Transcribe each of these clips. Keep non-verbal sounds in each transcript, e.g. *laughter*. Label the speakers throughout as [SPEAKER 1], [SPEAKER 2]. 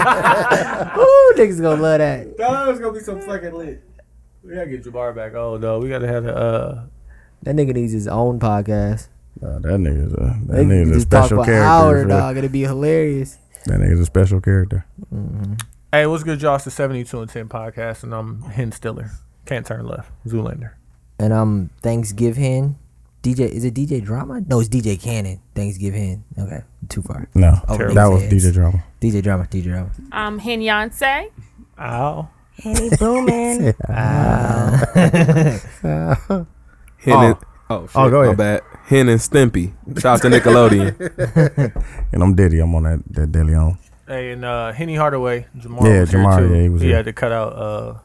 [SPEAKER 1] Ooh, niggas gonna love that.
[SPEAKER 2] That was gonna be so fucking lit. We gotta get Jabbar back on though. We gotta have the uh
[SPEAKER 1] That nigga needs his own podcast.
[SPEAKER 3] Nah, Uh, that nigga's a that
[SPEAKER 1] They can
[SPEAKER 3] nigga's a
[SPEAKER 1] just talk
[SPEAKER 3] special
[SPEAKER 1] for
[SPEAKER 3] character.
[SPEAKER 1] an hour,
[SPEAKER 3] for-
[SPEAKER 1] dog. It'd be hilarious.
[SPEAKER 3] That nigga's a special character.
[SPEAKER 2] Hey, what's good, y'all? It's the 72 and 10 podcast, and I'm Hen Stiller. Can't turn left. Zoolander.
[SPEAKER 1] And um, Thanksgiving, DJ is it DJ Drama? No, it's DJ Cannon. Thanksgiving. Okay, too far.
[SPEAKER 3] No,
[SPEAKER 1] Oh,
[SPEAKER 3] that
[SPEAKER 1] niggas
[SPEAKER 3] was
[SPEAKER 1] heads.
[SPEAKER 3] DJ Drama.
[SPEAKER 1] DJ Drama. DJ Drama.
[SPEAKER 4] Um, Henyonce.
[SPEAKER 2] Ow.
[SPEAKER 5] Henny booming.
[SPEAKER 6] Hen
[SPEAKER 3] Oh.
[SPEAKER 6] and, oh, shit,
[SPEAKER 3] go ahead.
[SPEAKER 6] My bad. Hen and Stimpy. Shout out to *laughs* Nickelodeon.
[SPEAKER 3] And I'm Diddy. I'm on that that Deleon.
[SPEAKER 2] Hey, and uh, Henny Hardaway, Jamar.
[SPEAKER 3] Yeah,
[SPEAKER 2] was here
[SPEAKER 3] Jamar,
[SPEAKER 2] too.
[SPEAKER 3] yeah, he was here.
[SPEAKER 2] had to cut out uh,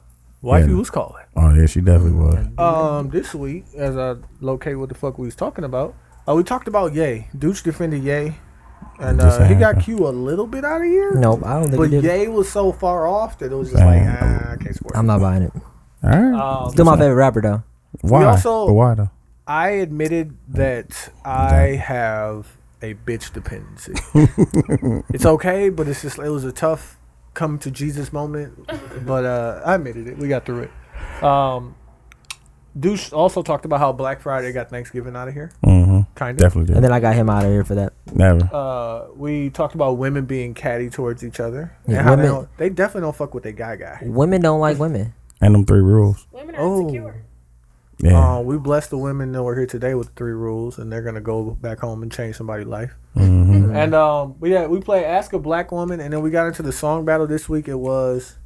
[SPEAKER 2] Wifey
[SPEAKER 3] Yeah.
[SPEAKER 2] was calling.
[SPEAKER 3] Oh yeah, she definitely was.
[SPEAKER 2] Um, this week, as I locate what the fuck we was talking about, uh, we talked about Ye. Dooch defended Ye, and
[SPEAKER 3] Just
[SPEAKER 2] uh, he
[SPEAKER 3] saying,
[SPEAKER 2] got
[SPEAKER 3] yeah.
[SPEAKER 2] Q a little bit out of here.
[SPEAKER 1] Nope, I don't think
[SPEAKER 2] but
[SPEAKER 1] it did.
[SPEAKER 2] Ye was so far off that it was just
[SPEAKER 3] Damn.
[SPEAKER 2] like, ah, I can't support.
[SPEAKER 1] I'm not buying it.
[SPEAKER 3] All right.
[SPEAKER 2] Um,
[SPEAKER 1] Still my favorite rapper though.
[SPEAKER 3] why?
[SPEAKER 2] also-
[SPEAKER 3] But why though?
[SPEAKER 2] I admitted that I have a bitch
[SPEAKER 1] *laughs*
[SPEAKER 2] dependency. it's okay, but it's just it was a tough come to Jesus moment. But uh, I admitted it. We got through it. Um, Douche also talked about how Black Friday got Thanksgiving out of here,
[SPEAKER 3] Mm-hmm.
[SPEAKER 2] kind of.
[SPEAKER 3] Definitely
[SPEAKER 1] And
[SPEAKER 3] did.
[SPEAKER 1] then I got him out of here for that.
[SPEAKER 3] Never.
[SPEAKER 2] Uh, we talked about women being catty towards each other.
[SPEAKER 1] Yeah,
[SPEAKER 2] and how they,
[SPEAKER 1] women-
[SPEAKER 2] don't, they definitely don't fuck with their guy guy.
[SPEAKER 1] Women don't like women.
[SPEAKER 3] And them three rules.
[SPEAKER 4] Women are
[SPEAKER 2] Oh.
[SPEAKER 4] insecure.
[SPEAKER 3] Yeah.
[SPEAKER 2] Uh, we blessed the women that were here today with three rules, and they're gonna go back home and change somebody's life.
[SPEAKER 3] hmm
[SPEAKER 2] And um, we yeah, we played Ask a Black Woman, and then we got into the song battle this week. It was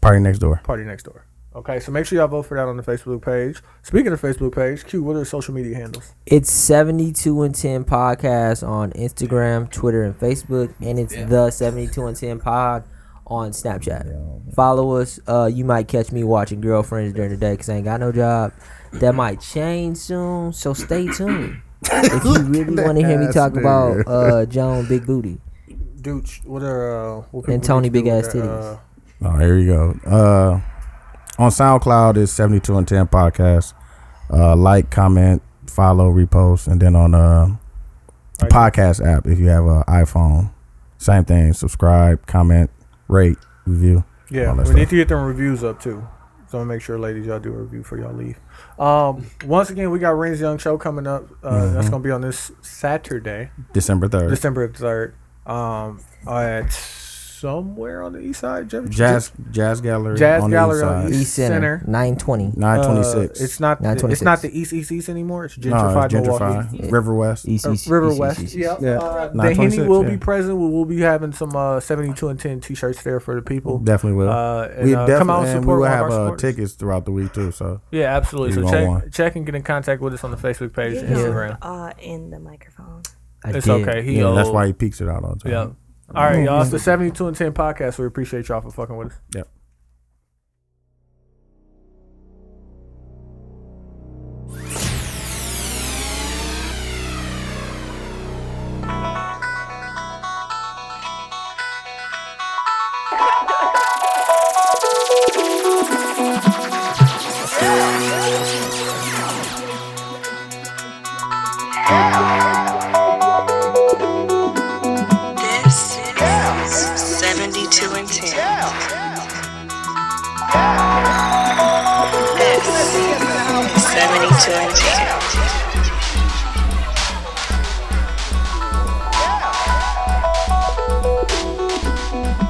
[SPEAKER 3] Party next door.
[SPEAKER 2] Party Next Door. Okay, so make sure y'all vote for that on the Facebook page. Speaking of Facebook page, Q, what are the social media handles?
[SPEAKER 1] It's 72 and 10 podcast on Instagram, Twitter, and Facebook, and it's the 72 and 10 pod on Snapchat. Follow us. Uh, you might catch me watching Girlfriends during the day because I ain't got no job. That might change soon, so stay tuned. if *laughs* you really want to hear me
[SPEAKER 3] ass
[SPEAKER 1] talk
[SPEAKER 3] nigga.
[SPEAKER 1] about uh, Joan Big Booty,
[SPEAKER 2] Dooch, what are uh, what
[SPEAKER 1] And
[SPEAKER 2] people
[SPEAKER 1] Tony
[SPEAKER 2] need to do
[SPEAKER 1] Big Ass
[SPEAKER 2] with their,
[SPEAKER 1] Titties.
[SPEAKER 2] uh,
[SPEAKER 3] Oh, here you go. Uh, on SoundCloud is seventy two and ten podcast. Uh, like, comment, follow, repost, and then on uh, the podcast app if you have an iPhone, same thing. Subscribe, comment, rate, review.
[SPEAKER 2] yeah,
[SPEAKER 3] all
[SPEAKER 2] we
[SPEAKER 3] that
[SPEAKER 2] need
[SPEAKER 3] stuff.
[SPEAKER 2] to get them reviews up too. So make sure, ladies, y'all do a review before y'all leave. Um, once again, we got Ren's Young show coming up. Uh, That's gonna be on this Saturday.
[SPEAKER 3] December third.
[SPEAKER 2] December third, um, at somewhere on the east side, Jeff-
[SPEAKER 3] Jazz Jazz Gallery.
[SPEAKER 2] Jazz
[SPEAKER 3] on
[SPEAKER 2] Gallery
[SPEAKER 3] The
[SPEAKER 2] on
[SPEAKER 3] east side.
[SPEAKER 2] East
[SPEAKER 1] East Center,
[SPEAKER 2] Center.
[SPEAKER 1] 920
[SPEAKER 3] Nine twenty
[SPEAKER 2] Uh,
[SPEAKER 3] six.
[SPEAKER 2] it's not.
[SPEAKER 1] Nine
[SPEAKER 2] It's not
[SPEAKER 1] 26.
[SPEAKER 2] the east east east anymore. It's
[SPEAKER 3] no,
[SPEAKER 2] gentrified
[SPEAKER 3] it's gentrified.
[SPEAKER 2] Milwaukee.
[SPEAKER 3] River West.
[SPEAKER 1] East,
[SPEAKER 2] Uh,
[SPEAKER 1] East,
[SPEAKER 2] River
[SPEAKER 1] East, East,
[SPEAKER 2] West.
[SPEAKER 1] East, East.
[SPEAKER 2] Yep.
[SPEAKER 3] Yeah.
[SPEAKER 2] Uh, the
[SPEAKER 3] 926,
[SPEAKER 2] Henny will
[SPEAKER 3] yeah.
[SPEAKER 2] be present. We will be having some uh, 72 and 10 t shirts there for the people.
[SPEAKER 3] Definitely will.
[SPEAKER 2] Uh, and,
[SPEAKER 3] we
[SPEAKER 2] uh,
[SPEAKER 3] definitely
[SPEAKER 2] come out and
[SPEAKER 3] and
[SPEAKER 2] support
[SPEAKER 3] we will
[SPEAKER 2] one of
[SPEAKER 3] have
[SPEAKER 2] our
[SPEAKER 3] uh,
[SPEAKER 2] supporters.
[SPEAKER 3] tickets throughout the week too. So
[SPEAKER 2] Yeah, absolutely.
[SPEAKER 3] You
[SPEAKER 2] So
[SPEAKER 3] want
[SPEAKER 2] check,
[SPEAKER 3] one.
[SPEAKER 2] check and get in contact with us on the Facebook page,
[SPEAKER 5] You
[SPEAKER 2] and
[SPEAKER 5] know,
[SPEAKER 2] Instagram.
[SPEAKER 5] Uh, in the microphone.
[SPEAKER 1] I
[SPEAKER 2] It's
[SPEAKER 1] did.
[SPEAKER 2] okay. He
[SPEAKER 3] yeah, that's
[SPEAKER 2] old.
[SPEAKER 3] why he peeks it out all the time.
[SPEAKER 2] Yeah. All right, y'all. It's the 72 and 10 podcast. We appreciate y'all for fucking with us.
[SPEAKER 3] Yep.
[SPEAKER 7] This is 72 and 10. This is 72 and 10.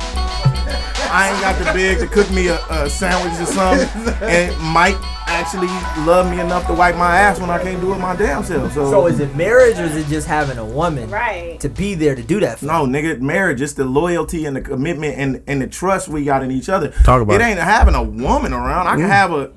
[SPEAKER 8] I ain't got the big to cook me a, a sandwich
[SPEAKER 1] *laughs*
[SPEAKER 8] or something. and Mike actually loved me enough to wipe my ass when I can't do it my damn self. So,
[SPEAKER 1] So is it marriage or is it just having a woman
[SPEAKER 4] Right.
[SPEAKER 1] to be there to do that? For?
[SPEAKER 8] no, nigga, marriage is the loyalty and the commitment and, and the trust we got in each other.
[SPEAKER 3] Talk about
[SPEAKER 8] it.
[SPEAKER 3] it.
[SPEAKER 8] ain't having a woman around. I can have a.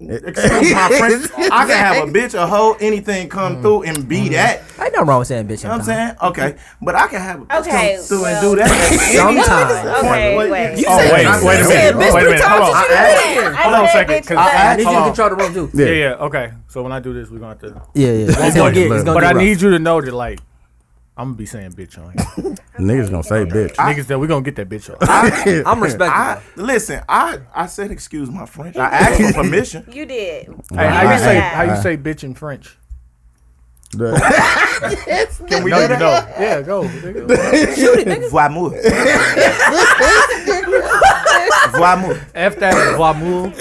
[SPEAKER 8] Excuse my French. I can have a bitch, a hoe, anything come through and be that. You
[SPEAKER 1] Ain't nothing wrong with saying bitch.
[SPEAKER 8] know what I'm saying? Okay. But I can have a bitch
[SPEAKER 4] Okay,
[SPEAKER 8] come through
[SPEAKER 4] well-
[SPEAKER 8] and do that.
[SPEAKER 1] Sometimes.
[SPEAKER 4] Okay,
[SPEAKER 8] Wait,
[SPEAKER 4] wait.
[SPEAKER 8] you said-
[SPEAKER 2] Oh, wait,
[SPEAKER 8] I
[SPEAKER 2] wait a
[SPEAKER 8] said
[SPEAKER 2] minute,
[SPEAKER 8] bitch.
[SPEAKER 2] wait a minute, hold on.
[SPEAKER 4] I
[SPEAKER 2] Hold on a
[SPEAKER 4] said
[SPEAKER 2] second,
[SPEAKER 4] bitch
[SPEAKER 2] 'cause
[SPEAKER 4] back.
[SPEAKER 1] I need you to
[SPEAKER 2] Hold on.
[SPEAKER 1] control the room too.
[SPEAKER 2] Yeah, yeah. Okay. So when I do this, we're going to have to.
[SPEAKER 1] Yeah, yeah. It's gonna
[SPEAKER 3] point,
[SPEAKER 1] get, it's
[SPEAKER 3] but-
[SPEAKER 1] gonna
[SPEAKER 2] But
[SPEAKER 1] get
[SPEAKER 2] I
[SPEAKER 1] rough.
[SPEAKER 2] need you to know that, like, I'm gonna be saying bitch on here.
[SPEAKER 3] Niggas gonna say bitch.
[SPEAKER 2] Niggas, that we gonna get that bitch on.
[SPEAKER 1] I'm respectful.
[SPEAKER 8] I listen. I I said excuse my French. I asked for permission.
[SPEAKER 4] You did.
[SPEAKER 2] hey, how you
[SPEAKER 8] Right.
[SPEAKER 2] say how you say bitch in French?
[SPEAKER 8] *laughs*
[SPEAKER 3] The-
[SPEAKER 8] Can we
[SPEAKER 2] No,
[SPEAKER 8] do
[SPEAKER 2] you
[SPEAKER 8] that?
[SPEAKER 2] know. Yeah, go. nigga.
[SPEAKER 8] Voir moi. Voir moi.
[SPEAKER 2] After that, Voamu.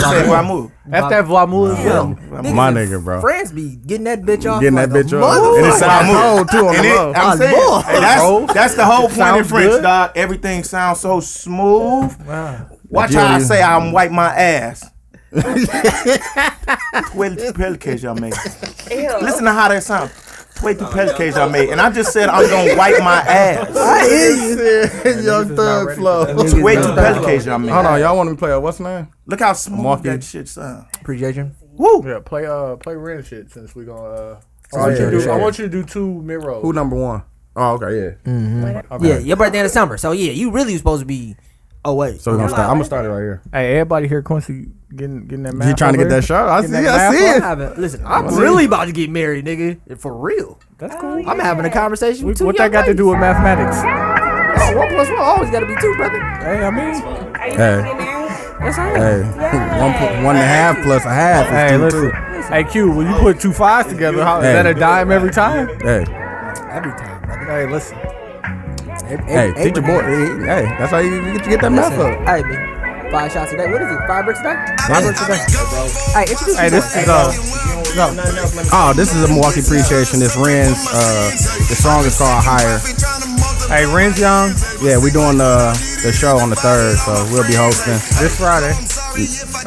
[SPEAKER 8] Say voir moi.
[SPEAKER 2] After that, Voamu as well.
[SPEAKER 3] My nigga, bro.
[SPEAKER 1] France be getting that bitch off.
[SPEAKER 3] Getting
[SPEAKER 1] like
[SPEAKER 3] that
[SPEAKER 1] a
[SPEAKER 3] bitch off.
[SPEAKER 1] motherfucker.
[SPEAKER 3] And it sounds cold too on
[SPEAKER 8] And
[SPEAKER 3] the
[SPEAKER 8] it,
[SPEAKER 3] low.
[SPEAKER 8] I'm saying,
[SPEAKER 1] boy.
[SPEAKER 8] and that's, that's the whole point in
[SPEAKER 2] Sounds
[SPEAKER 8] French,
[SPEAKER 2] good.
[SPEAKER 8] dog. Everything sounds so smooth. Watch
[SPEAKER 3] Yeah,
[SPEAKER 8] how
[SPEAKER 3] yeah.
[SPEAKER 8] I say I'm wipe my ass. Twelve pelkage I made. Listen to how that sounds. Twelve pelkage I made, and I just said I'm gonna wipe my ass.
[SPEAKER 3] I hear you. Young Thug flow.
[SPEAKER 1] Niggas
[SPEAKER 8] Twelve
[SPEAKER 1] done.
[SPEAKER 8] pelkage I
[SPEAKER 3] Hold
[SPEAKER 8] made.
[SPEAKER 3] on, y'all want me to play a what's name?
[SPEAKER 8] Look how smooth
[SPEAKER 3] Marky.
[SPEAKER 8] that shit sounds.
[SPEAKER 1] Appreciate you.
[SPEAKER 8] Woo!
[SPEAKER 2] Yeah, play uh play random shit since we gonna uh I,
[SPEAKER 3] Oh,
[SPEAKER 2] want you
[SPEAKER 3] yeah,
[SPEAKER 2] to do,
[SPEAKER 3] yeah.
[SPEAKER 2] I want you to do two mid rolls.
[SPEAKER 3] Who number one? Oh, okay, yeah.
[SPEAKER 1] Yeah, your birthday in the summer, so yeah, you really supposed to be. Oh wait,
[SPEAKER 3] So we're gonna start. I'm gonna start it right here.
[SPEAKER 2] Hey, everybody here, Quincy getting getting that.
[SPEAKER 3] You
[SPEAKER 2] mouth
[SPEAKER 3] trying to
[SPEAKER 2] over
[SPEAKER 3] get that
[SPEAKER 2] there?
[SPEAKER 3] shot? I
[SPEAKER 2] Getting
[SPEAKER 3] see.
[SPEAKER 2] that
[SPEAKER 3] I
[SPEAKER 2] mouth
[SPEAKER 3] see
[SPEAKER 1] I'm
[SPEAKER 3] it.
[SPEAKER 1] having. Listen, I'm
[SPEAKER 3] see.
[SPEAKER 1] really about to get married, nigga. For real,
[SPEAKER 2] That's cool.
[SPEAKER 1] I'm having a conversation.
[SPEAKER 2] We-
[SPEAKER 1] with two
[SPEAKER 2] what that
[SPEAKER 1] young
[SPEAKER 2] got to do with
[SPEAKER 1] ladies.
[SPEAKER 2] mathematics?
[SPEAKER 1] Oh, one plus one always got to be two, brother.
[SPEAKER 2] Hey, I mean,
[SPEAKER 3] Hey,
[SPEAKER 1] That's all right.
[SPEAKER 3] hey, one pl- one and a half plus a half is
[SPEAKER 2] hey,
[SPEAKER 3] two
[SPEAKER 2] listen.
[SPEAKER 3] too.
[SPEAKER 2] Hey, Q, when you put two fives together, how, is
[SPEAKER 3] Hey.
[SPEAKER 2] that a dime every time?
[SPEAKER 3] Hey,
[SPEAKER 1] Every time, brother.
[SPEAKER 2] Hey, listen.
[SPEAKER 3] hey, teach your boy. Hey, that's how you get, you get that math up.
[SPEAKER 1] Hey, man. Five shots today. What is it? Five bricks today?
[SPEAKER 3] Five bricks today.
[SPEAKER 1] Hey, introduce
[SPEAKER 2] Hey, this is uh,
[SPEAKER 3] Oh, this is a Milwaukee appreciation. This Renz. Uh, the song is called Higher.
[SPEAKER 2] hey, Renz Young
[SPEAKER 3] Yeah, we doing uh, the show on the third, so we'll be hosting.
[SPEAKER 2] this Friday.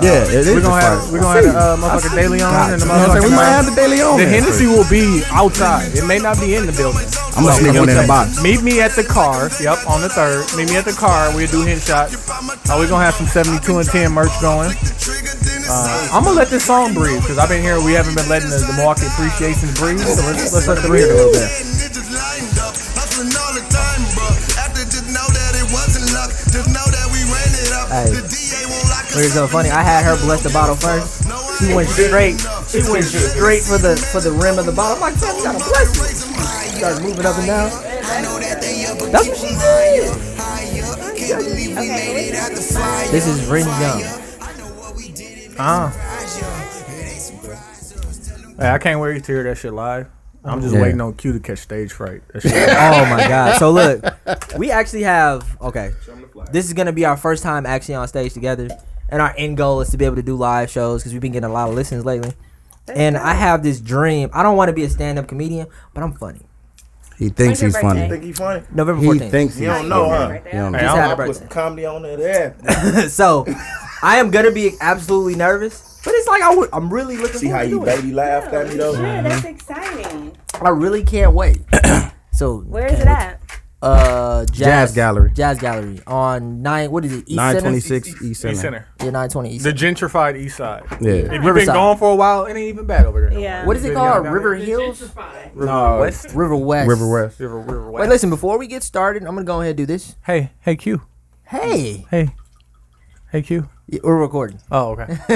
[SPEAKER 3] Yeah, it is.
[SPEAKER 2] We're gonna
[SPEAKER 3] this
[SPEAKER 2] have
[SPEAKER 3] Friday.
[SPEAKER 2] we're gonna have the uh, motherfucker Daily on and the motherfucker.
[SPEAKER 3] we might have the Daily on.
[SPEAKER 2] The
[SPEAKER 3] here.
[SPEAKER 2] Hennessy will be outside. It may not be in the building.
[SPEAKER 3] I'm gonna sneak one in the box.
[SPEAKER 2] Meet me at the car. Yep, on the third. Meet me at the car. We'll do hen shots. Uh, we're gonna have some 72 and 10 merch going. Uh, I'm gonna let this song breathe because I've been here. We haven't been letting the, the market appreciation breathe. So let's, let's let them breathe a little bit.
[SPEAKER 9] Niggas lined up, hustling all the time, bro. After just know that it wasn't luck, just know that we ran it up.
[SPEAKER 1] Hey.
[SPEAKER 9] The DA won't lock us
[SPEAKER 1] It's so funny. I had her bless the bottle first. She went straight. She went straight for the for the rim of the bottle. I'm like, fam, you gotta bless it. She started moving up and down. That's what she did. This is Rin Young.
[SPEAKER 2] Uh. Hey, I can't wait to hear that shit live. I'm just
[SPEAKER 1] Yeah.
[SPEAKER 2] waiting on Q to catch stage fright. That shit.
[SPEAKER 1] *laughs* Oh my god. So look, we actually have okay. This is gonna be our first time actually on stage together, and our end goal is to be able to do live shows because we've been getting a lot of listens lately. And I have this dream. I don't want to be a stand-up comedian, but I'm funny.
[SPEAKER 3] He thinks he's funny.
[SPEAKER 8] Think he funny?
[SPEAKER 1] November
[SPEAKER 3] He
[SPEAKER 1] 14th.
[SPEAKER 3] thinks
[SPEAKER 8] You
[SPEAKER 3] he's
[SPEAKER 8] don't know, huh?
[SPEAKER 3] He don't know.
[SPEAKER 2] Hey,
[SPEAKER 1] Just had
[SPEAKER 2] I'm,
[SPEAKER 1] a
[SPEAKER 8] I put some
[SPEAKER 1] birthday.
[SPEAKER 8] comedy on it. Yeah.
[SPEAKER 1] *laughs* so I am gonna be absolutely nervous, but it's like I would, I'm really looking
[SPEAKER 8] See
[SPEAKER 1] forward
[SPEAKER 8] how
[SPEAKER 1] to
[SPEAKER 8] you
[SPEAKER 1] doing it.
[SPEAKER 8] baby laughed at me though.
[SPEAKER 5] that's exciting.
[SPEAKER 1] I really can't *coughs* wait. so
[SPEAKER 5] Where is it at?
[SPEAKER 1] Uh, jazz,
[SPEAKER 3] Jazz Gallery.
[SPEAKER 1] Jazz gallery on nine. What is it? East
[SPEAKER 3] Nine twenty
[SPEAKER 1] Center?
[SPEAKER 3] six East
[SPEAKER 2] East
[SPEAKER 3] Center.
[SPEAKER 2] Center,
[SPEAKER 1] Yeah, nine twenty East.
[SPEAKER 2] the gentrified East Side.
[SPEAKER 3] Yeah.
[SPEAKER 2] If you've been
[SPEAKER 1] Riverside.
[SPEAKER 2] gone for a while, it ain't even bad over there. no
[SPEAKER 5] Yeah.
[SPEAKER 2] more.
[SPEAKER 1] what is it
[SPEAKER 2] Been
[SPEAKER 1] called?
[SPEAKER 2] down
[SPEAKER 1] River
[SPEAKER 2] there.
[SPEAKER 1] Hills,
[SPEAKER 3] No.
[SPEAKER 2] West.
[SPEAKER 1] River West,
[SPEAKER 3] River West.
[SPEAKER 2] River, River West.
[SPEAKER 1] Wait, listen. Before we get started, I'm gonna go ahead and do this.
[SPEAKER 2] Hey, hey, Q.
[SPEAKER 1] Hey,
[SPEAKER 2] Hey, hey, Q.
[SPEAKER 1] Yeah, we're recording.
[SPEAKER 2] Oh, okay. *laughs*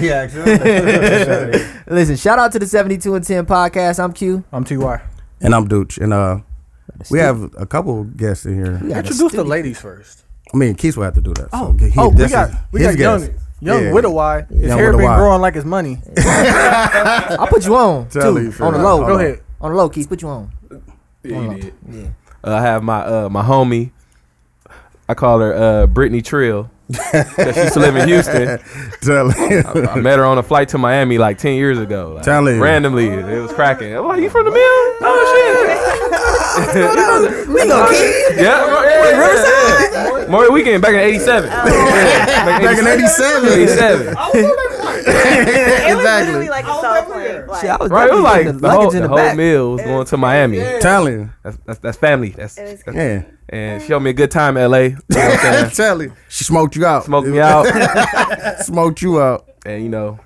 [SPEAKER 3] Yeah, exactly.
[SPEAKER 1] Listen, shout out to the 72 and 10 podcast. I'm Q.
[SPEAKER 2] I'm Ty.
[SPEAKER 3] and I'm Dooch, and uh, we have a couple guests in here.
[SPEAKER 1] Got a
[SPEAKER 2] *laughs* Introduce the
[SPEAKER 1] studio.
[SPEAKER 2] ladies first.
[SPEAKER 3] I mean, Keith will have to do that.
[SPEAKER 1] Oh,
[SPEAKER 3] he-
[SPEAKER 2] Oh, we
[SPEAKER 3] this
[SPEAKER 2] got
[SPEAKER 3] is
[SPEAKER 2] we
[SPEAKER 3] his
[SPEAKER 2] got young
[SPEAKER 3] guest.
[SPEAKER 2] young
[SPEAKER 3] Yeah.
[SPEAKER 2] Widow Wide. His
[SPEAKER 3] Young
[SPEAKER 2] hair been
[SPEAKER 3] Widowwide.
[SPEAKER 2] growing like his money.
[SPEAKER 1] I'll put you on
[SPEAKER 3] Tell
[SPEAKER 1] too.
[SPEAKER 3] you, fam.
[SPEAKER 1] on the low.
[SPEAKER 2] Go ahead.
[SPEAKER 1] On the low, Keith. Put you on.
[SPEAKER 6] Yeah, you did. Uh, I have my uh my homie. I call her uh Brittany Trill. *laughs* 'cause she used to live in Houston.
[SPEAKER 3] *laughs* Tell him.
[SPEAKER 6] *laughs* I met her on a flight to Miami like ten years ago. Like,
[SPEAKER 3] Tell you.
[SPEAKER 6] randomly, it was cracking. I'm like, you from the *laughs* mill? Oh
[SPEAKER 1] We know Keith.
[SPEAKER 6] shit! yeah, bro, yeah, yeah, yeah, yeah. Maury weekend back in '87.
[SPEAKER 3] Back in '87.
[SPEAKER 6] *laughs* '87.
[SPEAKER 5] It was
[SPEAKER 3] exactly.
[SPEAKER 5] literally like a solid point. Like,
[SPEAKER 1] Shit, I was
[SPEAKER 6] Right, it
[SPEAKER 1] definitely
[SPEAKER 6] was like
[SPEAKER 1] putting
[SPEAKER 6] the, whole,
[SPEAKER 1] luggage in the
[SPEAKER 6] the, whole
[SPEAKER 1] back.
[SPEAKER 6] meal was going to Miami.
[SPEAKER 3] Tell him.
[SPEAKER 6] That's, that's that's family. That's,
[SPEAKER 5] was
[SPEAKER 6] that's
[SPEAKER 3] Yeah.
[SPEAKER 6] and she helped me a good time in LA. You know what I'm
[SPEAKER 3] *laughs*
[SPEAKER 6] saying?
[SPEAKER 3] Tell him. She smoked you out.
[SPEAKER 6] Smoked me out,
[SPEAKER 3] Smoked you out.
[SPEAKER 6] and you know,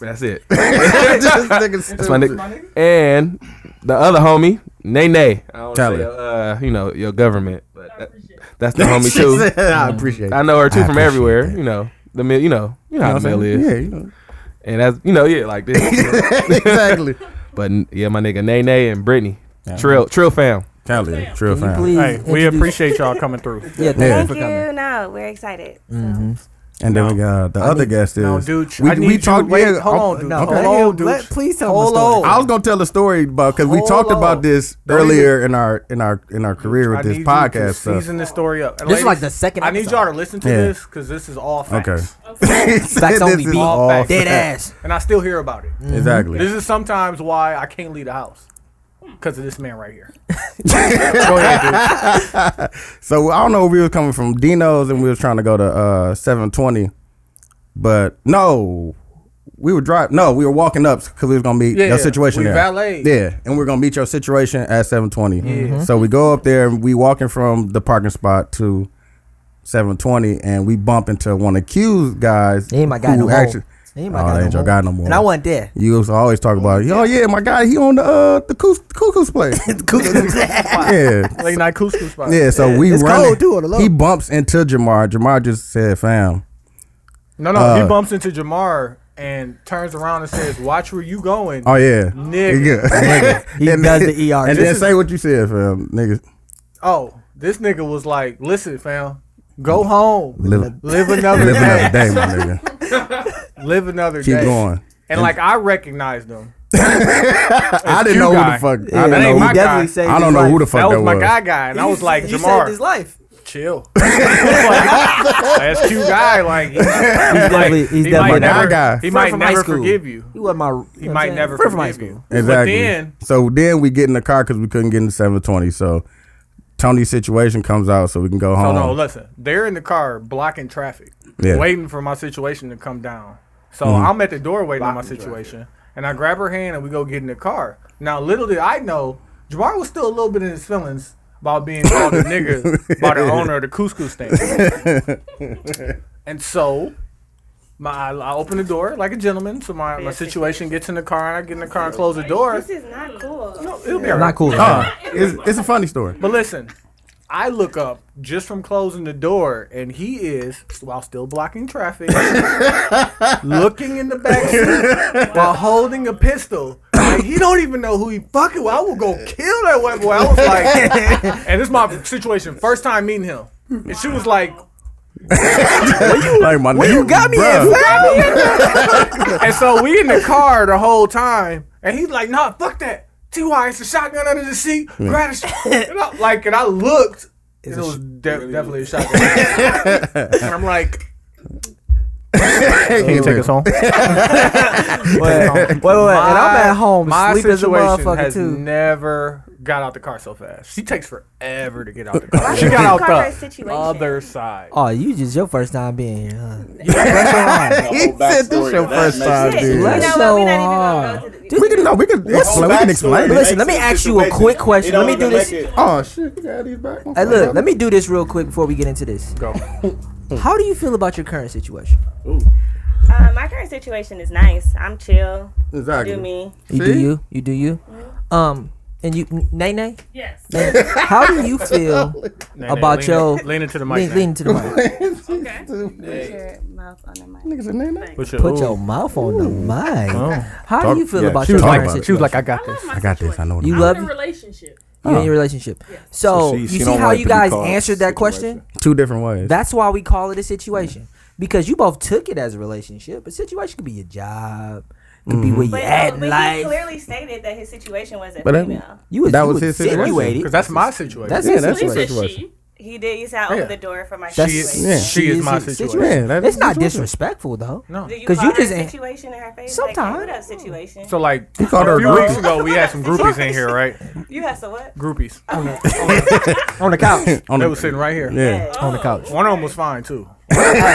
[SPEAKER 6] that's it.
[SPEAKER 3] This nigga
[SPEAKER 6] *laughs* That's my
[SPEAKER 3] stupid.
[SPEAKER 6] nigga. And the other homie, Nay Nay. I don't
[SPEAKER 3] Tyler.
[SPEAKER 6] say, uh, you know, your government, but that, that's the
[SPEAKER 3] She
[SPEAKER 6] homie too.
[SPEAKER 3] said, *laughs* I appreciate it.
[SPEAKER 6] I know her too
[SPEAKER 3] I
[SPEAKER 6] from
[SPEAKER 3] appreciate
[SPEAKER 6] everywhere.
[SPEAKER 3] that.
[SPEAKER 6] You know, the mill. You know, you know how the mill
[SPEAKER 3] saying?
[SPEAKER 6] is.
[SPEAKER 3] Yeah, you know.
[SPEAKER 6] And that's you know, yeah, like this.
[SPEAKER 3] exactly.
[SPEAKER 6] but n- yeah, my nigga Nay Nay and Brittany, Trill Trill fam.
[SPEAKER 3] Tell him. True
[SPEAKER 1] Can you
[SPEAKER 3] fan.
[SPEAKER 1] please
[SPEAKER 2] Hey, we
[SPEAKER 1] introduce- *laughs*
[SPEAKER 2] appreciate y'all coming through.
[SPEAKER 1] Yeah, thank
[SPEAKER 3] Yeah.
[SPEAKER 1] you
[SPEAKER 5] Thank
[SPEAKER 1] for
[SPEAKER 5] you.
[SPEAKER 1] coming.
[SPEAKER 5] No, we're excited. So.
[SPEAKER 3] And then we got the other guest is
[SPEAKER 2] no, dude,
[SPEAKER 3] we,
[SPEAKER 2] I
[SPEAKER 3] we
[SPEAKER 2] need you-
[SPEAKER 3] talked.
[SPEAKER 2] wait,
[SPEAKER 3] yeah,
[SPEAKER 2] hold
[SPEAKER 3] oh,
[SPEAKER 2] on, dude.
[SPEAKER 3] no,
[SPEAKER 2] Hold on.
[SPEAKER 3] okay.
[SPEAKER 1] Let
[SPEAKER 2] dude.
[SPEAKER 1] him- let- please tell
[SPEAKER 2] Hold
[SPEAKER 1] the story.
[SPEAKER 3] I was gonna tell a story about because we
[SPEAKER 1] Hold
[SPEAKER 3] talked
[SPEAKER 1] on.
[SPEAKER 3] about this
[SPEAKER 2] Don't even-
[SPEAKER 3] earlier in our in our in our career
[SPEAKER 2] I
[SPEAKER 3] with this
[SPEAKER 2] need you to
[SPEAKER 3] podcast stuff.
[SPEAKER 2] Season the story up. And
[SPEAKER 1] This is like the second
[SPEAKER 2] I need
[SPEAKER 1] episode.
[SPEAKER 2] y'all to listen to
[SPEAKER 3] Yeah.
[SPEAKER 2] this because this is all facts.
[SPEAKER 3] Okay. *laughs*
[SPEAKER 1] Facts
[SPEAKER 3] This
[SPEAKER 1] only
[SPEAKER 3] is
[SPEAKER 1] beat.
[SPEAKER 3] all
[SPEAKER 2] Facts.
[SPEAKER 1] Dead
[SPEAKER 3] facts.
[SPEAKER 1] ass.
[SPEAKER 2] And I still hear about it.
[SPEAKER 3] Exactly.
[SPEAKER 2] This is sometimes why I can't leave the house because of this man right here. *laughs*
[SPEAKER 3] So I don't know if we were coming from Dino's and we was trying to go to uh 720, but no, we were driving. No, we were walking up because we was gonna meet
[SPEAKER 2] Yeah,
[SPEAKER 3] your situation
[SPEAKER 2] we
[SPEAKER 3] there.
[SPEAKER 2] valeted.
[SPEAKER 3] Yeah, and we're gonna meet your situation at 720.
[SPEAKER 2] Mm-hmm.
[SPEAKER 3] So we go up there and we walking from the parking spot to 720, and we bump into one of Q's guys.
[SPEAKER 1] He ain't my guy
[SPEAKER 3] who
[SPEAKER 1] no more.
[SPEAKER 3] actu-
[SPEAKER 1] He ain't my
[SPEAKER 3] Oh,
[SPEAKER 1] guy
[SPEAKER 3] that
[SPEAKER 1] no
[SPEAKER 3] ain't your
[SPEAKER 1] more.
[SPEAKER 3] guy no more.
[SPEAKER 1] And I wasn't there.
[SPEAKER 3] You used to always talk about, oh yeah, my guy, he on the uh the Coo-
[SPEAKER 1] *laughs*
[SPEAKER 3] Cuckoo's place. *laughs* yeah,
[SPEAKER 2] Late night couscous *laughs* spot.
[SPEAKER 3] yeah, so we
[SPEAKER 1] It's
[SPEAKER 3] running.
[SPEAKER 1] cold, too, on the low.
[SPEAKER 3] he bumps into Jamar. Jamar just said, "Fam,
[SPEAKER 2] No, no.
[SPEAKER 3] Uh,
[SPEAKER 2] he bumps into Jamar and turns around and says, "Watch where you going."
[SPEAKER 3] oh yeah,
[SPEAKER 2] Nigga.
[SPEAKER 3] Yeah.
[SPEAKER 1] He
[SPEAKER 3] *laughs* And
[SPEAKER 1] does
[SPEAKER 3] then-
[SPEAKER 1] the ER. This
[SPEAKER 3] and then
[SPEAKER 1] is-
[SPEAKER 3] say what you said, fam, nigga.
[SPEAKER 2] Oh, this nigga was like, "Listen, fam, go home,
[SPEAKER 3] Live-
[SPEAKER 2] *laughs* live, another
[SPEAKER 3] Live
[SPEAKER 2] day,
[SPEAKER 3] another day,
[SPEAKER 1] *laughs*
[SPEAKER 3] my nigga.
[SPEAKER 2] live another
[SPEAKER 3] Keep
[SPEAKER 2] day."
[SPEAKER 3] going."
[SPEAKER 2] And like I recognized him.
[SPEAKER 3] I didn't
[SPEAKER 2] you
[SPEAKER 3] know
[SPEAKER 2] guy.
[SPEAKER 3] who the fuck.
[SPEAKER 1] Yeah,
[SPEAKER 2] that
[SPEAKER 3] I didn't know.
[SPEAKER 2] ain't
[SPEAKER 3] Who,
[SPEAKER 2] my
[SPEAKER 1] he
[SPEAKER 2] guy.
[SPEAKER 1] definitely saved
[SPEAKER 3] I don't
[SPEAKER 1] his
[SPEAKER 3] know who the
[SPEAKER 1] life.
[SPEAKER 3] fuck
[SPEAKER 2] that was
[SPEAKER 3] that
[SPEAKER 2] my
[SPEAKER 3] was.
[SPEAKER 2] guy guy, and I was like,
[SPEAKER 1] He
[SPEAKER 2] Jamar,
[SPEAKER 1] saved his life.
[SPEAKER 2] *laughs* chill. That's cute guy. Like he's, like
[SPEAKER 1] definitely- he's
[SPEAKER 2] he
[SPEAKER 1] definitely
[SPEAKER 2] might
[SPEAKER 3] my guy
[SPEAKER 2] never,
[SPEAKER 3] guy.
[SPEAKER 2] He
[SPEAKER 1] Friend
[SPEAKER 2] might
[SPEAKER 1] from high
[SPEAKER 2] never
[SPEAKER 1] school.
[SPEAKER 2] forgive you.
[SPEAKER 1] He wasn't my. you know
[SPEAKER 2] He
[SPEAKER 1] what I'm
[SPEAKER 2] might
[SPEAKER 1] saying?
[SPEAKER 2] never
[SPEAKER 1] Friend
[SPEAKER 2] forgive
[SPEAKER 1] from high
[SPEAKER 2] you.
[SPEAKER 1] school.
[SPEAKER 3] Exactly.
[SPEAKER 2] But then
[SPEAKER 3] so then we get in the car because we couldn't get in the 720. So Tony's situation comes out, so we can go
[SPEAKER 2] So
[SPEAKER 3] home.
[SPEAKER 2] no, listen. They're in the car blocking traffic,
[SPEAKER 3] Yeah. Mm-hmm.
[SPEAKER 2] waiting for my situation to come down. So I'm at the door waiting on my situation, and I grab her hand and we go get in the car. Now, little did I know, Jamar was still a little bit in his feelings about being called a nigga by
[SPEAKER 3] *laughs*
[SPEAKER 2] the owner of the couscous stand. and so, my I, I open the door like a gentleman. So my, my situation gets in the car, and I get in the car and close the door.
[SPEAKER 5] This is not cool.
[SPEAKER 2] It'll be all right.
[SPEAKER 1] Not cool.
[SPEAKER 3] Uh, it's, it's a funny story.
[SPEAKER 2] But listen, I look up just from closing the door, and he is while still blocking traffic, looking in the back seat while holding a pistol. Like he don't even know who he fucking with. I will go kill that white boy. I was like, and this is my situation. First time meeting him, and she was like,
[SPEAKER 3] like my nigga,
[SPEAKER 1] you got me at,
[SPEAKER 3] bruh.
[SPEAKER 2] and so we in the car the whole time, and he's like, "Nah, fuck that." Ty, it's a shotgun under the seat. Grab the sh-" and I, like, and I looked. and it was de- definitely a shotgun. and I'm like,
[SPEAKER 3] Can you take us home?
[SPEAKER 1] Wait, wait, wait. And I'm at home,
[SPEAKER 2] My
[SPEAKER 1] sleep as a
[SPEAKER 2] situation
[SPEAKER 1] motherfucker
[SPEAKER 2] has
[SPEAKER 1] too.
[SPEAKER 2] never got out the car so fast. She takes forever to get
[SPEAKER 3] *laughs*
[SPEAKER 2] out the car. she got
[SPEAKER 5] Car
[SPEAKER 2] out
[SPEAKER 5] is
[SPEAKER 2] the
[SPEAKER 5] situation.
[SPEAKER 2] other side.
[SPEAKER 1] Oh, you just your first time being here, huh?
[SPEAKER 3] He said this your first time,
[SPEAKER 5] Shit, you
[SPEAKER 3] dude.
[SPEAKER 5] know what?
[SPEAKER 1] Let's show
[SPEAKER 5] We're not even gonna go to the.
[SPEAKER 3] We can no, we can explain. We can explain.
[SPEAKER 1] But listen, let me ask you a quick question. Let me do this.
[SPEAKER 3] Oh shit, you got these back.
[SPEAKER 1] Hey, look, let me do this real quick before we get into this.
[SPEAKER 2] Go.
[SPEAKER 1] *laughs* How do you feel about your current situation?
[SPEAKER 5] Uh, my current situation is nice. I'm chill.
[SPEAKER 3] Exactly.
[SPEAKER 5] Do me.
[SPEAKER 1] You do
[SPEAKER 3] See?
[SPEAKER 1] you. You do you. Um, and you, Nay Nay,
[SPEAKER 4] Yes.
[SPEAKER 1] how do you feel
[SPEAKER 2] Nay, nay,
[SPEAKER 1] about
[SPEAKER 2] lean
[SPEAKER 1] your
[SPEAKER 2] in- lean into the mic.
[SPEAKER 1] lean,
[SPEAKER 2] nay.
[SPEAKER 1] lean to the mic?
[SPEAKER 5] Put your mouth on the mic.
[SPEAKER 3] Niggas a name.
[SPEAKER 2] Put your-
[SPEAKER 1] Put
[SPEAKER 2] ooh.
[SPEAKER 1] your mouth on the mic. How
[SPEAKER 3] Talk-
[SPEAKER 1] do you feel
[SPEAKER 3] yeah,
[SPEAKER 1] about
[SPEAKER 3] she
[SPEAKER 1] your
[SPEAKER 3] was
[SPEAKER 1] current
[SPEAKER 3] like-
[SPEAKER 1] situation?
[SPEAKER 3] she was like,
[SPEAKER 2] I got this.
[SPEAKER 3] I got this. I know.
[SPEAKER 1] You
[SPEAKER 3] You
[SPEAKER 1] love
[SPEAKER 4] in a
[SPEAKER 1] you
[SPEAKER 4] relationship.
[SPEAKER 1] in your relationship. So,
[SPEAKER 6] So she-
[SPEAKER 1] you
[SPEAKER 6] she
[SPEAKER 1] see
[SPEAKER 6] don't
[SPEAKER 1] how
[SPEAKER 6] like
[SPEAKER 1] you
[SPEAKER 6] to be
[SPEAKER 1] guys
[SPEAKER 6] called
[SPEAKER 1] answered that
[SPEAKER 6] situation.
[SPEAKER 1] question?
[SPEAKER 3] two different ways.
[SPEAKER 1] That's why we call it a situation because you both took it as a relationship. A situation could be your job, could
[SPEAKER 3] Mm-hmm.
[SPEAKER 1] be where you
[SPEAKER 5] But,
[SPEAKER 1] at in
[SPEAKER 5] but he
[SPEAKER 1] life.
[SPEAKER 5] clearly stated that his situation wasn't
[SPEAKER 3] But that-
[SPEAKER 5] female.
[SPEAKER 1] you was,
[SPEAKER 3] That
[SPEAKER 1] you
[SPEAKER 3] was his situation.
[SPEAKER 1] insinuated.
[SPEAKER 2] Because that's my situation.
[SPEAKER 1] That's
[SPEAKER 3] Yeah,
[SPEAKER 1] his
[SPEAKER 3] that's
[SPEAKER 1] situation.
[SPEAKER 3] what-
[SPEAKER 4] Said
[SPEAKER 3] Situation.
[SPEAKER 4] she.
[SPEAKER 5] He did. He said, "I
[SPEAKER 2] Yeah.
[SPEAKER 5] opened the door for my
[SPEAKER 1] That's-
[SPEAKER 5] situation."
[SPEAKER 3] yeah.
[SPEAKER 2] she is my
[SPEAKER 1] his
[SPEAKER 2] situation.
[SPEAKER 3] Yeah, that
[SPEAKER 1] it's
[SPEAKER 3] is
[SPEAKER 1] not
[SPEAKER 3] situation.
[SPEAKER 1] disrespectful though.
[SPEAKER 2] no.
[SPEAKER 5] Did you
[SPEAKER 1] 'Cause
[SPEAKER 5] call
[SPEAKER 1] you
[SPEAKER 5] her
[SPEAKER 1] just ain't-
[SPEAKER 5] situation in her face?
[SPEAKER 1] Sometimes.
[SPEAKER 5] Like, hey, what up, situation?
[SPEAKER 2] So like a
[SPEAKER 3] called her
[SPEAKER 2] few
[SPEAKER 3] a
[SPEAKER 2] weeks
[SPEAKER 3] groupie.
[SPEAKER 2] ago, we had some groupies in here, right?
[SPEAKER 5] you have to what?
[SPEAKER 2] Groupies.
[SPEAKER 1] On the couch.
[SPEAKER 3] *laughs* on
[SPEAKER 2] They
[SPEAKER 3] the-
[SPEAKER 2] were sitting right here.
[SPEAKER 3] Yeah.
[SPEAKER 1] on the couch.
[SPEAKER 2] One of them was fine
[SPEAKER 3] *laughs*
[SPEAKER 2] too.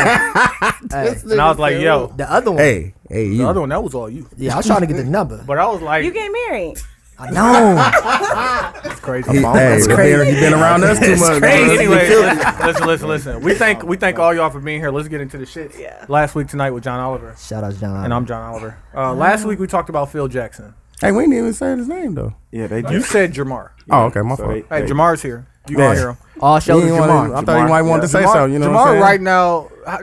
[SPEAKER 2] And I was like, yo,
[SPEAKER 1] The other one.
[SPEAKER 3] Hey, hey, you.
[SPEAKER 2] the other one that was all you.
[SPEAKER 1] Yeah, I was trying to
[SPEAKER 3] *laughs*
[SPEAKER 1] get the number.
[SPEAKER 2] But I was like,
[SPEAKER 5] You get married.
[SPEAKER 1] No.
[SPEAKER 2] that's crazy.
[SPEAKER 3] He, hey,
[SPEAKER 1] That's
[SPEAKER 3] the
[SPEAKER 1] crazy.
[SPEAKER 3] bear, he been around us too much.
[SPEAKER 2] Hey,
[SPEAKER 3] bro.
[SPEAKER 2] anyway, listen, listen, listen. We thank we thank all y'all for being here. Let's get into the shit.
[SPEAKER 5] Yeah.
[SPEAKER 2] Last week tonight with John Oliver,
[SPEAKER 1] Shout out to John.
[SPEAKER 2] and I'm John Oliver. Uh, last week we talked about Phil Jackson.
[SPEAKER 3] Hey, we ain't even saying his name though.
[SPEAKER 6] Yeah, they
[SPEAKER 2] You said Jamar.
[SPEAKER 3] Oh, okay, my
[SPEAKER 6] So
[SPEAKER 3] fault.
[SPEAKER 6] they-
[SPEAKER 2] Hey,
[SPEAKER 6] they-
[SPEAKER 2] Jamar's here. You
[SPEAKER 3] Yeah.
[SPEAKER 2] gonna hear him.
[SPEAKER 1] all
[SPEAKER 3] He
[SPEAKER 1] shows
[SPEAKER 3] ain't wanna-
[SPEAKER 1] Jamar.
[SPEAKER 3] I thought you
[SPEAKER 6] Jamar.
[SPEAKER 3] might want to say
[SPEAKER 2] Jamar-
[SPEAKER 3] something. You know
[SPEAKER 2] Jamar
[SPEAKER 3] what I'm saying? *laughs*
[SPEAKER 2] right now, how,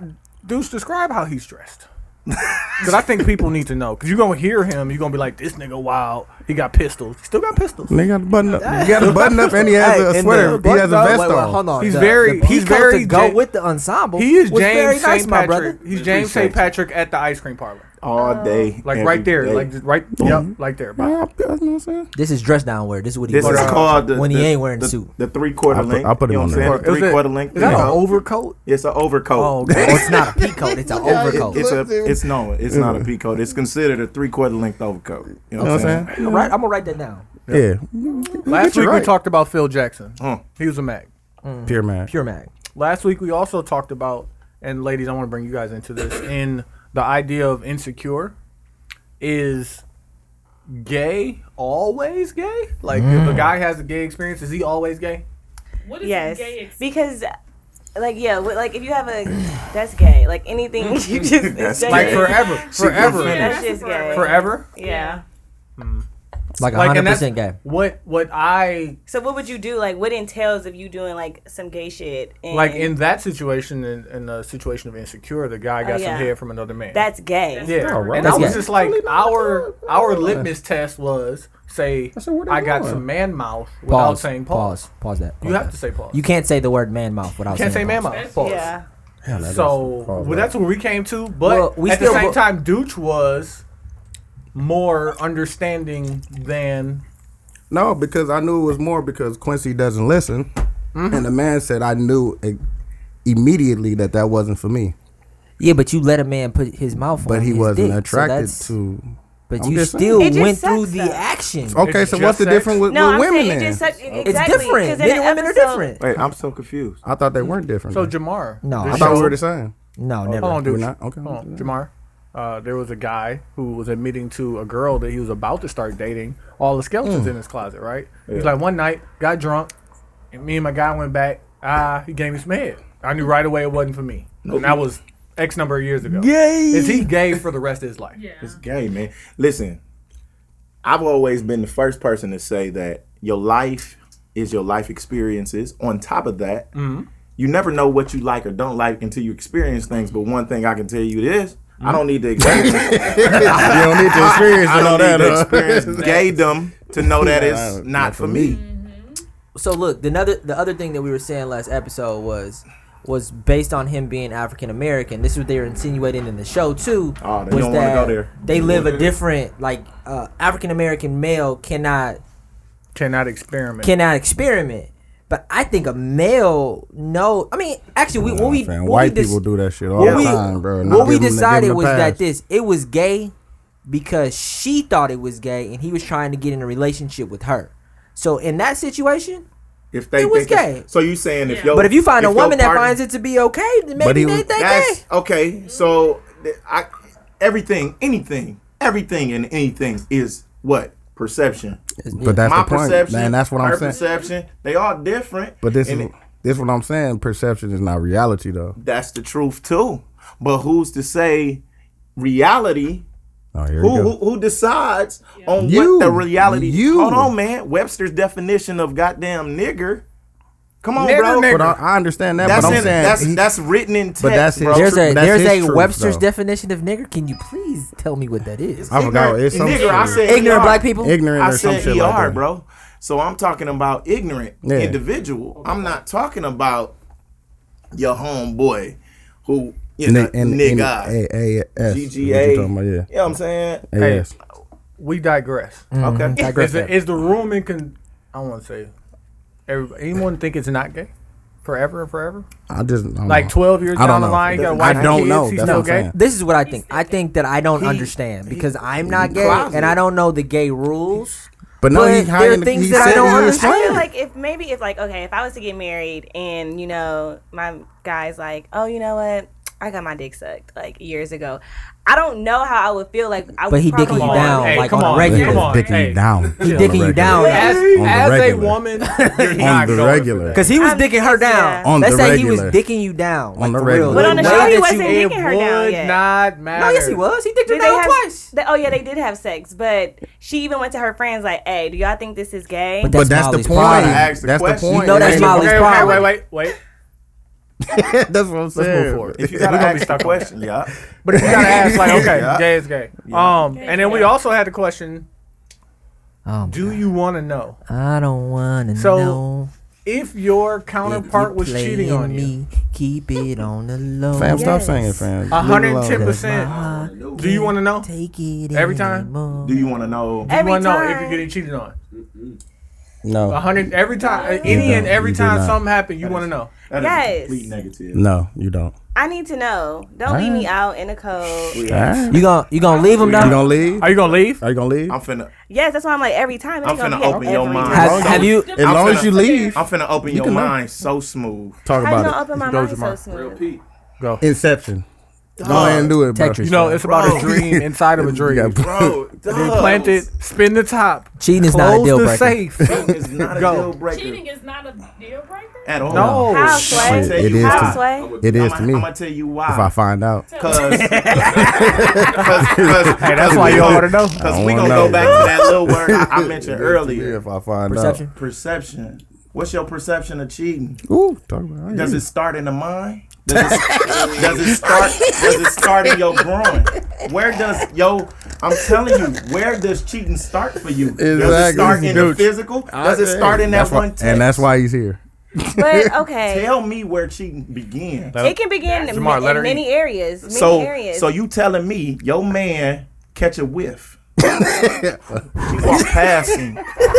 [SPEAKER 2] Deuce, describe how he's dressed. Because I think people need to know. Because you're gonna hear him, you're gonna be like, "This nigga wild. He got pistols. He still got pistols.
[SPEAKER 3] Nigga got the button up. He got a button up and he has
[SPEAKER 1] Hey,
[SPEAKER 3] a
[SPEAKER 1] and
[SPEAKER 3] sweater.
[SPEAKER 1] the-
[SPEAKER 3] He has a
[SPEAKER 1] wait,
[SPEAKER 3] vest
[SPEAKER 1] wait, wait, hold
[SPEAKER 3] on.
[SPEAKER 1] on.
[SPEAKER 2] He's
[SPEAKER 1] The-
[SPEAKER 2] very-
[SPEAKER 1] the
[SPEAKER 2] he's
[SPEAKER 1] peacoat
[SPEAKER 2] very
[SPEAKER 1] to go
[SPEAKER 2] Ja-
[SPEAKER 1] with the ensemble.
[SPEAKER 2] He is
[SPEAKER 1] was
[SPEAKER 2] James
[SPEAKER 1] very nice,
[SPEAKER 2] St.
[SPEAKER 1] my
[SPEAKER 2] Patrick.
[SPEAKER 1] brother.
[SPEAKER 2] He's James
[SPEAKER 8] Appreciate
[SPEAKER 2] St.
[SPEAKER 8] you.
[SPEAKER 2] Patrick at the ice cream parlor.
[SPEAKER 8] all day,
[SPEAKER 2] Like
[SPEAKER 8] every
[SPEAKER 2] right there,
[SPEAKER 8] day.
[SPEAKER 2] like just right. Yep, like there. Bye.
[SPEAKER 3] Yeah, I- I know what I'm saying.
[SPEAKER 1] This is dress down wear. This is what he
[SPEAKER 8] This
[SPEAKER 1] wears
[SPEAKER 8] is called the,
[SPEAKER 1] when he
[SPEAKER 8] the-
[SPEAKER 1] ain't wearing
[SPEAKER 8] the,
[SPEAKER 1] a suit.
[SPEAKER 8] The three quarter
[SPEAKER 3] I put-
[SPEAKER 8] length.
[SPEAKER 3] I put him
[SPEAKER 8] you know
[SPEAKER 3] on
[SPEAKER 8] what I'm saying?
[SPEAKER 3] there.
[SPEAKER 8] The
[SPEAKER 2] Is
[SPEAKER 8] three
[SPEAKER 2] it-
[SPEAKER 8] quarter length.
[SPEAKER 2] Is that
[SPEAKER 8] you
[SPEAKER 2] an
[SPEAKER 8] know.
[SPEAKER 2] overcoat?
[SPEAKER 8] It's an overcoat.
[SPEAKER 1] Oh, okay. Well, it's not a peacoat. It's an
[SPEAKER 2] *laughs*
[SPEAKER 1] overcoat.
[SPEAKER 8] It's a. It's no. It's not a peacoat. It's considered a three quarter length overcoat. You know what I'm saying?
[SPEAKER 1] Right? I'm gonna write that down.
[SPEAKER 3] Yeah.
[SPEAKER 2] Last
[SPEAKER 3] you
[SPEAKER 2] week
[SPEAKER 3] right.
[SPEAKER 2] we talked about Phil Jackson.
[SPEAKER 8] Mm.
[SPEAKER 2] He was a Mac.
[SPEAKER 3] Pure man.
[SPEAKER 1] Pure Mac.
[SPEAKER 2] Last week we also talked about, and ladies, I want to bring you guys into this. In the idea of insecure, is gay always gay? Like if
[SPEAKER 8] Mm.
[SPEAKER 2] a guy has a gay experience, is he always gay?
[SPEAKER 4] What is
[SPEAKER 5] Yes,
[SPEAKER 4] yes. gay ex-
[SPEAKER 5] because. Like yeah, wi- like if you have a that's gay. Like anything *laughs* you just it's
[SPEAKER 8] That's
[SPEAKER 5] gay.
[SPEAKER 2] Like
[SPEAKER 8] Yeah. *laughs*
[SPEAKER 2] forever,
[SPEAKER 8] Yeah.
[SPEAKER 2] forever,
[SPEAKER 5] That's just gay.
[SPEAKER 2] forever.
[SPEAKER 5] Yeah.
[SPEAKER 1] Like
[SPEAKER 2] Like, and
[SPEAKER 1] 100
[SPEAKER 2] that's-
[SPEAKER 1] percent gay.
[SPEAKER 2] What what I
[SPEAKER 5] So what would you do? Like what entails of you doing like some gay shit? And
[SPEAKER 2] like in that situation, in, in the situation of insecure, the guy got
[SPEAKER 5] Oh, yeah.
[SPEAKER 2] some hair from another man.
[SPEAKER 5] that's gay.
[SPEAKER 2] Yeah,
[SPEAKER 3] Oh, right.
[SPEAKER 2] and I
[SPEAKER 1] That's
[SPEAKER 2] was
[SPEAKER 1] gay.
[SPEAKER 2] just like, our our litmus test was say
[SPEAKER 3] I said, what they
[SPEAKER 2] I got
[SPEAKER 3] doing?
[SPEAKER 2] some man mouth without
[SPEAKER 1] Pause.
[SPEAKER 2] saying pause.
[SPEAKER 1] pause. Pause that.
[SPEAKER 2] You
[SPEAKER 1] pause
[SPEAKER 2] have
[SPEAKER 1] that.
[SPEAKER 2] to say pause.
[SPEAKER 1] You can't say the word man mouth without
[SPEAKER 2] can't say
[SPEAKER 1] saying
[SPEAKER 2] man
[SPEAKER 1] pause.
[SPEAKER 2] mouth. Pause.
[SPEAKER 5] Yeah.
[SPEAKER 2] So
[SPEAKER 3] Pause,
[SPEAKER 2] well,
[SPEAKER 3] right.
[SPEAKER 2] that's where we came to, but
[SPEAKER 1] Well, we
[SPEAKER 2] at
[SPEAKER 1] still-
[SPEAKER 2] the same
[SPEAKER 1] but-
[SPEAKER 2] time, Dooch was more understanding than
[SPEAKER 3] No, because I knew it was more because Quincy doesn't listen, and the man said I knew i- immediately that that wasn't for me,
[SPEAKER 1] Yeah, but you let a man put his mouth on
[SPEAKER 3] but he
[SPEAKER 1] his
[SPEAKER 3] wasn't
[SPEAKER 1] dick, so
[SPEAKER 3] attracted
[SPEAKER 1] that's-
[SPEAKER 3] to.
[SPEAKER 1] But
[SPEAKER 3] I'm
[SPEAKER 1] you
[SPEAKER 3] just
[SPEAKER 1] still
[SPEAKER 5] saying. It just
[SPEAKER 1] went through
[SPEAKER 5] sucks,
[SPEAKER 1] the
[SPEAKER 5] though.
[SPEAKER 1] action.
[SPEAKER 3] Okay,
[SPEAKER 2] It's
[SPEAKER 3] so what's
[SPEAKER 2] just
[SPEAKER 3] the
[SPEAKER 2] sex?
[SPEAKER 3] difference with,
[SPEAKER 5] No,
[SPEAKER 3] with
[SPEAKER 5] I'm
[SPEAKER 3] women
[SPEAKER 5] saying
[SPEAKER 3] then?
[SPEAKER 5] it just such, exactly.
[SPEAKER 1] It's different.
[SPEAKER 5] 'cause
[SPEAKER 1] Men
[SPEAKER 5] in
[SPEAKER 1] and
[SPEAKER 5] an
[SPEAKER 1] women are
[SPEAKER 5] episode-
[SPEAKER 1] different.
[SPEAKER 8] Wait, I'm so confused.
[SPEAKER 3] I thought they weren't different.
[SPEAKER 2] so
[SPEAKER 3] then.
[SPEAKER 2] Jamar.
[SPEAKER 1] No,
[SPEAKER 2] this
[SPEAKER 3] I thought we
[SPEAKER 2] show-
[SPEAKER 3] were the same.
[SPEAKER 1] No, never.
[SPEAKER 2] Hold on,
[SPEAKER 3] We're
[SPEAKER 2] dude.
[SPEAKER 3] not? Okay.
[SPEAKER 2] Hold on. Jamar. Uh, there was a guy who was admitting to a girl that he was about to start dating. All the
[SPEAKER 3] Mm.
[SPEAKER 2] skeletons in his closet, right? He was like, one night, got drunk, and me and my guy went back. Ah, he gave me some head. I knew right away it wasn't for me. And that was X number of years ago.
[SPEAKER 1] Yay.
[SPEAKER 2] Is he gay for the rest of his life?
[SPEAKER 4] yeah.
[SPEAKER 8] It's gay, man. Listen, I've always been the first person to say that your life is your life experiences. On top of that,
[SPEAKER 2] Mm-hmm.
[SPEAKER 8] you never know what you like or don't like until you experience things. But one thing I can tell you is,
[SPEAKER 2] Mm-hmm.
[SPEAKER 8] I don't need to
[SPEAKER 2] *laughs*
[SPEAKER 8] experience.
[SPEAKER 3] you don't need to experience
[SPEAKER 8] I
[SPEAKER 3] and all that.
[SPEAKER 8] don't need to
[SPEAKER 3] huh? *laughs*
[SPEAKER 8] experience gaydom to know that
[SPEAKER 3] Nah,
[SPEAKER 8] it's not for me.
[SPEAKER 1] So look, the other the other thing that we were saying last episode was was based on him being African American. This is what they were insinuating in the show too.
[SPEAKER 8] Oh, they
[SPEAKER 1] was
[SPEAKER 8] don't wanna go there.
[SPEAKER 1] They live a different like uh, African American male cannot
[SPEAKER 2] Cannot experiment.
[SPEAKER 1] cannot experiment. But I think a male no. I mean, actually, we
[SPEAKER 3] Nah,
[SPEAKER 1] when we
[SPEAKER 3] fam,
[SPEAKER 1] when
[SPEAKER 3] white
[SPEAKER 1] we dis-
[SPEAKER 3] people do that shit all
[SPEAKER 1] what
[SPEAKER 3] the
[SPEAKER 1] we,
[SPEAKER 3] time, bro. and
[SPEAKER 1] what
[SPEAKER 3] I
[SPEAKER 1] we
[SPEAKER 3] give 'em the- give 'em
[SPEAKER 1] decided
[SPEAKER 3] the
[SPEAKER 1] was that
[SPEAKER 3] pass.
[SPEAKER 1] this it was gay because she thought it was gay and he was trying to get in a relationship with her. So in that situation,
[SPEAKER 8] If they
[SPEAKER 1] It was
[SPEAKER 8] think it's-
[SPEAKER 1] gay.
[SPEAKER 8] so you saying if
[SPEAKER 4] Yeah.
[SPEAKER 8] your
[SPEAKER 1] But if you find a
[SPEAKER 8] your
[SPEAKER 1] woman that
[SPEAKER 8] partner-
[SPEAKER 1] finds it to be okay, then
[SPEAKER 3] But
[SPEAKER 1] maybe
[SPEAKER 3] he
[SPEAKER 1] they
[SPEAKER 3] was-
[SPEAKER 1] think eh.
[SPEAKER 8] That's
[SPEAKER 1] gay.
[SPEAKER 8] okay. So th- I everything, anything, everything and anything is what? Perception.
[SPEAKER 3] But that's
[SPEAKER 8] My
[SPEAKER 3] the point,
[SPEAKER 8] perception.
[SPEAKER 3] man. That's what
[SPEAKER 8] her
[SPEAKER 3] I'm saying.
[SPEAKER 8] perception. They all different.
[SPEAKER 3] But this
[SPEAKER 8] and
[SPEAKER 3] is
[SPEAKER 8] it-
[SPEAKER 3] this what I'm saying. Perception is not reality, though.
[SPEAKER 8] that's the truth too. But who's to say reality?
[SPEAKER 3] Oh, here
[SPEAKER 8] Who
[SPEAKER 3] we go.
[SPEAKER 8] who, who decides on
[SPEAKER 3] You.
[SPEAKER 8] what the reality?
[SPEAKER 3] You.
[SPEAKER 8] Hold on, man. Webster's definition of goddamn nigger. Come on,
[SPEAKER 2] Nigger,
[SPEAKER 8] bro.
[SPEAKER 2] nigger.
[SPEAKER 3] But I, I understand that.
[SPEAKER 8] That's
[SPEAKER 3] but I'm
[SPEAKER 8] in,
[SPEAKER 3] saying
[SPEAKER 8] that's
[SPEAKER 3] he-
[SPEAKER 8] that's written in text.
[SPEAKER 3] But that's his
[SPEAKER 8] bro.
[SPEAKER 3] truth.
[SPEAKER 1] There's a
[SPEAKER 3] That's
[SPEAKER 1] there's
[SPEAKER 3] his
[SPEAKER 1] a
[SPEAKER 3] truth,
[SPEAKER 1] Webster's
[SPEAKER 3] though.
[SPEAKER 1] definition of nigger. Can you please tell me what that is?
[SPEAKER 3] I forgot. It's some
[SPEAKER 8] Ignorant,
[SPEAKER 3] shit.
[SPEAKER 8] nigger, I said
[SPEAKER 1] Ignorant
[SPEAKER 8] ER.
[SPEAKER 1] black people.
[SPEAKER 3] ignorant
[SPEAKER 8] I
[SPEAKER 3] or some
[SPEAKER 8] said
[SPEAKER 3] shit
[SPEAKER 8] ER,
[SPEAKER 3] like that.
[SPEAKER 8] bro. So I'm talking about ignorant
[SPEAKER 3] Yeah.
[SPEAKER 8] individual. I'm not talking about your homeboy who you
[SPEAKER 3] Ni-
[SPEAKER 8] know
[SPEAKER 3] and- and-
[SPEAKER 8] nigga
[SPEAKER 3] A- A- S, what
[SPEAKER 8] GGA.
[SPEAKER 3] you talking about, yeah.
[SPEAKER 8] You know what I'm saying?
[SPEAKER 2] Hey.
[SPEAKER 3] AS.
[SPEAKER 2] We digress.
[SPEAKER 3] Mm. *laughs*
[SPEAKER 8] Okay.
[SPEAKER 2] Is the, is the room in con- I want to say, everybody, anyone think it's not gay? Forever and forever?
[SPEAKER 3] I just I don't
[SPEAKER 2] Like
[SPEAKER 3] know.
[SPEAKER 2] 12 years
[SPEAKER 3] I
[SPEAKER 2] down
[SPEAKER 3] don't
[SPEAKER 2] the
[SPEAKER 3] know.
[SPEAKER 2] line, you got a wife
[SPEAKER 3] I
[SPEAKER 2] and
[SPEAKER 3] don't
[SPEAKER 2] kids,
[SPEAKER 3] know.
[SPEAKER 2] he's
[SPEAKER 3] That's
[SPEAKER 2] still
[SPEAKER 3] what I'm
[SPEAKER 2] gay?
[SPEAKER 3] saying.
[SPEAKER 1] This is what I think. I think that I don't understand because I'm not gay
[SPEAKER 8] closet.
[SPEAKER 1] and I don't know the gay rules.
[SPEAKER 3] But no,
[SPEAKER 1] But
[SPEAKER 3] he
[SPEAKER 1] there are
[SPEAKER 3] hiding.
[SPEAKER 1] things
[SPEAKER 3] he
[SPEAKER 1] that I
[SPEAKER 3] said
[SPEAKER 1] don't
[SPEAKER 3] he was
[SPEAKER 1] understand.
[SPEAKER 5] I
[SPEAKER 3] playing.
[SPEAKER 5] feel like if maybe if like okay, if I was to get married and you know my guy's like, oh, you know what, I got my dick sucked like years ago. I don't know how I would feel like. I
[SPEAKER 1] But
[SPEAKER 5] would
[SPEAKER 1] he dicking
[SPEAKER 5] probably-
[SPEAKER 1] you
[SPEAKER 2] on.
[SPEAKER 1] down
[SPEAKER 2] Hey,
[SPEAKER 1] E like
[SPEAKER 2] come
[SPEAKER 1] on, a
[SPEAKER 2] on.
[SPEAKER 1] regular.
[SPEAKER 2] Come on.
[SPEAKER 3] Dicking
[SPEAKER 2] Hey.
[SPEAKER 3] you down. He
[SPEAKER 1] dicking you down.
[SPEAKER 2] As,
[SPEAKER 3] E On the
[SPEAKER 2] as a
[SPEAKER 3] regular.
[SPEAKER 2] woman, you're
[SPEAKER 3] on
[SPEAKER 2] not
[SPEAKER 3] the
[SPEAKER 2] going
[SPEAKER 3] regular.
[SPEAKER 1] Cause he was
[SPEAKER 5] I'm
[SPEAKER 1] dicking her
[SPEAKER 5] just-
[SPEAKER 1] down.
[SPEAKER 5] yeah. On
[SPEAKER 1] Let's
[SPEAKER 3] the
[SPEAKER 1] say he was
[SPEAKER 3] regular.
[SPEAKER 1] dicking you down. Like
[SPEAKER 3] the
[SPEAKER 1] for
[SPEAKER 3] regular.
[SPEAKER 1] real.
[SPEAKER 3] But
[SPEAKER 5] on the
[SPEAKER 1] way
[SPEAKER 5] show, he
[SPEAKER 1] that
[SPEAKER 5] wasn't
[SPEAKER 1] you-
[SPEAKER 2] It
[SPEAKER 5] Dicking her down
[SPEAKER 2] would
[SPEAKER 5] yet.
[SPEAKER 2] not matter.
[SPEAKER 1] No, yes, he was. He dicked her
[SPEAKER 5] Did they
[SPEAKER 1] down
[SPEAKER 5] have-
[SPEAKER 1] twice.
[SPEAKER 5] they- oh yeah, they did have sex, but she even went to her friends like, "Hey, do y'all think this is gay?"
[SPEAKER 1] But
[SPEAKER 3] But that's the
[SPEAKER 1] Molly's
[SPEAKER 3] point.
[SPEAKER 1] problem.
[SPEAKER 8] asked
[SPEAKER 3] That's
[SPEAKER 8] the
[SPEAKER 3] the
[SPEAKER 8] question.
[SPEAKER 3] point.
[SPEAKER 1] You know that's
[SPEAKER 3] man.
[SPEAKER 1] Molly's
[SPEAKER 2] Okay, okay,
[SPEAKER 1] problem.
[SPEAKER 2] wait, wait, wait.
[SPEAKER 3] *laughs* That's what I'm saying.
[SPEAKER 2] forward.
[SPEAKER 8] If you
[SPEAKER 2] We
[SPEAKER 8] gotta
[SPEAKER 2] gonna be
[SPEAKER 8] ask
[SPEAKER 2] stuck
[SPEAKER 8] the
[SPEAKER 2] on that.
[SPEAKER 8] question, yeah.
[SPEAKER 2] But if you gotta ask, like, okay,
[SPEAKER 8] Yeah.
[SPEAKER 2] gay is gay.
[SPEAKER 8] Yeah.
[SPEAKER 2] Um, and then we also had the question:
[SPEAKER 1] Oh,
[SPEAKER 2] Do you want to know
[SPEAKER 1] I don't wanna
[SPEAKER 2] So,
[SPEAKER 1] know.
[SPEAKER 2] if your
[SPEAKER 1] if
[SPEAKER 2] counterpart
[SPEAKER 1] you
[SPEAKER 2] was cheating
[SPEAKER 1] playing
[SPEAKER 2] on you?
[SPEAKER 1] me. Keep it on the low.
[SPEAKER 3] Fam, stop
[SPEAKER 5] Yes.
[SPEAKER 3] singing, fam.
[SPEAKER 2] A hundred and
[SPEAKER 3] Leave it
[SPEAKER 2] ten
[SPEAKER 3] alone.
[SPEAKER 1] Cause my
[SPEAKER 2] percent.
[SPEAKER 1] heart
[SPEAKER 2] Do you want to know? Do
[SPEAKER 1] Take it
[SPEAKER 2] Every time?
[SPEAKER 1] anymore.
[SPEAKER 8] Do you want to know?
[SPEAKER 2] you
[SPEAKER 5] Every
[SPEAKER 2] want to know if
[SPEAKER 5] time.
[SPEAKER 2] you're getting cheated on? A
[SPEAKER 3] No,
[SPEAKER 2] hundred every time, uh, any and
[SPEAKER 3] don't.
[SPEAKER 2] every
[SPEAKER 3] You do
[SPEAKER 2] time
[SPEAKER 3] not.
[SPEAKER 2] something happened, you want to know.
[SPEAKER 8] That is
[SPEAKER 5] Yes.
[SPEAKER 8] a complete negative.
[SPEAKER 3] no, you don't.
[SPEAKER 5] I need to know. Don't leave me out in the cold.
[SPEAKER 3] Alright.
[SPEAKER 1] You gonna you gonna leave him
[SPEAKER 3] You
[SPEAKER 1] now?
[SPEAKER 3] gonna leave?
[SPEAKER 2] Are you gonna leave?
[SPEAKER 3] Are you gonna leave?
[SPEAKER 8] I'm finna.
[SPEAKER 5] Yes, that's why I'm like every time. It's
[SPEAKER 8] I'm
[SPEAKER 5] gonna
[SPEAKER 8] finna
[SPEAKER 5] be an
[SPEAKER 8] open your
[SPEAKER 5] every
[SPEAKER 8] mind.
[SPEAKER 5] time.
[SPEAKER 1] Have, have you?
[SPEAKER 3] As long as you leave,
[SPEAKER 8] I'm finna open your
[SPEAKER 3] can know.
[SPEAKER 8] mind so smooth.
[SPEAKER 3] talk
[SPEAKER 5] How you gonna
[SPEAKER 3] about
[SPEAKER 5] open my
[SPEAKER 2] Go,
[SPEAKER 5] mind so
[SPEAKER 2] Jamar.
[SPEAKER 5] smooth?
[SPEAKER 3] it. Inception. Go ahead and do it, bro.
[SPEAKER 1] Take your
[SPEAKER 2] You know, it's about a dream inside
[SPEAKER 3] *laughs*
[SPEAKER 2] of a dream.
[SPEAKER 3] got-
[SPEAKER 8] Bro, does.
[SPEAKER 2] Plant it, spin the top,
[SPEAKER 1] Cheating is not a
[SPEAKER 2] close
[SPEAKER 1] deal
[SPEAKER 2] the
[SPEAKER 1] breaker.
[SPEAKER 2] safe.
[SPEAKER 8] It's not a
[SPEAKER 2] Go.
[SPEAKER 8] deal breaker
[SPEAKER 4] Cheating is not a deal breaker.
[SPEAKER 8] at all.
[SPEAKER 2] No.
[SPEAKER 5] How
[SPEAKER 2] Shit,
[SPEAKER 5] sway?
[SPEAKER 8] it is
[SPEAKER 5] How
[SPEAKER 8] to-
[SPEAKER 5] sway?
[SPEAKER 3] It is
[SPEAKER 8] I'm
[SPEAKER 3] to me.
[SPEAKER 8] I'm gonna
[SPEAKER 3] If
[SPEAKER 8] tell you why.
[SPEAKER 3] I find out, *laughs*
[SPEAKER 8] Cause, cause, cause, hey,
[SPEAKER 2] That's why you don't want to know.
[SPEAKER 8] Cause
[SPEAKER 3] I
[SPEAKER 8] we
[SPEAKER 3] wanna
[SPEAKER 8] gonna go
[SPEAKER 3] know.
[SPEAKER 8] back to that little word I,
[SPEAKER 3] *laughs*
[SPEAKER 8] I mentioned earlier.
[SPEAKER 3] if I find
[SPEAKER 1] Perception.
[SPEAKER 8] Perception. What's your perception of cheating?
[SPEAKER 3] out, ooh, talk about it.
[SPEAKER 8] Does it start in the mind? Does
[SPEAKER 3] *laughs*
[SPEAKER 8] it, does it start? Does it start in your groin? Where does yo? I'm telling you, where does cheating start for you? Does it
[SPEAKER 3] Exactly.
[SPEAKER 8] start in the
[SPEAKER 3] Dude,
[SPEAKER 8] physical? Does it start in that
[SPEAKER 3] That's why-
[SPEAKER 8] one? text?
[SPEAKER 3] and that's why he's here.
[SPEAKER 5] But okay,
[SPEAKER 8] Tell me where cheating begins.
[SPEAKER 5] it can begin in,
[SPEAKER 2] Jamar, let her
[SPEAKER 5] in many areas. Many
[SPEAKER 8] So,
[SPEAKER 5] areas.
[SPEAKER 8] so you telling me your man catch
[SPEAKER 3] *laughs*
[SPEAKER 8] a whiff? she walked past him.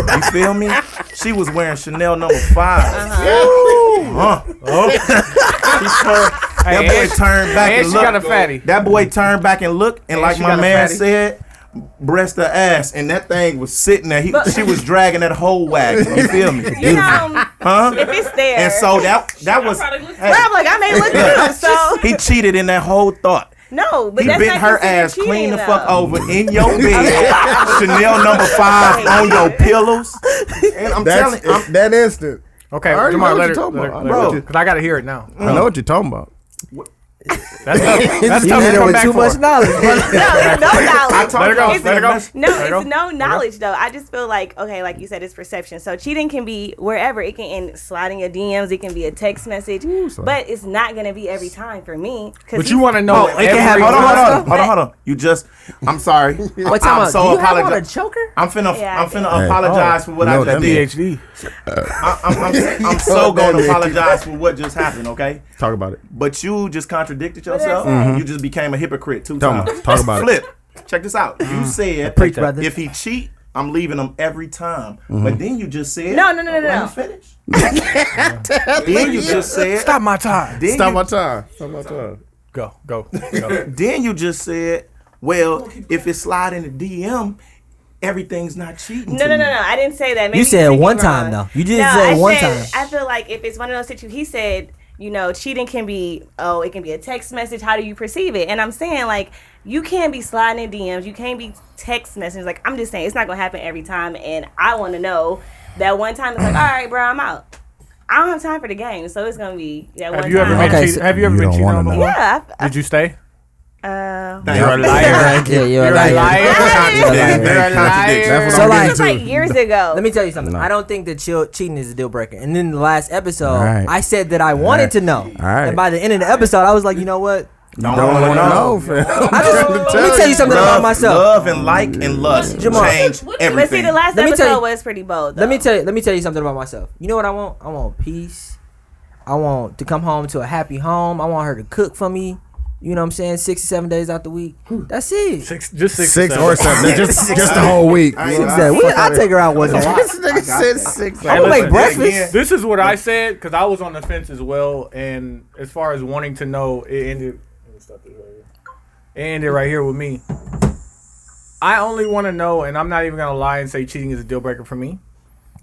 [SPEAKER 8] You feel me? She was wearing Chanel number 5 Huh.
[SPEAKER 3] Oh.
[SPEAKER 8] She turned-
[SPEAKER 2] Hey,
[SPEAKER 8] that
[SPEAKER 2] and-
[SPEAKER 8] boy turned back
[SPEAKER 2] and
[SPEAKER 8] and
[SPEAKER 2] she
[SPEAKER 8] looked.
[SPEAKER 2] got a fatty.
[SPEAKER 8] That boy turned back and looked, and, like
[SPEAKER 2] she
[SPEAKER 8] my
[SPEAKER 2] got a
[SPEAKER 8] man
[SPEAKER 2] fatty.
[SPEAKER 8] said, breast her ass, and that thing was sitting there. He,
[SPEAKER 5] But-
[SPEAKER 8] she was dragging that whole wagon.
[SPEAKER 2] *laughs*
[SPEAKER 8] You feel me?
[SPEAKER 5] you know,
[SPEAKER 8] Huh?
[SPEAKER 5] if it's
[SPEAKER 8] *laughs*
[SPEAKER 5] there.
[SPEAKER 8] And so that that was
[SPEAKER 5] But I'm like, I may
[SPEAKER 8] *laughs*
[SPEAKER 5] look good. So
[SPEAKER 8] he cheated in that whole thought.
[SPEAKER 5] no, but
[SPEAKER 8] He
[SPEAKER 5] that's not
[SPEAKER 8] bent her
[SPEAKER 5] considered
[SPEAKER 8] ass clean
[SPEAKER 5] cheating,
[SPEAKER 8] the fuck
[SPEAKER 5] though.
[SPEAKER 8] over in your bed,
[SPEAKER 5] *laughs*
[SPEAKER 8] Chanel number five on your pillows, and I'm telling, I'm,
[SPEAKER 3] that instant.
[SPEAKER 2] Okay,
[SPEAKER 3] I already know
[SPEAKER 2] Jamar,
[SPEAKER 3] what
[SPEAKER 2] let
[SPEAKER 3] you're
[SPEAKER 2] her,
[SPEAKER 3] talking
[SPEAKER 2] let her,
[SPEAKER 3] about.
[SPEAKER 2] let
[SPEAKER 8] Bro.
[SPEAKER 2] her- Cause I gotta hear it now.
[SPEAKER 3] I know what you're talking about. *laughs*
[SPEAKER 2] That's tough. That's
[SPEAKER 1] You
[SPEAKER 2] tough
[SPEAKER 1] hit her
[SPEAKER 2] to come
[SPEAKER 1] with
[SPEAKER 2] back
[SPEAKER 1] too
[SPEAKER 2] for.
[SPEAKER 1] much *laughs* knowledge.
[SPEAKER 8] *laughs*
[SPEAKER 5] No, it's no knowledge.
[SPEAKER 2] Let her go.
[SPEAKER 5] It's-
[SPEAKER 2] Let her go.
[SPEAKER 5] *laughs* No,
[SPEAKER 2] Let her go.
[SPEAKER 5] it's no knowledge though. I just feel like okay, like you said, it's perception. So cheating can be wherever. It can end sliding your DMs. It can be a text message,
[SPEAKER 3] sorry.
[SPEAKER 5] but it's not gonna be every time for me. 'cause
[SPEAKER 2] But
[SPEAKER 5] you-
[SPEAKER 2] you want to know?
[SPEAKER 8] Oh, it can
[SPEAKER 2] every-
[SPEAKER 8] happen. Hold on, hold on, hold on, hold on. You just, I'm sorry.
[SPEAKER 1] What time
[SPEAKER 8] I'm
[SPEAKER 1] out? Do
[SPEAKER 8] so
[SPEAKER 1] you have on a
[SPEAKER 8] apologetic.
[SPEAKER 1] choker?
[SPEAKER 8] I'm finna,
[SPEAKER 5] Yeah, I
[SPEAKER 8] I'm finna
[SPEAKER 5] do.
[SPEAKER 3] Hey.
[SPEAKER 8] apologize for
[SPEAKER 3] You
[SPEAKER 8] what
[SPEAKER 3] know
[SPEAKER 8] I
[SPEAKER 3] what
[SPEAKER 8] just
[SPEAKER 3] that
[SPEAKER 8] did.
[SPEAKER 2] PhD.
[SPEAKER 8] I,
[SPEAKER 3] *laughs*
[SPEAKER 8] I'm, I'm, I'm so
[SPEAKER 3] know what Oh, that
[SPEAKER 8] gonna
[SPEAKER 3] means.
[SPEAKER 8] apologize for what just happened, okay?
[SPEAKER 3] Talk about it.
[SPEAKER 8] But you just contradicted
[SPEAKER 5] did I
[SPEAKER 8] yourself.
[SPEAKER 5] say?
[SPEAKER 8] You just became a hypocrite two
[SPEAKER 3] Talk
[SPEAKER 8] times.
[SPEAKER 3] about- talk about it.
[SPEAKER 8] Flip. Check this out. You
[SPEAKER 5] Mm-hmm.
[SPEAKER 8] said
[SPEAKER 1] Preach, brother.
[SPEAKER 8] if he cheat, I'm leaving him every time.
[SPEAKER 3] Mm-hmm.
[SPEAKER 8] But then you just said "Oh,
[SPEAKER 5] No, no, no, no,
[SPEAKER 8] Let me
[SPEAKER 5] no.
[SPEAKER 8] Finish.
[SPEAKER 3] *laughs*
[SPEAKER 8] then you just said
[SPEAKER 2] Stop my time.
[SPEAKER 8] Then,
[SPEAKER 3] Stop
[SPEAKER 8] you,
[SPEAKER 3] my time. Stop my time.
[SPEAKER 2] Go, go, *laughs* go.
[SPEAKER 8] then you just said, well, if it's sliding the DM, everything's not cheating.
[SPEAKER 5] No,
[SPEAKER 8] to
[SPEAKER 5] no, no,
[SPEAKER 8] me.
[SPEAKER 5] no. I didn't say that. Maybe
[SPEAKER 1] said
[SPEAKER 5] took it
[SPEAKER 1] one time,
[SPEAKER 5] wrong.
[SPEAKER 1] though. You just said
[SPEAKER 5] I
[SPEAKER 1] one
[SPEAKER 5] said-
[SPEAKER 1] time.
[SPEAKER 5] I feel like if it's one of those situations, he said, you know, cheating can be, oh, it can be a text message. How do you perceive it? And I'm saying, like, you can't be sliding in DMs. You can't be text messages. Like, I'm just saying, it's not going to happen every time. And I want to know that one time it's like, all right, bro, I'm out. I don't have time for the game. So it's going to be that one
[SPEAKER 2] Have you ever
[SPEAKER 5] time.
[SPEAKER 2] been
[SPEAKER 1] Okay,
[SPEAKER 2] cheated?
[SPEAKER 1] so-
[SPEAKER 2] Have you ever
[SPEAKER 3] You
[SPEAKER 2] been
[SPEAKER 3] don't
[SPEAKER 2] cheated
[SPEAKER 3] wanna
[SPEAKER 2] on
[SPEAKER 3] know.
[SPEAKER 2] before?
[SPEAKER 5] Yeah. I,
[SPEAKER 2] Did you stay?
[SPEAKER 5] uh,
[SPEAKER 8] Thank
[SPEAKER 2] You're a
[SPEAKER 8] you.
[SPEAKER 2] liar.
[SPEAKER 1] yeah, you're a
[SPEAKER 2] You're a
[SPEAKER 1] *laughs* liar.
[SPEAKER 8] Then
[SPEAKER 2] liar. You're
[SPEAKER 8] they
[SPEAKER 2] a
[SPEAKER 8] contradict.
[SPEAKER 2] liar.
[SPEAKER 3] That's
[SPEAKER 1] So,
[SPEAKER 3] what
[SPEAKER 1] like-
[SPEAKER 3] I'm
[SPEAKER 5] it was
[SPEAKER 3] getting to.
[SPEAKER 5] like years ago.
[SPEAKER 1] Let me tell you something. I don't think that chill, cheating is a deal breaker. And then the last episode,
[SPEAKER 3] Alright.
[SPEAKER 1] I said that I wanted
[SPEAKER 3] Alright.
[SPEAKER 1] to know.
[SPEAKER 3] Alright.
[SPEAKER 1] And by the end of the episode, I was like, you know what?
[SPEAKER 8] Don't
[SPEAKER 3] Don't
[SPEAKER 8] wanna
[SPEAKER 3] want to
[SPEAKER 8] know.
[SPEAKER 3] know, fam.
[SPEAKER 1] I just, let me tell you something about
[SPEAKER 8] Love,
[SPEAKER 1] myself.
[SPEAKER 8] love and like and lust
[SPEAKER 1] Jamal.
[SPEAKER 8] change everything.
[SPEAKER 5] But see, the last
[SPEAKER 1] Let me tell
[SPEAKER 5] episode
[SPEAKER 1] you-
[SPEAKER 5] was pretty bold. Though.
[SPEAKER 1] Let me tell you. Let me tell you something about myself. You know what I want? I want peace. I want to come home to a happy home. I want her to cook for me. You know what I'm saying? Six to seven days out the week. That's it. Six
[SPEAKER 2] Six, just six,
[SPEAKER 3] Six or seven. Just just the whole week.
[SPEAKER 8] I ain't
[SPEAKER 1] days.
[SPEAKER 8] gonna-
[SPEAKER 1] We- I take her out once a while.
[SPEAKER 3] This nigga said six.
[SPEAKER 1] I
[SPEAKER 2] Hey,
[SPEAKER 1] would make
[SPEAKER 2] listen.
[SPEAKER 8] Yeah.
[SPEAKER 1] breakfast.
[SPEAKER 2] This is what I said because I was on the fence as well. And as far as wanting to know, it ended. let me stop this right here. It ended right here with me. I only want to know, and I'm not even gonna lie and say cheating is a deal breaker for me,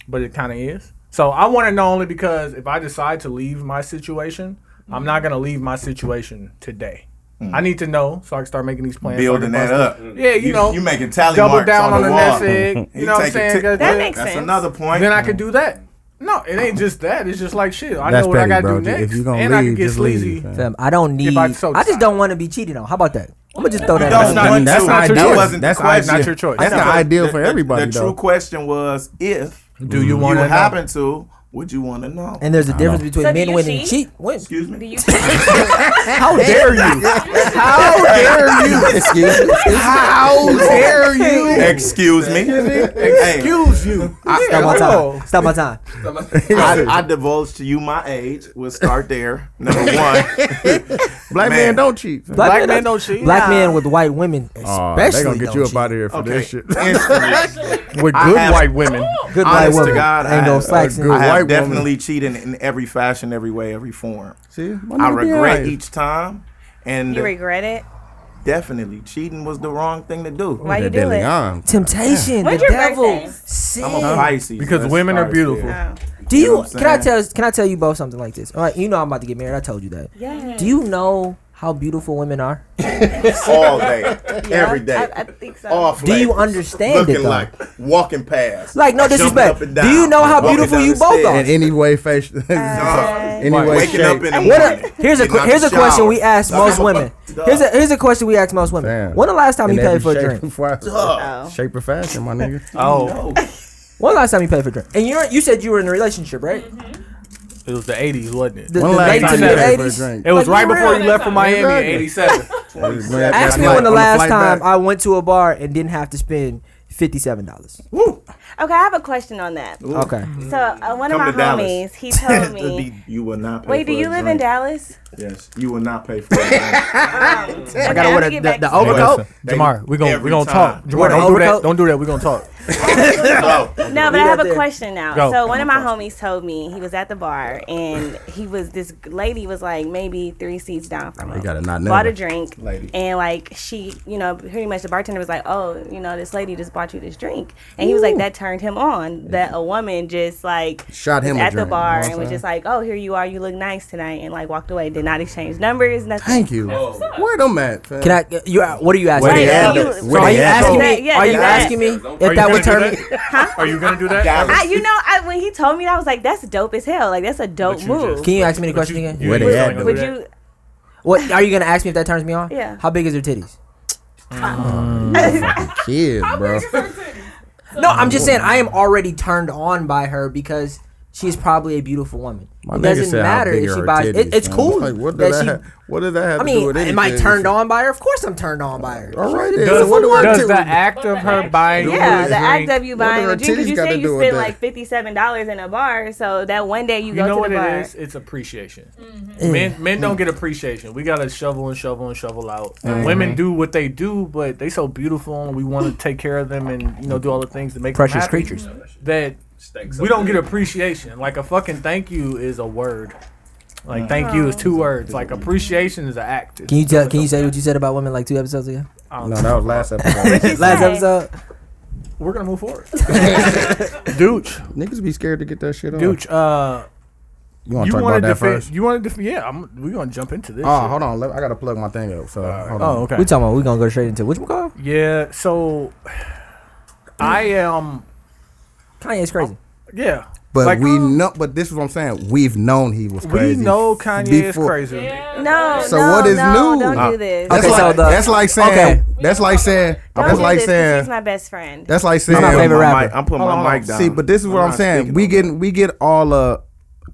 [SPEAKER 2] but it kind of is. So I want to know only because if I decide to leave my situation, I'm not gonna leave my situation today. I need to know so I can start making these plans. so I
[SPEAKER 8] Hmm. Building
[SPEAKER 2] can
[SPEAKER 8] that
[SPEAKER 2] bust-
[SPEAKER 8] up.
[SPEAKER 2] Yeah, you, know,
[SPEAKER 8] you making tally
[SPEAKER 2] double
[SPEAKER 8] marks
[SPEAKER 2] down on,
[SPEAKER 8] on,
[SPEAKER 2] the,
[SPEAKER 8] wall.
[SPEAKER 2] next egg.
[SPEAKER 8] *laughs* You
[SPEAKER 2] You know what I'm
[SPEAKER 8] take a
[SPEAKER 2] saying?
[SPEAKER 8] tick-
[SPEAKER 2] Gotta
[SPEAKER 5] That
[SPEAKER 2] do it.
[SPEAKER 5] makes
[SPEAKER 8] That's
[SPEAKER 5] sense.
[SPEAKER 8] another point.
[SPEAKER 2] Then I could do that. No, it ain't just that. It's just like shit. I
[SPEAKER 3] That's
[SPEAKER 2] know what
[SPEAKER 3] petty,
[SPEAKER 2] I gotta
[SPEAKER 3] bro.
[SPEAKER 2] do next.
[SPEAKER 3] If you gonna
[SPEAKER 2] and I can
[SPEAKER 3] leave,
[SPEAKER 2] get
[SPEAKER 3] just
[SPEAKER 2] sleazy.
[SPEAKER 3] leave. fam.
[SPEAKER 1] Fam, I don't need.
[SPEAKER 2] If I
[SPEAKER 1] I,
[SPEAKER 2] so
[SPEAKER 1] just
[SPEAKER 2] decide.
[SPEAKER 1] don't want to be cheated on. How about that? I'm gonna just throw that.
[SPEAKER 8] don't
[SPEAKER 1] out
[SPEAKER 8] want
[SPEAKER 1] there.
[SPEAKER 3] That's
[SPEAKER 8] to. That's
[SPEAKER 2] not
[SPEAKER 3] ideal.
[SPEAKER 2] your-
[SPEAKER 3] That's,
[SPEAKER 8] that's not
[SPEAKER 3] ideal.
[SPEAKER 2] your choice.
[SPEAKER 3] That's the
[SPEAKER 8] So
[SPEAKER 3] ideal
[SPEAKER 8] the-
[SPEAKER 3] for
[SPEAKER 8] the-
[SPEAKER 3] everybody.
[SPEAKER 8] The
[SPEAKER 3] though.
[SPEAKER 8] true question was if
[SPEAKER 2] Do you
[SPEAKER 8] you
[SPEAKER 2] want to
[SPEAKER 8] happen to Would you want to know?
[SPEAKER 1] And there's a difference between
[SPEAKER 5] So do
[SPEAKER 1] men,
[SPEAKER 5] you
[SPEAKER 1] women, and
[SPEAKER 5] cheat?
[SPEAKER 1] cheat women.
[SPEAKER 8] Excuse me.
[SPEAKER 5] Do you?
[SPEAKER 1] How dare you? How dare you? Excuse me.
[SPEAKER 8] How dare you? Excuse me. Excuse you.
[SPEAKER 1] Stop my
[SPEAKER 8] I,
[SPEAKER 1] time. Stop my time.
[SPEAKER 8] I, I divulge to you my age. We'll start there. Number one.
[SPEAKER 3] Black
[SPEAKER 8] Man.
[SPEAKER 3] men don't cheat.
[SPEAKER 1] Black,
[SPEAKER 2] Black
[SPEAKER 1] men
[SPEAKER 2] men don't cheat.
[SPEAKER 1] Black men with white women,
[SPEAKER 3] Aw,
[SPEAKER 1] especially.
[SPEAKER 3] Oh, they gonna get
[SPEAKER 1] don't
[SPEAKER 3] you up
[SPEAKER 1] cheat.
[SPEAKER 3] out of here for
[SPEAKER 8] Okay.
[SPEAKER 3] this shit.
[SPEAKER 2] We're
[SPEAKER 8] I
[SPEAKER 2] good
[SPEAKER 8] have-
[SPEAKER 2] white women.
[SPEAKER 1] Good white
[SPEAKER 8] Honest
[SPEAKER 1] woman.
[SPEAKER 8] to God, I
[SPEAKER 1] Ain't no
[SPEAKER 8] have-
[SPEAKER 1] flexing.
[SPEAKER 3] good-
[SPEAKER 8] I have
[SPEAKER 3] White woman.
[SPEAKER 8] definitely cheated in every fashion, every way, every form.
[SPEAKER 3] See, my
[SPEAKER 8] I
[SPEAKER 3] nigga be
[SPEAKER 8] regret
[SPEAKER 3] alright.
[SPEAKER 8] each time. And
[SPEAKER 5] You regret it?
[SPEAKER 8] definitely, cheating was the wrong thing to do.
[SPEAKER 5] Why you
[SPEAKER 3] That
[SPEAKER 5] do it?
[SPEAKER 3] DeLeon.
[SPEAKER 1] Temptation,
[SPEAKER 5] When's
[SPEAKER 1] the
[SPEAKER 5] your
[SPEAKER 1] devil,
[SPEAKER 5] birthday?
[SPEAKER 8] I'm a
[SPEAKER 1] sin.
[SPEAKER 8] Pisces.
[SPEAKER 2] Because
[SPEAKER 8] Let's
[SPEAKER 2] women are
[SPEAKER 8] start
[SPEAKER 2] beautiful.
[SPEAKER 8] there.
[SPEAKER 5] Oh.
[SPEAKER 1] Do
[SPEAKER 8] You know
[SPEAKER 1] you?
[SPEAKER 8] what I'm
[SPEAKER 1] Can I
[SPEAKER 8] saying?
[SPEAKER 1] tell? Can I tell you both something like this? All right, you know I'm about to get married. I told you that.
[SPEAKER 5] Yeah.
[SPEAKER 1] Do you know how beautiful women are?
[SPEAKER 8] All
[SPEAKER 1] *laughs*
[SPEAKER 8] day, every day.
[SPEAKER 5] I, I think so.
[SPEAKER 8] All
[SPEAKER 1] Do you
[SPEAKER 8] flavors.
[SPEAKER 1] understand
[SPEAKER 8] Looking
[SPEAKER 1] it, though?
[SPEAKER 8] like walking past.
[SPEAKER 1] Like no
[SPEAKER 8] jumping
[SPEAKER 1] disrespect.
[SPEAKER 8] up and
[SPEAKER 1] Do you
[SPEAKER 8] down,
[SPEAKER 1] know how
[SPEAKER 8] walking
[SPEAKER 1] beautiful
[SPEAKER 8] down
[SPEAKER 1] you
[SPEAKER 8] the
[SPEAKER 1] both
[SPEAKER 8] stairs.
[SPEAKER 1] are?
[SPEAKER 3] In any way, face.
[SPEAKER 5] Uh,
[SPEAKER 3] any way,
[SPEAKER 8] Waking up
[SPEAKER 3] shape.
[SPEAKER 8] in the
[SPEAKER 1] What
[SPEAKER 8] morning.
[SPEAKER 1] a, here's a
[SPEAKER 8] getting
[SPEAKER 1] que-
[SPEAKER 8] out
[SPEAKER 1] here's
[SPEAKER 8] the
[SPEAKER 1] a question
[SPEAKER 8] shower.
[SPEAKER 1] we ask
[SPEAKER 8] Duh.
[SPEAKER 1] most women.
[SPEAKER 8] Duh.
[SPEAKER 1] Here's a here's a question we ask most women.
[SPEAKER 3] Damn.
[SPEAKER 1] When the last time
[SPEAKER 3] in
[SPEAKER 1] you paid
[SPEAKER 3] every
[SPEAKER 1] for a
[SPEAKER 3] shape
[SPEAKER 1] drink?
[SPEAKER 3] and form.
[SPEAKER 5] oh.
[SPEAKER 3] Shape or fashion, my nigga.
[SPEAKER 2] Oh,
[SPEAKER 1] When the last time you paid for a drink? And you you said you were in a relationship, right?
[SPEAKER 2] it was the '80s, wasn't it?
[SPEAKER 1] The,
[SPEAKER 3] When
[SPEAKER 1] the
[SPEAKER 3] last
[SPEAKER 1] late
[SPEAKER 2] time
[SPEAKER 1] to
[SPEAKER 2] you
[SPEAKER 1] mid
[SPEAKER 2] paid
[SPEAKER 3] for a
[SPEAKER 1] 80s?
[SPEAKER 3] drink?
[SPEAKER 2] It was
[SPEAKER 1] Like,
[SPEAKER 2] right
[SPEAKER 1] you
[SPEAKER 2] before
[SPEAKER 1] real.
[SPEAKER 2] you left for Miami in
[SPEAKER 3] Exactly.
[SPEAKER 2] '87.
[SPEAKER 1] Ask me when the last time I went to a bar and didn't have to spend fifty-seven dollars.
[SPEAKER 5] Okay, I have a question on that. So
[SPEAKER 1] Okay.
[SPEAKER 5] uh, one of
[SPEAKER 8] Come
[SPEAKER 5] my
[SPEAKER 8] to Dallas.
[SPEAKER 5] homies, he
[SPEAKER 8] *laughs*
[SPEAKER 5] told
[SPEAKER 8] It'd
[SPEAKER 5] me.
[SPEAKER 8] be- You will not. Pay
[SPEAKER 5] Wait, do
[SPEAKER 8] for a
[SPEAKER 5] you live in
[SPEAKER 8] drink.
[SPEAKER 5] Dallas?
[SPEAKER 8] Yes, you will not pay for.
[SPEAKER 1] *laughs*
[SPEAKER 8] a drink.
[SPEAKER 5] I
[SPEAKER 1] gotta wear the- the- the over-
[SPEAKER 2] Overcoat.
[SPEAKER 8] They-
[SPEAKER 2] Jamar, we gonna we
[SPEAKER 8] every
[SPEAKER 2] gonna talk.
[SPEAKER 8] time.
[SPEAKER 2] Jamar,
[SPEAKER 1] the
[SPEAKER 2] don't do that.
[SPEAKER 1] overcoat?
[SPEAKER 2] Don't do that. We gonna talk.
[SPEAKER 8] No.
[SPEAKER 5] No, but I
[SPEAKER 1] Leave
[SPEAKER 5] have
[SPEAKER 1] that
[SPEAKER 5] a
[SPEAKER 1] there.
[SPEAKER 5] question now.
[SPEAKER 2] Go.
[SPEAKER 5] So one of my homies told me he was at the bar and he was this lady was like maybe three seats down from him.
[SPEAKER 3] gotta not
[SPEAKER 5] bought
[SPEAKER 3] know.
[SPEAKER 5] a drink
[SPEAKER 8] Lady.
[SPEAKER 5] and like she, you know, pretty much the bartender was like, "Oh, you know, this lady just bought you this drink," and he was like, "That turned him on that a woman just like
[SPEAKER 3] Shot
[SPEAKER 5] was
[SPEAKER 3] him a
[SPEAKER 5] at the
[SPEAKER 3] drink,
[SPEAKER 5] bar
[SPEAKER 3] you know what I'm
[SPEAKER 5] and was
[SPEAKER 3] saying?
[SPEAKER 5] just like, "Oh, here you are, you look nice tonight," and like walked away, did not exchange numbers, nothing.
[SPEAKER 3] Thank you. Where them at? fam?
[SPEAKER 1] Can I? You what are you asking?
[SPEAKER 5] Like,
[SPEAKER 1] me?
[SPEAKER 5] you-
[SPEAKER 8] Yeah.
[SPEAKER 5] so-
[SPEAKER 1] Are you
[SPEAKER 3] Yeah.
[SPEAKER 1] asking me?
[SPEAKER 5] Yeah,
[SPEAKER 1] are you
[SPEAKER 5] that-
[SPEAKER 1] asking me if
[SPEAKER 2] Are you
[SPEAKER 1] that
[SPEAKER 2] gonna
[SPEAKER 1] would
[SPEAKER 2] do
[SPEAKER 1] turn me?
[SPEAKER 2] that? Are you gonna do that?
[SPEAKER 8] Dallas.
[SPEAKER 5] I, you know, I, when he told me that, I was like, "That's dope as hell. Like, that's a dope
[SPEAKER 2] you
[SPEAKER 5] move."
[SPEAKER 2] just-
[SPEAKER 1] Can you ask me the question
[SPEAKER 2] You-
[SPEAKER 1] again?
[SPEAKER 2] you
[SPEAKER 3] Where they
[SPEAKER 2] ain't
[SPEAKER 3] at,
[SPEAKER 2] gonna do
[SPEAKER 5] Would
[SPEAKER 2] that.
[SPEAKER 5] you?
[SPEAKER 1] What are you gonna ask me if that turns me on?
[SPEAKER 5] Yeah.
[SPEAKER 1] How big is your titties?
[SPEAKER 3] Kid, bro.
[SPEAKER 1] No, I'm just saying I am already turned on by her because she's probably a beautiful woman.
[SPEAKER 3] My
[SPEAKER 1] it
[SPEAKER 3] nigga
[SPEAKER 1] doesn't
[SPEAKER 3] said how
[SPEAKER 1] matter
[SPEAKER 3] big
[SPEAKER 1] if
[SPEAKER 3] are
[SPEAKER 1] she
[SPEAKER 3] her
[SPEAKER 1] buys.
[SPEAKER 3] titties,
[SPEAKER 1] It, it's
[SPEAKER 3] man.
[SPEAKER 1] cool
[SPEAKER 3] Like, what
[SPEAKER 1] that
[SPEAKER 3] does that,
[SPEAKER 1] she.
[SPEAKER 3] have, what does that have
[SPEAKER 1] I
[SPEAKER 3] to do
[SPEAKER 1] mean,
[SPEAKER 3] with anything?
[SPEAKER 1] am I turned on by her? Of course, I'm turned on by her.
[SPEAKER 3] All right,
[SPEAKER 1] She's
[SPEAKER 3] then.
[SPEAKER 1] beautiful.
[SPEAKER 2] Does,
[SPEAKER 3] So what do I
[SPEAKER 2] does
[SPEAKER 3] do?
[SPEAKER 2] the act of her buying?
[SPEAKER 5] Yeah,
[SPEAKER 2] you a
[SPEAKER 5] the
[SPEAKER 2] drink-
[SPEAKER 5] act of you
[SPEAKER 3] What do
[SPEAKER 5] buying
[SPEAKER 3] her
[SPEAKER 5] a drink. 'cause
[SPEAKER 3] titties
[SPEAKER 5] you
[SPEAKER 3] got to
[SPEAKER 5] said
[SPEAKER 3] do
[SPEAKER 5] you
[SPEAKER 3] with
[SPEAKER 5] spent
[SPEAKER 3] that?
[SPEAKER 5] like fifty-seven dollars in a bar, so that one day you,
[SPEAKER 2] You
[SPEAKER 5] go
[SPEAKER 2] know
[SPEAKER 5] to
[SPEAKER 2] what
[SPEAKER 5] the bar.
[SPEAKER 2] it is? It's appreciation.
[SPEAKER 1] Mm.
[SPEAKER 2] Men men don't get appreciation. We gotta shovel and shovel and shovel out. And women do what they do, but they so beautiful, and we want to take care of them, and you know do all the things to make them
[SPEAKER 1] Precious
[SPEAKER 2] happy
[SPEAKER 1] creatures.
[SPEAKER 2] That we don't get appreciation. Like a fucking thank you is a word. Like thank you is two words. Like appreciation is an act.
[SPEAKER 1] Can you tell? Can you say what you said about women like two episodes ago?
[SPEAKER 3] No, that was
[SPEAKER 2] *laughs*
[SPEAKER 3] last episode.
[SPEAKER 1] Last
[SPEAKER 5] Right.
[SPEAKER 1] episode.
[SPEAKER 2] We're gonna move forward. Dooch,
[SPEAKER 3] Niggas be scared to get that shit on.
[SPEAKER 2] Dooch. Uh,
[SPEAKER 3] you want
[SPEAKER 2] you want
[SPEAKER 3] to talk
[SPEAKER 2] to
[SPEAKER 3] about that
[SPEAKER 2] defend?
[SPEAKER 3] first?
[SPEAKER 2] You want to defend? Yeah, I'm, we gonna jump into this.
[SPEAKER 3] Oh,
[SPEAKER 2] shit.
[SPEAKER 3] hold on. Let, I gotta plug my thing up. So, hold on.
[SPEAKER 2] Oh, okay.
[SPEAKER 1] We talking about we gonna go straight into which one called?
[SPEAKER 2] Yeah, so I am.
[SPEAKER 1] Kanye's crazy.
[SPEAKER 2] Yeah,
[SPEAKER 3] But
[SPEAKER 2] Like-
[SPEAKER 3] we know. But this is what I'm saying. We've known he was
[SPEAKER 2] we
[SPEAKER 3] crazy.
[SPEAKER 2] know Kanye is
[SPEAKER 3] before-
[SPEAKER 2] crazy.
[SPEAKER 5] No,
[SPEAKER 3] So
[SPEAKER 5] no,
[SPEAKER 3] what is
[SPEAKER 5] no,
[SPEAKER 3] new?
[SPEAKER 5] Don't
[SPEAKER 3] Uh,
[SPEAKER 5] do this.
[SPEAKER 3] That's,
[SPEAKER 1] Okay, so
[SPEAKER 3] like,
[SPEAKER 1] the-
[SPEAKER 3] that's like saying.
[SPEAKER 1] okay.
[SPEAKER 3] That's like saying.
[SPEAKER 5] don't
[SPEAKER 3] That's
[SPEAKER 5] do
[SPEAKER 3] like
[SPEAKER 5] this 'cause
[SPEAKER 3] saying.
[SPEAKER 5] He's my best friend.
[SPEAKER 3] That's like saying.
[SPEAKER 1] my
[SPEAKER 8] I'm
[SPEAKER 1] favorite
[SPEAKER 8] putting
[SPEAKER 1] rapper.
[SPEAKER 8] mic- I'm putting
[SPEAKER 2] Hold on,
[SPEAKER 8] my
[SPEAKER 2] hold
[SPEAKER 8] mic
[SPEAKER 2] on.
[SPEAKER 8] down.
[SPEAKER 3] See, but this is what I'm,
[SPEAKER 8] not
[SPEAKER 3] saying.
[SPEAKER 8] speaking
[SPEAKER 3] We
[SPEAKER 8] on
[SPEAKER 3] getting we get all uh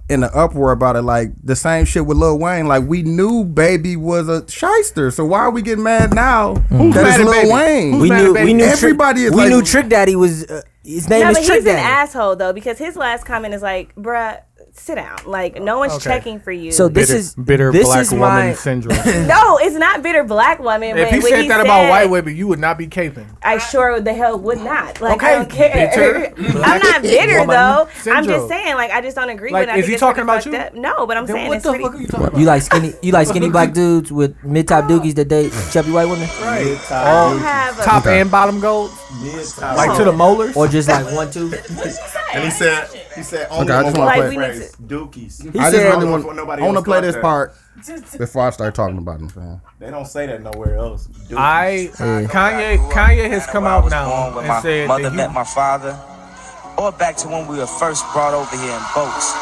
[SPEAKER 3] in the uproar about it, like the same shit with Lil Wayne. Like we knew Baby was a shyster, so why are we getting mad now? Who's
[SPEAKER 2] mad at
[SPEAKER 3] Lil
[SPEAKER 2] Baby?
[SPEAKER 3] Wayne?
[SPEAKER 1] We knew.
[SPEAKER 2] Baby?
[SPEAKER 1] We knew. Trick-
[SPEAKER 3] Everybody is
[SPEAKER 1] We
[SPEAKER 3] like-
[SPEAKER 1] knew Trick Daddy was. Uh, his name
[SPEAKER 5] no, but
[SPEAKER 1] is
[SPEAKER 5] he's
[SPEAKER 1] Trick
[SPEAKER 5] an
[SPEAKER 1] Daddy.
[SPEAKER 5] asshole though because his last comment is like, "Bruh, sit down. Like, no one's
[SPEAKER 2] Okay.
[SPEAKER 5] checking for you."
[SPEAKER 1] So this is this is my,
[SPEAKER 2] syndrome.
[SPEAKER 5] no, it's not bitter black
[SPEAKER 2] if
[SPEAKER 5] woman. but
[SPEAKER 2] he
[SPEAKER 5] when
[SPEAKER 2] said that about
[SPEAKER 5] said-
[SPEAKER 2] white women, you would not be caping.
[SPEAKER 5] I sure the hell would not. Like,
[SPEAKER 2] Okay,
[SPEAKER 5] I don't care.
[SPEAKER 2] bitter
[SPEAKER 5] *laughs* I'm
[SPEAKER 2] *laughs*
[SPEAKER 5] not bitter
[SPEAKER 2] woman
[SPEAKER 5] though. I'm
[SPEAKER 2] syndrome.
[SPEAKER 5] just saying, like, I just don't agree
[SPEAKER 2] Like,
[SPEAKER 5] with. it. I
[SPEAKER 2] is
[SPEAKER 5] think
[SPEAKER 2] he
[SPEAKER 5] it's
[SPEAKER 2] talking about
[SPEAKER 5] pretty
[SPEAKER 2] you?
[SPEAKER 5] fucked up. No, but I'm saying
[SPEAKER 2] what
[SPEAKER 5] it's
[SPEAKER 2] the
[SPEAKER 5] pretty.
[SPEAKER 2] fuck are you talking about?
[SPEAKER 1] You like skinny? You like skinny
[SPEAKER 5] *laughs*
[SPEAKER 1] black dudes with mid top doogies that date chubby white women,
[SPEAKER 5] I don't have a-
[SPEAKER 2] Top and bottom gold, like
[SPEAKER 5] Oh.
[SPEAKER 2] to the molars.
[SPEAKER 1] or just like one two?
[SPEAKER 8] And he said, he said, only
[SPEAKER 3] Okay, I just wanna
[SPEAKER 8] one word
[SPEAKER 5] play- Like, we need
[SPEAKER 8] phrase, Dookies.
[SPEAKER 1] He
[SPEAKER 3] I just
[SPEAKER 1] said-
[SPEAKER 3] really want,
[SPEAKER 8] I don't know if
[SPEAKER 3] I
[SPEAKER 8] nobody
[SPEAKER 3] want to
[SPEAKER 8] else
[SPEAKER 3] play
[SPEAKER 8] thought
[SPEAKER 3] this
[SPEAKER 8] that.
[SPEAKER 3] part before I start talking about him. fam.
[SPEAKER 8] They don't say that nowhere else. Dookies.
[SPEAKER 2] I Kanye Kanye has come out now and said
[SPEAKER 10] mother
[SPEAKER 2] that
[SPEAKER 10] met
[SPEAKER 2] you,
[SPEAKER 10] my father, or back to when we were first brought over here in boats,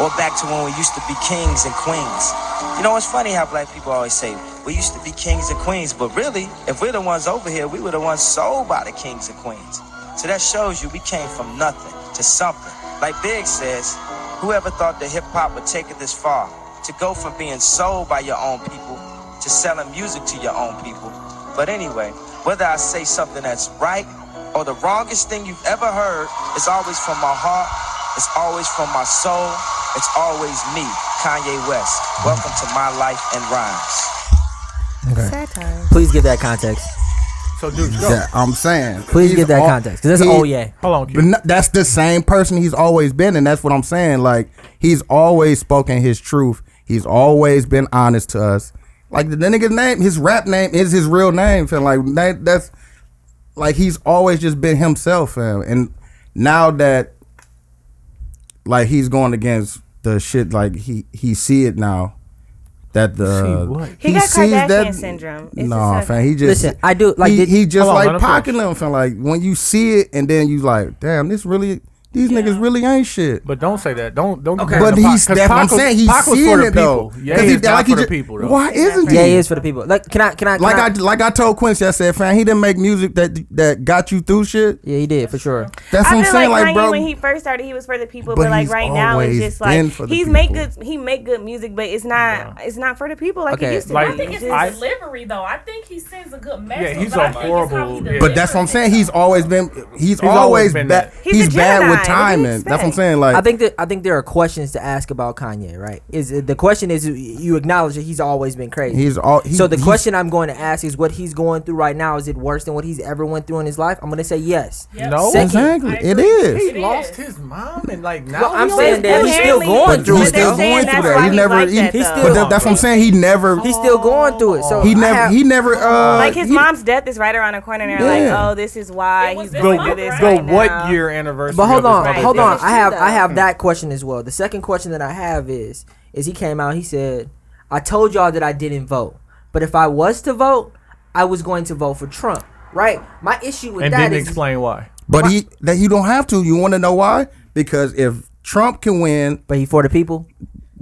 [SPEAKER 10] or back to when we used to be kings and queens. You know, it's funny how black people always say we used to be kings and queens, but really, if we're the ones over here, we were the ones sold by the kings and queens. So that shows you we came from nothing to something. Like Big says, Whoever thought that hip hop would take it this far? To go from being sold by your own people to selling music to your own people. But anyway, whether I say something that's right or the wrongest thing you've ever heard, it's always from my heart, it's always from my soul, it's always me, Kanye West. Welcome to my life and rhymes.
[SPEAKER 1] Please give that context.
[SPEAKER 2] So, dude, go.
[SPEAKER 3] Yeah, I'm saying.
[SPEAKER 1] Please
[SPEAKER 3] He's
[SPEAKER 1] give that
[SPEAKER 3] al-
[SPEAKER 1] context, 'cause that's
[SPEAKER 3] he- Oh,
[SPEAKER 1] all yeah.
[SPEAKER 2] Hold on, Q.
[SPEAKER 3] But no- that's the same person he's always been, and that's what I'm saying. Like he's always spoken his truth. He's always been honest to us. Like the nigga's name, his rap name is his real name. And like that, that's like he's always just been himself. Fam. And now that like he's going against the shit, like he he see it now that the
[SPEAKER 2] See what?
[SPEAKER 5] He got Kardashian syndrome. It's
[SPEAKER 3] no,
[SPEAKER 5] just a-
[SPEAKER 3] fam, he just
[SPEAKER 1] Listen, I do- like,
[SPEAKER 3] he,
[SPEAKER 1] did-
[SPEAKER 3] he just
[SPEAKER 2] Hold on,
[SPEAKER 3] like
[SPEAKER 2] let him finish.
[SPEAKER 3] pocketing them. Fam. Like when you see it and then you like, damn, this really these niggas really ain't shit.
[SPEAKER 2] But don't say that. Don't don't. compare
[SPEAKER 3] But
[SPEAKER 2] him to Pac,
[SPEAKER 3] he's
[SPEAKER 2] 'cause
[SPEAKER 3] that's what I'm
[SPEAKER 2] Pac was-
[SPEAKER 3] saying. He's
[SPEAKER 2] Pac was
[SPEAKER 3] seeing
[SPEAKER 2] for the
[SPEAKER 3] it though.
[SPEAKER 2] people. Yeah, he's not for
[SPEAKER 3] ju-
[SPEAKER 2] the people though.
[SPEAKER 3] Why isn't
[SPEAKER 1] Yeah,
[SPEAKER 3] he?
[SPEAKER 1] it is for the people. Like, can I? Can I? Can
[SPEAKER 3] Like
[SPEAKER 1] I,
[SPEAKER 3] I like I told Quincy, I said, "Fam, he didn't make music that that got you through shit."
[SPEAKER 1] yeah, he did for sure.
[SPEAKER 3] That's
[SPEAKER 5] I
[SPEAKER 3] what I'm
[SPEAKER 5] feel
[SPEAKER 3] saying,
[SPEAKER 5] like,
[SPEAKER 3] like,
[SPEAKER 5] Kanye
[SPEAKER 3] bro.
[SPEAKER 5] when he first started, he was for the people,
[SPEAKER 3] But
[SPEAKER 5] but, like
[SPEAKER 3] he's
[SPEAKER 5] right now,
[SPEAKER 3] always
[SPEAKER 5] it's just
[SPEAKER 3] been
[SPEAKER 5] like
[SPEAKER 3] for the
[SPEAKER 5] he's make
[SPEAKER 3] people.
[SPEAKER 5] good. He make good music, but it's not. It's not for the people like
[SPEAKER 1] Okay,
[SPEAKER 5] it used to.
[SPEAKER 2] like-
[SPEAKER 5] be.
[SPEAKER 4] I think it's his
[SPEAKER 2] I-
[SPEAKER 4] delivery, though. I think he sends a good message.
[SPEAKER 2] he's
[SPEAKER 4] but
[SPEAKER 2] a
[SPEAKER 4] I think it's how he
[SPEAKER 2] horrible-
[SPEAKER 4] delivers
[SPEAKER 3] but that's what I'm saying. He's
[SPEAKER 4] it.
[SPEAKER 3] always been. He's,
[SPEAKER 2] always
[SPEAKER 3] always,
[SPEAKER 2] been
[SPEAKER 3] bad.
[SPEAKER 2] that.
[SPEAKER 5] He's a
[SPEAKER 3] He's, bad
[SPEAKER 5] Gemini.
[SPEAKER 3] with
[SPEAKER 5] What do you
[SPEAKER 3] timing. That's what I'm
[SPEAKER 5] expect?
[SPEAKER 3] saying. Like
[SPEAKER 1] I think that I think there are questions to ask about Kanye. Right? Is it- the question is you acknowledge that he's always been crazy.
[SPEAKER 3] he's all. he-
[SPEAKER 1] so the
[SPEAKER 3] he's-
[SPEAKER 1] question I'm going to ask is what he's going through right now. Is it worse than what he's ever went through in his life? I'm going to say yes.
[SPEAKER 4] Yep.
[SPEAKER 2] No.
[SPEAKER 1] Second-
[SPEAKER 3] Exactly,
[SPEAKER 4] I
[SPEAKER 3] it
[SPEAKER 4] agree.
[SPEAKER 3] is.
[SPEAKER 2] He
[SPEAKER 4] It
[SPEAKER 2] lost
[SPEAKER 4] is.
[SPEAKER 2] his mom and like now.
[SPEAKER 1] Well, I'm
[SPEAKER 2] he
[SPEAKER 1] saying
[SPEAKER 2] only-
[SPEAKER 1] that he's still
[SPEAKER 5] Apparently,
[SPEAKER 1] going through
[SPEAKER 5] but
[SPEAKER 1] it,
[SPEAKER 5] they're
[SPEAKER 1] though.
[SPEAKER 5] saying that's
[SPEAKER 3] that.
[SPEAKER 5] why
[SPEAKER 3] He
[SPEAKER 5] he's
[SPEAKER 3] never.
[SPEAKER 5] like
[SPEAKER 3] He,
[SPEAKER 5] that,
[SPEAKER 1] he's
[SPEAKER 5] though.
[SPEAKER 1] still-
[SPEAKER 3] but that, that's what I'm saying. He never.
[SPEAKER 1] He's still going through it. So
[SPEAKER 3] He
[SPEAKER 1] I
[SPEAKER 3] never.
[SPEAKER 1] have-
[SPEAKER 3] he never. Uh,
[SPEAKER 5] like his
[SPEAKER 3] he-
[SPEAKER 5] mom's death is right around the corner, and they're
[SPEAKER 3] Yeah.
[SPEAKER 5] like, "Oh, this is why
[SPEAKER 4] It was
[SPEAKER 5] he's
[SPEAKER 4] this
[SPEAKER 2] Go,
[SPEAKER 5] going
[SPEAKER 4] month,
[SPEAKER 5] through this."
[SPEAKER 4] right?
[SPEAKER 2] go
[SPEAKER 5] right
[SPEAKER 2] what
[SPEAKER 5] now.
[SPEAKER 2] year anniversary?
[SPEAKER 1] But hold
[SPEAKER 2] of his
[SPEAKER 1] on,
[SPEAKER 2] mother's
[SPEAKER 1] hold
[SPEAKER 5] This
[SPEAKER 1] on.
[SPEAKER 5] is
[SPEAKER 1] I have
[SPEAKER 5] true,
[SPEAKER 1] I
[SPEAKER 5] though.
[SPEAKER 1] have that question as well. The second question that I have is is he came out he said, "I told y'all that I didn't vote, but if I was to vote, I was going to vote for Trump." Right? My issue with
[SPEAKER 2] And
[SPEAKER 1] that
[SPEAKER 2] didn't
[SPEAKER 1] is
[SPEAKER 2] explain why.
[SPEAKER 3] But he that you don't have to. You want to know why? Because if Trump can win,
[SPEAKER 1] but he for the people.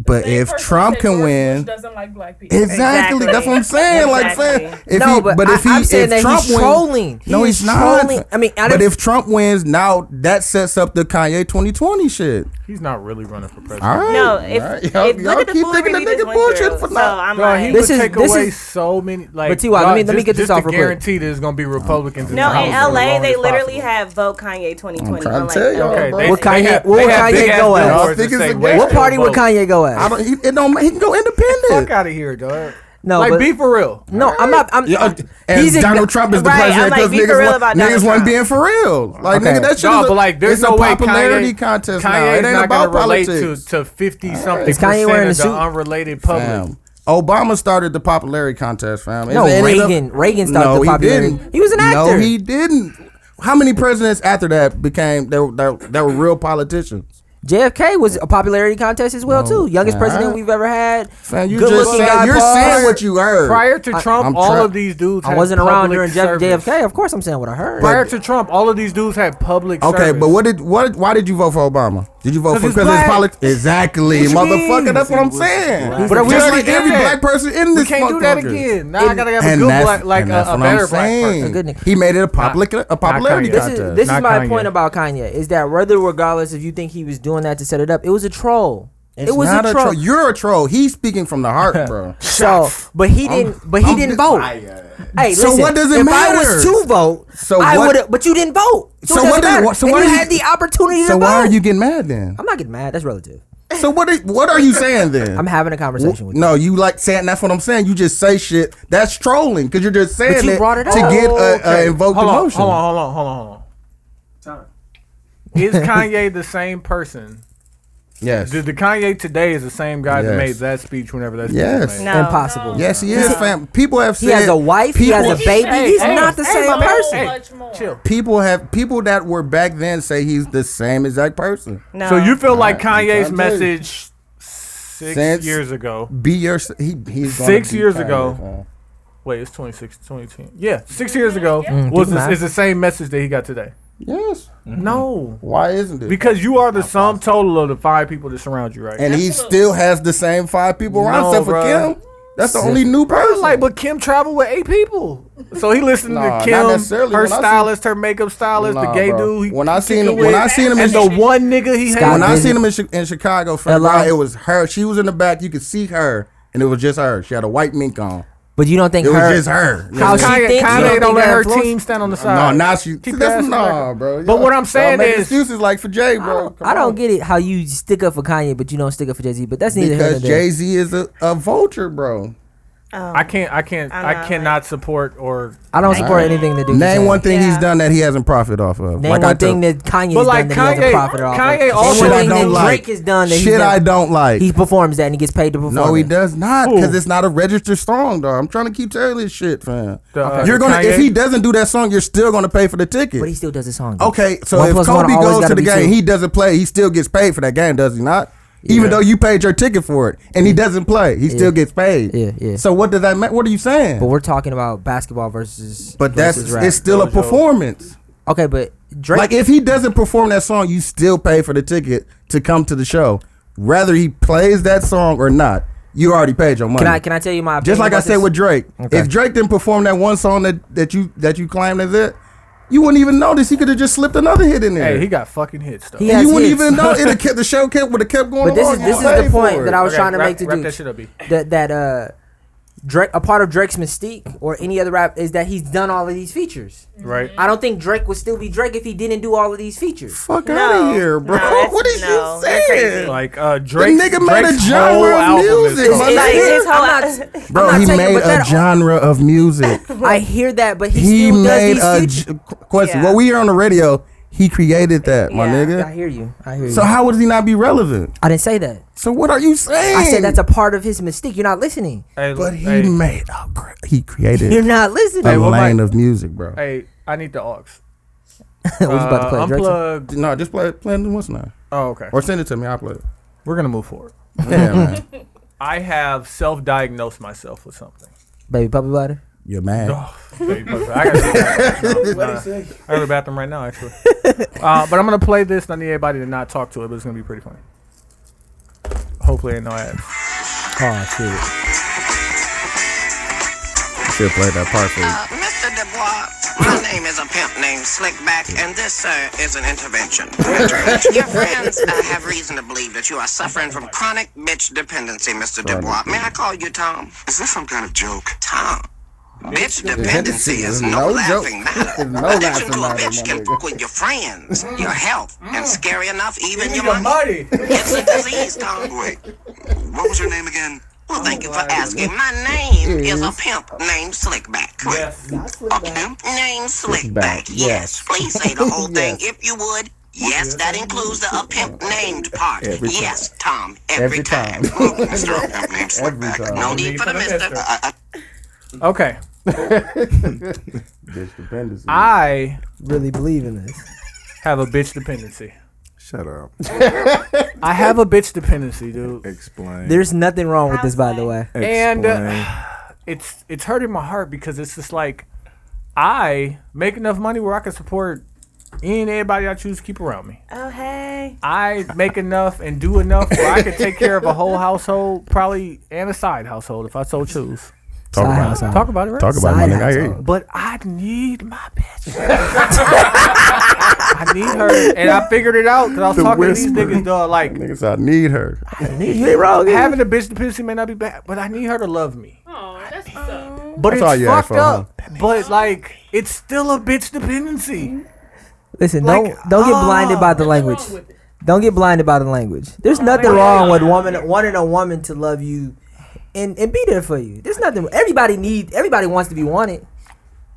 [SPEAKER 3] but
[SPEAKER 4] Same
[SPEAKER 3] if
[SPEAKER 4] person
[SPEAKER 3] Trump
[SPEAKER 4] said
[SPEAKER 3] can
[SPEAKER 4] George Bush
[SPEAKER 3] win,
[SPEAKER 4] doesn't like black people.
[SPEAKER 3] exactly.
[SPEAKER 5] Exactly.
[SPEAKER 3] That's what I'm saying. Like
[SPEAKER 5] Exactly.
[SPEAKER 3] saying if
[SPEAKER 1] no,
[SPEAKER 3] he,
[SPEAKER 1] but,
[SPEAKER 3] but if
[SPEAKER 1] I,
[SPEAKER 3] he,
[SPEAKER 1] am saying
[SPEAKER 3] if
[SPEAKER 1] that
[SPEAKER 3] Trump
[SPEAKER 1] he's
[SPEAKER 3] wins,
[SPEAKER 1] trolling. He
[SPEAKER 3] no,
[SPEAKER 1] is
[SPEAKER 3] he's not.
[SPEAKER 1] trolling. I mean, I
[SPEAKER 3] but
[SPEAKER 1] don't-
[SPEAKER 3] if Trump wins now, that sets up the Kanye 2020 shit.
[SPEAKER 2] He's not really running for president.
[SPEAKER 3] All right.
[SPEAKER 5] No, if,
[SPEAKER 3] All right.
[SPEAKER 5] if
[SPEAKER 3] Y'all-
[SPEAKER 5] look
[SPEAKER 3] y'all
[SPEAKER 5] at the
[SPEAKER 3] keep
[SPEAKER 5] food
[SPEAKER 3] thinking
[SPEAKER 5] review
[SPEAKER 3] that
[SPEAKER 5] this
[SPEAKER 3] nigga
[SPEAKER 5] went
[SPEAKER 3] bullshit
[SPEAKER 5] through.
[SPEAKER 3] for
[SPEAKER 5] so
[SPEAKER 3] not-
[SPEAKER 5] I'm
[SPEAKER 2] Bro, he
[SPEAKER 5] like,
[SPEAKER 1] This
[SPEAKER 2] would
[SPEAKER 1] is-
[SPEAKER 2] take
[SPEAKER 1] this
[SPEAKER 2] away
[SPEAKER 1] is-
[SPEAKER 2] so many. Like,
[SPEAKER 1] But T.Y., let
[SPEAKER 2] dog,
[SPEAKER 1] me- let me
[SPEAKER 2] just-
[SPEAKER 1] get this
[SPEAKER 2] just
[SPEAKER 1] off
[SPEAKER 2] to
[SPEAKER 1] real quick.
[SPEAKER 2] guarantee there's gonna be Republicans.
[SPEAKER 5] no,
[SPEAKER 2] Congress
[SPEAKER 5] in
[SPEAKER 2] for as
[SPEAKER 5] LA
[SPEAKER 2] long
[SPEAKER 5] they
[SPEAKER 2] as
[SPEAKER 5] literally
[SPEAKER 2] possible.
[SPEAKER 5] have vote Kanye 2020.
[SPEAKER 3] trying to
[SPEAKER 5] I'm like,
[SPEAKER 3] tell y'all,
[SPEAKER 5] okay,
[SPEAKER 2] Okay,
[SPEAKER 3] bro.
[SPEAKER 2] they,
[SPEAKER 1] What
[SPEAKER 2] they
[SPEAKER 1] Kanye-
[SPEAKER 2] have-
[SPEAKER 1] what
[SPEAKER 2] they
[SPEAKER 1] would
[SPEAKER 2] have
[SPEAKER 1] Kanye
[SPEAKER 2] big ass
[SPEAKER 1] go as?
[SPEAKER 2] doors
[SPEAKER 3] I
[SPEAKER 2] that
[SPEAKER 3] think it's
[SPEAKER 2] say
[SPEAKER 3] a-
[SPEAKER 2] wait
[SPEAKER 3] What
[SPEAKER 1] What
[SPEAKER 2] till
[SPEAKER 1] party would
[SPEAKER 2] vote.
[SPEAKER 1] Kanye go at?
[SPEAKER 3] I don't. He, it don't. He can go independent.
[SPEAKER 2] Fuck out of here, dog.
[SPEAKER 1] no,
[SPEAKER 2] like,
[SPEAKER 1] but,
[SPEAKER 2] be for real.
[SPEAKER 1] no, I'm not. I'm.
[SPEAKER 3] Yeah, and
[SPEAKER 1] uh, he's
[SPEAKER 3] Donald
[SPEAKER 1] igno-
[SPEAKER 3] Trump is the
[SPEAKER 5] Right,
[SPEAKER 3] president
[SPEAKER 5] I'm
[SPEAKER 3] because
[SPEAKER 5] like, be for
[SPEAKER 3] niggas,
[SPEAKER 5] real
[SPEAKER 3] want,
[SPEAKER 5] about
[SPEAKER 3] niggas
[SPEAKER 5] Donald
[SPEAKER 3] wasn't
[SPEAKER 5] Trump.
[SPEAKER 3] being for real. Like,
[SPEAKER 1] Okay.
[SPEAKER 3] nigga, that shit
[SPEAKER 2] No,
[SPEAKER 3] is a,
[SPEAKER 2] but like, there's
[SPEAKER 3] it's
[SPEAKER 2] no
[SPEAKER 3] a
[SPEAKER 2] way
[SPEAKER 3] popularity
[SPEAKER 2] Kanye,
[SPEAKER 3] contest now.
[SPEAKER 2] Kanye's
[SPEAKER 3] It ain't
[SPEAKER 2] not
[SPEAKER 3] about
[SPEAKER 2] gonna relate
[SPEAKER 3] politics.
[SPEAKER 2] to to fifty something
[SPEAKER 1] Is Kanye
[SPEAKER 2] percent
[SPEAKER 1] wearing a
[SPEAKER 2] of
[SPEAKER 1] suit?
[SPEAKER 2] the unrelated public.
[SPEAKER 3] Fam. Obama started the popularity contest, fam.
[SPEAKER 1] No,
[SPEAKER 3] It ended
[SPEAKER 1] Reagan- Reagan started the popularity-
[SPEAKER 3] He, didn't.
[SPEAKER 1] He was an
[SPEAKER 3] No,
[SPEAKER 1] actor.
[SPEAKER 3] he didn't. How many presidents after that became they were, they were, they were real politicians?
[SPEAKER 1] JFK was a popularity contest as well too. Youngest
[SPEAKER 3] Nah.
[SPEAKER 1] president we've ever had.
[SPEAKER 3] Fam, you
[SPEAKER 1] Good
[SPEAKER 3] just
[SPEAKER 1] looking
[SPEAKER 3] saying,
[SPEAKER 1] guy,
[SPEAKER 3] you're
[SPEAKER 1] Paul.
[SPEAKER 3] saying what you heard.
[SPEAKER 2] Prior to Trump,
[SPEAKER 3] I'm
[SPEAKER 2] all
[SPEAKER 3] try-
[SPEAKER 2] of these dudes.
[SPEAKER 1] I
[SPEAKER 2] had
[SPEAKER 1] wasn't around
[SPEAKER 2] public
[SPEAKER 1] during Jeff-
[SPEAKER 2] service.
[SPEAKER 1] JFK. Of course, I'm saying what I heard.
[SPEAKER 2] Prior to Trump, all of these dudes had public.
[SPEAKER 3] okay,
[SPEAKER 2] service.
[SPEAKER 3] but what did what? Why did you vote for Obama? Did you vote
[SPEAKER 2] 'Cause
[SPEAKER 3] for
[SPEAKER 2] he's
[SPEAKER 3] because his
[SPEAKER 2] black.
[SPEAKER 3] politics? Exactly,
[SPEAKER 2] Which
[SPEAKER 3] motherfucker.
[SPEAKER 2] means
[SPEAKER 3] That's what
[SPEAKER 2] he
[SPEAKER 3] I'm
[SPEAKER 2] was
[SPEAKER 3] saying.
[SPEAKER 2] black.
[SPEAKER 3] But
[SPEAKER 2] But
[SPEAKER 3] we
[SPEAKER 2] we
[SPEAKER 3] just
[SPEAKER 2] already
[SPEAKER 3] like
[SPEAKER 2] did
[SPEAKER 3] every
[SPEAKER 2] that.
[SPEAKER 3] black person in
[SPEAKER 2] We
[SPEAKER 3] this.
[SPEAKER 2] can't do that
[SPEAKER 3] motherfucker.
[SPEAKER 2] again. Now I gotta have a
[SPEAKER 3] And
[SPEAKER 2] good
[SPEAKER 3] that's-
[SPEAKER 2] black, like
[SPEAKER 3] and
[SPEAKER 2] a,
[SPEAKER 3] that's
[SPEAKER 2] a
[SPEAKER 3] what I'm
[SPEAKER 2] better black
[SPEAKER 3] saying.
[SPEAKER 2] person.
[SPEAKER 1] Good nigga.
[SPEAKER 3] He made it a public a popularity
[SPEAKER 2] Kanye.
[SPEAKER 1] this
[SPEAKER 3] contest.
[SPEAKER 1] is this is
[SPEAKER 2] Not
[SPEAKER 1] my
[SPEAKER 2] Kanye.
[SPEAKER 1] point about Kanye is that whether regardless if you think he was doing that to set it up, it was a troll.
[SPEAKER 3] It's
[SPEAKER 1] it was
[SPEAKER 3] not
[SPEAKER 1] a troll.
[SPEAKER 3] You're a troll. He's speaking from
[SPEAKER 2] *laughs*
[SPEAKER 3] the heart, bro.
[SPEAKER 1] so, but he didn't. but he
[SPEAKER 3] I'm
[SPEAKER 1] didn't
[SPEAKER 3] just-
[SPEAKER 1] vote. hey,
[SPEAKER 3] So
[SPEAKER 1] listen,
[SPEAKER 3] what does it
[SPEAKER 1] if
[SPEAKER 3] matter?
[SPEAKER 1] I was to vote,
[SPEAKER 3] So
[SPEAKER 1] so I
[SPEAKER 3] what-
[SPEAKER 1] would. But you didn't vote. So,
[SPEAKER 3] So
[SPEAKER 1] it doesn't
[SPEAKER 3] what does-
[SPEAKER 1] matter.
[SPEAKER 3] so
[SPEAKER 1] and
[SPEAKER 3] why
[SPEAKER 1] you
[SPEAKER 3] do you-
[SPEAKER 1] had the opportunity to
[SPEAKER 3] So
[SPEAKER 1] vote.
[SPEAKER 3] why are you getting mad then?
[SPEAKER 1] I'm not getting mad. That's relative.
[SPEAKER 3] So what? Are, what are you saying then?
[SPEAKER 1] I'm having a conversation with you.
[SPEAKER 3] no, you like saying that's what I'm saying. You just say shit. That's trolling because you're just saying
[SPEAKER 1] you
[SPEAKER 3] it,
[SPEAKER 1] brought it
[SPEAKER 3] to
[SPEAKER 1] up.
[SPEAKER 3] get a,
[SPEAKER 2] Okay,
[SPEAKER 3] a invoked
[SPEAKER 2] hold on,
[SPEAKER 3] emotion.
[SPEAKER 2] Hold on, hold on, hold on, hold on.
[SPEAKER 3] *laughs*
[SPEAKER 2] Is Kanye the same person?
[SPEAKER 3] Yes,
[SPEAKER 2] Did the Kanye today is the same guy that
[SPEAKER 3] Yes.
[SPEAKER 2] made that speech whenever that speech
[SPEAKER 3] Yes.
[SPEAKER 2] was made?
[SPEAKER 5] No.
[SPEAKER 1] Impossible.
[SPEAKER 3] yes, he is. Fam, people have
[SPEAKER 1] He
[SPEAKER 3] said
[SPEAKER 1] has a wife. He
[SPEAKER 3] people-
[SPEAKER 1] has a baby.
[SPEAKER 2] Hey,
[SPEAKER 1] He's
[SPEAKER 2] hey,
[SPEAKER 1] not the
[SPEAKER 2] hey,
[SPEAKER 1] same
[SPEAKER 2] my man.
[SPEAKER 1] person.
[SPEAKER 2] Hey,
[SPEAKER 4] Much more.
[SPEAKER 2] chill.
[SPEAKER 3] People have people that were back then say he's the same exact person.
[SPEAKER 5] no.
[SPEAKER 2] So you feel like
[SPEAKER 3] Alright,
[SPEAKER 2] Kanye's
[SPEAKER 3] I'm trying to tell you.
[SPEAKER 2] message six
[SPEAKER 3] Since-
[SPEAKER 2] years ago?
[SPEAKER 3] Be your he, he's gonna
[SPEAKER 2] Six
[SPEAKER 3] be um,
[SPEAKER 2] years
[SPEAKER 3] Kanye,
[SPEAKER 2] ago.
[SPEAKER 3] fam.
[SPEAKER 2] Wait, it's 26, 2010. Yeah, six years ago
[SPEAKER 3] Mm,
[SPEAKER 1] keep
[SPEAKER 2] was
[SPEAKER 1] him
[SPEAKER 2] the,
[SPEAKER 1] out.
[SPEAKER 2] is the same message that he got today.
[SPEAKER 3] Yes.
[SPEAKER 2] No,
[SPEAKER 3] Why isn't it?
[SPEAKER 2] because you are the sum total of the five people that surround you, right?
[SPEAKER 3] and he
[SPEAKER 4] Absolutely.
[SPEAKER 3] still has the same five people around
[SPEAKER 2] No,
[SPEAKER 3] except for
[SPEAKER 2] bruh.
[SPEAKER 3] Kim. That's the only new
[SPEAKER 2] Bro,
[SPEAKER 3] person.
[SPEAKER 2] like, but Kim traveled with eight people, so he listened
[SPEAKER 3] Nah,
[SPEAKER 2] to
[SPEAKER 3] not
[SPEAKER 2] Kim,
[SPEAKER 3] necessarily.
[SPEAKER 2] her
[SPEAKER 3] When I seen-
[SPEAKER 2] stylist, her makeup stylist,
[SPEAKER 3] Nah,
[SPEAKER 2] the gay
[SPEAKER 3] bro.
[SPEAKER 2] dude. He
[SPEAKER 3] When I seen
[SPEAKER 2] kicking
[SPEAKER 3] him- when
[SPEAKER 2] with,
[SPEAKER 3] I seen him in
[SPEAKER 2] and the
[SPEAKER 3] Scott-
[SPEAKER 2] one nigga he
[SPEAKER 1] Scott
[SPEAKER 3] when
[SPEAKER 2] had.
[SPEAKER 3] I
[SPEAKER 1] Vision.
[SPEAKER 3] seen him in, Chi- in Chicago, Frank,
[SPEAKER 1] Hello?
[SPEAKER 3] bro, it was her. She was in the back. You could see her, and it was just her. She had a white mink on.
[SPEAKER 1] But you don't think
[SPEAKER 3] It was
[SPEAKER 1] her?
[SPEAKER 3] just her.
[SPEAKER 1] How she
[SPEAKER 2] Kanye,
[SPEAKER 1] thinks? you
[SPEAKER 2] Kanye
[SPEAKER 1] don't
[SPEAKER 2] don't
[SPEAKER 1] think
[SPEAKER 2] let
[SPEAKER 1] her
[SPEAKER 2] her
[SPEAKER 1] influence-
[SPEAKER 2] team stand on the
[SPEAKER 3] No,
[SPEAKER 2] side.
[SPEAKER 3] now she.
[SPEAKER 2] Keep
[SPEAKER 3] that's
[SPEAKER 2] passing
[SPEAKER 3] nah,
[SPEAKER 2] back.
[SPEAKER 3] bro.
[SPEAKER 2] But what I'm saying
[SPEAKER 3] y'all make
[SPEAKER 2] is-
[SPEAKER 3] excuses like for Jay,
[SPEAKER 1] I
[SPEAKER 3] bro.
[SPEAKER 1] don't, I don't get it how you stick up for Kanye, but you don't stick up for Jay Z. But that's neither here nor
[SPEAKER 3] because
[SPEAKER 1] there.
[SPEAKER 3] Jay Z is a, a vulture, bro.
[SPEAKER 5] Oh.
[SPEAKER 2] I can't, I can't,
[SPEAKER 5] I'm
[SPEAKER 2] I
[SPEAKER 5] not
[SPEAKER 2] cannot support or.
[SPEAKER 1] I don't support anything that Duke. is
[SPEAKER 3] Name
[SPEAKER 1] saying.
[SPEAKER 3] one thing he's
[SPEAKER 5] Yeah.
[SPEAKER 3] done that he hasn't profited off of.
[SPEAKER 1] Name
[SPEAKER 3] like I
[SPEAKER 1] one
[SPEAKER 3] took-
[SPEAKER 1] thing that Kanye
[SPEAKER 2] But
[SPEAKER 1] has done
[SPEAKER 2] like
[SPEAKER 1] that he
[SPEAKER 2] Kanye-
[SPEAKER 1] doesn't profit off.
[SPEAKER 2] Kanye
[SPEAKER 1] of.
[SPEAKER 2] also-
[SPEAKER 1] Name one
[SPEAKER 2] Shit I
[SPEAKER 1] thing
[SPEAKER 2] don't
[SPEAKER 1] that
[SPEAKER 3] like.
[SPEAKER 1] Drake has done that he's
[SPEAKER 3] Shit,
[SPEAKER 1] done-
[SPEAKER 3] I don't like.
[SPEAKER 1] He performs that and he gets paid to perform.
[SPEAKER 3] No, he
[SPEAKER 1] it.
[SPEAKER 3] does not,
[SPEAKER 2] Who?
[SPEAKER 3] because it's not a registered song, dog. I'm trying to keep telling this shit, fam.
[SPEAKER 2] The, uh,
[SPEAKER 3] you're gonna if
[SPEAKER 2] Kanye?
[SPEAKER 3] he doesn't do that song, you're still gonna pay for the ticket.
[SPEAKER 1] But he still does his song.
[SPEAKER 3] okay, so
[SPEAKER 1] One
[SPEAKER 3] if
[SPEAKER 1] plus one
[SPEAKER 3] Kobe
[SPEAKER 1] always
[SPEAKER 3] goes
[SPEAKER 1] gotta
[SPEAKER 3] to the
[SPEAKER 1] be
[SPEAKER 3] game,
[SPEAKER 1] two.
[SPEAKER 3] he doesn't play. He still gets paid for that game, does he not? Even though you paid your ticket for it, and he doesn't play, he
[SPEAKER 1] Yeah.
[SPEAKER 3] still gets paid.
[SPEAKER 1] Yeah, yeah.
[SPEAKER 3] So what does that matter? What are you saying?
[SPEAKER 1] But
[SPEAKER 3] But,
[SPEAKER 1] we're talking about basketball versus.
[SPEAKER 3] that's
[SPEAKER 1] versus rap.
[SPEAKER 3] it's still a performance.
[SPEAKER 1] okay, but Drake.
[SPEAKER 3] Like if he doesn't perform that song, you still pay for the ticket to come to the show, whether he plays that song or not. You already paid your money.
[SPEAKER 1] can I can I tell you my opinion
[SPEAKER 3] Just like I
[SPEAKER 1] about
[SPEAKER 3] said
[SPEAKER 1] this?
[SPEAKER 3] with Drake,
[SPEAKER 1] Okay.
[SPEAKER 3] if Drake didn't perform that one song that, that you that you claimed as it, you wouldn't even notice. He could have just slipped another hit in there.
[SPEAKER 2] Hey, he got fucking hits though.
[SPEAKER 1] He
[SPEAKER 3] And
[SPEAKER 1] has
[SPEAKER 3] you wouldn't
[SPEAKER 1] hits. *laughs*
[SPEAKER 3] even know. It kept the show kept would have kept going.
[SPEAKER 1] But this
[SPEAKER 3] along.
[SPEAKER 1] is
[SPEAKER 3] You
[SPEAKER 1] this is
[SPEAKER 3] paid
[SPEAKER 1] the
[SPEAKER 3] for
[SPEAKER 1] point
[SPEAKER 3] it.
[SPEAKER 1] that I was
[SPEAKER 2] Okay,
[SPEAKER 1] trying to
[SPEAKER 2] wrap-
[SPEAKER 1] make to
[SPEAKER 2] wrap
[SPEAKER 1] Duke.
[SPEAKER 2] that shit up, B.
[SPEAKER 1] That that uh, Drake a part of Drake's mystique or any other rap is that he's done all of these features.
[SPEAKER 3] Mm-hmm.
[SPEAKER 2] Right.
[SPEAKER 1] I don't think Drake would still be Drake if he didn't do all of these features.
[SPEAKER 3] fuck
[SPEAKER 5] No,
[SPEAKER 3] out of here, bro.
[SPEAKER 5] no,
[SPEAKER 3] *laughs*
[SPEAKER 5] that's-
[SPEAKER 3] what is
[SPEAKER 5] no,
[SPEAKER 3] you
[SPEAKER 5] that's
[SPEAKER 3] saying?
[SPEAKER 5] crazy.
[SPEAKER 2] Like uh, Drake.
[SPEAKER 3] nigga made a
[SPEAKER 2] Drake's
[SPEAKER 3] genre
[SPEAKER 2] whole
[SPEAKER 3] of
[SPEAKER 2] album is
[SPEAKER 3] music,
[SPEAKER 2] dope.
[SPEAKER 3] my
[SPEAKER 5] Like,
[SPEAKER 3] nigga.
[SPEAKER 5] his whole- *laughs*
[SPEAKER 1] I'm not,
[SPEAKER 3] Bro,
[SPEAKER 1] I'm not
[SPEAKER 3] he
[SPEAKER 1] taking-
[SPEAKER 3] made
[SPEAKER 1] but
[SPEAKER 3] a
[SPEAKER 1] that-
[SPEAKER 3] genre of music.
[SPEAKER 1] I hear that, but *laughs* he,
[SPEAKER 3] he
[SPEAKER 1] still
[SPEAKER 3] made
[SPEAKER 1] does
[SPEAKER 3] a
[SPEAKER 1] these features.
[SPEAKER 3] j- question.
[SPEAKER 5] Yeah.
[SPEAKER 3] What we hear on the radio, he created that, my
[SPEAKER 5] Yeah,
[SPEAKER 1] I
[SPEAKER 3] nigga.
[SPEAKER 1] hear you. I hear you.
[SPEAKER 3] So how would he not be relevant?
[SPEAKER 1] I didn't say that.
[SPEAKER 3] So what are you saying?
[SPEAKER 1] I said that's a part of his mystique. You're not listening.
[SPEAKER 2] Hey,
[SPEAKER 3] But he
[SPEAKER 2] hey,
[SPEAKER 3] made a cr- he created
[SPEAKER 1] You're not listening. *laughs*
[SPEAKER 3] a
[SPEAKER 1] I was
[SPEAKER 2] what
[SPEAKER 3] lane
[SPEAKER 2] might-
[SPEAKER 3] of music, bro.
[SPEAKER 2] hey, I need the aux.
[SPEAKER 1] about to play
[SPEAKER 2] Uh,
[SPEAKER 1] a Drake song.
[SPEAKER 2] unplug.
[SPEAKER 3] No, just play play it once now,
[SPEAKER 2] Oh, okay.
[SPEAKER 3] or send it to me. I'll play it.
[SPEAKER 2] We're gonna move forward.
[SPEAKER 3] *laughs* Yeah, man.
[SPEAKER 2] I have self-diagnosed myself with something.
[SPEAKER 1] Baby puppy butter.
[SPEAKER 3] You're mad.
[SPEAKER 2] Oh, baby, I gotta go to
[SPEAKER 3] *laughs*
[SPEAKER 2] the bathroom. No, no. I go to the bathroom right now, actually. Uh, but I'm gonna play this, and I need everybody to not talk to it, but it's gonna be pretty funny. Hopefully, ain't no ads.
[SPEAKER 1] Oh shit.
[SPEAKER 3] Should play that part for you.
[SPEAKER 7] Uh, Mr. Dubois, my name is a pimp named Slickback, and this, sir, is an intervention. Your friends uh, have reason to believe that you are suffering from chronic bitch dependency, Mr. Dubois. May I call you Tom? Is this some kind of joke? Tom. Bitch dependency is no,
[SPEAKER 3] No joke.
[SPEAKER 7] laughing matter. Mm.
[SPEAKER 3] It's no
[SPEAKER 7] Addiction to a
[SPEAKER 3] laughing matter,
[SPEAKER 7] bitch
[SPEAKER 3] my
[SPEAKER 7] can
[SPEAKER 3] nigga.
[SPEAKER 7] fuck with your friends, your health, and scary enough, even your money. It's a disease, Tom. *laughs* Wait, what was your name again? Well, thank you for asking. Oh, My name is a pimp named Slickback. Yes. A pimp named Slickback. Yes. Please say the
[SPEAKER 3] *laughs*
[SPEAKER 7] whole thing if you would. Yes, that includes the a pimp named part. yes, Tom. Every,
[SPEAKER 3] Every
[SPEAKER 7] time. *laughs*
[SPEAKER 3] time.
[SPEAKER 7] Well, Mr. A pimp named
[SPEAKER 3] *laughs* Every
[SPEAKER 7] Slickback.
[SPEAKER 3] time.
[SPEAKER 7] No need for the mister. Uh, I- I-
[SPEAKER 2] Okay,
[SPEAKER 3] Bitch dependency.
[SPEAKER 2] I
[SPEAKER 1] Really believe in this.
[SPEAKER 2] have a bitch dependency.
[SPEAKER 8] Shut up.
[SPEAKER 2] I have a bitch dependency, dude,
[SPEAKER 8] Explain.
[SPEAKER 1] There's nothing wrong with this, by the way.
[SPEAKER 2] and
[SPEAKER 8] Explain.
[SPEAKER 2] uh, it's it's hurting my heart because it's just like I make enough money where I can support any and everybody I choose to keep around me.
[SPEAKER 5] Oh hey.
[SPEAKER 2] I make enough and do enough where I could take care of a whole household, probably and a side household if I so choose.
[SPEAKER 3] talk
[SPEAKER 1] Side
[SPEAKER 3] about it.
[SPEAKER 1] hustle.
[SPEAKER 2] Talk about it, right?
[SPEAKER 3] Talk about it, my
[SPEAKER 1] Side
[SPEAKER 3] nigga. I hear
[SPEAKER 1] hustle.
[SPEAKER 3] you.
[SPEAKER 2] But I need my bitch. I need her, and I figured it out because I was
[SPEAKER 3] The
[SPEAKER 2] talking to
[SPEAKER 3] whisper.
[SPEAKER 2] these niggas, dog. Like
[SPEAKER 3] Niggas, I need her.
[SPEAKER 1] You ain't wrong.
[SPEAKER 2] having a bitch dependency may not be bad, but I need her to love me.
[SPEAKER 4] Oh, that's what's up.
[SPEAKER 2] But
[SPEAKER 3] That's all
[SPEAKER 2] it's
[SPEAKER 3] you ask
[SPEAKER 2] fucked
[SPEAKER 3] for,
[SPEAKER 2] up. But like, it's still a bitch dependency.
[SPEAKER 1] Listen,
[SPEAKER 2] Like,
[SPEAKER 1] don't don't get blinded by the language.
[SPEAKER 4] What's wrong with it?
[SPEAKER 1] Don't get blinded by the language. There's nothing wrong with woman wanting a woman to love you and, and be there for you. There's nothing. Everybody need. Everybody wants to be wanted.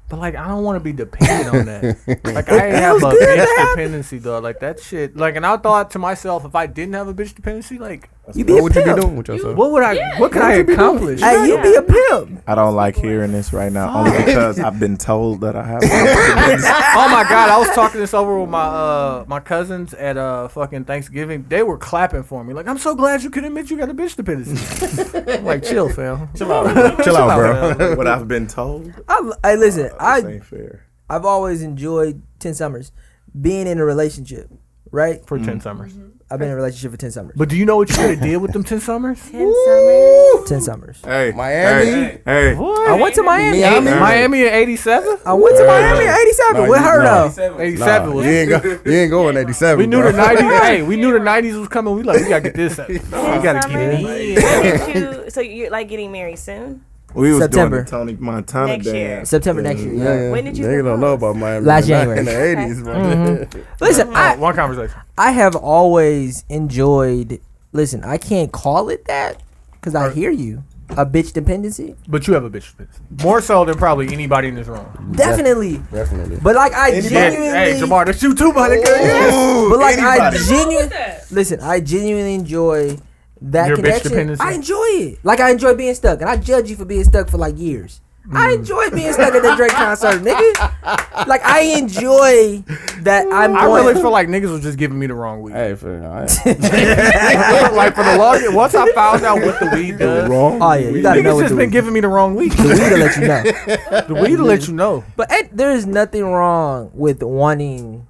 [SPEAKER 2] But like, I don't want to be dependent on
[SPEAKER 3] *laughs*
[SPEAKER 2] that. Like, I
[SPEAKER 1] It
[SPEAKER 2] have a
[SPEAKER 1] feels good to
[SPEAKER 2] bitch
[SPEAKER 1] have-
[SPEAKER 2] dependency, dog. Like that shit. Like, and I thought to myself, if I didn't have a bitch dependency, like,
[SPEAKER 1] You be
[SPEAKER 3] What
[SPEAKER 1] a
[SPEAKER 3] would you be
[SPEAKER 1] pimp.
[SPEAKER 3] doing with yourself?
[SPEAKER 2] what would I? What could I accomplish?
[SPEAKER 1] Hey, you be a pimp.
[SPEAKER 8] I don't like hearing this right now, only because I've been told that I have.
[SPEAKER 2] oh my god, I was talking this over with my uh my cousins at uh fucking Thanksgiving. They were clapping for me. Like, I'm so glad you can admit you got a bitch dependency.
[SPEAKER 1] *laughs*
[SPEAKER 2] I'm like, chill, fam.
[SPEAKER 8] Chill out,
[SPEAKER 3] Chill out, bro.
[SPEAKER 8] bro. what I've been told.
[SPEAKER 1] I, I listen.
[SPEAKER 8] This
[SPEAKER 1] I
[SPEAKER 8] ain't fair.
[SPEAKER 1] I've always enjoyed ten summers being in a relationship, right?
[SPEAKER 2] For 10 summers.
[SPEAKER 1] I've been in a relationship for ten summers.
[SPEAKER 2] But do you know what you could have did with them ten summers?
[SPEAKER 5] Ten summers.
[SPEAKER 1] Ten summers.
[SPEAKER 8] Hey,
[SPEAKER 3] Miami?
[SPEAKER 8] Hey, hey.
[SPEAKER 1] I went to Miami.
[SPEAKER 2] Miami, Miami in '87.
[SPEAKER 1] I went to Miami in '87
[SPEAKER 3] No,
[SPEAKER 1] with
[SPEAKER 3] you-
[SPEAKER 1] her
[SPEAKER 3] no.
[SPEAKER 1] though.
[SPEAKER 2] '87
[SPEAKER 3] Nah,
[SPEAKER 2] was.
[SPEAKER 3] you ain't go, you ain't going eighty seven.
[SPEAKER 2] We knew the
[SPEAKER 3] *laughs*
[SPEAKER 2] '90s. hey, we knew the '90s was coming. We like, we gotta get this. Up. We gotta get it.
[SPEAKER 5] When did you, so you're like getting married soon?
[SPEAKER 8] We was
[SPEAKER 1] September.
[SPEAKER 8] doing the Tony Montana
[SPEAKER 5] Next
[SPEAKER 8] dance.
[SPEAKER 5] year.
[SPEAKER 1] September next year. Yeah.
[SPEAKER 5] When did you
[SPEAKER 3] They don't know about
[SPEAKER 5] propose?
[SPEAKER 3] Miami.
[SPEAKER 1] Last
[SPEAKER 3] Not
[SPEAKER 1] January.
[SPEAKER 3] in the eighties.
[SPEAKER 1] Listen,
[SPEAKER 2] Oh,
[SPEAKER 1] I,
[SPEAKER 2] one conversation.
[SPEAKER 1] I have always enjoyed. Listen, I can't call it that because I hear you. A bitch dependency,
[SPEAKER 2] But you have a bitch face. More so than probably anybody in this room.
[SPEAKER 1] definitely.
[SPEAKER 3] *laughs* Definitely.
[SPEAKER 1] But like I
[SPEAKER 2] Yeah.
[SPEAKER 1] genuinely,
[SPEAKER 2] Hey, Jamar, that's you too, buddy.
[SPEAKER 1] but like I
[SPEAKER 4] What's
[SPEAKER 1] genuinely,
[SPEAKER 4] that?
[SPEAKER 1] listen, I genuinely enjoy that
[SPEAKER 2] Your bitch
[SPEAKER 1] connection.
[SPEAKER 2] dependency?
[SPEAKER 1] I enjoy it. Like I enjoy being stuck, and I judge you for being stuck for like years. I
[SPEAKER 2] Mm.
[SPEAKER 1] enjoy being stuck at the Drake concert, nigga. Like I enjoy that I'm.
[SPEAKER 2] I
[SPEAKER 1] going-
[SPEAKER 2] really feel like niggas was just giving me the wrong weed.
[SPEAKER 3] Hey, for, I, *laughs*
[SPEAKER 2] I feel like for the longest, once I found out what the weed does,
[SPEAKER 3] wrong.
[SPEAKER 1] Oh yeah, you gotta know
[SPEAKER 2] niggas
[SPEAKER 1] what
[SPEAKER 2] just
[SPEAKER 1] the
[SPEAKER 2] been
[SPEAKER 1] weed.
[SPEAKER 2] giving me the wrong weed.
[SPEAKER 1] The weed to let
[SPEAKER 2] *laughs*
[SPEAKER 1] you know.
[SPEAKER 2] the weed to let you know.
[SPEAKER 1] But eh, there is nothing wrong with wanting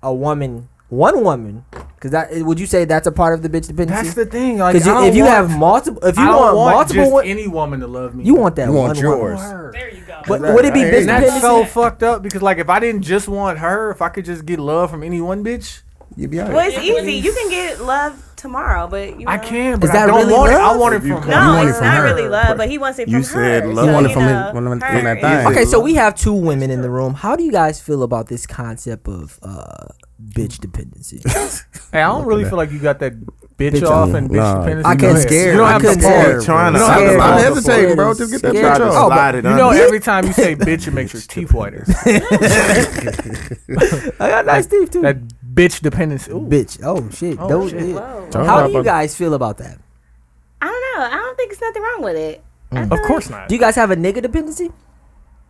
[SPEAKER 1] a woman, one woman, because that eh, would you say that's a part of the bitch
[SPEAKER 2] That's
[SPEAKER 1] dependency?
[SPEAKER 2] the thing. Like,
[SPEAKER 1] Because
[SPEAKER 2] I don't
[SPEAKER 1] if you
[SPEAKER 2] want-
[SPEAKER 1] have multiple, if you
[SPEAKER 2] I don't
[SPEAKER 1] want,
[SPEAKER 2] want
[SPEAKER 1] multiple,
[SPEAKER 2] just
[SPEAKER 1] wo-
[SPEAKER 2] any woman to love me.
[SPEAKER 1] you want that
[SPEAKER 3] You want
[SPEAKER 1] one
[SPEAKER 3] yours.
[SPEAKER 1] woman.
[SPEAKER 2] her.
[SPEAKER 4] There you go.
[SPEAKER 1] But would it be
[SPEAKER 3] I
[SPEAKER 1] bitch
[SPEAKER 3] ain't-
[SPEAKER 2] And that's
[SPEAKER 1] dependency?
[SPEAKER 2] so fucked up because like if I didn't just want her, if I could just get love from any one bitch,
[SPEAKER 3] You be all
[SPEAKER 5] Well,
[SPEAKER 3] right.
[SPEAKER 5] it's easy. You can get love tomorrow, but you
[SPEAKER 2] I
[SPEAKER 5] know.
[SPEAKER 2] can. But
[SPEAKER 1] Is that
[SPEAKER 2] I don't
[SPEAKER 1] really
[SPEAKER 2] want it. I
[SPEAKER 1] love?
[SPEAKER 2] want it
[SPEAKER 3] You
[SPEAKER 2] from
[SPEAKER 3] can-
[SPEAKER 2] her.
[SPEAKER 3] You
[SPEAKER 5] No,
[SPEAKER 3] want it
[SPEAKER 5] it's
[SPEAKER 3] from
[SPEAKER 5] not
[SPEAKER 3] her.
[SPEAKER 5] really love, but he wants it from
[SPEAKER 8] You
[SPEAKER 5] her.
[SPEAKER 8] said
[SPEAKER 5] so,
[SPEAKER 8] love.
[SPEAKER 3] You want it
[SPEAKER 5] you
[SPEAKER 3] from him-
[SPEAKER 5] know,
[SPEAKER 3] from that
[SPEAKER 5] her
[SPEAKER 3] thing.
[SPEAKER 5] is-
[SPEAKER 1] Okay, so we have two women in the room. How do you guys feel about this concept of uh, bitch
[SPEAKER 8] *laughs*
[SPEAKER 1] dependency?
[SPEAKER 2] Hey, I don't really feel like you got that bitch,
[SPEAKER 1] Bitch
[SPEAKER 2] off
[SPEAKER 1] off.
[SPEAKER 2] and bitch
[SPEAKER 3] Nah.
[SPEAKER 2] dependency.
[SPEAKER 1] I
[SPEAKER 2] Go
[SPEAKER 1] can't
[SPEAKER 2] ahead.
[SPEAKER 1] scare.
[SPEAKER 2] You don't
[SPEAKER 1] I
[SPEAKER 2] have
[SPEAKER 1] couldn't
[SPEAKER 2] to
[SPEAKER 1] scare.
[SPEAKER 2] pause.
[SPEAKER 8] Trying to
[SPEAKER 1] You don't
[SPEAKER 8] stop
[SPEAKER 1] have
[SPEAKER 8] the
[SPEAKER 1] pause
[SPEAKER 8] line.
[SPEAKER 1] before
[SPEAKER 3] Hesitating,
[SPEAKER 1] it
[SPEAKER 3] bro.
[SPEAKER 1] is
[SPEAKER 3] Just get that
[SPEAKER 1] scary.
[SPEAKER 3] bitch
[SPEAKER 8] Try to
[SPEAKER 1] Oh,
[SPEAKER 8] slide it
[SPEAKER 2] You
[SPEAKER 8] under.
[SPEAKER 2] know, every time you say bitch, it makes your teeth whiter.
[SPEAKER 1] but I got nice teeth too.
[SPEAKER 2] that bitch dependency. Ooh.
[SPEAKER 1] bitch. Oh shit.
[SPEAKER 2] Oh,
[SPEAKER 1] Don't-
[SPEAKER 2] shit.
[SPEAKER 1] yeah.
[SPEAKER 5] Whoa.
[SPEAKER 3] Talk
[SPEAKER 1] How
[SPEAKER 3] about
[SPEAKER 1] do you
[SPEAKER 3] it.
[SPEAKER 1] guys feel about that?
[SPEAKER 5] I don't know. I don't think it's nothing wrong with it. I feel
[SPEAKER 2] Of course not.
[SPEAKER 1] Do you guys have a nigga dependency?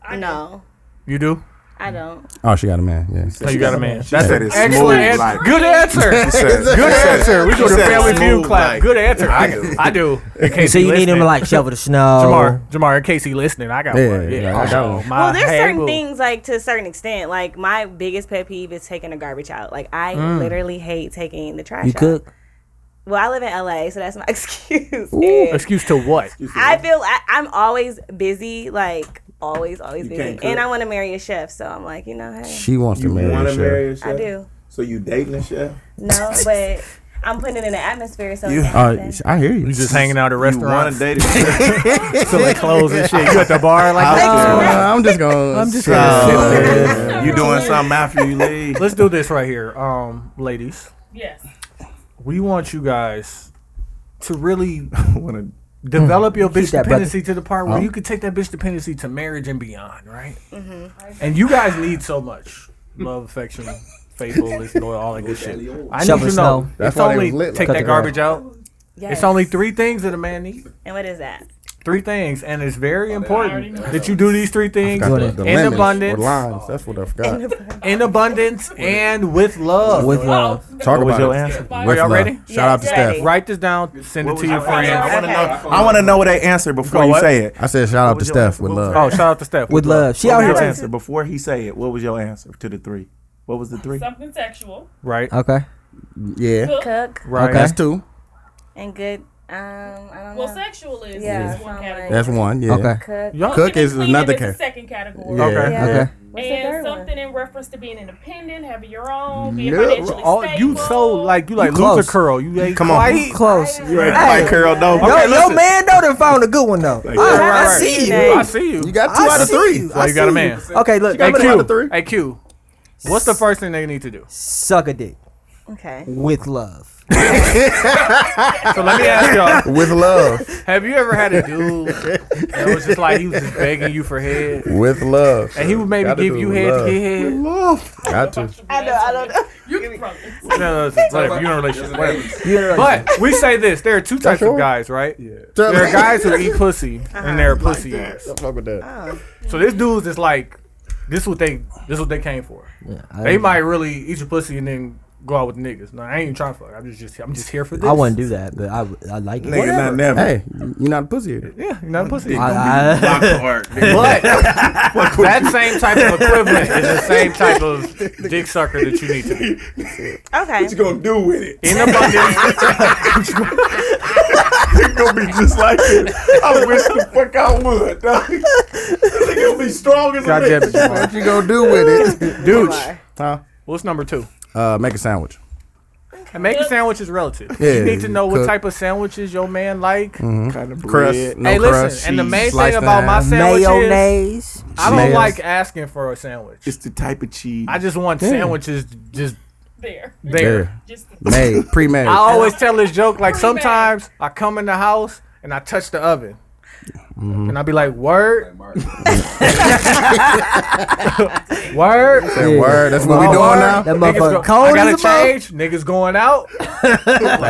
[SPEAKER 5] Like, no,
[SPEAKER 2] You do?
[SPEAKER 5] I don't.
[SPEAKER 3] Oh, she got a man. Yeah.
[SPEAKER 2] So you got a man.
[SPEAKER 8] She said it smooth
[SPEAKER 2] Excellent answer.
[SPEAKER 8] like.
[SPEAKER 2] Good answer.
[SPEAKER 8] She said-
[SPEAKER 2] Good answer. We
[SPEAKER 8] she
[SPEAKER 2] go to
[SPEAKER 8] said
[SPEAKER 2] family view
[SPEAKER 8] smooth
[SPEAKER 2] clap.
[SPEAKER 8] like-
[SPEAKER 2] Good answer.
[SPEAKER 8] I do.
[SPEAKER 2] I do. In case
[SPEAKER 1] So
[SPEAKER 2] he
[SPEAKER 1] you need him
[SPEAKER 2] listening.
[SPEAKER 1] to like shovel the snow.
[SPEAKER 2] Jamar, Jamar, in case he listening, I got
[SPEAKER 3] Yeah,
[SPEAKER 2] one. Yeah,
[SPEAKER 3] yeah, I got one.
[SPEAKER 2] my
[SPEAKER 5] Well, there's certain
[SPEAKER 2] haggle.
[SPEAKER 5] things like to a certain extent. Like my biggest pet peeve is taking the garbage out. Like I
[SPEAKER 2] Mm.
[SPEAKER 5] literally hate taking the trash
[SPEAKER 1] You
[SPEAKER 5] out.
[SPEAKER 1] cook.
[SPEAKER 5] Well, I live in LA, so that's my *laughs* excuse.
[SPEAKER 2] Ooh,
[SPEAKER 5] And
[SPEAKER 2] Excuse to what?
[SPEAKER 5] I feel I, I'm always busy. Like always, always busy.
[SPEAKER 8] can't cook.
[SPEAKER 5] And I want to marry a chef, so I'm like, you know, hey,
[SPEAKER 3] She wants to
[SPEAKER 8] You
[SPEAKER 3] marry.
[SPEAKER 8] want
[SPEAKER 3] a
[SPEAKER 8] to
[SPEAKER 3] chef.
[SPEAKER 8] marry a chef?
[SPEAKER 5] I do.
[SPEAKER 8] So you dating a chef?
[SPEAKER 5] No, but I'm putting it in the atmosphere. So it's
[SPEAKER 3] Uh,
[SPEAKER 5] happening.
[SPEAKER 3] I hear you.
[SPEAKER 2] You just hanging out at
[SPEAKER 8] You want
[SPEAKER 2] restaurants,
[SPEAKER 8] to date a
[SPEAKER 2] *laughs*
[SPEAKER 8] chef?
[SPEAKER 2] selling clothes and shit. You at the bar like
[SPEAKER 8] Out
[SPEAKER 2] that.
[SPEAKER 8] there.
[SPEAKER 3] Uh, I'm just gonna. I'm just
[SPEAKER 8] So, Uh, you doing something after you
[SPEAKER 2] *laughs*
[SPEAKER 8] leave?
[SPEAKER 2] Let's do this right here, um, ladies.
[SPEAKER 4] Yes.
[SPEAKER 2] We want you guys to really
[SPEAKER 8] Wanna-
[SPEAKER 2] develop your bitch
[SPEAKER 1] that brother.
[SPEAKER 2] dependency to the part where you could take that bitch dependency to marriage and beyond, right?
[SPEAKER 5] Mm-hmm.
[SPEAKER 2] And you guys need so much love, affection, faithfulness, loyal, all that good shit. I need you
[SPEAKER 1] Shoveling
[SPEAKER 2] to
[SPEAKER 1] snow.
[SPEAKER 2] know.
[SPEAKER 3] That's
[SPEAKER 2] It's
[SPEAKER 3] why they
[SPEAKER 2] only
[SPEAKER 3] was lit like
[SPEAKER 2] take
[SPEAKER 1] that.
[SPEAKER 2] that garbage out.
[SPEAKER 5] yes.
[SPEAKER 2] It's only three things that a man needs.
[SPEAKER 5] And what is that?
[SPEAKER 2] Three things, and it's very
[SPEAKER 4] already
[SPEAKER 2] important
[SPEAKER 4] know
[SPEAKER 2] that you do these three things
[SPEAKER 3] Got the, the
[SPEAKER 2] in
[SPEAKER 3] lemons or
[SPEAKER 2] abundance,
[SPEAKER 3] limes. That's what I forgot.
[SPEAKER 2] in abundance, and with love.
[SPEAKER 1] With uh,
[SPEAKER 4] Oh,
[SPEAKER 1] love.
[SPEAKER 3] Talk
[SPEAKER 8] What was
[SPEAKER 3] about
[SPEAKER 8] your
[SPEAKER 3] it.
[SPEAKER 8] answer?
[SPEAKER 3] With
[SPEAKER 2] Are y'all
[SPEAKER 3] love.
[SPEAKER 2] ready?
[SPEAKER 3] Shout out to
[SPEAKER 5] Yes,
[SPEAKER 3] Steph.
[SPEAKER 5] ready.
[SPEAKER 2] Write this down. Send it
[SPEAKER 8] What
[SPEAKER 2] to
[SPEAKER 8] was
[SPEAKER 2] your
[SPEAKER 8] your answer?
[SPEAKER 2] friends.
[SPEAKER 8] I want to
[SPEAKER 5] Okay.
[SPEAKER 8] know. I want to know what they answer before
[SPEAKER 2] Go
[SPEAKER 8] you
[SPEAKER 2] what?
[SPEAKER 8] say it.
[SPEAKER 3] I said shout out to
[SPEAKER 8] was your-
[SPEAKER 3] Steph with
[SPEAKER 8] what was
[SPEAKER 3] love.
[SPEAKER 2] Oh, shout out to Steph.
[SPEAKER 1] With love. She out
[SPEAKER 8] What
[SPEAKER 1] here.
[SPEAKER 8] was your
[SPEAKER 5] too.
[SPEAKER 8] answer before he say it? What was your answer to the three? What was the three?
[SPEAKER 4] Something sexual.
[SPEAKER 2] Right.
[SPEAKER 1] Okay.
[SPEAKER 2] Oh.
[SPEAKER 3] Yeah,
[SPEAKER 5] Cook
[SPEAKER 2] Right.
[SPEAKER 1] Okay.
[SPEAKER 3] that's two.
[SPEAKER 5] and good. Um, I don't
[SPEAKER 4] Well,
[SPEAKER 5] know.
[SPEAKER 4] sexual is,
[SPEAKER 5] Yeah.
[SPEAKER 4] is one category.
[SPEAKER 3] That's one. Yeah.
[SPEAKER 1] Okay.
[SPEAKER 5] Cook.
[SPEAKER 2] Y'all-
[SPEAKER 3] Cook is
[SPEAKER 4] Cleaning
[SPEAKER 3] another
[SPEAKER 4] is the
[SPEAKER 3] cat.
[SPEAKER 4] second category.
[SPEAKER 3] Yeah.
[SPEAKER 2] Okay.
[SPEAKER 5] Yeah.
[SPEAKER 1] Okay.
[SPEAKER 5] What's the
[SPEAKER 4] and
[SPEAKER 5] third one?
[SPEAKER 4] something in reference to being independent, having your own, being
[SPEAKER 3] Yeah,
[SPEAKER 4] financially
[SPEAKER 2] Oh,
[SPEAKER 4] stable.
[SPEAKER 2] you so like you like
[SPEAKER 1] You close.
[SPEAKER 2] loser curl. You ain't
[SPEAKER 8] Come on.
[SPEAKER 2] quite-
[SPEAKER 1] Close.
[SPEAKER 8] You ain't
[SPEAKER 1] Hey.
[SPEAKER 8] quite curled though.
[SPEAKER 1] Yo,
[SPEAKER 8] Okay,
[SPEAKER 1] yo,
[SPEAKER 8] listen.
[SPEAKER 1] man, though, done found a good one though.
[SPEAKER 8] Like,
[SPEAKER 1] I,
[SPEAKER 2] right,
[SPEAKER 1] I
[SPEAKER 2] right.
[SPEAKER 1] see you.
[SPEAKER 2] I see you.
[SPEAKER 3] You got two
[SPEAKER 1] I
[SPEAKER 3] out of
[SPEAKER 1] see
[SPEAKER 3] three.
[SPEAKER 1] you.
[SPEAKER 2] Well,
[SPEAKER 1] I
[SPEAKER 2] you got a
[SPEAKER 1] see
[SPEAKER 2] man.
[SPEAKER 1] you. Okay, look.
[SPEAKER 2] Hey
[SPEAKER 1] I'm gonna-
[SPEAKER 2] Q. Hey Q. What's the first thing they need to do?
[SPEAKER 1] Suck a dick
[SPEAKER 5] Okay.
[SPEAKER 1] with love.
[SPEAKER 2] So let
[SPEAKER 3] *laughs*
[SPEAKER 2] me ask y'all:
[SPEAKER 3] With love.
[SPEAKER 2] Have you ever had a dude that was just like he was just begging you for head,
[SPEAKER 3] With love.
[SPEAKER 2] and he would maybe
[SPEAKER 3] Gotta
[SPEAKER 2] give
[SPEAKER 3] do
[SPEAKER 2] you
[SPEAKER 3] with
[SPEAKER 2] head
[SPEAKER 3] love.
[SPEAKER 2] to get head?
[SPEAKER 3] Got to.
[SPEAKER 5] I know. I don't know.
[SPEAKER 4] You can probably-
[SPEAKER 2] No, no, it's- whatever. You're in a relationship. Whatever.
[SPEAKER 1] You know, like,
[SPEAKER 2] But we say this: there are two types of
[SPEAKER 3] all?
[SPEAKER 2] guys, right? Yeah. There are guys who eat pussy, and there are pussy eaters.
[SPEAKER 3] Don't fuck with that.
[SPEAKER 2] So this dude's is like, this what they this what they came for.
[SPEAKER 1] yeah, I-
[SPEAKER 2] They might really eat your pussy and then go out with niggas. No, I ain't even trying to fuck. I'm just, just I'm just here for this.
[SPEAKER 1] I
[SPEAKER 2] *laughs*
[SPEAKER 1] wouldn't do that, but I, would- I like
[SPEAKER 2] Nigga, not never.
[SPEAKER 3] Hey, you're not a pussy. eater.
[SPEAKER 2] Yeah, you're not a pussy.
[SPEAKER 1] I- I-
[SPEAKER 2] but that same type of equivalent is the same type of dick sucker that you need to be.
[SPEAKER 5] Okay.
[SPEAKER 8] What you gonna do with it?
[SPEAKER 2] In abundance.
[SPEAKER 8] It's gonna be just like it. *laughs* I wish the fuck I would. dog. It's gonna be strong as a
[SPEAKER 2] God damn it,
[SPEAKER 8] bitch.
[SPEAKER 2] Jamal.
[SPEAKER 3] What you gonna do with it?
[SPEAKER 2] Dude,
[SPEAKER 3] Huh?
[SPEAKER 2] what's number two?
[SPEAKER 3] Uh, make a sandwich.
[SPEAKER 2] And make a sandwich is relative.
[SPEAKER 3] Yeah,
[SPEAKER 2] you need to know what
[SPEAKER 3] cook.
[SPEAKER 2] type of sandwiches your man like.
[SPEAKER 8] Kind of
[SPEAKER 3] Crust.
[SPEAKER 8] bread.
[SPEAKER 3] No
[SPEAKER 2] hey, listen,
[SPEAKER 3] crust.
[SPEAKER 2] and the main
[SPEAKER 3] cheese, sliced
[SPEAKER 2] thing about my
[SPEAKER 3] down.
[SPEAKER 2] sandwich is
[SPEAKER 1] Mayonnaise.
[SPEAKER 2] I don't
[SPEAKER 3] Mayos.
[SPEAKER 2] like asking for a sandwich.
[SPEAKER 8] It's the type of cheese.
[SPEAKER 2] I just want sandwiches just
[SPEAKER 4] There.
[SPEAKER 2] there.
[SPEAKER 3] There.
[SPEAKER 4] Just
[SPEAKER 3] Made. Pre-made.
[SPEAKER 2] I always tell this joke like
[SPEAKER 4] Pretty
[SPEAKER 2] sometimes I come in the house and I touch the oven. And I be like, word, *laughs* word.
[SPEAKER 3] That word. That's what we
[SPEAKER 2] Oh,
[SPEAKER 3] doing
[SPEAKER 2] word.
[SPEAKER 3] now.
[SPEAKER 1] That
[SPEAKER 2] Niggas
[SPEAKER 1] motherfucker
[SPEAKER 2] go-
[SPEAKER 1] cold
[SPEAKER 2] I gotta
[SPEAKER 1] as a mother-
[SPEAKER 2] change. Niggas going out.
[SPEAKER 3] Like,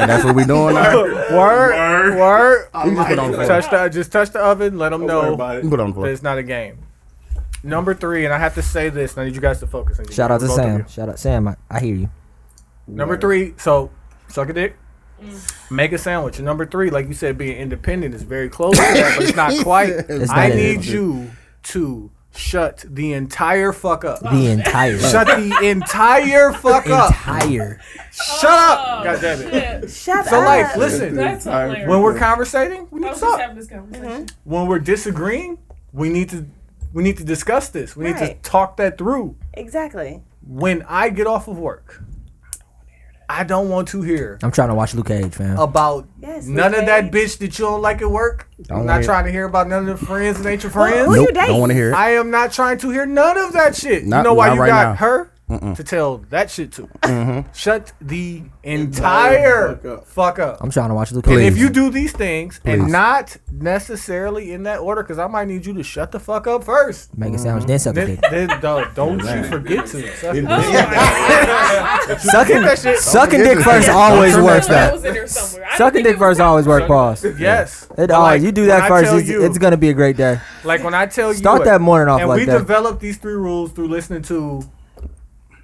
[SPEAKER 3] that's what we doing
[SPEAKER 2] *laughs*
[SPEAKER 3] now.
[SPEAKER 2] word, word.
[SPEAKER 3] We just put on the plate.
[SPEAKER 2] Touch the, just touch the oven. Let them
[SPEAKER 8] Don't worry
[SPEAKER 2] know
[SPEAKER 8] about
[SPEAKER 2] that
[SPEAKER 8] it.
[SPEAKER 3] We Put on the plate.
[SPEAKER 2] it's not a game. Number three, and I have to say this. And I need you guys to focus. and
[SPEAKER 1] Shout out to
[SPEAKER 2] both of you.
[SPEAKER 1] Sam. Shout out Sam. I, I hear you.
[SPEAKER 2] Number three, so suck a dick.
[SPEAKER 4] Mm.
[SPEAKER 2] Make a sandwich. And number three, like you said, being independent is very close to that, but it's
[SPEAKER 1] *laughs*
[SPEAKER 2] not quite.
[SPEAKER 1] It's
[SPEAKER 2] I
[SPEAKER 1] not
[SPEAKER 2] need
[SPEAKER 1] independent.
[SPEAKER 2] you to shut the entire fuck up.
[SPEAKER 1] The entire.
[SPEAKER 2] Shut the entire fuck up.
[SPEAKER 1] entire.
[SPEAKER 2] Shut up. God damn it.
[SPEAKER 5] Shut
[SPEAKER 2] So
[SPEAKER 5] up.
[SPEAKER 2] like, listen.
[SPEAKER 3] *laughs*
[SPEAKER 4] Oh, That's hilarious.
[SPEAKER 2] When we're conversating, we need
[SPEAKER 4] I
[SPEAKER 2] to
[SPEAKER 4] was just
[SPEAKER 2] talk.
[SPEAKER 4] having this conversation.
[SPEAKER 2] When we're disagreeing, we need to we need to discuss this. We need to
[SPEAKER 5] Right.
[SPEAKER 2] talk that through.
[SPEAKER 5] Exactly.
[SPEAKER 2] When I get off of work, I don't want to hear
[SPEAKER 1] I'm trying to watch Luke Cage, fam.
[SPEAKER 2] about
[SPEAKER 5] Yes,
[SPEAKER 2] none
[SPEAKER 5] Luke
[SPEAKER 2] of that
[SPEAKER 5] Cage.
[SPEAKER 2] bitch that you don't like at work.
[SPEAKER 3] Don't
[SPEAKER 2] I'm not
[SPEAKER 3] hear-
[SPEAKER 2] trying to hear about none of the friends that ain't your
[SPEAKER 5] Who
[SPEAKER 2] friends.
[SPEAKER 5] you
[SPEAKER 3] Nope.
[SPEAKER 5] dating?
[SPEAKER 3] Don't want to hear it.
[SPEAKER 2] I am not trying to hear none of that shit.
[SPEAKER 3] Not-
[SPEAKER 2] you know why
[SPEAKER 3] not
[SPEAKER 2] you
[SPEAKER 3] right
[SPEAKER 2] got
[SPEAKER 3] now.
[SPEAKER 2] her to tell that shit to?
[SPEAKER 1] Mm-hmm.
[SPEAKER 2] Shut the entire fuck up.
[SPEAKER 1] I'm trying to watch Luke
[SPEAKER 2] And
[SPEAKER 1] Cage.
[SPEAKER 2] if you do these things and
[SPEAKER 3] Please.
[SPEAKER 2] not necessarily in that order, because I might need you to shut the fuck up first.
[SPEAKER 1] make a sandwich, then suck a
[SPEAKER 2] Then,
[SPEAKER 1] dick.
[SPEAKER 2] then, dog, don't you forget to suck
[SPEAKER 4] Oh, my
[SPEAKER 1] Sucking,
[SPEAKER 2] that shit.
[SPEAKER 1] sucking
[SPEAKER 3] forget
[SPEAKER 1] dick
[SPEAKER 2] *laughs*
[SPEAKER 3] to-
[SPEAKER 1] first always
[SPEAKER 4] God.
[SPEAKER 1] works.
[SPEAKER 4] That
[SPEAKER 1] That
[SPEAKER 4] was in there somewhere. I
[SPEAKER 1] sucking
[SPEAKER 4] think it
[SPEAKER 1] dick
[SPEAKER 4] was
[SPEAKER 1] first always work. Pause.
[SPEAKER 2] Yes.
[SPEAKER 1] It
[SPEAKER 2] But
[SPEAKER 1] always.
[SPEAKER 2] like,
[SPEAKER 1] You do
[SPEAKER 2] when
[SPEAKER 1] that
[SPEAKER 2] I
[SPEAKER 1] first,
[SPEAKER 2] tell
[SPEAKER 1] it's,
[SPEAKER 2] you-
[SPEAKER 1] it's gonna be a great day.
[SPEAKER 2] Like when I tell you,
[SPEAKER 1] Start
[SPEAKER 2] it,
[SPEAKER 1] that morning off
[SPEAKER 2] And
[SPEAKER 1] like
[SPEAKER 2] we
[SPEAKER 1] that.
[SPEAKER 2] developed these three rules through listening to.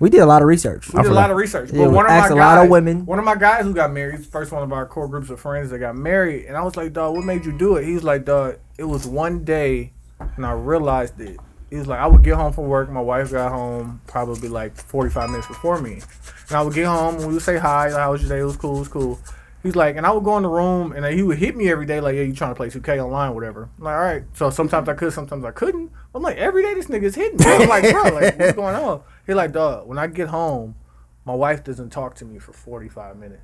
[SPEAKER 1] We did a lot of research.
[SPEAKER 2] We did a lot of research.
[SPEAKER 1] Yeah,
[SPEAKER 2] but
[SPEAKER 1] we
[SPEAKER 2] one of my
[SPEAKER 1] asked
[SPEAKER 2] guys,
[SPEAKER 1] a lot of women.
[SPEAKER 2] One of my guys who got married, first one of our core groups of friends that got married, and I was like, "Dog, what made you do it?" He was like, "Dog, it was one day, and I realized it." He was like, "I would get home from work. My wife got home probably like 45 minutes before me, and I would get home and we would say hi. Like, How was your day? It was cool. It was cool." He's like, and I would go in the room, and he would hit me every day, like, "Yeah, you trying to play 2K online, whatever." I'm like, all right. So sometimes I could, sometimes I couldn't. I'm like, every day this nigga's hitting me. I'm like, bro, like, what's going on? He like, dog. When I get home, my wife doesn't talk to me for 45
[SPEAKER 3] *sighs*
[SPEAKER 2] minutes.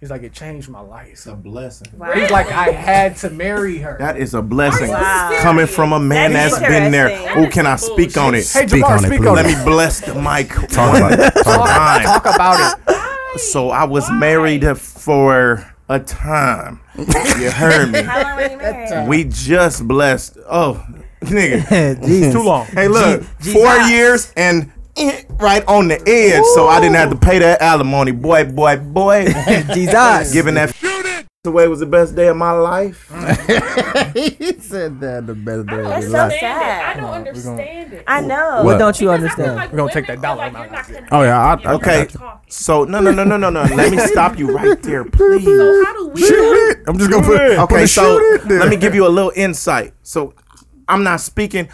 [SPEAKER 2] He's like, it changed my life.
[SPEAKER 8] a blessing.
[SPEAKER 2] He's like, I had to marry her.
[SPEAKER 8] That is a blessing
[SPEAKER 5] Wow.
[SPEAKER 8] coming from a man
[SPEAKER 5] That
[SPEAKER 8] that's
[SPEAKER 5] is
[SPEAKER 8] been there.
[SPEAKER 5] interesting.
[SPEAKER 8] Oh, can I speak on it?
[SPEAKER 2] hey,
[SPEAKER 3] Speak
[SPEAKER 2] Jamar,
[SPEAKER 3] on it,
[SPEAKER 2] speak
[SPEAKER 3] please.
[SPEAKER 2] on
[SPEAKER 8] Let
[SPEAKER 2] it.
[SPEAKER 8] me bless the mic.
[SPEAKER 3] Talk about it. Talk about
[SPEAKER 8] Time.
[SPEAKER 2] Talk about it.
[SPEAKER 8] So I was married for a time. You heard me.
[SPEAKER 5] How long were you married?
[SPEAKER 8] We just blessed. Oh, nigga.
[SPEAKER 2] *laughs*
[SPEAKER 1] Jeez.
[SPEAKER 2] Too long.
[SPEAKER 8] Hey, look, four years and eh, right on the edge. So I didn't have to pay that alimony. Boy, boy, boy.
[SPEAKER 2] *laughs*
[SPEAKER 1] Jesus.
[SPEAKER 8] Giving that away was the best day of my life.
[SPEAKER 3] it. he said that the better day of
[SPEAKER 5] That's
[SPEAKER 3] his
[SPEAKER 5] so
[SPEAKER 3] life.
[SPEAKER 5] sad.
[SPEAKER 4] I don't understand it.
[SPEAKER 5] I know.
[SPEAKER 1] What don't you
[SPEAKER 4] We're
[SPEAKER 1] understand?
[SPEAKER 2] gonna take that dollar
[SPEAKER 4] Like,
[SPEAKER 2] amount
[SPEAKER 4] you're not connected.
[SPEAKER 3] Oh yeah, I, I,
[SPEAKER 8] Okay. So no, no, no, no, no, no. Let me stop you right
[SPEAKER 2] *laughs*
[SPEAKER 8] there, please.
[SPEAKER 4] So how do we?
[SPEAKER 3] I'm just gonna put.
[SPEAKER 8] Okay, so let me give you a little insight. So I'm not speaking.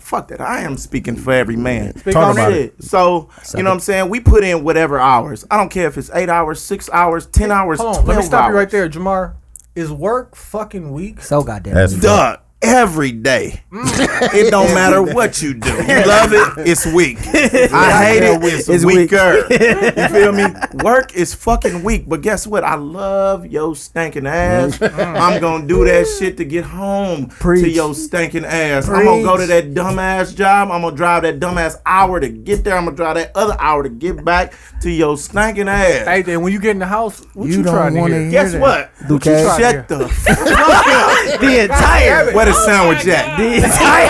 [SPEAKER 8] Fuck that. I am speaking for every man.
[SPEAKER 3] Talk about
[SPEAKER 8] Shit. So you know what I'm saying? We put in whatever hours. I don't care if it's eight hours, six hours, ten hours,
[SPEAKER 2] Hold on.
[SPEAKER 8] twelve
[SPEAKER 2] Let me stop
[SPEAKER 8] hours.
[SPEAKER 2] you right there, Jamar. Is work fucking weak?
[SPEAKER 1] So goddamn.
[SPEAKER 3] That's fucked.
[SPEAKER 8] Duh. Every day. it don't matter what you do. You love it, it's weak. I hate it, it's,
[SPEAKER 1] It's weak.
[SPEAKER 8] weaker. you feel me? Work is fucking weak, but guess what? I love your stinking ass. I'm gonna do that shit to get home to
[SPEAKER 1] Preach.
[SPEAKER 8] your stinking ass. I'm gonna go to that dumbass job. I'm gonna drive that dumbass hour to get there. I'm gonna drive that other hour to get back to your stinking ass.
[SPEAKER 2] Hey, then when you get in the house, what you,
[SPEAKER 3] You don't
[SPEAKER 2] trying to
[SPEAKER 3] wanna
[SPEAKER 2] hear?
[SPEAKER 3] hear-
[SPEAKER 8] guess
[SPEAKER 3] that.
[SPEAKER 8] what?
[SPEAKER 1] Luke
[SPEAKER 2] you
[SPEAKER 1] Cage.
[SPEAKER 2] trying-
[SPEAKER 8] Shut the fuck up. The entire. Where the sandwich at?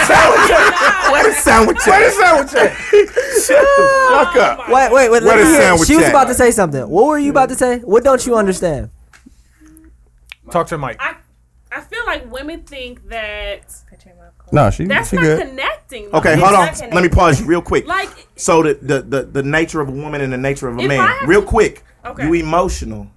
[SPEAKER 8] Where the sandwich at? Where the sandwich at? Shut the fuck
[SPEAKER 4] Oh
[SPEAKER 8] up.
[SPEAKER 1] Wait, wait, wait.
[SPEAKER 8] What
[SPEAKER 1] Let me
[SPEAKER 8] a
[SPEAKER 1] hear.
[SPEAKER 8] sandwich
[SPEAKER 1] She was
[SPEAKER 8] at.
[SPEAKER 1] about to say something. What were you about to say? What don't you understand?
[SPEAKER 2] Talk to Mike.
[SPEAKER 4] I, I feel like women think that
[SPEAKER 8] No, she-
[SPEAKER 4] that's
[SPEAKER 8] she
[SPEAKER 4] not
[SPEAKER 8] good.
[SPEAKER 4] connecting.
[SPEAKER 8] Okay,
[SPEAKER 4] Like,
[SPEAKER 8] hold on.
[SPEAKER 4] it's not
[SPEAKER 8] Let me pause you real quick.
[SPEAKER 4] Like-
[SPEAKER 8] so the, the the the nature of a woman and the nature of a
[SPEAKER 4] If I
[SPEAKER 8] man.
[SPEAKER 4] have
[SPEAKER 8] Real
[SPEAKER 4] to-
[SPEAKER 8] quick.
[SPEAKER 4] Okay.
[SPEAKER 8] You emotional.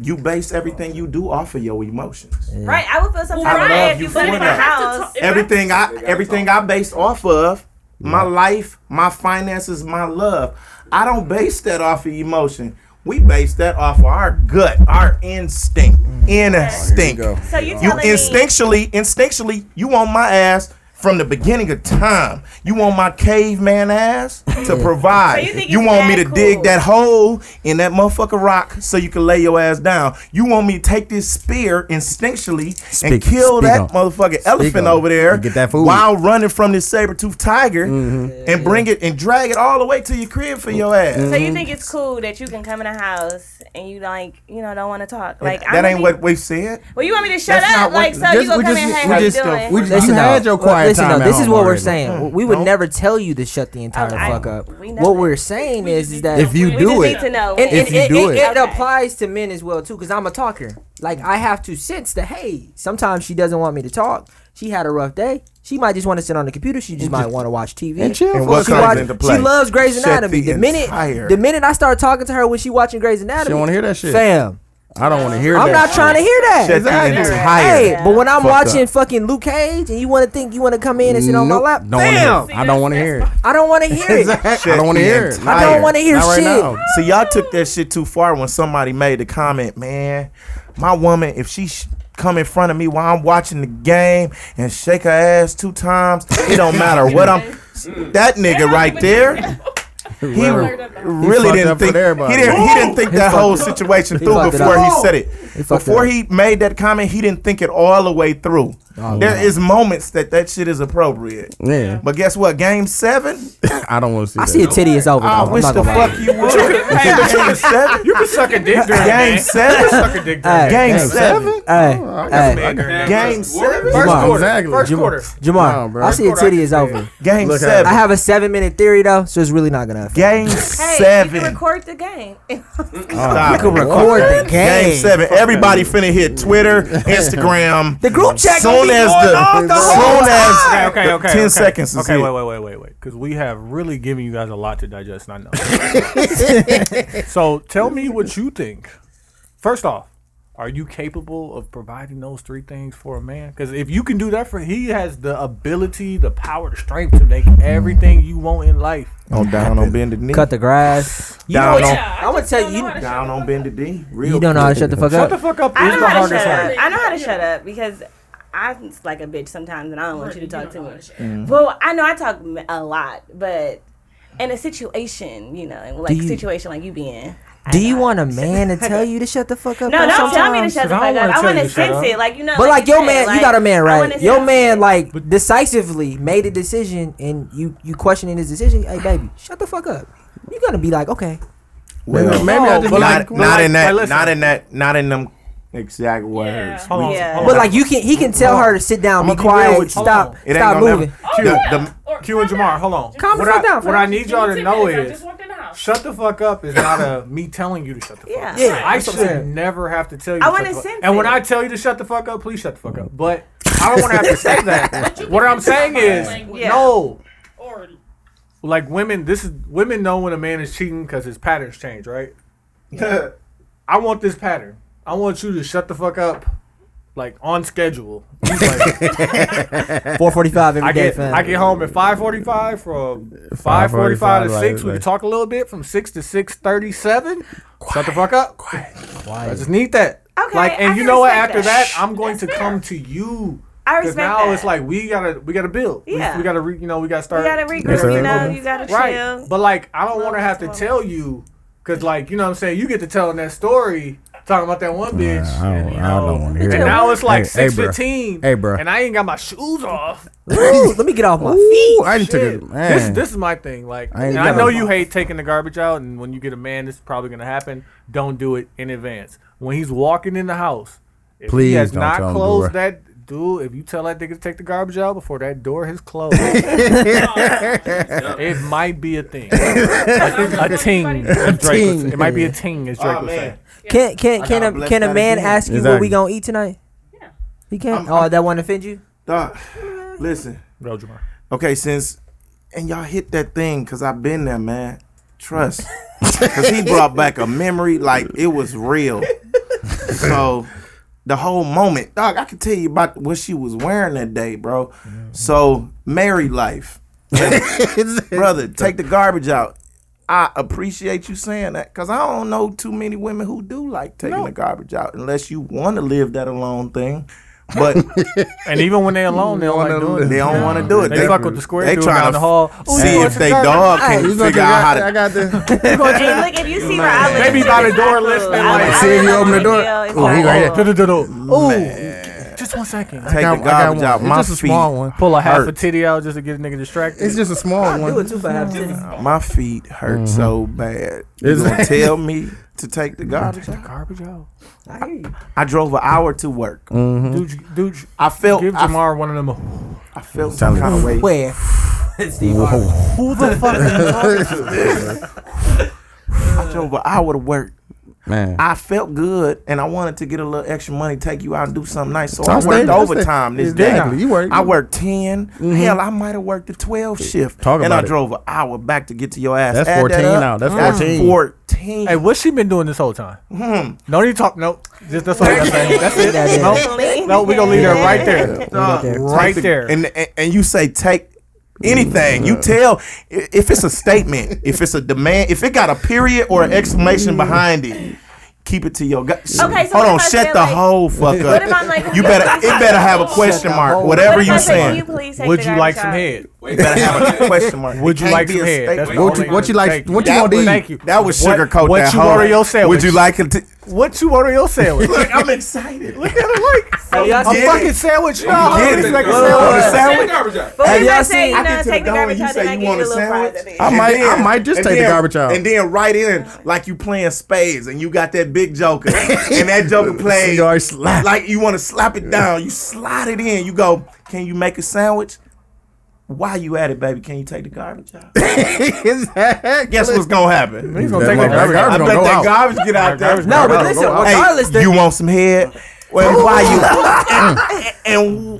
[SPEAKER 8] You base everything you do off of your emotions.
[SPEAKER 5] Right, I would feel some
[SPEAKER 8] I
[SPEAKER 5] type of
[SPEAKER 8] love
[SPEAKER 5] way if
[SPEAKER 8] you
[SPEAKER 5] you put
[SPEAKER 8] for
[SPEAKER 5] in my
[SPEAKER 8] that.
[SPEAKER 5] house.
[SPEAKER 8] everything I everything I base off of my life, my finances, my love. I don't base that off of emotion. We base that off of our gut, our instinct, instinct.
[SPEAKER 5] So you
[SPEAKER 8] You
[SPEAKER 5] telling me
[SPEAKER 8] instinctually, instinctually, you want my ass from the beginning of time. You want my caveman ass to provide.
[SPEAKER 5] So you think
[SPEAKER 8] you
[SPEAKER 5] it's
[SPEAKER 8] want
[SPEAKER 5] that
[SPEAKER 8] me to
[SPEAKER 5] cool?
[SPEAKER 8] dig that hole in that motherfucker rock so you can lay your ass down. You want me to take this spear instinctually and
[SPEAKER 3] Speak-
[SPEAKER 8] kill
[SPEAKER 3] speak
[SPEAKER 8] that
[SPEAKER 3] on it.
[SPEAKER 8] motherfucking
[SPEAKER 3] Speak on
[SPEAKER 8] elephant
[SPEAKER 3] it.
[SPEAKER 8] over there
[SPEAKER 3] And get that food. Mm-hmm.
[SPEAKER 8] while running from this saber-toothed tiger and bring it and drag it all the way to your crib for your ass.
[SPEAKER 5] So you think it's cool that you can come in the house and you like you know don't want to talk like
[SPEAKER 8] Like,
[SPEAKER 5] I'm
[SPEAKER 8] that
[SPEAKER 5] gonna
[SPEAKER 8] ain't
[SPEAKER 5] be-
[SPEAKER 8] what we said.
[SPEAKER 5] Well, you want me to shut
[SPEAKER 8] That's not
[SPEAKER 5] up
[SPEAKER 8] what-
[SPEAKER 5] like so
[SPEAKER 8] this-
[SPEAKER 5] you gonna
[SPEAKER 8] we
[SPEAKER 5] come
[SPEAKER 8] just-
[SPEAKER 5] in
[SPEAKER 8] we
[SPEAKER 5] hey how you
[SPEAKER 8] just-
[SPEAKER 5] doing?
[SPEAKER 8] we just- You
[SPEAKER 1] though,
[SPEAKER 8] had your
[SPEAKER 1] uh,
[SPEAKER 8] quiet
[SPEAKER 1] listen
[SPEAKER 8] time
[SPEAKER 1] though,
[SPEAKER 8] at
[SPEAKER 1] this is
[SPEAKER 8] home
[SPEAKER 1] what we're
[SPEAKER 8] already.
[SPEAKER 1] saying.
[SPEAKER 3] Hmm.
[SPEAKER 8] Mm,
[SPEAKER 1] We would
[SPEAKER 8] don't.
[SPEAKER 1] never tell you to shut the entire
[SPEAKER 5] Oh, I-
[SPEAKER 1] fuck up.
[SPEAKER 5] we know
[SPEAKER 1] What
[SPEAKER 5] that.
[SPEAKER 1] we're saying is, is that
[SPEAKER 3] If you
[SPEAKER 5] We
[SPEAKER 3] do
[SPEAKER 5] just
[SPEAKER 3] it,
[SPEAKER 5] need to know
[SPEAKER 1] and,
[SPEAKER 5] when.
[SPEAKER 1] and-
[SPEAKER 3] If you
[SPEAKER 1] and-
[SPEAKER 3] do
[SPEAKER 1] and
[SPEAKER 3] it.
[SPEAKER 1] it,
[SPEAKER 5] Okay.
[SPEAKER 1] applies to men as well too because i'm a talker like i have to sense that hey sometimes she doesn't want me to talk she had a rough day she might just want to sit on the computer she just might want to watch tv
[SPEAKER 3] And chill
[SPEAKER 8] And
[SPEAKER 3] for
[SPEAKER 8] what
[SPEAKER 1] she,
[SPEAKER 3] a
[SPEAKER 8] comes
[SPEAKER 1] watch-
[SPEAKER 8] into
[SPEAKER 1] she
[SPEAKER 8] play?
[SPEAKER 1] loves grey's
[SPEAKER 8] Shut
[SPEAKER 1] anatomy
[SPEAKER 8] the
[SPEAKER 1] the, minute
[SPEAKER 8] entire-
[SPEAKER 1] the minute i start talking to her when she watching grey's anatomy
[SPEAKER 3] don't wanna hear that shit.
[SPEAKER 1] fam
[SPEAKER 3] I don't want to hear
[SPEAKER 1] i'm
[SPEAKER 3] that.
[SPEAKER 1] not trying to hear that
[SPEAKER 8] Shut the
[SPEAKER 3] Exactly.
[SPEAKER 8] entire
[SPEAKER 1] Hey, but when I'm
[SPEAKER 8] Fuck
[SPEAKER 1] watching
[SPEAKER 8] up.
[SPEAKER 1] fucking Luke Cage and you want to think you want to come in and sit on my
[SPEAKER 3] Nope.
[SPEAKER 1] lap,
[SPEAKER 3] Don't wanna hear
[SPEAKER 1] damn,
[SPEAKER 3] it. I don't want to hear it.
[SPEAKER 1] I don't want to hear it.
[SPEAKER 3] I don't want to hear it.
[SPEAKER 8] I
[SPEAKER 1] I
[SPEAKER 8] Liar.
[SPEAKER 1] don't want to hear
[SPEAKER 3] Not right
[SPEAKER 1] shit.
[SPEAKER 3] now.
[SPEAKER 8] So y'all took that shit too far when somebody made the comment, man, my woman, if she sh- come in front of me while I'm watching the game and shake her ass two times, it don't matter what I'm. That nigga right there. He really
[SPEAKER 3] fucked
[SPEAKER 8] didn't
[SPEAKER 3] up for
[SPEAKER 8] think
[SPEAKER 3] everybody.
[SPEAKER 8] he didn't, he didn't think
[SPEAKER 1] He
[SPEAKER 8] that
[SPEAKER 1] fucked
[SPEAKER 8] whole
[SPEAKER 1] it up.
[SPEAKER 8] situation
[SPEAKER 1] He
[SPEAKER 8] through
[SPEAKER 1] fucked it
[SPEAKER 8] before
[SPEAKER 1] up.
[SPEAKER 8] he said it.
[SPEAKER 1] He fucked it
[SPEAKER 8] before
[SPEAKER 1] up.
[SPEAKER 8] he made that comment, he didn't think it all the way through.
[SPEAKER 1] Oh,
[SPEAKER 8] There is moments that that shit is appropriate.
[SPEAKER 3] Yeah,
[SPEAKER 8] But guess what? Game seven,
[SPEAKER 3] I don't want to see
[SPEAKER 1] I
[SPEAKER 3] that.
[SPEAKER 1] see a titty is over.
[SPEAKER 8] I
[SPEAKER 1] though. I'm
[SPEAKER 8] wish
[SPEAKER 1] not
[SPEAKER 8] the
[SPEAKER 1] gonna lie.
[SPEAKER 8] Ah, fuck
[SPEAKER 1] *laughs*
[SPEAKER 8] you would. Game seven.
[SPEAKER 2] You can suck a dick during
[SPEAKER 8] Game seven.
[SPEAKER 2] Suck a dick
[SPEAKER 1] Hey,
[SPEAKER 2] during
[SPEAKER 8] Game
[SPEAKER 1] hey,
[SPEAKER 8] seven.
[SPEAKER 1] Hey, hey,
[SPEAKER 8] Game seven.
[SPEAKER 2] First
[SPEAKER 1] Jamar,
[SPEAKER 2] quarter.
[SPEAKER 3] Exactly.
[SPEAKER 2] First
[SPEAKER 3] Jamar.
[SPEAKER 2] quarter.
[SPEAKER 3] Nah,
[SPEAKER 1] Jamar,
[SPEAKER 3] bro.
[SPEAKER 1] I see a
[SPEAKER 2] That's what I
[SPEAKER 1] titty is
[SPEAKER 2] can
[SPEAKER 1] over.
[SPEAKER 8] Game
[SPEAKER 3] Look at
[SPEAKER 8] seven.
[SPEAKER 1] I have a seven minute theory though, so it's really not gonna affect.
[SPEAKER 8] game
[SPEAKER 5] Hey, you
[SPEAKER 8] seven.
[SPEAKER 5] can record the game.
[SPEAKER 8] Stop.
[SPEAKER 1] You can record the game.
[SPEAKER 8] Game seven. Everybody finna hit *laughs* Twitter, Instagram.
[SPEAKER 1] The group chat gonna
[SPEAKER 8] Soon
[SPEAKER 1] be
[SPEAKER 8] as
[SPEAKER 1] going
[SPEAKER 8] the,
[SPEAKER 1] off the whole
[SPEAKER 8] soon
[SPEAKER 2] Okay,
[SPEAKER 8] as
[SPEAKER 2] okay,
[SPEAKER 8] the
[SPEAKER 2] okay.
[SPEAKER 8] ten
[SPEAKER 2] okay.
[SPEAKER 8] seconds is
[SPEAKER 2] Okay,
[SPEAKER 8] it.
[SPEAKER 2] wait, wait, wait, wait, wait. Because we have really given you guys a lot to digest, and I know.
[SPEAKER 8] *laughs*
[SPEAKER 2] so tell me what you think. First off, are you capable of providing those three things for a man? Because if you can do that for, he has the ability, the power, the strength to make everything you want in life.
[SPEAKER 8] On Oh, down on bended knee.
[SPEAKER 1] Cut the grass. You
[SPEAKER 8] Down
[SPEAKER 1] know what?
[SPEAKER 8] on-
[SPEAKER 1] I'm gonna tell you.
[SPEAKER 8] down on bended knee. Real
[SPEAKER 1] You don't know how to shut the fuck
[SPEAKER 2] Shut the
[SPEAKER 1] up.
[SPEAKER 2] fuck up
[SPEAKER 5] I
[SPEAKER 2] is
[SPEAKER 5] know
[SPEAKER 2] the
[SPEAKER 5] how to
[SPEAKER 2] hardest
[SPEAKER 5] shut
[SPEAKER 2] part.
[SPEAKER 5] up. I know how to shut up because I'm like a bitch sometimes, and I don't want you to talk to me. Well, I know I talk m- a lot, but in a situation, you know, and like
[SPEAKER 1] you-
[SPEAKER 5] situation like you being.
[SPEAKER 1] Do you want a man to tell you to shut the fuck up?
[SPEAKER 5] No,
[SPEAKER 1] though,
[SPEAKER 5] don't tell me to
[SPEAKER 1] sometimes?
[SPEAKER 5] shut the
[SPEAKER 2] I don't
[SPEAKER 5] fuck
[SPEAKER 2] wanna
[SPEAKER 5] up. I
[SPEAKER 2] tell
[SPEAKER 5] want
[SPEAKER 2] you
[SPEAKER 5] to
[SPEAKER 2] to shut
[SPEAKER 5] sense
[SPEAKER 2] up.
[SPEAKER 5] it, like you know.
[SPEAKER 1] But like your
[SPEAKER 5] said,
[SPEAKER 1] man, you got a man,
[SPEAKER 5] I
[SPEAKER 1] right?
[SPEAKER 5] wanna
[SPEAKER 1] Your
[SPEAKER 5] sense
[SPEAKER 1] man
[SPEAKER 5] it.
[SPEAKER 1] like decisively made a decision, and you you questioning his decision. Hey, baby, shut the fuck up. You're gonna be like, okay,
[SPEAKER 8] Well,
[SPEAKER 3] Maybe- maybe I just be
[SPEAKER 8] not,
[SPEAKER 3] like-
[SPEAKER 8] not
[SPEAKER 2] like- like,
[SPEAKER 8] in that.
[SPEAKER 2] listen.
[SPEAKER 8] Not in that. Not in them exact words.
[SPEAKER 2] Hold on,
[SPEAKER 5] Yeah.
[SPEAKER 2] hold
[SPEAKER 1] but
[SPEAKER 2] on.
[SPEAKER 1] like you can, he can tell her to sit down, be
[SPEAKER 8] I'ma be real
[SPEAKER 1] quiet,
[SPEAKER 8] with you.
[SPEAKER 1] stop,
[SPEAKER 8] It ain't
[SPEAKER 1] stop
[SPEAKER 8] gonna
[SPEAKER 1] moving.
[SPEAKER 8] never- the- the-
[SPEAKER 2] Q and Jamar, hold on.
[SPEAKER 1] Calm the
[SPEAKER 2] what
[SPEAKER 1] fuck
[SPEAKER 2] I,
[SPEAKER 1] down,
[SPEAKER 2] what
[SPEAKER 1] fam.
[SPEAKER 2] I need y'all to know
[SPEAKER 4] I
[SPEAKER 2] is
[SPEAKER 4] just walked in the house.
[SPEAKER 2] Shut the fuck up is not a me telling you to shut the fuck up.
[SPEAKER 5] Yeah.
[SPEAKER 1] Yeah,
[SPEAKER 2] I
[SPEAKER 1] that's what I'm
[SPEAKER 2] should
[SPEAKER 1] saying.
[SPEAKER 2] never have to tell you. to
[SPEAKER 5] I
[SPEAKER 2] shut
[SPEAKER 5] wanna
[SPEAKER 2] the fuck-
[SPEAKER 5] sense
[SPEAKER 2] And when
[SPEAKER 5] it.
[SPEAKER 2] I tell you to shut the fuck up, please shut the fuck up. But I don't want to have to say
[SPEAKER 5] *laughs*
[SPEAKER 2] that. what I'm saying is
[SPEAKER 5] Yeah.
[SPEAKER 2] no.
[SPEAKER 4] Or oh,
[SPEAKER 2] Like women, this is women know when a man is cheating because his patterns change, right? I want this pattern. I want you to shut the fuck up, like on schedule.
[SPEAKER 1] *laughs*
[SPEAKER 2] Like,
[SPEAKER 1] Four forty-five
[SPEAKER 2] I
[SPEAKER 1] every day,
[SPEAKER 2] get
[SPEAKER 1] fam.
[SPEAKER 2] I get home at five forty five from five forty five to six. We can talk a little bit from six to six thirty seven. Shut the fuck up. I just need that.
[SPEAKER 5] Okay,
[SPEAKER 2] Like, and
[SPEAKER 5] I
[SPEAKER 2] you
[SPEAKER 5] can
[SPEAKER 2] know what?
[SPEAKER 5] respect
[SPEAKER 2] After that,
[SPEAKER 5] that.
[SPEAKER 2] I'm going
[SPEAKER 5] That's
[SPEAKER 2] to
[SPEAKER 5] fair.
[SPEAKER 2] come to you.
[SPEAKER 5] I
[SPEAKER 2] Because
[SPEAKER 5] respect
[SPEAKER 2] now
[SPEAKER 5] that.
[SPEAKER 2] it's like we gotta we gotta build. We-
[SPEAKER 5] Yeah.
[SPEAKER 2] We, gotta re, you know we gotta
[SPEAKER 5] You
[SPEAKER 2] start.
[SPEAKER 5] gotta
[SPEAKER 3] Yes,
[SPEAKER 5] regroup,
[SPEAKER 3] sir.
[SPEAKER 5] you know. You gotta chill.
[SPEAKER 2] Right. But like I don't want to
[SPEAKER 5] Well,
[SPEAKER 2] have to
[SPEAKER 5] well.
[SPEAKER 2] tell you because like you know what I'm saying you get to telling that story talking about that one bitch.
[SPEAKER 3] I don't-
[SPEAKER 2] and, you
[SPEAKER 3] I
[SPEAKER 2] know,
[SPEAKER 3] don't wanna hear
[SPEAKER 2] And
[SPEAKER 3] that.
[SPEAKER 2] now it's like
[SPEAKER 3] Hey, hey,
[SPEAKER 2] six
[SPEAKER 3] bruh.
[SPEAKER 2] fifteen.
[SPEAKER 3] Hey, bruh.
[SPEAKER 2] And I ain't got my shoes off.
[SPEAKER 1] Ooh, let me get off my feet.
[SPEAKER 3] Ooh, I didn't take
[SPEAKER 2] Shit.
[SPEAKER 3] it. Man.
[SPEAKER 2] This this is my thing. Like,
[SPEAKER 3] I
[SPEAKER 2] I,
[SPEAKER 3] ain't
[SPEAKER 2] and I
[SPEAKER 3] got
[SPEAKER 2] know
[SPEAKER 3] a-
[SPEAKER 2] you hate taking the garbage out, and when you get a man, this is probably gonna happen. Don't do it in advance. When he's walking in the house, if
[SPEAKER 3] Please
[SPEAKER 2] he has
[SPEAKER 3] don't
[SPEAKER 2] not
[SPEAKER 3] tell him,
[SPEAKER 2] closed
[SPEAKER 3] Dora.
[SPEAKER 2] that dude. If you tell that nigga to take the garbage out before that door has closed, it might be a thing. a
[SPEAKER 4] *laughs*
[SPEAKER 2] ting. as Drake would say. It might be a
[SPEAKER 1] Oh,
[SPEAKER 2] ting, as Drake would say.
[SPEAKER 8] Oh, man.
[SPEAKER 1] Can can
[SPEAKER 8] gotta
[SPEAKER 1] can a
[SPEAKER 8] bless
[SPEAKER 1] can a
[SPEAKER 8] that
[SPEAKER 1] man
[SPEAKER 8] again.
[SPEAKER 1] ask you what
[SPEAKER 3] Exactly.
[SPEAKER 1] we gonna eat tonight? He can't.
[SPEAKER 8] I'm-
[SPEAKER 1] oh, that won't offend you?
[SPEAKER 8] Dog, listen.
[SPEAKER 2] Bro, Jamar.
[SPEAKER 8] Okay, since and y'all hit that thing because I've been there, man. Trust, *laughs* because he brought back a memory like it was
[SPEAKER 2] *laughs*
[SPEAKER 8] real. So the whole moment, dog, I could tell you about what she was wearing that day, bro. So
[SPEAKER 2] *laughs*
[SPEAKER 8] married life, brother, take the garbage out. I appreciate you saying that because I don't know too many women who do like taking the garbage out unless you want to live that alone thing.
[SPEAKER 2] *laughs*
[SPEAKER 8] But
[SPEAKER 2] And even when they alone, they don't like doing it.
[SPEAKER 8] They don't want to do it.
[SPEAKER 2] They, fuck with the square dude down the hall. Ooh, you
[SPEAKER 8] see
[SPEAKER 2] want
[SPEAKER 8] if
[SPEAKER 2] some
[SPEAKER 8] they
[SPEAKER 2] garbage?
[SPEAKER 8] dog
[SPEAKER 2] Hey,
[SPEAKER 8] can
[SPEAKER 2] you gonna
[SPEAKER 8] figure
[SPEAKER 2] do
[SPEAKER 8] out how
[SPEAKER 2] that?
[SPEAKER 8] to.
[SPEAKER 2] I got
[SPEAKER 3] *laughs*
[SPEAKER 5] Hey, look, if you see where I live,
[SPEAKER 2] Maybe by the door
[SPEAKER 5] list,
[SPEAKER 2] listening, like,
[SPEAKER 8] See if you open the door.
[SPEAKER 5] Oh, he right
[SPEAKER 2] there.
[SPEAKER 8] Ooh,
[SPEAKER 2] just one second.
[SPEAKER 8] Take the garbage out. My feet
[SPEAKER 2] Pull a half a
[SPEAKER 8] hurt.
[SPEAKER 2] titty out just to get a nigga distracted.
[SPEAKER 3] It's just a small
[SPEAKER 1] I do it too for half titty.
[SPEAKER 8] My feet hurt
[SPEAKER 3] Mhm.
[SPEAKER 8] so bad. You
[SPEAKER 3] Is
[SPEAKER 8] gonna
[SPEAKER 3] it?
[SPEAKER 8] tell me to take the garbage out?
[SPEAKER 2] Garbage out.
[SPEAKER 1] I hear you.
[SPEAKER 8] I drove an hour to work.
[SPEAKER 3] Mm.
[SPEAKER 2] Dude, dude,
[SPEAKER 8] I felt
[SPEAKER 2] give
[SPEAKER 8] I,
[SPEAKER 2] Jamar one of them.
[SPEAKER 8] I felt some
[SPEAKER 3] Tell
[SPEAKER 8] kind of way.
[SPEAKER 1] Where? Steve Harvey.
[SPEAKER 2] Who the fuck are you talking to?
[SPEAKER 8] I drove an hour to work.
[SPEAKER 3] man.
[SPEAKER 8] *laughs* I felt good, and I wanted to get a little extra money, take you out and do something nice. So
[SPEAKER 3] So I
[SPEAKER 8] I
[SPEAKER 3] stayed-
[SPEAKER 8] worked
[SPEAKER 3] I stayed-
[SPEAKER 8] overtime this
[SPEAKER 3] Exactly,
[SPEAKER 8] day.
[SPEAKER 3] you worked. Mm-hmm.
[SPEAKER 8] I worked 10 Hell, I might have worked the twelve shift,
[SPEAKER 3] Talk
[SPEAKER 8] and
[SPEAKER 3] about it.
[SPEAKER 8] I drove an hour back to get to your ass.
[SPEAKER 3] That's
[SPEAKER 8] Add
[SPEAKER 3] 14
[SPEAKER 8] up.
[SPEAKER 3] now. That's 14.
[SPEAKER 8] fourteen.
[SPEAKER 2] Hey, what's she been doing this whole time?
[SPEAKER 8] Hmm.
[SPEAKER 2] Don't even talk. Nope. Just that's all I gotta say. That's it.
[SPEAKER 1] That is.
[SPEAKER 2] Nope. *laughs* No, we gonna leave her right there.
[SPEAKER 1] Right there.
[SPEAKER 2] Right
[SPEAKER 8] Take the-
[SPEAKER 2] there.
[SPEAKER 8] And, and and you say take anything.
[SPEAKER 5] Mm-hmm.
[SPEAKER 8] You tell i- if it's a statement, if it's a demand, if it got a period or an exclamation behind it. Keep it to your gut.
[SPEAKER 5] Mm-hmm. Okay, so
[SPEAKER 8] Hold
[SPEAKER 5] what
[SPEAKER 8] on,
[SPEAKER 5] if I
[SPEAKER 8] shut
[SPEAKER 5] said,
[SPEAKER 8] the
[SPEAKER 5] like-
[SPEAKER 8] whole fuck up.
[SPEAKER 5] if I'm like, *laughs*
[SPEAKER 8] you better, it better have a question mark.
[SPEAKER 1] whole-
[SPEAKER 8] Whatever
[SPEAKER 5] What if I
[SPEAKER 8] you
[SPEAKER 5] say, "Can
[SPEAKER 8] saying,
[SPEAKER 5] you please take
[SPEAKER 2] Would
[SPEAKER 5] the
[SPEAKER 2] you like
[SPEAKER 5] garbage
[SPEAKER 2] some
[SPEAKER 5] out?"
[SPEAKER 2] head?
[SPEAKER 8] it better have a question mark.
[SPEAKER 2] Would
[SPEAKER 8] It
[SPEAKER 2] you
[SPEAKER 8] can't
[SPEAKER 2] like
[SPEAKER 8] be a
[SPEAKER 2] some head? That's
[SPEAKER 8] statement.
[SPEAKER 2] the
[SPEAKER 3] What you-
[SPEAKER 2] only
[SPEAKER 3] what you like-
[SPEAKER 2] mistake.
[SPEAKER 3] what you
[SPEAKER 2] That-
[SPEAKER 3] gonna eat?
[SPEAKER 2] Thank you.
[SPEAKER 8] That was
[SPEAKER 2] What-
[SPEAKER 8] sugarcoat.
[SPEAKER 2] What
[SPEAKER 8] that
[SPEAKER 2] you
[SPEAKER 8] whole-
[SPEAKER 2] order your sandwich?
[SPEAKER 8] Would you like it? To,
[SPEAKER 2] What you order your sandwich?
[SPEAKER 8] look, I'm excited. Look at it. *laughs*
[SPEAKER 2] like
[SPEAKER 1] Have y'all
[SPEAKER 2] a
[SPEAKER 1] seen-
[SPEAKER 8] Yeah.
[SPEAKER 2] fucking sandwich. No,
[SPEAKER 8] Get
[SPEAKER 2] this
[SPEAKER 8] it.
[SPEAKER 2] nigga
[SPEAKER 8] Wait,
[SPEAKER 2] said-
[SPEAKER 8] wait, wait.
[SPEAKER 5] But
[SPEAKER 1] Have
[SPEAKER 5] when I
[SPEAKER 1] y'all
[SPEAKER 5] say,
[SPEAKER 1] seen-
[SPEAKER 5] you know, take the garbage out, then I give you a little prize at the
[SPEAKER 8] I
[SPEAKER 5] end.
[SPEAKER 8] might,
[SPEAKER 3] then-
[SPEAKER 8] I might just
[SPEAKER 3] and
[SPEAKER 8] take
[SPEAKER 3] then-
[SPEAKER 8] the garbage out,
[SPEAKER 3] and
[SPEAKER 8] then right in like you playing spades, and you got that big joker, and that *laughs* joker plays
[SPEAKER 3] Cigar slap.
[SPEAKER 8] like you want to slap it *laughs* down. You slide it in. You go, can you make a sandwich? Why you at it, baby? Can you take the
[SPEAKER 5] *laughs*
[SPEAKER 8] garbage out? Guess what's gonna happen?
[SPEAKER 2] He's gonna
[SPEAKER 3] That
[SPEAKER 2] take
[SPEAKER 3] motherfucker
[SPEAKER 2] that garbage
[SPEAKER 8] I
[SPEAKER 2] out.
[SPEAKER 3] gonna
[SPEAKER 8] bet
[SPEAKER 3] go
[SPEAKER 8] that
[SPEAKER 3] out.
[SPEAKER 8] garbage get out there.
[SPEAKER 2] Garbage
[SPEAKER 1] No,
[SPEAKER 2] gonna
[SPEAKER 1] but
[SPEAKER 2] go
[SPEAKER 1] listen,
[SPEAKER 2] out.
[SPEAKER 1] regardless,
[SPEAKER 8] Hey,
[SPEAKER 1] that
[SPEAKER 8] you want some head? Well, why
[SPEAKER 5] *laughs*
[SPEAKER 8] you? *laughs* And,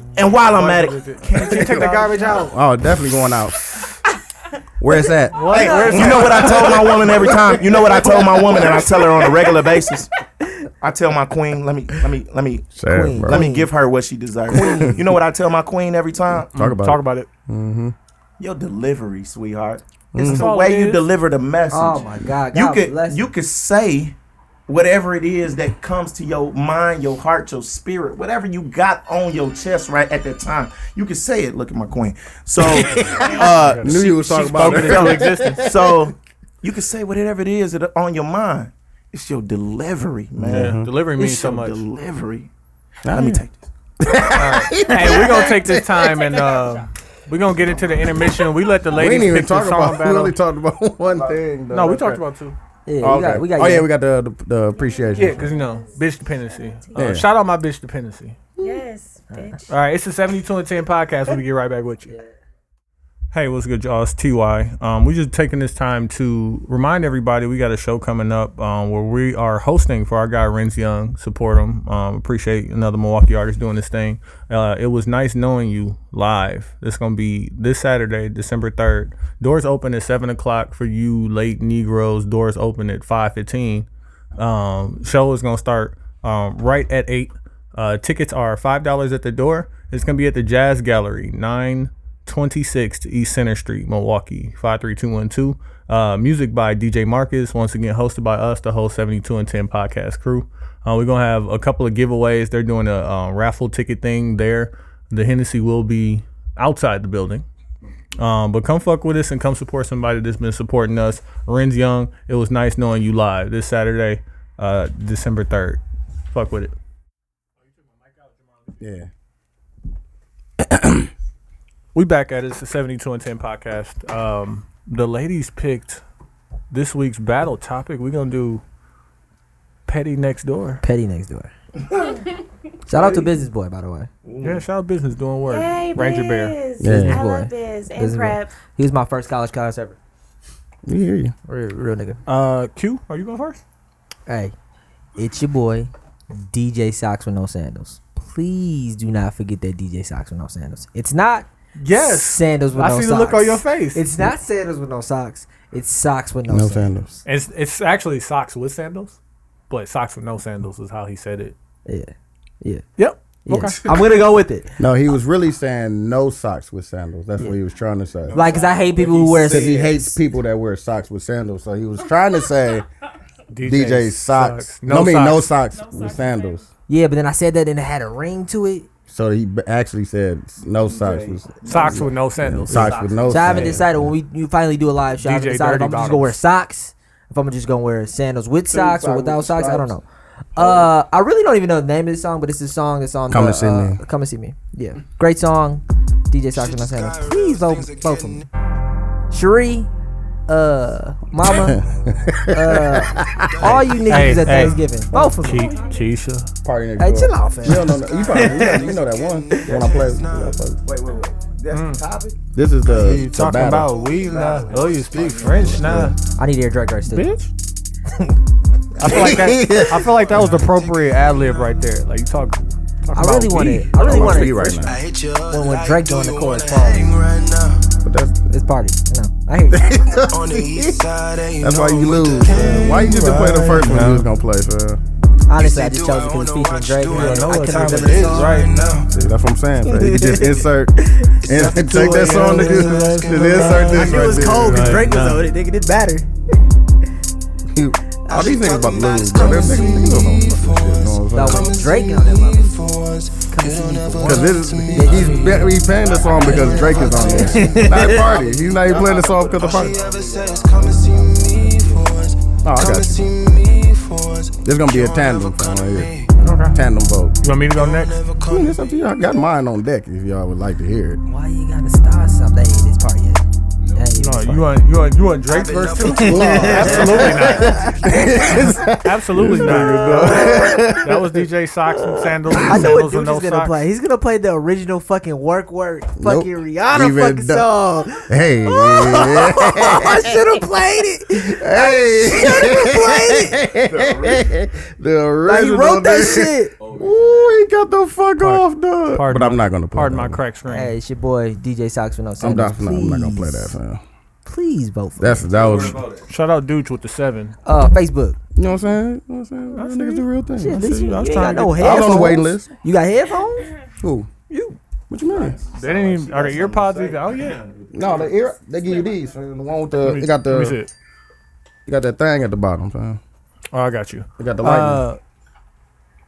[SPEAKER 8] and and while I'm at it, can you
[SPEAKER 2] Take the garbage out.
[SPEAKER 3] Oh, definitely going out. *laughs* Where it's at?
[SPEAKER 8] Hey, you know what I told my woman every time? You know what I told my woman and I tell her on a regular basis? I tell my queen, let me let me let me
[SPEAKER 3] Sad,
[SPEAKER 1] Queen.
[SPEAKER 3] bro.
[SPEAKER 8] let me give her what she deserves. You know what I tell my queen every time?
[SPEAKER 3] talk about
[SPEAKER 2] Talk
[SPEAKER 3] it.
[SPEAKER 2] about it.
[SPEAKER 8] Your delivery, sweetheart. It's the
[SPEAKER 2] all
[SPEAKER 8] way
[SPEAKER 2] it
[SPEAKER 8] you
[SPEAKER 2] is.
[SPEAKER 8] deliver the message.
[SPEAKER 1] Oh my God.
[SPEAKER 8] you
[SPEAKER 1] God
[SPEAKER 8] could
[SPEAKER 1] bless
[SPEAKER 8] you could say whatever it is that comes to your mind, your heart, your spirit, whatever you got on your chest right at that time. You can say it. Look at my queen. So uh
[SPEAKER 3] Knew you was talking about
[SPEAKER 2] Spoken
[SPEAKER 3] it. *laughs*
[SPEAKER 11] *laughs*
[SPEAKER 2] into existence.
[SPEAKER 8] so you can say whatever it is that on your mind. It's your delivery, man.
[SPEAKER 2] Delivery means
[SPEAKER 8] It's
[SPEAKER 2] so
[SPEAKER 8] your
[SPEAKER 2] much.
[SPEAKER 8] delivery. Let
[SPEAKER 11] Hmm.
[SPEAKER 8] me take this.
[SPEAKER 2] hey, we're gonna take this time and uh, we're gonna get into the intermission. We let the
[SPEAKER 3] We
[SPEAKER 2] ladies
[SPEAKER 3] ain't even
[SPEAKER 2] pick the
[SPEAKER 3] talk
[SPEAKER 2] song
[SPEAKER 3] about. We
[SPEAKER 2] battle.
[SPEAKER 3] only talked about *laughs* one thing. Though.
[SPEAKER 2] no, we
[SPEAKER 3] Okay.
[SPEAKER 2] talked about two.
[SPEAKER 1] Yeah, we
[SPEAKER 3] Oh,
[SPEAKER 1] got, we got
[SPEAKER 3] oh yeah, we got the the, the appreciation.
[SPEAKER 2] Yeah, because you know, bitch dependency. Uh,
[SPEAKER 3] Yeah.
[SPEAKER 2] Shout out my bitch dependency.
[SPEAKER 5] Yes, bitch.
[SPEAKER 2] All right, it's the 72 and 10 podcast. We'll get right back with you. Hey, what's good, y'all? It's TY. Um, we're just taking this time to remind everybody we got a show coming up um, where we are hosting for our guy Renz Young. Support him. Um, appreciate another Milwaukee artist doing this thing. Uh, it was nice knowing you live. It's going to be this Saturday, December 3rd. Doors open at 7 o'clock for you late Negroes. Doors open at 515. Um, show is gonna start um, right at eight. Uh, tickets are five dollars at the door. It's gonna be at the Jazz Gallery, nine twenty six to East Center Street, Milwaukee, five three two one two. Uh, music by DJ Marcus. Once again, hosted by us, the whole seventy two and ten podcast crew. Uh, we're gonna have a couple of giveaways. They're doing a uh, raffle ticket thing there. The Hennessy will be outside the building. Um, but come fuck with us and come support somebody that's been supporting us. Renz Young, it was nice knowing you live this Saturday, uh, December 3rd. Fuck with it.
[SPEAKER 3] Yeah.
[SPEAKER 2] We back at it. It's the 72 and 10 podcast. Um, the ladies picked this week's battle topic. We're going to do Petty Next Door.
[SPEAKER 1] Petty next
[SPEAKER 5] *laughs*
[SPEAKER 1] door. Shout out to Business Boy, by the way.
[SPEAKER 2] Yeah, shout out business doing work.
[SPEAKER 5] Hey,
[SPEAKER 2] Ranger
[SPEAKER 5] Biz.
[SPEAKER 2] Bear.
[SPEAKER 1] Business
[SPEAKER 5] I
[SPEAKER 1] Boy.
[SPEAKER 5] love Biz and
[SPEAKER 1] Business Boy.
[SPEAKER 5] prep.
[SPEAKER 1] He was my first college class ever.
[SPEAKER 3] We hear you.
[SPEAKER 1] Real, real nigga.
[SPEAKER 2] Uh, Q, are you going first?
[SPEAKER 1] Hey, it's your boy, DJ Socks with no sandals. please do not forget that DJ socks with no sandals. It's not
[SPEAKER 12] Yes.
[SPEAKER 1] sandals with
[SPEAKER 12] I
[SPEAKER 1] no
[SPEAKER 12] see the
[SPEAKER 1] socks.
[SPEAKER 12] look on your face.
[SPEAKER 1] It's not sandals with no socks. It's socks with no,
[SPEAKER 3] No
[SPEAKER 1] sandals.
[SPEAKER 2] It's it's actually socks with sandals, but socks with no sandals is how he said it.
[SPEAKER 1] Yeah. Yeah.
[SPEAKER 12] Yep.
[SPEAKER 1] Yeah. I'm gonna go with it.
[SPEAKER 3] No, he was really saying no socks with sandals. That's what he was trying to say.
[SPEAKER 1] Like, 'cause I hate people who wear-
[SPEAKER 3] Because he hates people that wear socks with sandals. So he was trying to say DJ, socks. No, I mean no socks with sandals.
[SPEAKER 1] Yeah, but then I said that and it had a ring to it.
[SPEAKER 3] So he b- actually said no socks with
[SPEAKER 2] Socks with no sandals.
[SPEAKER 3] Socks with no.
[SPEAKER 1] so I haven't
[SPEAKER 3] sandals.
[SPEAKER 1] decided when we you finally do a live show. I haven't
[SPEAKER 2] DJ
[SPEAKER 1] decided if
[SPEAKER 2] Dirty
[SPEAKER 1] I'm just gonna wear
[SPEAKER 2] Bottoms.
[SPEAKER 1] socks, if I'm just gonna wear sandals with socks or
[SPEAKER 3] socks
[SPEAKER 1] without
[SPEAKER 3] with
[SPEAKER 1] socks. I don't know.
[SPEAKER 3] stripes.
[SPEAKER 1] Uh, I really don't even know the name of this song, but it's a song that's on.
[SPEAKER 3] Come
[SPEAKER 1] the,
[SPEAKER 3] and See
[SPEAKER 1] uh,
[SPEAKER 3] Me.
[SPEAKER 1] Come and see me. Yeah, great song. DJ socks with no sandals. Please vote, vote for me. Cherie, uh,
[SPEAKER 3] *laughs*
[SPEAKER 1] Mama, uh, all you niggas at Thanksgiving. Vote for me.
[SPEAKER 2] Keisha.
[SPEAKER 3] Party next
[SPEAKER 1] Hey,
[SPEAKER 3] door.
[SPEAKER 1] chill out, fam.
[SPEAKER 3] You don't know that- you probably- you know- you know that *laughs* one when I play. when I play.
[SPEAKER 11] Wait, wait, wait. That's the topic?
[SPEAKER 3] This is the.
[SPEAKER 2] You
[SPEAKER 3] the
[SPEAKER 2] talking
[SPEAKER 3] battle.
[SPEAKER 2] about weed now? Oh, you speak French now?
[SPEAKER 1] I need to hear Drake right still.
[SPEAKER 2] Bitch. I feel
[SPEAKER 3] *laughs*
[SPEAKER 2] like that. I feel like that was the appropriate ad lib right there. Like you talk. talk
[SPEAKER 1] I really
[SPEAKER 2] about
[SPEAKER 1] want
[SPEAKER 2] weed.
[SPEAKER 1] it. I really
[SPEAKER 3] I'm
[SPEAKER 1] want
[SPEAKER 3] free
[SPEAKER 1] it
[SPEAKER 3] right now.
[SPEAKER 1] When, when Drake doing the chorus, Paul.
[SPEAKER 3] But that's
[SPEAKER 1] It's party. No, I hear you.
[SPEAKER 11] On
[SPEAKER 3] *laughs*
[SPEAKER 11] the east side, ain't
[SPEAKER 3] that's why you lose. Man. Why you just didn't play the first one you was gonna play, fam?
[SPEAKER 1] Honestly, I just chose it because it's featuring Drake. and
[SPEAKER 2] know
[SPEAKER 1] I
[SPEAKER 2] what
[SPEAKER 1] couldn't
[SPEAKER 2] time
[SPEAKER 1] remember the
[SPEAKER 2] it is,
[SPEAKER 1] song.
[SPEAKER 2] right?
[SPEAKER 11] now.
[SPEAKER 3] See, that's what I'm saying. Fam. You just insert and take that song and just, just
[SPEAKER 1] I
[SPEAKER 3] insert this
[SPEAKER 1] knew it was
[SPEAKER 3] right
[SPEAKER 1] cold because
[SPEAKER 2] Right
[SPEAKER 1] Drake was
[SPEAKER 2] now.
[SPEAKER 1] on it. Nigga, this batter.
[SPEAKER 3] there. All these niggas about to lose, bro. Them niggas- niggas don't know fucking shit, you know what I'm
[SPEAKER 1] No,
[SPEAKER 3] saying?
[SPEAKER 1] when Drake on that motherfucker. Come see me for once.
[SPEAKER 3] Cause this is, he's ba- he's playing the song because Drake is on there. not party. He's not even playing the song because the party. Oh, I got you. There's gonna be a tandem song right here. Tandem vote.
[SPEAKER 2] You want me to go next?
[SPEAKER 3] I mean, it's up to you. I got mine on deck if y'all would like to hear it.
[SPEAKER 1] Why you gotta start something? That ain't this part yet. That ain't
[SPEAKER 2] No,
[SPEAKER 1] this part.
[SPEAKER 2] you want you want you want Drake's verse too?
[SPEAKER 3] *laughs*
[SPEAKER 2] Absolutely not. That was DJ socks and sandals.
[SPEAKER 1] I know what
[SPEAKER 2] sandals with
[SPEAKER 1] dude
[SPEAKER 2] no
[SPEAKER 1] is gonna
[SPEAKER 2] socks.
[SPEAKER 1] play. He's gonna play the original fucking work work fucking
[SPEAKER 3] Nope.
[SPEAKER 1] Rihanna
[SPEAKER 3] Even
[SPEAKER 1] fucking
[SPEAKER 3] the-
[SPEAKER 1] song.
[SPEAKER 3] *laughs* *laughs*
[SPEAKER 1] *laughs*
[SPEAKER 3] Hey,
[SPEAKER 1] I should have played it.
[SPEAKER 3] hey, *laughs* the
[SPEAKER 1] Like,
[SPEAKER 3] original.
[SPEAKER 1] he wrote that
[SPEAKER 3] nigga.
[SPEAKER 1] shit.
[SPEAKER 3] Ooh, he got the fuck off, dog.
[SPEAKER 2] pardon
[SPEAKER 3] but I'm
[SPEAKER 2] my-
[SPEAKER 3] not gonna play.
[SPEAKER 2] Pardon my
[SPEAKER 3] that.
[SPEAKER 2] crack screen.
[SPEAKER 1] Hey, it's your boy DJ Socks with no
[SPEAKER 3] I'm
[SPEAKER 1] sandals.
[SPEAKER 3] not, no, I'm not gonna play that.
[SPEAKER 1] Please,
[SPEAKER 3] Fam.
[SPEAKER 1] Please vote for
[SPEAKER 3] That's
[SPEAKER 1] me.
[SPEAKER 3] that was.
[SPEAKER 2] Shout out Dooch with the seven.
[SPEAKER 1] uh Facebook.
[SPEAKER 3] You know what I'm saying? You know what I'm saying? Real niggas do real things.
[SPEAKER 1] Shit, at least you, you
[SPEAKER 2] I was
[SPEAKER 1] ain't got
[SPEAKER 2] trying to
[SPEAKER 1] no
[SPEAKER 2] get-
[SPEAKER 3] I
[SPEAKER 1] headphones.
[SPEAKER 3] was on the waiting list.
[SPEAKER 1] You got headphones?
[SPEAKER 3] Who?
[SPEAKER 1] You.
[SPEAKER 3] What you mean?
[SPEAKER 2] They didn't even are the earpods even out yet.
[SPEAKER 3] No, the ear they give you these. fam. The one with the
[SPEAKER 2] Let me-
[SPEAKER 3] it got
[SPEAKER 2] let me see
[SPEAKER 3] the
[SPEAKER 2] it.
[SPEAKER 3] it got that thing at the bottom, fam.
[SPEAKER 2] Oh, I got you.
[SPEAKER 3] It got the lightning.
[SPEAKER 2] Uh,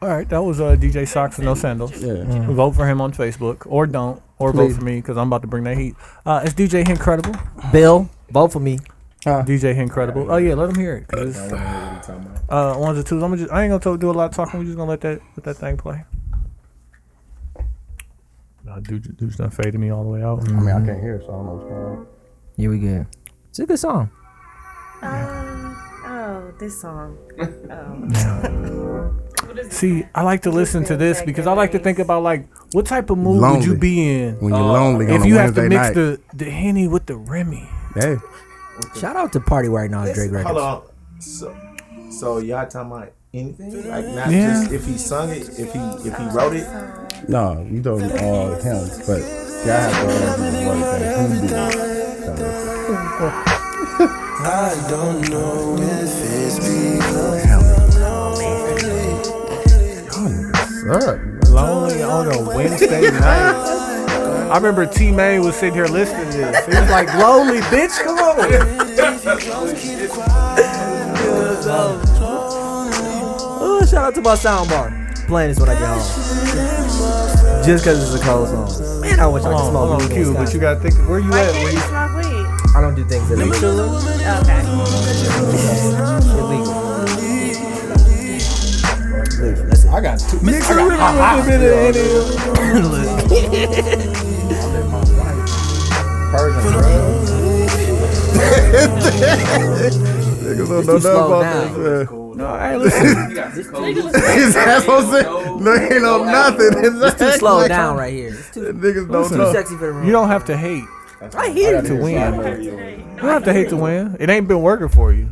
[SPEAKER 2] all right, that was uh, DJ Socks and No Sandals.
[SPEAKER 3] yeah.
[SPEAKER 2] Vote for him on Facebook or don't, or
[SPEAKER 3] Please.
[SPEAKER 2] vote for me because I'm about to bring that heat. Uh, it's DJ Incredible.
[SPEAKER 1] Bill, vote for me.
[SPEAKER 2] DJ Incredible. Oh yeah, let him hear it. 'cause it's, uh, ones and twos. I'm gonna just, I ain't gonna talk, do a lot of talking. We just gonna let that let that thing play. No, dude, dude's done faded me all the way out.
[SPEAKER 3] I mean, I can't hear, so I don't know what's going on.
[SPEAKER 1] Here we go. It's a good song.
[SPEAKER 5] Oh, this song.
[SPEAKER 2] See, I like to listen to this because I like to think about like what type of mood would you
[SPEAKER 3] Lonely.
[SPEAKER 2] be in
[SPEAKER 3] When you're lonely on
[SPEAKER 2] if
[SPEAKER 3] a
[SPEAKER 2] you
[SPEAKER 3] Wednesday
[SPEAKER 2] have to mix
[SPEAKER 3] night.
[SPEAKER 2] the the henny with the Remy.
[SPEAKER 3] hey,
[SPEAKER 1] Shout out to Party right now, Drake
[SPEAKER 8] Hold
[SPEAKER 1] Records.
[SPEAKER 8] on. So, so y'all talking about anything? Like not
[SPEAKER 2] Yeah.
[SPEAKER 8] just if he sung it, if he if he wrote it.
[SPEAKER 3] no, you don't all uh, him, but y'all have to all do the work that he did. So,
[SPEAKER 11] I don't know if it's because
[SPEAKER 3] y'all niggas suck.
[SPEAKER 2] Lonely on a Wednesday night. I remember T May was sitting here listening to this. He was like, "Lonely, bitch, come on."
[SPEAKER 1] Oh, shout out to my soundbar. Playing this when I get home. Just because it's a cold song. Man, I wish I could
[SPEAKER 2] Hold
[SPEAKER 1] smoke
[SPEAKER 2] on, hold on,
[SPEAKER 1] weed in
[SPEAKER 2] Q, but
[SPEAKER 1] Wisconsin.
[SPEAKER 2] you gotta think, where you
[SPEAKER 5] Why
[SPEAKER 2] at?
[SPEAKER 5] can't
[SPEAKER 2] Where
[SPEAKER 5] you
[SPEAKER 2] you-
[SPEAKER 5] smoke weed?
[SPEAKER 1] I don't do things illegal.
[SPEAKER 5] Okay.
[SPEAKER 1] illegal. Illegal. Listen,
[SPEAKER 3] I got two. Persian, bro. Niggas don't know nothing
[SPEAKER 1] slow
[SPEAKER 3] about
[SPEAKER 1] now.
[SPEAKER 3] this. man. *laughs* That's what I'm saying. No, ain't no nothing. It's
[SPEAKER 1] too slow down right here. It's too,
[SPEAKER 3] Niggas don't
[SPEAKER 1] too
[SPEAKER 3] know.
[SPEAKER 1] sexy for the room.
[SPEAKER 2] You don't have to hate.
[SPEAKER 1] I hear you.
[SPEAKER 2] to win. You don't have to hate to win. It ain't been working for you.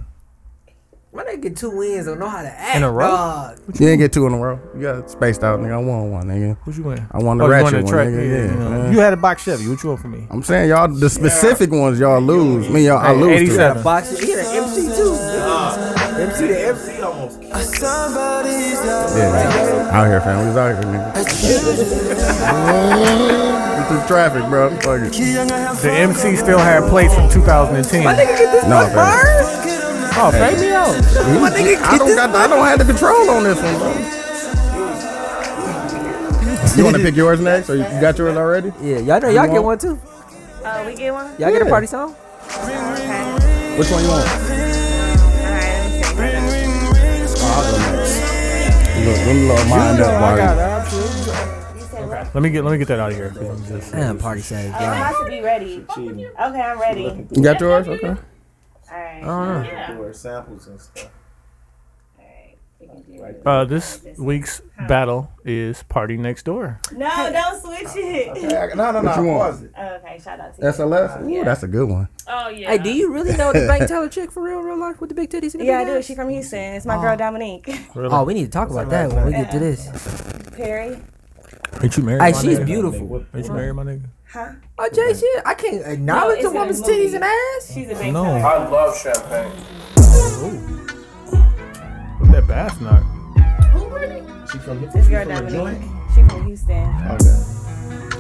[SPEAKER 1] My nigga get two wins, don't know how to act.
[SPEAKER 3] In a row?
[SPEAKER 1] dog.
[SPEAKER 3] You didn't get two in a row. You got spaced out, nigga. I won one, nigga.
[SPEAKER 2] Who'd you win?
[SPEAKER 3] I won the
[SPEAKER 2] Oh, you won
[SPEAKER 3] ratchet
[SPEAKER 2] the
[SPEAKER 3] one,
[SPEAKER 2] track, yeah,
[SPEAKER 3] nigga. Yeah,
[SPEAKER 2] you know.
[SPEAKER 3] man.
[SPEAKER 2] You had a box Chevy. What you want from me?
[SPEAKER 3] I'm saying y'all, the specific ones y'all lose. Me, y'all, I
[SPEAKER 2] Hey,
[SPEAKER 3] lose. to.
[SPEAKER 2] 87.
[SPEAKER 1] Boxing. He had an MC too. MC the MC almost.
[SPEAKER 3] Yeah, out here, fam. We was out here, nigga. *laughs* We through traffic, bro. Fuck it.
[SPEAKER 2] The MC still had plates from 2010.
[SPEAKER 3] My nigga get this No, much man.
[SPEAKER 2] Oh, fade me out.
[SPEAKER 3] My nigga, I don't got. I don't have the control on this one, bro. You want to pick yours next, or you you got yours already?
[SPEAKER 1] Yeah, y'all know y'all get one too.
[SPEAKER 5] Oh, we get one.
[SPEAKER 1] Y'all get a
[SPEAKER 3] Yeah.
[SPEAKER 1] party song?
[SPEAKER 3] Which one you want? Look, them little mind up, Marty.
[SPEAKER 2] Let me get let me get that out of here. 'cause I'm just-
[SPEAKER 1] Damn, party saved.
[SPEAKER 5] Oh, I should be ready. Okay, I'm ready.
[SPEAKER 3] You got yours? Okay.
[SPEAKER 5] Alright.
[SPEAKER 1] don't
[SPEAKER 8] samples and stuff.
[SPEAKER 2] Uh, this week's battle is Party Next Door.
[SPEAKER 5] No, don't switch it.
[SPEAKER 8] Okay, no, no,
[SPEAKER 3] What you want?
[SPEAKER 5] *laughs* Okay, shout out to you.
[SPEAKER 3] That's a lesson. Ooh, that's a good one.
[SPEAKER 5] Oh yeah.
[SPEAKER 1] Hey, do you really know the bank teller chick for real, real life with the big titties? And the
[SPEAKER 5] Yeah, I
[SPEAKER 1] big
[SPEAKER 5] do.
[SPEAKER 1] ass?
[SPEAKER 5] She from Houston. It's my girl Dominique. *laughs*
[SPEAKER 1] Oh, we need to talk about that when we get to this.
[SPEAKER 5] Perry.
[SPEAKER 2] Ain't you married?
[SPEAKER 1] Hey,
[SPEAKER 2] my
[SPEAKER 1] she's
[SPEAKER 2] nigga?
[SPEAKER 1] beautiful.
[SPEAKER 2] Ain't you married, my nigga?
[SPEAKER 1] Oh, Jay, shit, I can't acknowledge the
[SPEAKER 5] No, it's in a
[SPEAKER 1] woman's
[SPEAKER 5] movie.
[SPEAKER 1] titties and ass.
[SPEAKER 5] She's a big
[SPEAKER 2] No.
[SPEAKER 5] fan.
[SPEAKER 2] I
[SPEAKER 13] love champagne.
[SPEAKER 2] What's that bass knock?
[SPEAKER 8] She from
[SPEAKER 5] This girl Dominique. She from Houston.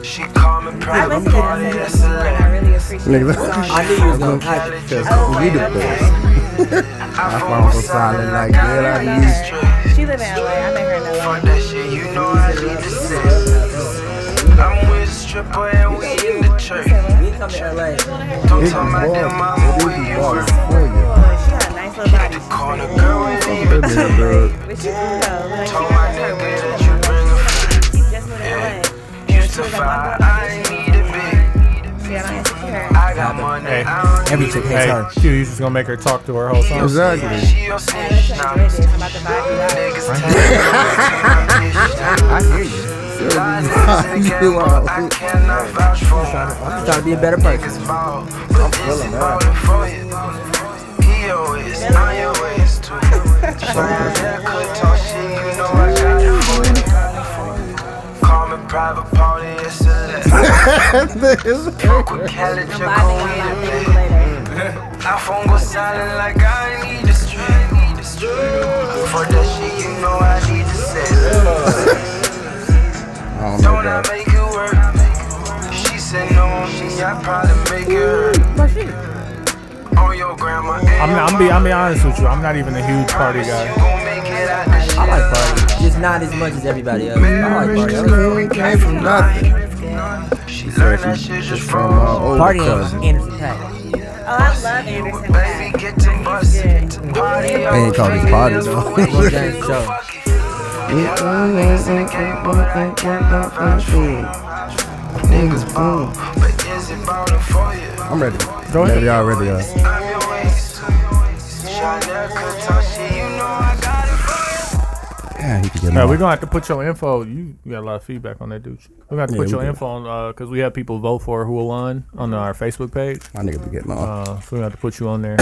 [SPEAKER 13] She called me
[SPEAKER 5] I
[SPEAKER 13] private
[SPEAKER 5] listened to
[SPEAKER 13] party
[SPEAKER 5] this song before and I really appreciate
[SPEAKER 3] Nigga,
[SPEAKER 5] the song.
[SPEAKER 3] I knew *laughs* you was gonna pack it, 'cause we do this. *laughs* My phone was silent like that. I knew you-
[SPEAKER 5] She live in LA. I met her in LA.
[SPEAKER 13] Fuck that shit, you know I need to say. I'm with a stripper and we in the church. Don't tell my damn mama where you
[SPEAKER 5] She had a nice little body.
[SPEAKER 13] Call the girl and leave it to me.
[SPEAKER 5] But she cool though. Like she
[SPEAKER 13] Told my
[SPEAKER 5] got her
[SPEAKER 13] nigga
[SPEAKER 5] way.
[SPEAKER 13] that you bring a friend.
[SPEAKER 5] Just moved to LA.
[SPEAKER 13] Used to fight, I ain't need a bit.
[SPEAKER 5] She had an insecure.
[SPEAKER 13] I got money,
[SPEAKER 2] Hey,
[SPEAKER 13] I don't
[SPEAKER 2] every chick hates her. She, you just gonna make her talk to her whole song.
[SPEAKER 3] Exactly.
[SPEAKER 13] She don't snitch, nah. Niggas
[SPEAKER 3] I hear you. Sure, you are.
[SPEAKER 1] I'm trying to be a better person.
[SPEAKER 13] I'm feeling He always, I always too. Shawty, I could talk shit, you know I got it for you. Call me private party, it's a let. Fuck with Cali, check on we the best. My phone go silent like I need a street. For that shit, you know I need to set.
[SPEAKER 3] Oh my
[SPEAKER 13] Don't I
[SPEAKER 3] god.
[SPEAKER 13] make it work? She said no on me, I probably make it hurt. On your grandma and
[SPEAKER 2] I'm
[SPEAKER 13] your
[SPEAKER 2] I'm be I'm be honest with you. I'm not even a huge party guy.
[SPEAKER 1] I like party, just not as much as everybody else. I like party.
[SPEAKER 13] came from nothing. She learned that shit just from her old
[SPEAKER 1] Party
[SPEAKER 13] cousin.
[SPEAKER 1] ain't Anderson Pack.
[SPEAKER 5] Oh, I love Anderson. Paak.
[SPEAKER 13] Get to bust to party.
[SPEAKER 3] They ain't called this party, though.
[SPEAKER 13] Niggas ball, but is it ballin' for you?
[SPEAKER 3] I'm ready. Go ahead. y'all ready, uh,
[SPEAKER 13] I'm your waist. Shawty, I could talk shit, you know I got it for you.
[SPEAKER 3] Yeah, he could get
[SPEAKER 2] Now,
[SPEAKER 3] more.
[SPEAKER 2] we're gonna have to put your info. You, you got a lot of feedback on that, dude. We're gonna have to
[SPEAKER 3] Yeah,
[SPEAKER 2] put
[SPEAKER 3] we
[SPEAKER 2] your
[SPEAKER 3] do.
[SPEAKER 2] info on because we have people vote for who won on our Facebook page.
[SPEAKER 3] My nigga be getting on.
[SPEAKER 2] Uh, so we're gonna have to put you on there.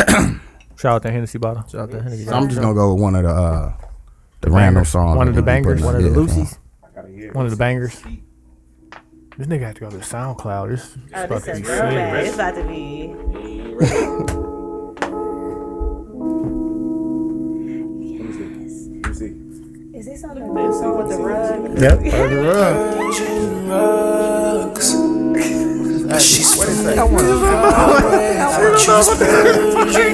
[SPEAKER 2] Shout out to Hennessy Bottle. Shout out to Hennessy
[SPEAKER 3] So I'm just gonna go with one of the uh, the
[SPEAKER 2] The
[SPEAKER 3] random
[SPEAKER 2] bangers.
[SPEAKER 3] songs.
[SPEAKER 2] One of
[SPEAKER 3] that
[SPEAKER 2] the
[SPEAKER 3] we put
[SPEAKER 2] bangers.
[SPEAKER 3] in.
[SPEAKER 2] One of the
[SPEAKER 3] Yeah,
[SPEAKER 2] Lucy's.
[SPEAKER 3] so-
[SPEAKER 2] One of the bangers. This nigga had to go to SoundCloud. This, this
[SPEAKER 5] Oh,
[SPEAKER 2] about
[SPEAKER 5] this
[SPEAKER 2] to
[SPEAKER 5] is
[SPEAKER 2] be
[SPEAKER 5] real bad. It's
[SPEAKER 2] sick.
[SPEAKER 5] about to be.
[SPEAKER 8] Let me see.
[SPEAKER 5] Is this on the new song with the rug?
[SPEAKER 3] Yep. Under the rug.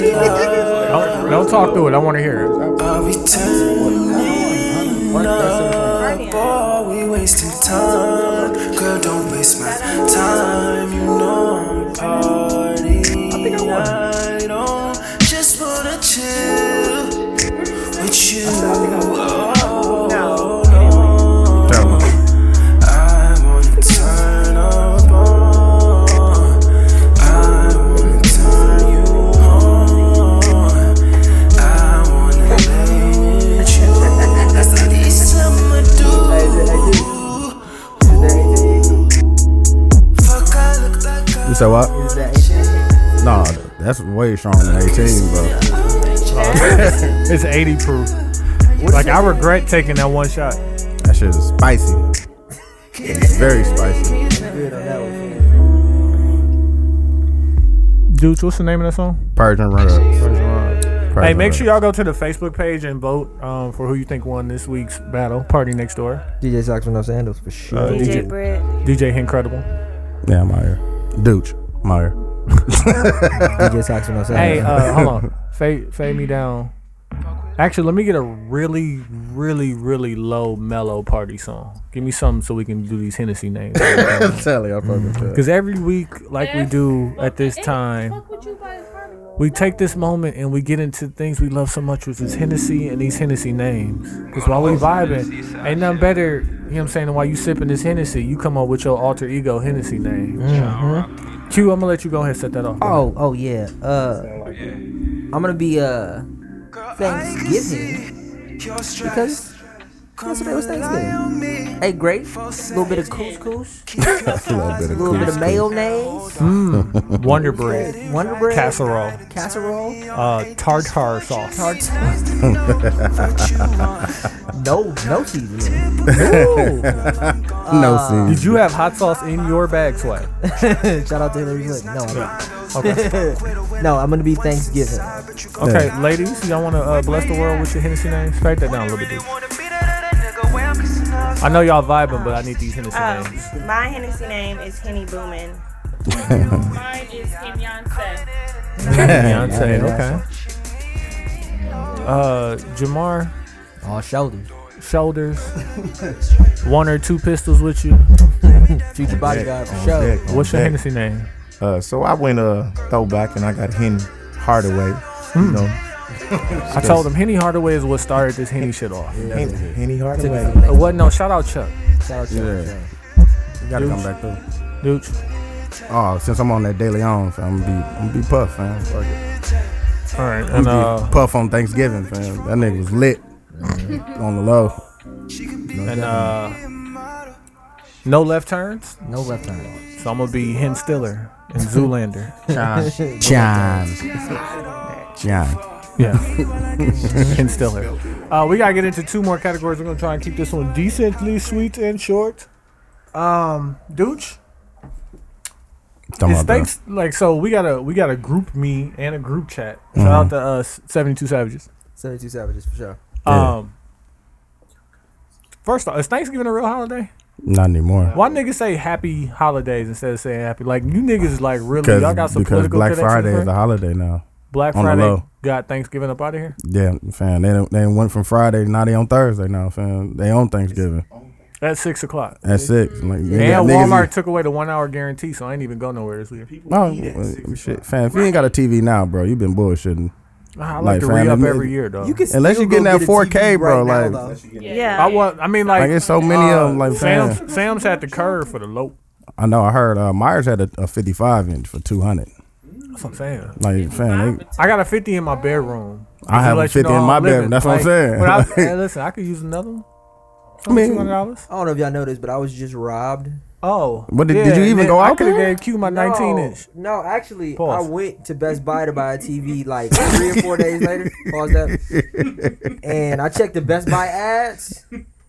[SPEAKER 2] Don't, don't talk to it. I want to hear it.
[SPEAKER 13] Boy, we wasting time. Girl, don't waste my time. You know I'm partying. I think I won. just wanna chill with you. Oh, no. I wanna turn up on. I wanna turn you on. I wanna lay with you. That's the least I'ma do. Fuck, I look like I
[SPEAKER 3] You said what? No, that's way stronger than 18, bro.
[SPEAKER 13] Oh,
[SPEAKER 2] it's 80 proof. like, I regret taking that one shot.
[SPEAKER 3] That shit is spicy. It's very spicy.
[SPEAKER 2] Dudes, what's the name of that song?
[SPEAKER 3] Persian run up.
[SPEAKER 2] Hey,
[SPEAKER 3] Persian
[SPEAKER 2] make
[SPEAKER 3] Run-Up.
[SPEAKER 2] sure y'all go to the Facebook page and vote um, for who you think won this week's battle. Party next door.
[SPEAKER 1] DJ Socks with no sandals for sure.
[SPEAKER 2] Uh, DJ DJ
[SPEAKER 5] Britt.
[SPEAKER 2] DJ Incredible.
[SPEAKER 3] Yeah, I'm out here. Dooch, I'm out here.
[SPEAKER 1] DJ Socks with no sandals.
[SPEAKER 2] Hey, uh, hold on. Fade, fade me down. Actually, let me get a really, really, really low mellow party song. Give me something so we can do these Hennessy names.
[SPEAKER 3] I'm telling you, I fucking could.
[SPEAKER 2] Because every week, like we do at this time, we take this moment and we get into things we love so much, which is Hennessy and these Hennessy names. Because while we vibing, ain't nothing better, you know what I'm saying, than while you sipping this Hennessy, you come up with your alter ego Hennessy name. Q, I'm going to let you go ahead and set that off.
[SPEAKER 1] Oh, oh yeah. Uh, I'm gonna be uh Thanksgiving because yesterday was Thanksgiving. Hey, great. A little bit of couscous,
[SPEAKER 3] a little
[SPEAKER 1] a
[SPEAKER 3] bit of
[SPEAKER 1] little bit of
[SPEAKER 3] couscous.
[SPEAKER 1] mayonnaise,
[SPEAKER 2] Mm, Wonder Bread.
[SPEAKER 1] Wonder Bread.
[SPEAKER 2] Casserole.
[SPEAKER 1] casserole,
[SPEAKER 2] Uh, tartar sauce.
[SPEAKER 1] no, no cheese. *laughs*
[SPEAKER 2] Ooh.
[SPEAKER 3] No
[SPEAKER 2] Uh,
[SPEAKER 3] scene.
[SPEAKER 2] Did you have hot sauce in your bag, Swag?
[SPEAKER 1] Shout out to Hillary Clinton. No, I don't. *laughs* no, I'm gonna be Thanksgiving.
[SPEAKER 2] Okay, ladies, y'all want to uh, bless the world with your Hennessy names? Write that down a little bit. dude. I know y'all vibing, but I need these Hennessy
[SPEAKER 5] Oh,
[SPEAKER 2] names.
[SPEAKER 5] my Hennessy name is Henny Boomin.
[SPEAKER 4] Mine is Kenyanse.
[SPEAKER 2] Beyonce, okay. Uh, Jamar.
[SPEAKER 1] All shoulders.
[SPEAKER 2] Shoulders. One or two pistols with you.
[SPEAKER 1] Future bodyguard
[SPEAKER 8] on
[SPEAKER 1] for sure.
[SPEAKER 8] deck, on
[SPEAKER 2] What's your
[SPEAKER 8] deck.
[SPEAKER 2] Hennessy name?
[SPEAKER 8] Uh, so I went uh throwback and I got Henny Hardaway. You know,
[SPEAKER 2] I told him Henny Hardaway is what started this Henny shit off.
[SPEAKER 8] Henny, Henny Hardaway.
[SPEAKER 2] It wasn't no shout out Chuck.
[SPEAKER 1] Shout out to
[SPEAKER 3] Yeah.
[SPEAKER 1] Hillary.
[SPEAKER 3] You gotta come
[SPEAKER 2] Dooch.
[SPEAKER 3] back though.
[SPEAKER 2] Dooch.
[SPEAKER 3] Oh, since I'm on that daily on, fam, I'm gonna be, I'm gonna be puff, fam. Fuck it.
[SPEAKER 2] All right,
[SPEAKER 3] I'm
[SPEAKER 2] and
[SPEAKER 3] gonna
[SPEAKER 2] uh,
[SPEAKER 3] be puff on Thanksgiving, fam. That nigga was *laughs* lit on the low.
[SPEAKER 2] and uh, no left turns.
[SPEAKER 1] No left turn.
[SPEAKER 2] So I'm gonna be Hen Stiller and Zoolander.
[SPEAKER 3] John, John, John.
[SPEAKER 2] *laughs* Yeah. *laughs* Hen Stiller. Uh, we gotta get into two more categories. We're gonna try and keep this one decently sweet and short. Um, Dooch,
[SPEAKER 3] Come
[SPEAKER 2] it's
[SPEAKER 3] on, bro.
[SPEAKER 2] thanks. Like so, we got a we got a group me and a group chat. Shout
[SPEAKER 3] Mm-hmm.
[SPEAKER 2] out to uh, Seventy Two Savages.
[SPEAKER 1] 72 Savages for sure.
[SPEAKER 3] Yeah.
[SPEAKER 2] Um, first off, is Thanksgiving a real holiday?
[SPEAKER 3] Not anymore.
[SPEAKER 2] Why niggas say happy holidays instead of saying happy? Like you niggas is like really y'all got
[SPEAKER 3] Because
[SPEAKER 2] some
[SPEAKER 3] because
[SPEAKER 2] political
[SPEAKER 3] Black
[SPEAKER 2] connections,
[SPEAKER 3] Friday is
[SPEAKER 2] bro?
[SPEAKER 3] a holiday now.
[SPEAKER 2] Black
[SPEAKER 3] on the
[SPEAKER 2] Friday
[SPEAKER 3] low.
[SPEAKER 2] got Thanksgiving up out of here.
[SPEAKER 3] Yeah, fam. They don't- they went from Friday now they on Thursday now, fam. They on Thanksgiving
[SPEAKER 2] At six o'clock.
[SPEAKER 3] at six. Like
[SPEAKER 2] And
[SPEAKER 3] nigga- niggas-
[SPEAKER 2] Walmart took away the one hour guarantee, so I ain't even go nowhere this week.
[SPEAKER 3] Oh, well, shit, fam. If you ain't got a TV now, bro, you been bullshitting.
[SPEAKER 2] Ah, I like,
[SPEAKER 3] Like,
[SPEAKER 2] to
[SPEAKER 3] fam,
[SPEAKER 2] re up
[SPEAKER 3] admit-
[SPEAKER 2] every year though.
[SPEAKER 1] can
[SPEAKER 3] Unless
[SPEAKER 1] still
[SPEAKER 3] you getting
[SPEAKER 1] go
[SPEAKER 3] that
[SPEAKER 1] get a
[SPEAKER 3] 4K,
[SPEAKER 1] TV
[SPEAKER 3] bro,
[SPEAKER 1] right now,
[SPEAKER 3] like-
[SPEAKER 1] though.
[SPEAKER 5] Yeah.
[SPEAKER 2] I was. I mean, like,
[SPEAKER 3] Like it's so many of 'em, like,
[SPEAKER 2] Sam's,
[SPEAKER 3] fam.
[SPEAKER 2] Sam's at the curb for the low.
[SPEAKER 3] I know. I heard uh, Myers had a, a 55 inch for 200.
[SPEAKER 2] That's what I'm saying.
[SPEAKER 3] Like, fam, they,
[SPEAKER 2] I got a fifty in my bedroom.
[SPEAKER 3] I
[SPEAKER 2] To
[SPEAKER 3] have a
[SPEAKER 2] let you
[SPEAKER 3] 50
[SPEAKER 2] know
[SPEAKER 3] in
[SPEAKER 2] how
[SPEAKER 3] my
[SPEAKER 2] I'm living.
[SPEAKER 3] bedroom. That's what I'm
[SPEAKER 2] Like,
[SPEAKER 3] saying. *laughs*
[SPEAKER 2] But I, hey, listen, I could use another one.
[SPEAKER 3] I mean-
[SPEAKER 2] Two hundred dollars.
[SPEAKER 1] I don't know if y'all noticed, but I was just robbed.
[SPEAKER 2] Oh,
[SPEAKER 3] What did- did you even
[SPEAKER 2] man,
[SPEAKER 3] go
[SPEAKER 2] I
[SPEAKER 3] out
[SPEAKER 2] could have
[SPEAKER 3] there?
[SPEAKER 2] gave Q my nineteen inch.
[SPEAKER 1] No, actually,
[SPEAKER 2] Pause.
[SPEAKER 1] I went to Best Buy to buy a TV like three or four days later. Pause that. *laughs* And I checked the Best Buy ads,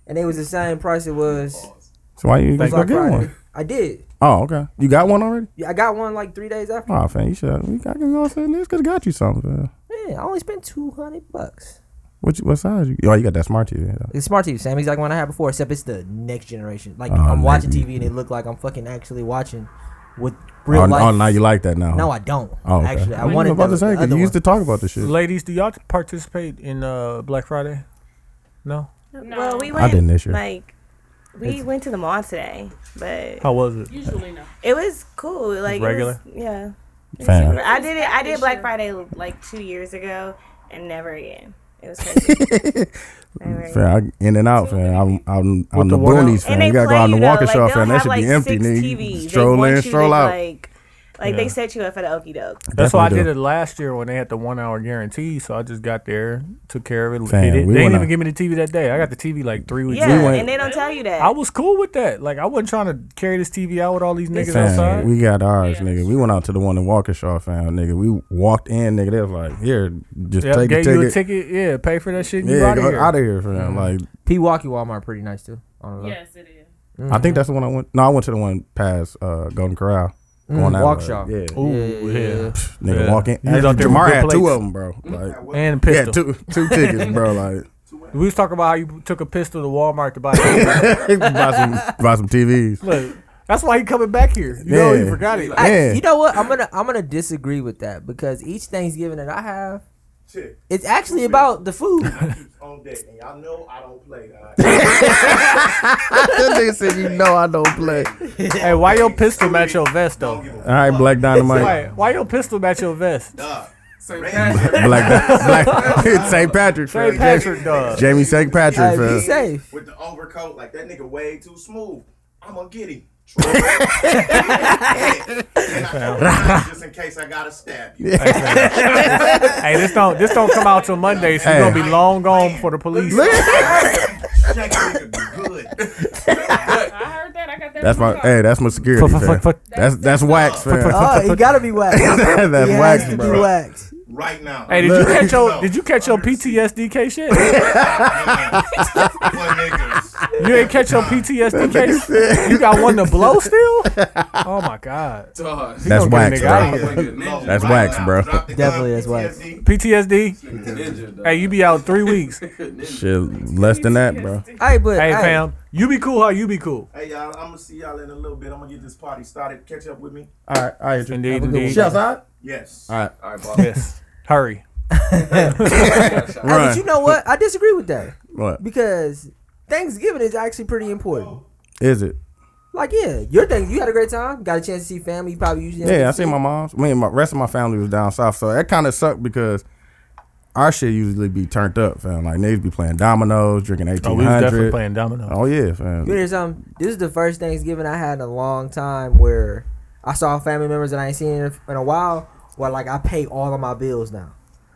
[SPEAKER 1] and it was the same price it was
[SPEAKER 3] so why you
[SPEAKER 1] Black
[SPEAKER 3] just go get
[SPEAKER 1] Friday.
[SPEAKER 3] one?
[SPEAKER 1] I did.
[SPEAKER 3] Oh, okay. You got one already?
[SPEAKER 1] Yeah, I got one like three days after.
[SPEAKER 3] Oh, fam, you should. Have, you got, you know what I'm saying? This could have got you something. Fam.
[SPEAKER 1] Man, I only spent two hundred bucks.
[SPEAKER 3] What, you, what size? You, oh, you got that smart TV. though.
[SPEAKER 1] It's smart TV, same exact one I had before, except it's the next generation. Like
[SPEAKER 3] Oh,
[SPEAKER 1] I'm watching
[SPEAKER 3] nigga.
[SPEAKER 1] TV and it looked like I'm fucking actually watching with real
[SPEAKER 3] Oh, n-
[SPEAKER 1] life.
[SPEAKER 3] oh, now you like that now?
[SPEAKER 1] No, I don't.
[SPEAKER 3] Oh, okay.
[SPEAKER 1] Actually, I
[SPEAKER 3] was
[SPEAKER 1] wanted
[SPEAKER 3] about
[SPEAKER 1] the-
[SPEAKER 3] to say
[SPEAKER 1] the
[SPEAKER 3] 'cause
[SPEAKER 1] other
[SPEAKER 3] you
[SPEAKER 1] one.
[SPEAKER 3] used to talk about this shit.
[SPEAKER 2] Ladies, do y'all participate in uh, Black Friday? No.
[SPEAKER 5] Well, we went.
[SPEAKER 3] I didn't this year.
[SPEAKER 5] Like, we went to the mall today, but
[SPEAKER 2] How was it?
[SPEAKER 4] Usually no.
[SPEAKER 5] it was cool. Like it
[SPEAKER 2] regular?
[SPEAKER 5] was- yeah. It was
[SPEAKER 3] Fam.
[SPEAKER 5] super- I did it. I did Black Friday like two years ago, and never again. It
[SPEAKER 3] *laughs*
[SPEAKER 5] was crazy. Never again.
[SPEAKER 3] Fam, I, in and out, fam. I'm, I'm, I'm
[SPEAKER 2] With
[SPEAKER 3] the
[SPEAKER 2] the one out.
[SPEAKER 3] boonies, fam.
[SPEAKER 5] And they
[SPEAKER 3] You gotta go
[SPEAKER 5] play
[SPEAKER 3] out in the
[SPEAKER 5] you, though.
[SPEAKER 3] walker
[SPEAKER 5] Like,
[SPEAKER 3] shop,
[SPEAKER 5] they'll
[SPEAKER 3] fam. That
[SPEAKER 5] have,
[SPEAKER 3] should
[SPEAKER 5] like,
[SPEAKER 3] be empty,
[SPEAKER 5] six
[SPEAKER 3] nigga. You
[SPEAKER 5] TVs. They
[SPEAKER 3] Stroll
[SPEAKER 5] want
[SPEAKER 3] in,
[SPEAKER 5] you
[SPEAKER 3] stroll
[SPEAKER 5] to,
[SPEAKER 3] out.
[SPEAKER 5] Like, Like they
[SPEAKER 2] Yeah.
[SPEAKER 5] set you up for the okey doke.
[SPEAKER 2] That's why I
[SPEAKER 14] Definitely
[SPEAKER 2] did it last year when they had the one hour guarantee. So I just got there, took care of it,
[SPEAKER 14] Fam,
[SPEAKER 2] did it.
[SPEAKER 14] we
[SPEAKER 2] They didn't
[SPEAKER 14] went
[SPEAKER 2] even
[SPEAKER 14] out-
[SPEAKER 2] give me the TV that day. I got the TV like three weeks.
[SPEAKER 5] Yeah,
[SPEAKER 2] later.
[SPEAKER 5] and they don't tell you that.
[SPEAKER 2] I was cool with that. Like I wasn't trying to carry this TV out with all these niggas
[SPEAKER 3] Fam,
[SPEAKER 2] outside.
[SPEAKER 3] we got ours, nigga. We went out to the one in Waukesha, fam, nigga. We walked in, nigga. They was like, here, just
[SPEAKER 2] Yep,
[SPEAKER 3] take
[SPEAKER 2] gave
[SPEAKER 3] the
[SPEAKER 2] you a
[SPEAKER 3] ticket.
[SPEAKER 2] ticket. Yeah, pay for that shit. and you
[SPEAKER 3] Yeah,
[SPEAKER 2] out of
[SPEAKER 3] go
[SPEAKER 2] here. Mm-hmm.
[SPEAKER 3] outta here, fam, like-
[SPEAKER 1] Pewaukee Walmart pretty nice too.
[SPEAKER 4] Yes, it is.
[SPEAKER 3] I
[SPEAKER 2] Mm-hmm.
[SPEAKER 3] think that's the one I went. No, I went to the one past uh, Golden Corral.
[SPEAKER 1] Mm,
[SPEAKER 3] Going that
[SPEAKER 1] Waukesha.
[SPEAKER 3] way. Yeah.
[SPEAKER 1] Ooh, Yeah, yeah, yeah. yeah.
[SPEAKER 3] Pff, Nigga,
[SPEAKER 2] Mm-hmm. Yeah.
[SPEAKER 3] walk in.
[SPEAKER 2] You was out there
[SPEAKER 3] Jamar
[SPEAKER 2] with good
[SPEAKER 3] had two
[SPEAKER 2] plates.
[SPEAKER 3] of them,
[SPEAKER 2] *laughs*
[SPEAKER 3] bro. Like,
[SPEAKER 2] and a pistol.
[SPEAKER 3] Yeah, two, two tickets, bro.
[SPEAKER 2] *laughs*
[SPEAKER 3] Like, *laughs*
[SPEAKER 2] we was talking about how you took a pistol to Walmart to buy. buy
[SPEAKER 3] buy some, buy some TVs.
[SPEAKER 2] Look, that's why he coming back here. You know, he
[SPEAKER 3] Yeah.
[SPEAKER 2] forgot it.
[SPEAKER 3] I- Yeah.
[SPEAKER 1] You know what? I'm gonna I'm gonna disagree with that because each Thanksgiving that I have, it's actually about the food. *laughs*
[SPEAKER 8] On deck, and y'all know I don't play. uh, *laughs*
[SPEAKER 3] that nigga said, you know I don't play.
[SPEAKER 2] hey, why your pistol match your vest though?
[SPEAKER 3] All right, Black
[SPEAKER 2] Why,
[SPEAKER 3] Dynamite.
[SPEAKER 2] why your pistol match your vest?
[SPEAKER 3] *laughs* Black,
[SPEAKER 2] *laughs*
[SPEAKER 3] Di- Black, *laughs* St. Patrick, fam.
[SPEAKER 2] St. Patrick, dog.
[SPEAKER 3] Jamie St. Patrick,
[SPEAKER 8] Hey,
[SPEAKER 3] fam.
[SPEAKER 8] be safe. With the overcoat, like that nigga way too smooth. I'm gonna get *laughs* him. and I told *laughs* him, just in case I gotta stab you.
[SPEAKER 2] hey, this don't this don't come out till Monday, so
[SPEAKER 3] Hey.
[SPEAKER 2] you're gonna be long gone for the police.
[SPEAKER 8] Shake nigga good.
[SPEAKER 4] I heard that. I got that.
[SPEAKER 3] That's my hey. That's my security.
[SPEAKER 2] Fuck, fuck,
[SPEAKER 3] fam.
[SPEAKER 2] fuck, fuck.
[SPEAKER 3] That's that's wax, fam. *laughs*
[SPEAKER 1] oh, he gotta be waxed.
[SPEAKER 3] That's
[SPEAKER 1] He has
[SPEAKER 3] wax,
[SPEAKER 1] to be
[SPEAKER 3] bro.
[SPEAKER 1] waxed.
[SPEAKER 8] Right now.
[SPEAKER 2] Hey, did you catch your did you catch your PTSDK *laughs* shit? you ain't catch your PTSD case? You got one to blow still? Oh my god.
[SPEAKER 3] That's wax, bro. That's wax, bro.
[SPEAKER 1] Definitely that's wax.
[SPEAKER 2] PTSD? Hey, you be out three weeks.
[SPEAKER 3] Shit, less than that, bro.
[SPEAKER 1] Hey, but
[SPEAKER 2] hey,
[SPEAKER 8] hey.
[SPEAKER 2] fam, you be cool. How you be cool?
[SPEAKER 8] Hey y'all, I'm gonna see y'all in a little bit. I'm gonna get this party started. Catch up with me.
[SPEAKER 3] All right, all right.
[SPEAKER 2] Indeed, indeed.
[SPEAKER 3] She outside?
[SPEAKER 8] Yes.
[SPEAKER 3] All right.
[SPEAKER 8] All right, boss.
[SPEAKER 2] Yes. Hurry.
[SPEAKER 1] Hey, but you know what? I disagree with that.
[SPEAKER 3] What?
[SPEAKER 1] Because Thanksgiving is actually pretty important.
[SPEAKER 3] Is it?
[SPEAKER 1] Like, yeah, your thing. You had a great time. Got a chance to see family. You probably usually
[SPEAKER 3] Yeah, I seen my mom's. Me and my rest of my family was down south, so that kind of sucked because our shit usually be turned up, fam. Like niggas be playing dominoes, drinking eighteen
[SPEAKER 2] Oh,
[SPEAKER 3] hundred.
[SPEAKER 2] we was definitely playing dominoes.
[SPEAKER 3] Oh yeah, fam.
[SPEAKER 1] You hear something? This is the first Thanksgiving I had in a long time where I saw family members that I ain't seen in in a while. Where like I pay all of my bills now,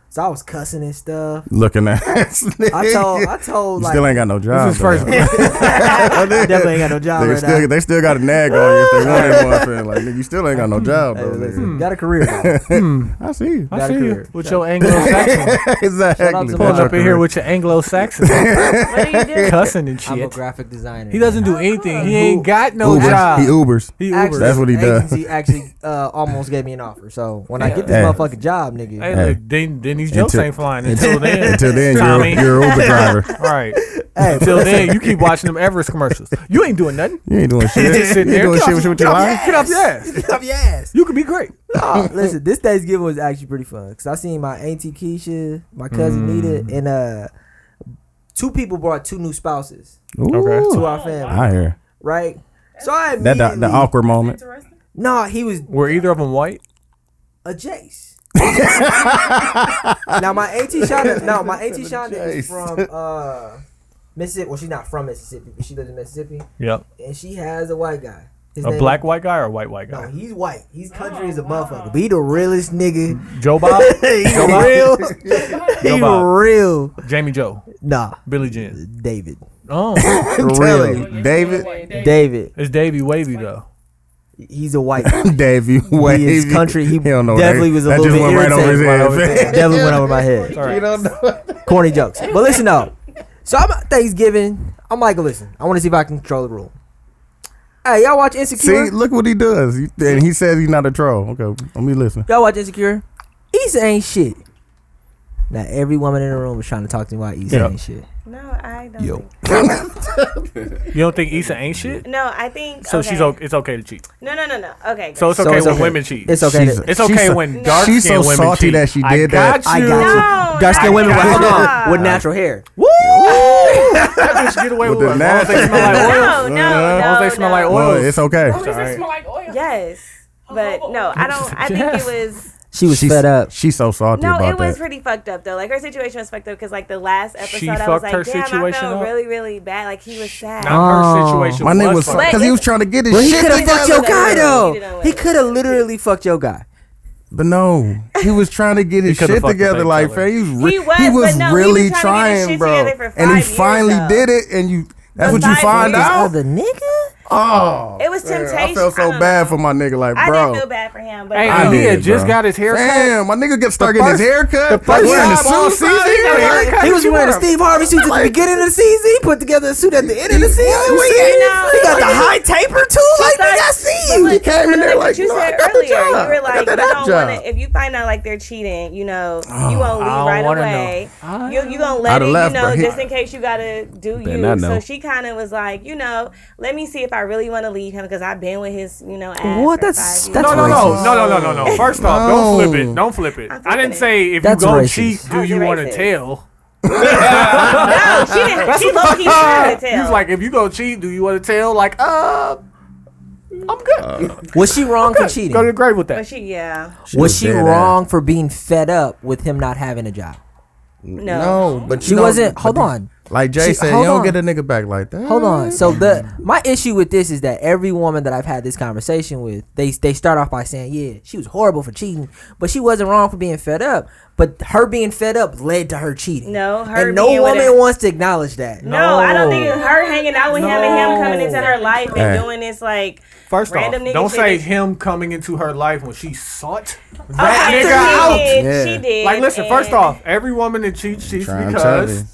[SPEAKER 1] so I was cussing and stuff.
[SPEAKER 3] Looking *laughs* ass. *laughs*
[SPEAKER 1] I told, I told,
[SPEAKER 3] You
[SPEAKER 1] like *laughs*
[SPEAKER 3] still ain't got no job.
[SPEAKER 1] is first- *laughs* I definitely ain't got no job
[SPEAKER 3] They
[SPEAKER 1] right
[SPEAKER 3] still,
[SPEAKER 1] now.
[SPEAKER 3] They still got a nag on you if *laughs* they wanted one. fam. Like nigga, you still ain't got no job,
[SPEAKER 1] Hey,
[SPEAKER 3] though.
[SPEAKER 1] listen,
[SPEAKER 3] nigga.
[SPEAKER 1] Hmm. got a career.
[SPEAKER 3] *laughs*
[SPEAKER 1] though.
[SPEAKER 3] I see you.
[SPEAKER 2] I
[SPEAKER 1] Got a
[SPEAKER 2] see you
[SPEAKER 1] career.
[SPEAKER 2] with your Anglo *laughs* Saxon.
[SPEAKER 3] *laughs* exactly.
[SPEAKER 1] Shout out to
[SPEAKER 3] That's
[SPEAKER 1] my-
[SPEAKER 2] Pulling
[SPEAKER 3] your
[SPEAKER 2] up in here
[SPEAKER 3] career.
[SPEAKER 2] with your Anglo
[SPEAKER 3] *laughs*
[SPEAKER 2] Saxon.
[SPEAKER 1] *laughs*
[SPEAKER 2] Cussing and
[SPEAKER 1] I'm a
[SPEAKER 2] shit.
[SPEAKER 1] graphic designer.
[SPEAKER 2] He doesn't do anything. He ain't got no
[SPEAKER 3] Ubers.
[SPEAKER 2] job.
[SPEAKER 3] He Ubers.
[SPEAKER 2] He Ubers.
[SPEAKER 1] Actually,
[SPEAKER 3] That's what he does.
[SPEAKER 1] Agency actually uh, almost gave me an offer. So when I get this
[SPEAKER 3] Yeah.
[SPEAKER 1] motherfucking job, nigga,
[SPEAKER 2] Hey,
[SPEAKER 3] Hey.
[SPEAKER 2] look, then, then these jokes
[SPEAKER 3] Until-
[SPEAKER 2] ain't flying until then.
[SPEAKER 3] until then, you're-
[SPEAKER 2] Tommy.
[SPEAKER 3] you're an
[SPEAKER 1] *laughs*
[SPEAKER 3] Uber driver.
[SPEAKER 2] *laughs* right.
[SPEAKER 1] Hey,
[SPEAKER 2] until then, you keep watching them Everest commercials. You ain't doing nothing.
[SPEAKER 3] You ain't doing shit.
[SPEAKER 2] You just
[SPEAKER 3] you
[SPEAKER 2] sitting
[SPEAKER 3] ain't
[SPEAKER 2] there.
[SPEAKER 3] doing
[SPEAKER 2] Get
[SPEAKER 3] shit
[SPEAKER 2] off-
[SPEAKER 3] with your
[SPEAKER 2] get off-
[SPEAKER 3] life.
[SPEAKER 2] Get off your ass.
[SPEAKER 1] Get up your ass.
[SPEAKER 2] *laughs* You could be great.
[SPEAKER 1] Oh, listen, this Thanksgiving was actually pretty fun because I seen my auntie Keisha, my cousin
[SPEAKER 3] Mm.
[SPEAKER 1] Nita, and uh, two people brought two new spouses
[SPEAKER 3] Ooh.
[SPEAKER 1] to our family.
[SPEAKER 3] I hear
[SPEAKER 1] Right? So I
[SPEAKER 3] that the,
[SPEAKER 1] immediately,
[SPEAKER 3] the
[SPEAKER 1] *laughs*
[SPEAKER 3] awkward moment.
[SPEAKER 1] No, he was
[SPEAKER 2] Were either of them white?
[SPEAKER 1] a Jace. *laughs* now my
[SPEAKER 3] *laughs*
[SPEAKER 1] auntie Shonda, no, my auntie Shonda is
[SPEAKER 3] Jace.
[SPEAKER 1] from uh, Mississippi. Well, she's not from Mississippi, but she lives in Mississippi,
[SPEAKER 2] Yep.
[SPEAKER 1] and she has a white guy. His
[SPEAKER 2] A
[SPEAKER 1] name-
[SPEAKER 2] black white guy or a white white
[SPEAKER 1] No,
[SPEAKER 2] guy?
[SPEAKER 1] he's white. He's
[SPEAKER 3] Oh,
[SPEAKER 1] country as a motherfucker. But he the realest nigga.
[SPEAKER 3] Mm-hmm.
[SPEAKER 2] Joe *laughs* Bob?
[SPEAKER 1] *laughs* He
[SPEAKER 2] Joe Bob? *laughs*
[SPEAKER 1] real.
[SPEAKER 2] Joe
[SPEAKER 1] He
[SPEAKER 2] Bob.
[SPEAKER 1] real.
[SPEAKER 2] Jamie Joe.
[SPEAKER 1] Nah,
[SPEAKER 2] Billy Jean.
[SPEAKER 1] David.
[SPEAKER 2] *laughs* Oh.
[SPEAKER 3] I'm telling you, David, *laughs*
[SPEAKER 1] David.
[SPEAKER 2] It's Davey Wavy, though.
[SPEAKER 1] He's a white.
[SPEAKER 3] Dave, you wavy.
[SPEAKER 1] He is country. He,
[SPEAKER 3] don't know
[SPEAKER 1] definitely
[SPEAKER 3] that.
[SPEAKER 1] was a
[SPEAKER 3] that
[SPEAKER 1] little
[SPEAKER 3] just
[SPEAKER 1] bit
[SPEAKER 3] went right over his
[SPEAKER 1] irritated by
[SPEAKER 3] head.
[SPEAKER 1] what I was saying. definitely went over my head.
[SPEAKER 2] All right.
[SPEAKER 1] Corny jokes. But listen though. So I'm at Thanksgiving. I'm like, listen, I want to see if I can control the room. Hey, y'all watch Insecure?
[SPEAKER 3] *laughs* See, look what he does. You- And he says he's not a troll. Okay, let me listen.
[SPEAKER 1] y'all watch Insecure? Issa ain't shit. Now every woman in the room was trying to talk to me about Issa
[SPEAKER 2] Yeah.
[SPEAKER 1] ain't shit.
[SPEAKER 5] No, I don't.
[SPEAKER 1] Yo.
[SPEAKER 5] think-
[SPEAKER 2] You don't think Issa ain't shit?
[SPEAKER 5] No, I think.
[SPEAKER 2] So she's okay. It's okay to cheat.
[SPEAKER 5] No, no, no, no. Okay.
[SPEAKER 2] So it's
[SPEAKER 5] good.
[SPEAKER 2] okay when women cheat.
[SPEAKER 1] It's okay.
[SPEAKER 3] She's
[SPEAKER 1] to-
[SPEAKER 3] a-
[SPEAKER 2] It's okay
[SPEAKER 3] she's so-
[SPEAKER 2] when dark
[SPEAKER 3] she's so
[SPEAKER 2] skinned women
[SPEAKER 3] salty
[SPEAKER 2] cheat.
[SPEAKER 3] that she did
[SPEAKER 2] I
[SPEAKER 3] that.
[SPEAKER 2] got
[SPEAKER 1] I
[SPEAKER 2] you.
[SPEAKER 1] got you.
[SPEAKER 5] No,
[SPEAKER 1] Dark skinned
[SPEAKER 2] I
[SPEAKER 1] women with,
[SPEAKER 2] got
[SPEAKER 1] hold
[SPEAKER 2] you.
[SPEAKER 1] on, with natural hair.
[SPEAKER 2] That bitch get away with,
[SPEAKER 3] With the
[SPEAKER 2] what? As long as they
[SPEAKER 3] *laughs*
[SPEAKER 2] smell like
[SPEAKER 3] nasty-
[SPEAKER 2] oil.
[SPEAKER 5] No, no,
[SPEAKER 3] Uh-huh.
[SPEAKER 2] As long as they
[SPEAKER 5] no,
[SPEAKER 2] smell
[SPEAKER 5] no.
[SPEAKER 2] like
[SPEAKER 3] Well,
[SPEAKER 2] oil.
[SPEAKER 3] it's okay.
[SPEAKER 4] Does it smell like oil?
[SPEAKER 5] Yes. But no, I don't. I think it was.
[SPEAKER 1] She was
[SPEAKER 3] She's-
[SPEAKER 1] fed up.
[SPEAKER 3] She's so salty
[SPEAKER 5] No,
[SPEAKER 3] about
[SPEAKER 5] it was
[SPEAKER 3] that.
[SPEAKER 5] pretty fucked up though. Like her situation was fucked up because like the last episode,
[SPEAKER 3] She
[SPEAKER 5] I
[SPEAKER 3] fucked
[SPEAKER 5] was
[SPEAKER 3] her
[SPEAKER 5] like, damn, I
[SPEAKER 3] situation
[SPEAKER 5] felt
[SPEAKER 3] up?
[SPEAKER 5] really, really bad. Like he was sad.
[SPEAKER 1] Oh.
[SPEAKER 3] My nigga was because he was trying to get his
[SPEAKER 1] Well, he
[SPEAKER 3] shit
[SPEAKER 1] could have
[SPEAKER 3] together.
[SPEAKER 1] fucked your guy though. He could have literally fucked your guy.
[SPEAKER 3] But no, *laughs* he was trying to get his
[SPEAKER 1] coulda
[SPEAKER 3] shit
[SPEAKER 1] fucked the
[SPEAKER 3] together.
[SPEAKER 1] bank
[SPEAKER 3] Like,
[SPEAKER 1] teller.
[SPEAKER 3] fam, he was,
[SPEAKER 1] He
[SPEAKER 3] re- he
[SPEAKER 1] was,
[SPEAKER 3] was,
[SPEAKER 1] but no, he
[SPEAKER 3] really
[SPEAKER 1] was trying to get his
[SPEAKER 3] trying,
[SPEAKER 1] shit
[SPEAKER 3] bro.
[SPEAKER 1] together for
[SPEAKER 3] And he
[SPEAKER 1] five years,
[SPEAKER 3] finally
[SPEAKER 1] though.
[SPEAKER 3] did it, and you. That's what you find out.
[SPEAKER 1] Other nigga.
[SPEAKER 3] Oh,
[SPEAKER 5] It was
[SPEAKER 3] man, I
[SPEAKER 5] temptation.
[SPEAKER 3] felt so bad for my nigga. Like,
[SPEAKER 5] I
[SPEAKER 3] bro,
[SPEAKER 5] didn't feel bad for him, but
[SPEAKER 3] Hey,
[SPEAKER 5] I
[SPEAKER 3] he
[SPEAKER 5] did.
[SPEAKER 3] had just got his haircut. Damn, my nigga get stuck in his haircut.
[SPEAKER 1] The first
[SPEAKER 3] wearing a
[SPEAKER 1] time
[SPEAKER 3] suit.
[SPEAKER 1] all
[SPEAKER 3] He's
[SPEAKER 1] season,
[SPEAKER 3] wearing a haircut.
[SPEAKER 1] he was
[SPEAKER 3] You
[SPEAKER 1] wearing a
[SPEAKER 3] wear-
[SPEAKER 1] Steve Harvey suit at the
[SPEAKER 3] Like-
[SPEAKER 1] beginning of the season. He put together a suit at the end of the season.
[SPEAKER 3] we
[SPEAKER 1] You
[SPEAKER 3] ain't
[SPEAKER 1] serious?
[SPEAKER 3] know.
[SPEAKER 1] He got the high taper too.
[SPEAKER 5] She
[SPEAKER 1] Like,
[SPEAKER 5] thought-
[SPEAKER 1] nigga, I see
[SPEAKER 5] but
[SPEAKER 1] you.
[SPEAKER 5] look, kinda what you
[SPEAKER 1] "No, I
[SPEAKER 5] said
[SPEAKER 1] got the
[SPEAKER 5] earlier.
[SPEAKER 1] job.
[SPEAKER 5] You were
[SPEAKER 1] I
[SPEAKER 5] like,
[SPEAKER 1] got
[SPEAKER 5] you
[SPEAKER 1] that
[SPEAKER 5] don't
[SPEAKER 1] job." Oh,
[SPEAKER 5] want to. If you find out like they're cheating, you know, you won't leave
[SPEAKER 1] I don't
[SPEAKER 5] right
[SPEAKER 1] wanna
[SPEAKER 5] away.
[SPEAKER 1] know.
[SPEAKER 5] You you gonna
[SPEAKER 1] I'da
[SPEAKER 5] let it,
[SPEAKER 1] left,
[SPEAKER 5] you know,
[SPEAKER 1] bro.
[SPEAKER 5] just in case you gotta do
[SPEAKER 1] Better
[SPEAKER 5] you.
[SPEAKER 1] not know.
[SPEAKER 5] So she kind of was like, you know, let me see if I really want to leave him because I've been with his, you know, ass.
[SPEAKER 1] What?
[SPEAKER 5] for
[SPEAKER 1] That's
[SPEAKER 5] five
[SPEAKER 1] that's
[SPEAKER 2] no, no, no,
[SPEAKER 1] racist.
[SPEAKER 2] no, no, no, no, no. First off, don't
[SPEAKER 1] No.
[SPEAKER 2] flip it. Don't flip it. I didn't say if
[SPEAKER 1] That's
[SPEAKER 2] you go
[SPEAKER 1] racist.
[SPEAKER 2] cheat, do you want to tell?
[SPEAKER 5] no, she didn't.
[SPEAKER 2] That's
[SPEAKER 5] she
[SPEAKER 2] what-
[SPEAKER 5] low-key tried to
[SPEAKER 2] He was
[SPEAKER 5] tell.
[SPEAKER 2] like, if you go cheat, do you want to tell? Like, uh,
[SPEAKER 1] Was she wrong for cheating?
[SPEAKER 2] go to the grave with
[SPEAKER 5] But
[SPEAKER 2] that.
[SPEAKER 5] she, yeah,
[SPEAKER 1] was, she wrong for being fed up with him not having a job?
[SPEAKER 5] No.
[SPEAKER 3] No, but
[SPEAKER 1] She
[SPEAKER 3] you don't-
[SPEAKER 1] wasn't-
[SPEAKER 3] but
[SPEAKER 1] hold
[SPEAKER 3] you-
[SPEAKER 1] on.
[SPEAKER 3] Like Jay
[SPEAKER 1] She-
[SPEAKER 3] said, you
[SPEAKER 1] hold
[SPEAKER 3] don't
[SPEAKER 1] on.
[SPEAKER 3] get a nigga back like that.
[SPEAKER 1] Hold on.
[SPEAKER 5] Mm-hmm.
[SPEAKER 1] So the my issue with this is that every woman that I've had this conversation with, they they start off by saying, "Yeah, she was horrible for cheating, but she wasn't wrong for being fed up." But her being fed up led to her cheating.
[SPEAKER 5] no, her
[SPEAKER 1] and no
[SPEAKER 5] being with
[SPEAKER 1] woman
[SPEAKER 5] her-
[SPEAKER 1] wants to acknowledge that.
[SPEAKER 5] No, I don't think it's her hanging out with him and him coming into her life and
[SPEAKER 1] Hey.
[SPEAKER 5] doing this like
[SPEAKER 2] First
[SPEAKER 5] random
[SPEAKER 2] off,
[SPEAKER 5] nigga
[SPEAKER 2] don't
[SPEAKER 5] shit
[SPEAKER 2] say
[SPEAKER 5] that she-
[SPEAKER 2] him coming into her life when she sought
[SPEAKER 5] Okay, she
[SPEAKER 2] that nigga out.
[SPEAKER 5] did, she Yeah. did,
[SPEAKER 2] Like, listen. First
[SPEAKER 5] and-
[SPEAKER 2] off, every woman that cheats cheats
[SPEAKER 3] Trying to tell you.
[SPEAKER 2] because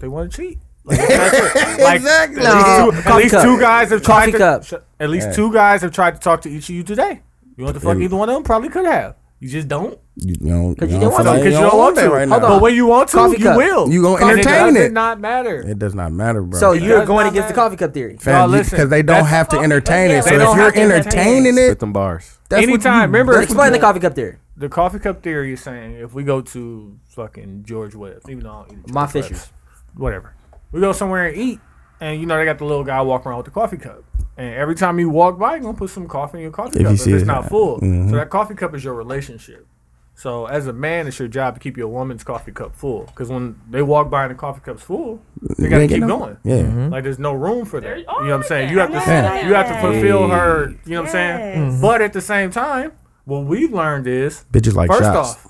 [SPEAKER 2] they want to cheat. Like, that's
[SPEAKER 3] *laughs*
[SPEAKER 2] it. Like,
[SPEAKER 3] Exactly.
[SPEAKER 2] At least, two, at
[SPEAKER 3] Coffee
[SPEAKER 2] least
[SPEAKER 3] cup.
[SPEAKER 2] two guys have tried
[SPEAKER 3] Coffee
[SPEAKER 2] to.
[SPEAKER 3] cup.
[SPEAKER 2] sh- At least
[SPEAKER 3] Yeah.
[SPEAKER 2] two guys have tried to talk to each of you today. You want to fuck
[SPEAKER 3] Yeah.
[SPEAKER 2] either one of them? Probably could have. You just don't.
[SPEAKER 3] You don't.
[SPEAKER 2] Because you, don't
[SPEAKER 3] don't
[SPEAKER 2] want to.
[SPEAKER 3] feel-
[SPEAKER 2] Because you don't want to.
[SPEAKER 3] that right
[SPEAKER 2] Hold
[SPEAKER 3] now.
[SPEAKER 2] on. But when you want to,
[SPEAKER 1] Coffee
[SPEAKER 2] you
[SPEAKER 1] cup.
[SPEAKER 2] will.
[SPEAKER 3] You gonna
[SPEAKER 2] And
[SPEAKER 3] entertain
[SPEAKER 2] It
[SPEAKER 3] it.
[SPEAKER 2] does not matter.
[SPEAKER 3] It does not matter, bro.
[SPEAKER 1] So
[SPEAKER 3] It
[SPEAKER 1] you're
[SPEAKER 3] does
[SPEAKER 1] going
[SPEAKER 2] not
[SPEAKER 1] against the coffee cup theory.
[SPEAKER 3] Fam,
[SPEAKER 2] Y'all
[SPEAKER 3] you-
[SPEAKER 2] listen,
[SPEAKER 3] because they don't
[SPEAKER 2] that's
[SPEAKER 3] have to entertain it. So
[SPEAKER 2] They don't
[SPEAKER 3] if
[SPEAKER 2] have
[SPEAKER 3] you're
[SPEAKER 2] to entertain
[SPEAKER 3] entertaining
[SPEAKER 6] Spit
[SPEAKER 3] it,
[SPEAKER 6] them bars.
[SPEAKER 3] that's what
[SPEAKER 5] Mm-hmm.
[SPEAKER 2] Anytime,
[SPEAKER 3] you-
[SPEAKER 2] remember-
[SPEAKER 3] that's what
[SPEAKER 1] Explain
[SPEAKER 3] you-
[SPEAKER 1] the coffee cup
[SPEAKER 2] *laughs*
[SPEAKER 1] theory.
[SPEAKER 2] The coffee cup theory is saying if we go to fucking George Webb, even though I don't eat at
[SPEAKER 1] My
[SPEAKER 2] George
[SPEAKER 1] Fishers.
[SPEAKER 2] Webb's, whatever, we go somewhere and eat, and you know they got the little guy walking around with the coffee cup, and every time you walk by, you gonna put some coffee in your coffee
[SPEAKER 3] If
[SPEAKER 2] cup
[SPEAKER 3] you
[SPEAKER 2] if
[SPEAKER 3] see
[SPEAKER 2] it's
[SPEAKER 3] it,
[SPEAKER 2] not full.
[SPEAKER 3] mhm.
[SPEAKER 2] So that coffee cup is your relationship. So as a man, it's your job to keep your woman's coffee cup full, because when they walk by and the coffee cup's full, they
[SPEAKER 3] They
[SPEAKER 2] gotta
[SPEAKER 3] ain't
[SPEAKER 2] keep
[SPEAKER 3] get no-
[SPEAKER 2] going.
[SPEAKER 3] Yeah. Mhm.
[SPEAKER 2] like there's no room for that. You know what I'm saying? You have to,
[SPEAKER 3] Yeah.
[SPEAKER 2] you have to fulfill
[SPEAKER 3] Yeah.
[SPEAKER 2] her. You know what I'm saying?
[SPEAKER 3] Mm-hmm.
[SPEAKER 2] But at the same time, what we've learned is
[SPEAKER 3] Bitches like
[SPEAKER 2] first
[SPEAKER 3] shots.
[SPEAKER 2] off,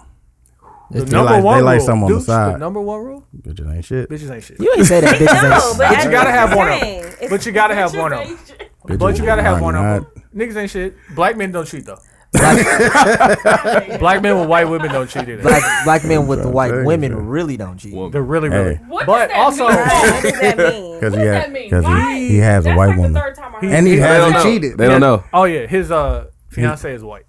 [SPEAKER 2] the
[SPEAKER 3] They
[SPEAKER 2] number
[SPEAKER 3] like-
[SPEAKER 2] one
[SPEAKER 3] they like
[SPEAKER 2] rule,
[SPEAKER 3] something on the
[SPEAKER 2] dudes,
[SPEAKER 3] side.
[SPEAKER 2] The number one rule,
[SPEAKER 3] bitches ain't shit.
[SPEAKER 2] bitches ain't shit.
[SPEAKER 1] You ain't say that bitches ain't
[SPEAKER 5] No, but
[SPEAKER 2] But you gotta have one of
[SPEAKER 5] Dang,
[SPEAKER 2] them. But you gotta have one of them. But you gotta have one of them. Niggas ain't shit. Black men don't
[SPEAKER 3] *laughs*
[SPEAKER 2] cheat though. Black men with white women don't cheat either.
[SPEAKER 1] Black
[SPEAKER 2] *laughs*
[SPEAKER 1] black men with the white
[SPEAKER 3] Dang,
[SPEAKER 1] women really don't cheat.
[SPEAKER 2] They're really,
[SPEAKER 3] Hey.
[SPEAKER 2] really.
[SPEAKER 4] What
[SPEAKER 2] but
[SPEAKER 4] does
[SPEAKER 2] also, oh,
[SPEAKER 4] that
[SPEAKER 2] *laughs*
[SPEAKER 3] Because he, had-
[SPEAKER 4] does that mean?
[SPEAKER 3] 'cause
[SPEAKER 4] Why?
[SPEAKER 3] he, he has a
[SPEAKER 4] That's
[SPEAKER 3] white
[SPEAKER 4] like the
[SPEAKER 3] woman.
[SPEAKER 4] third time I
[SPEAKER 3] And he
[SPEAKER 2] They don't
[SPEAKER 3] hasn't
[SPEAKER 2] know.
[SPEAKER 3] cheated.
[SPEAKER 6] They don't know.
[SPEAKER 2] Oh yeah, his uh fiance is white.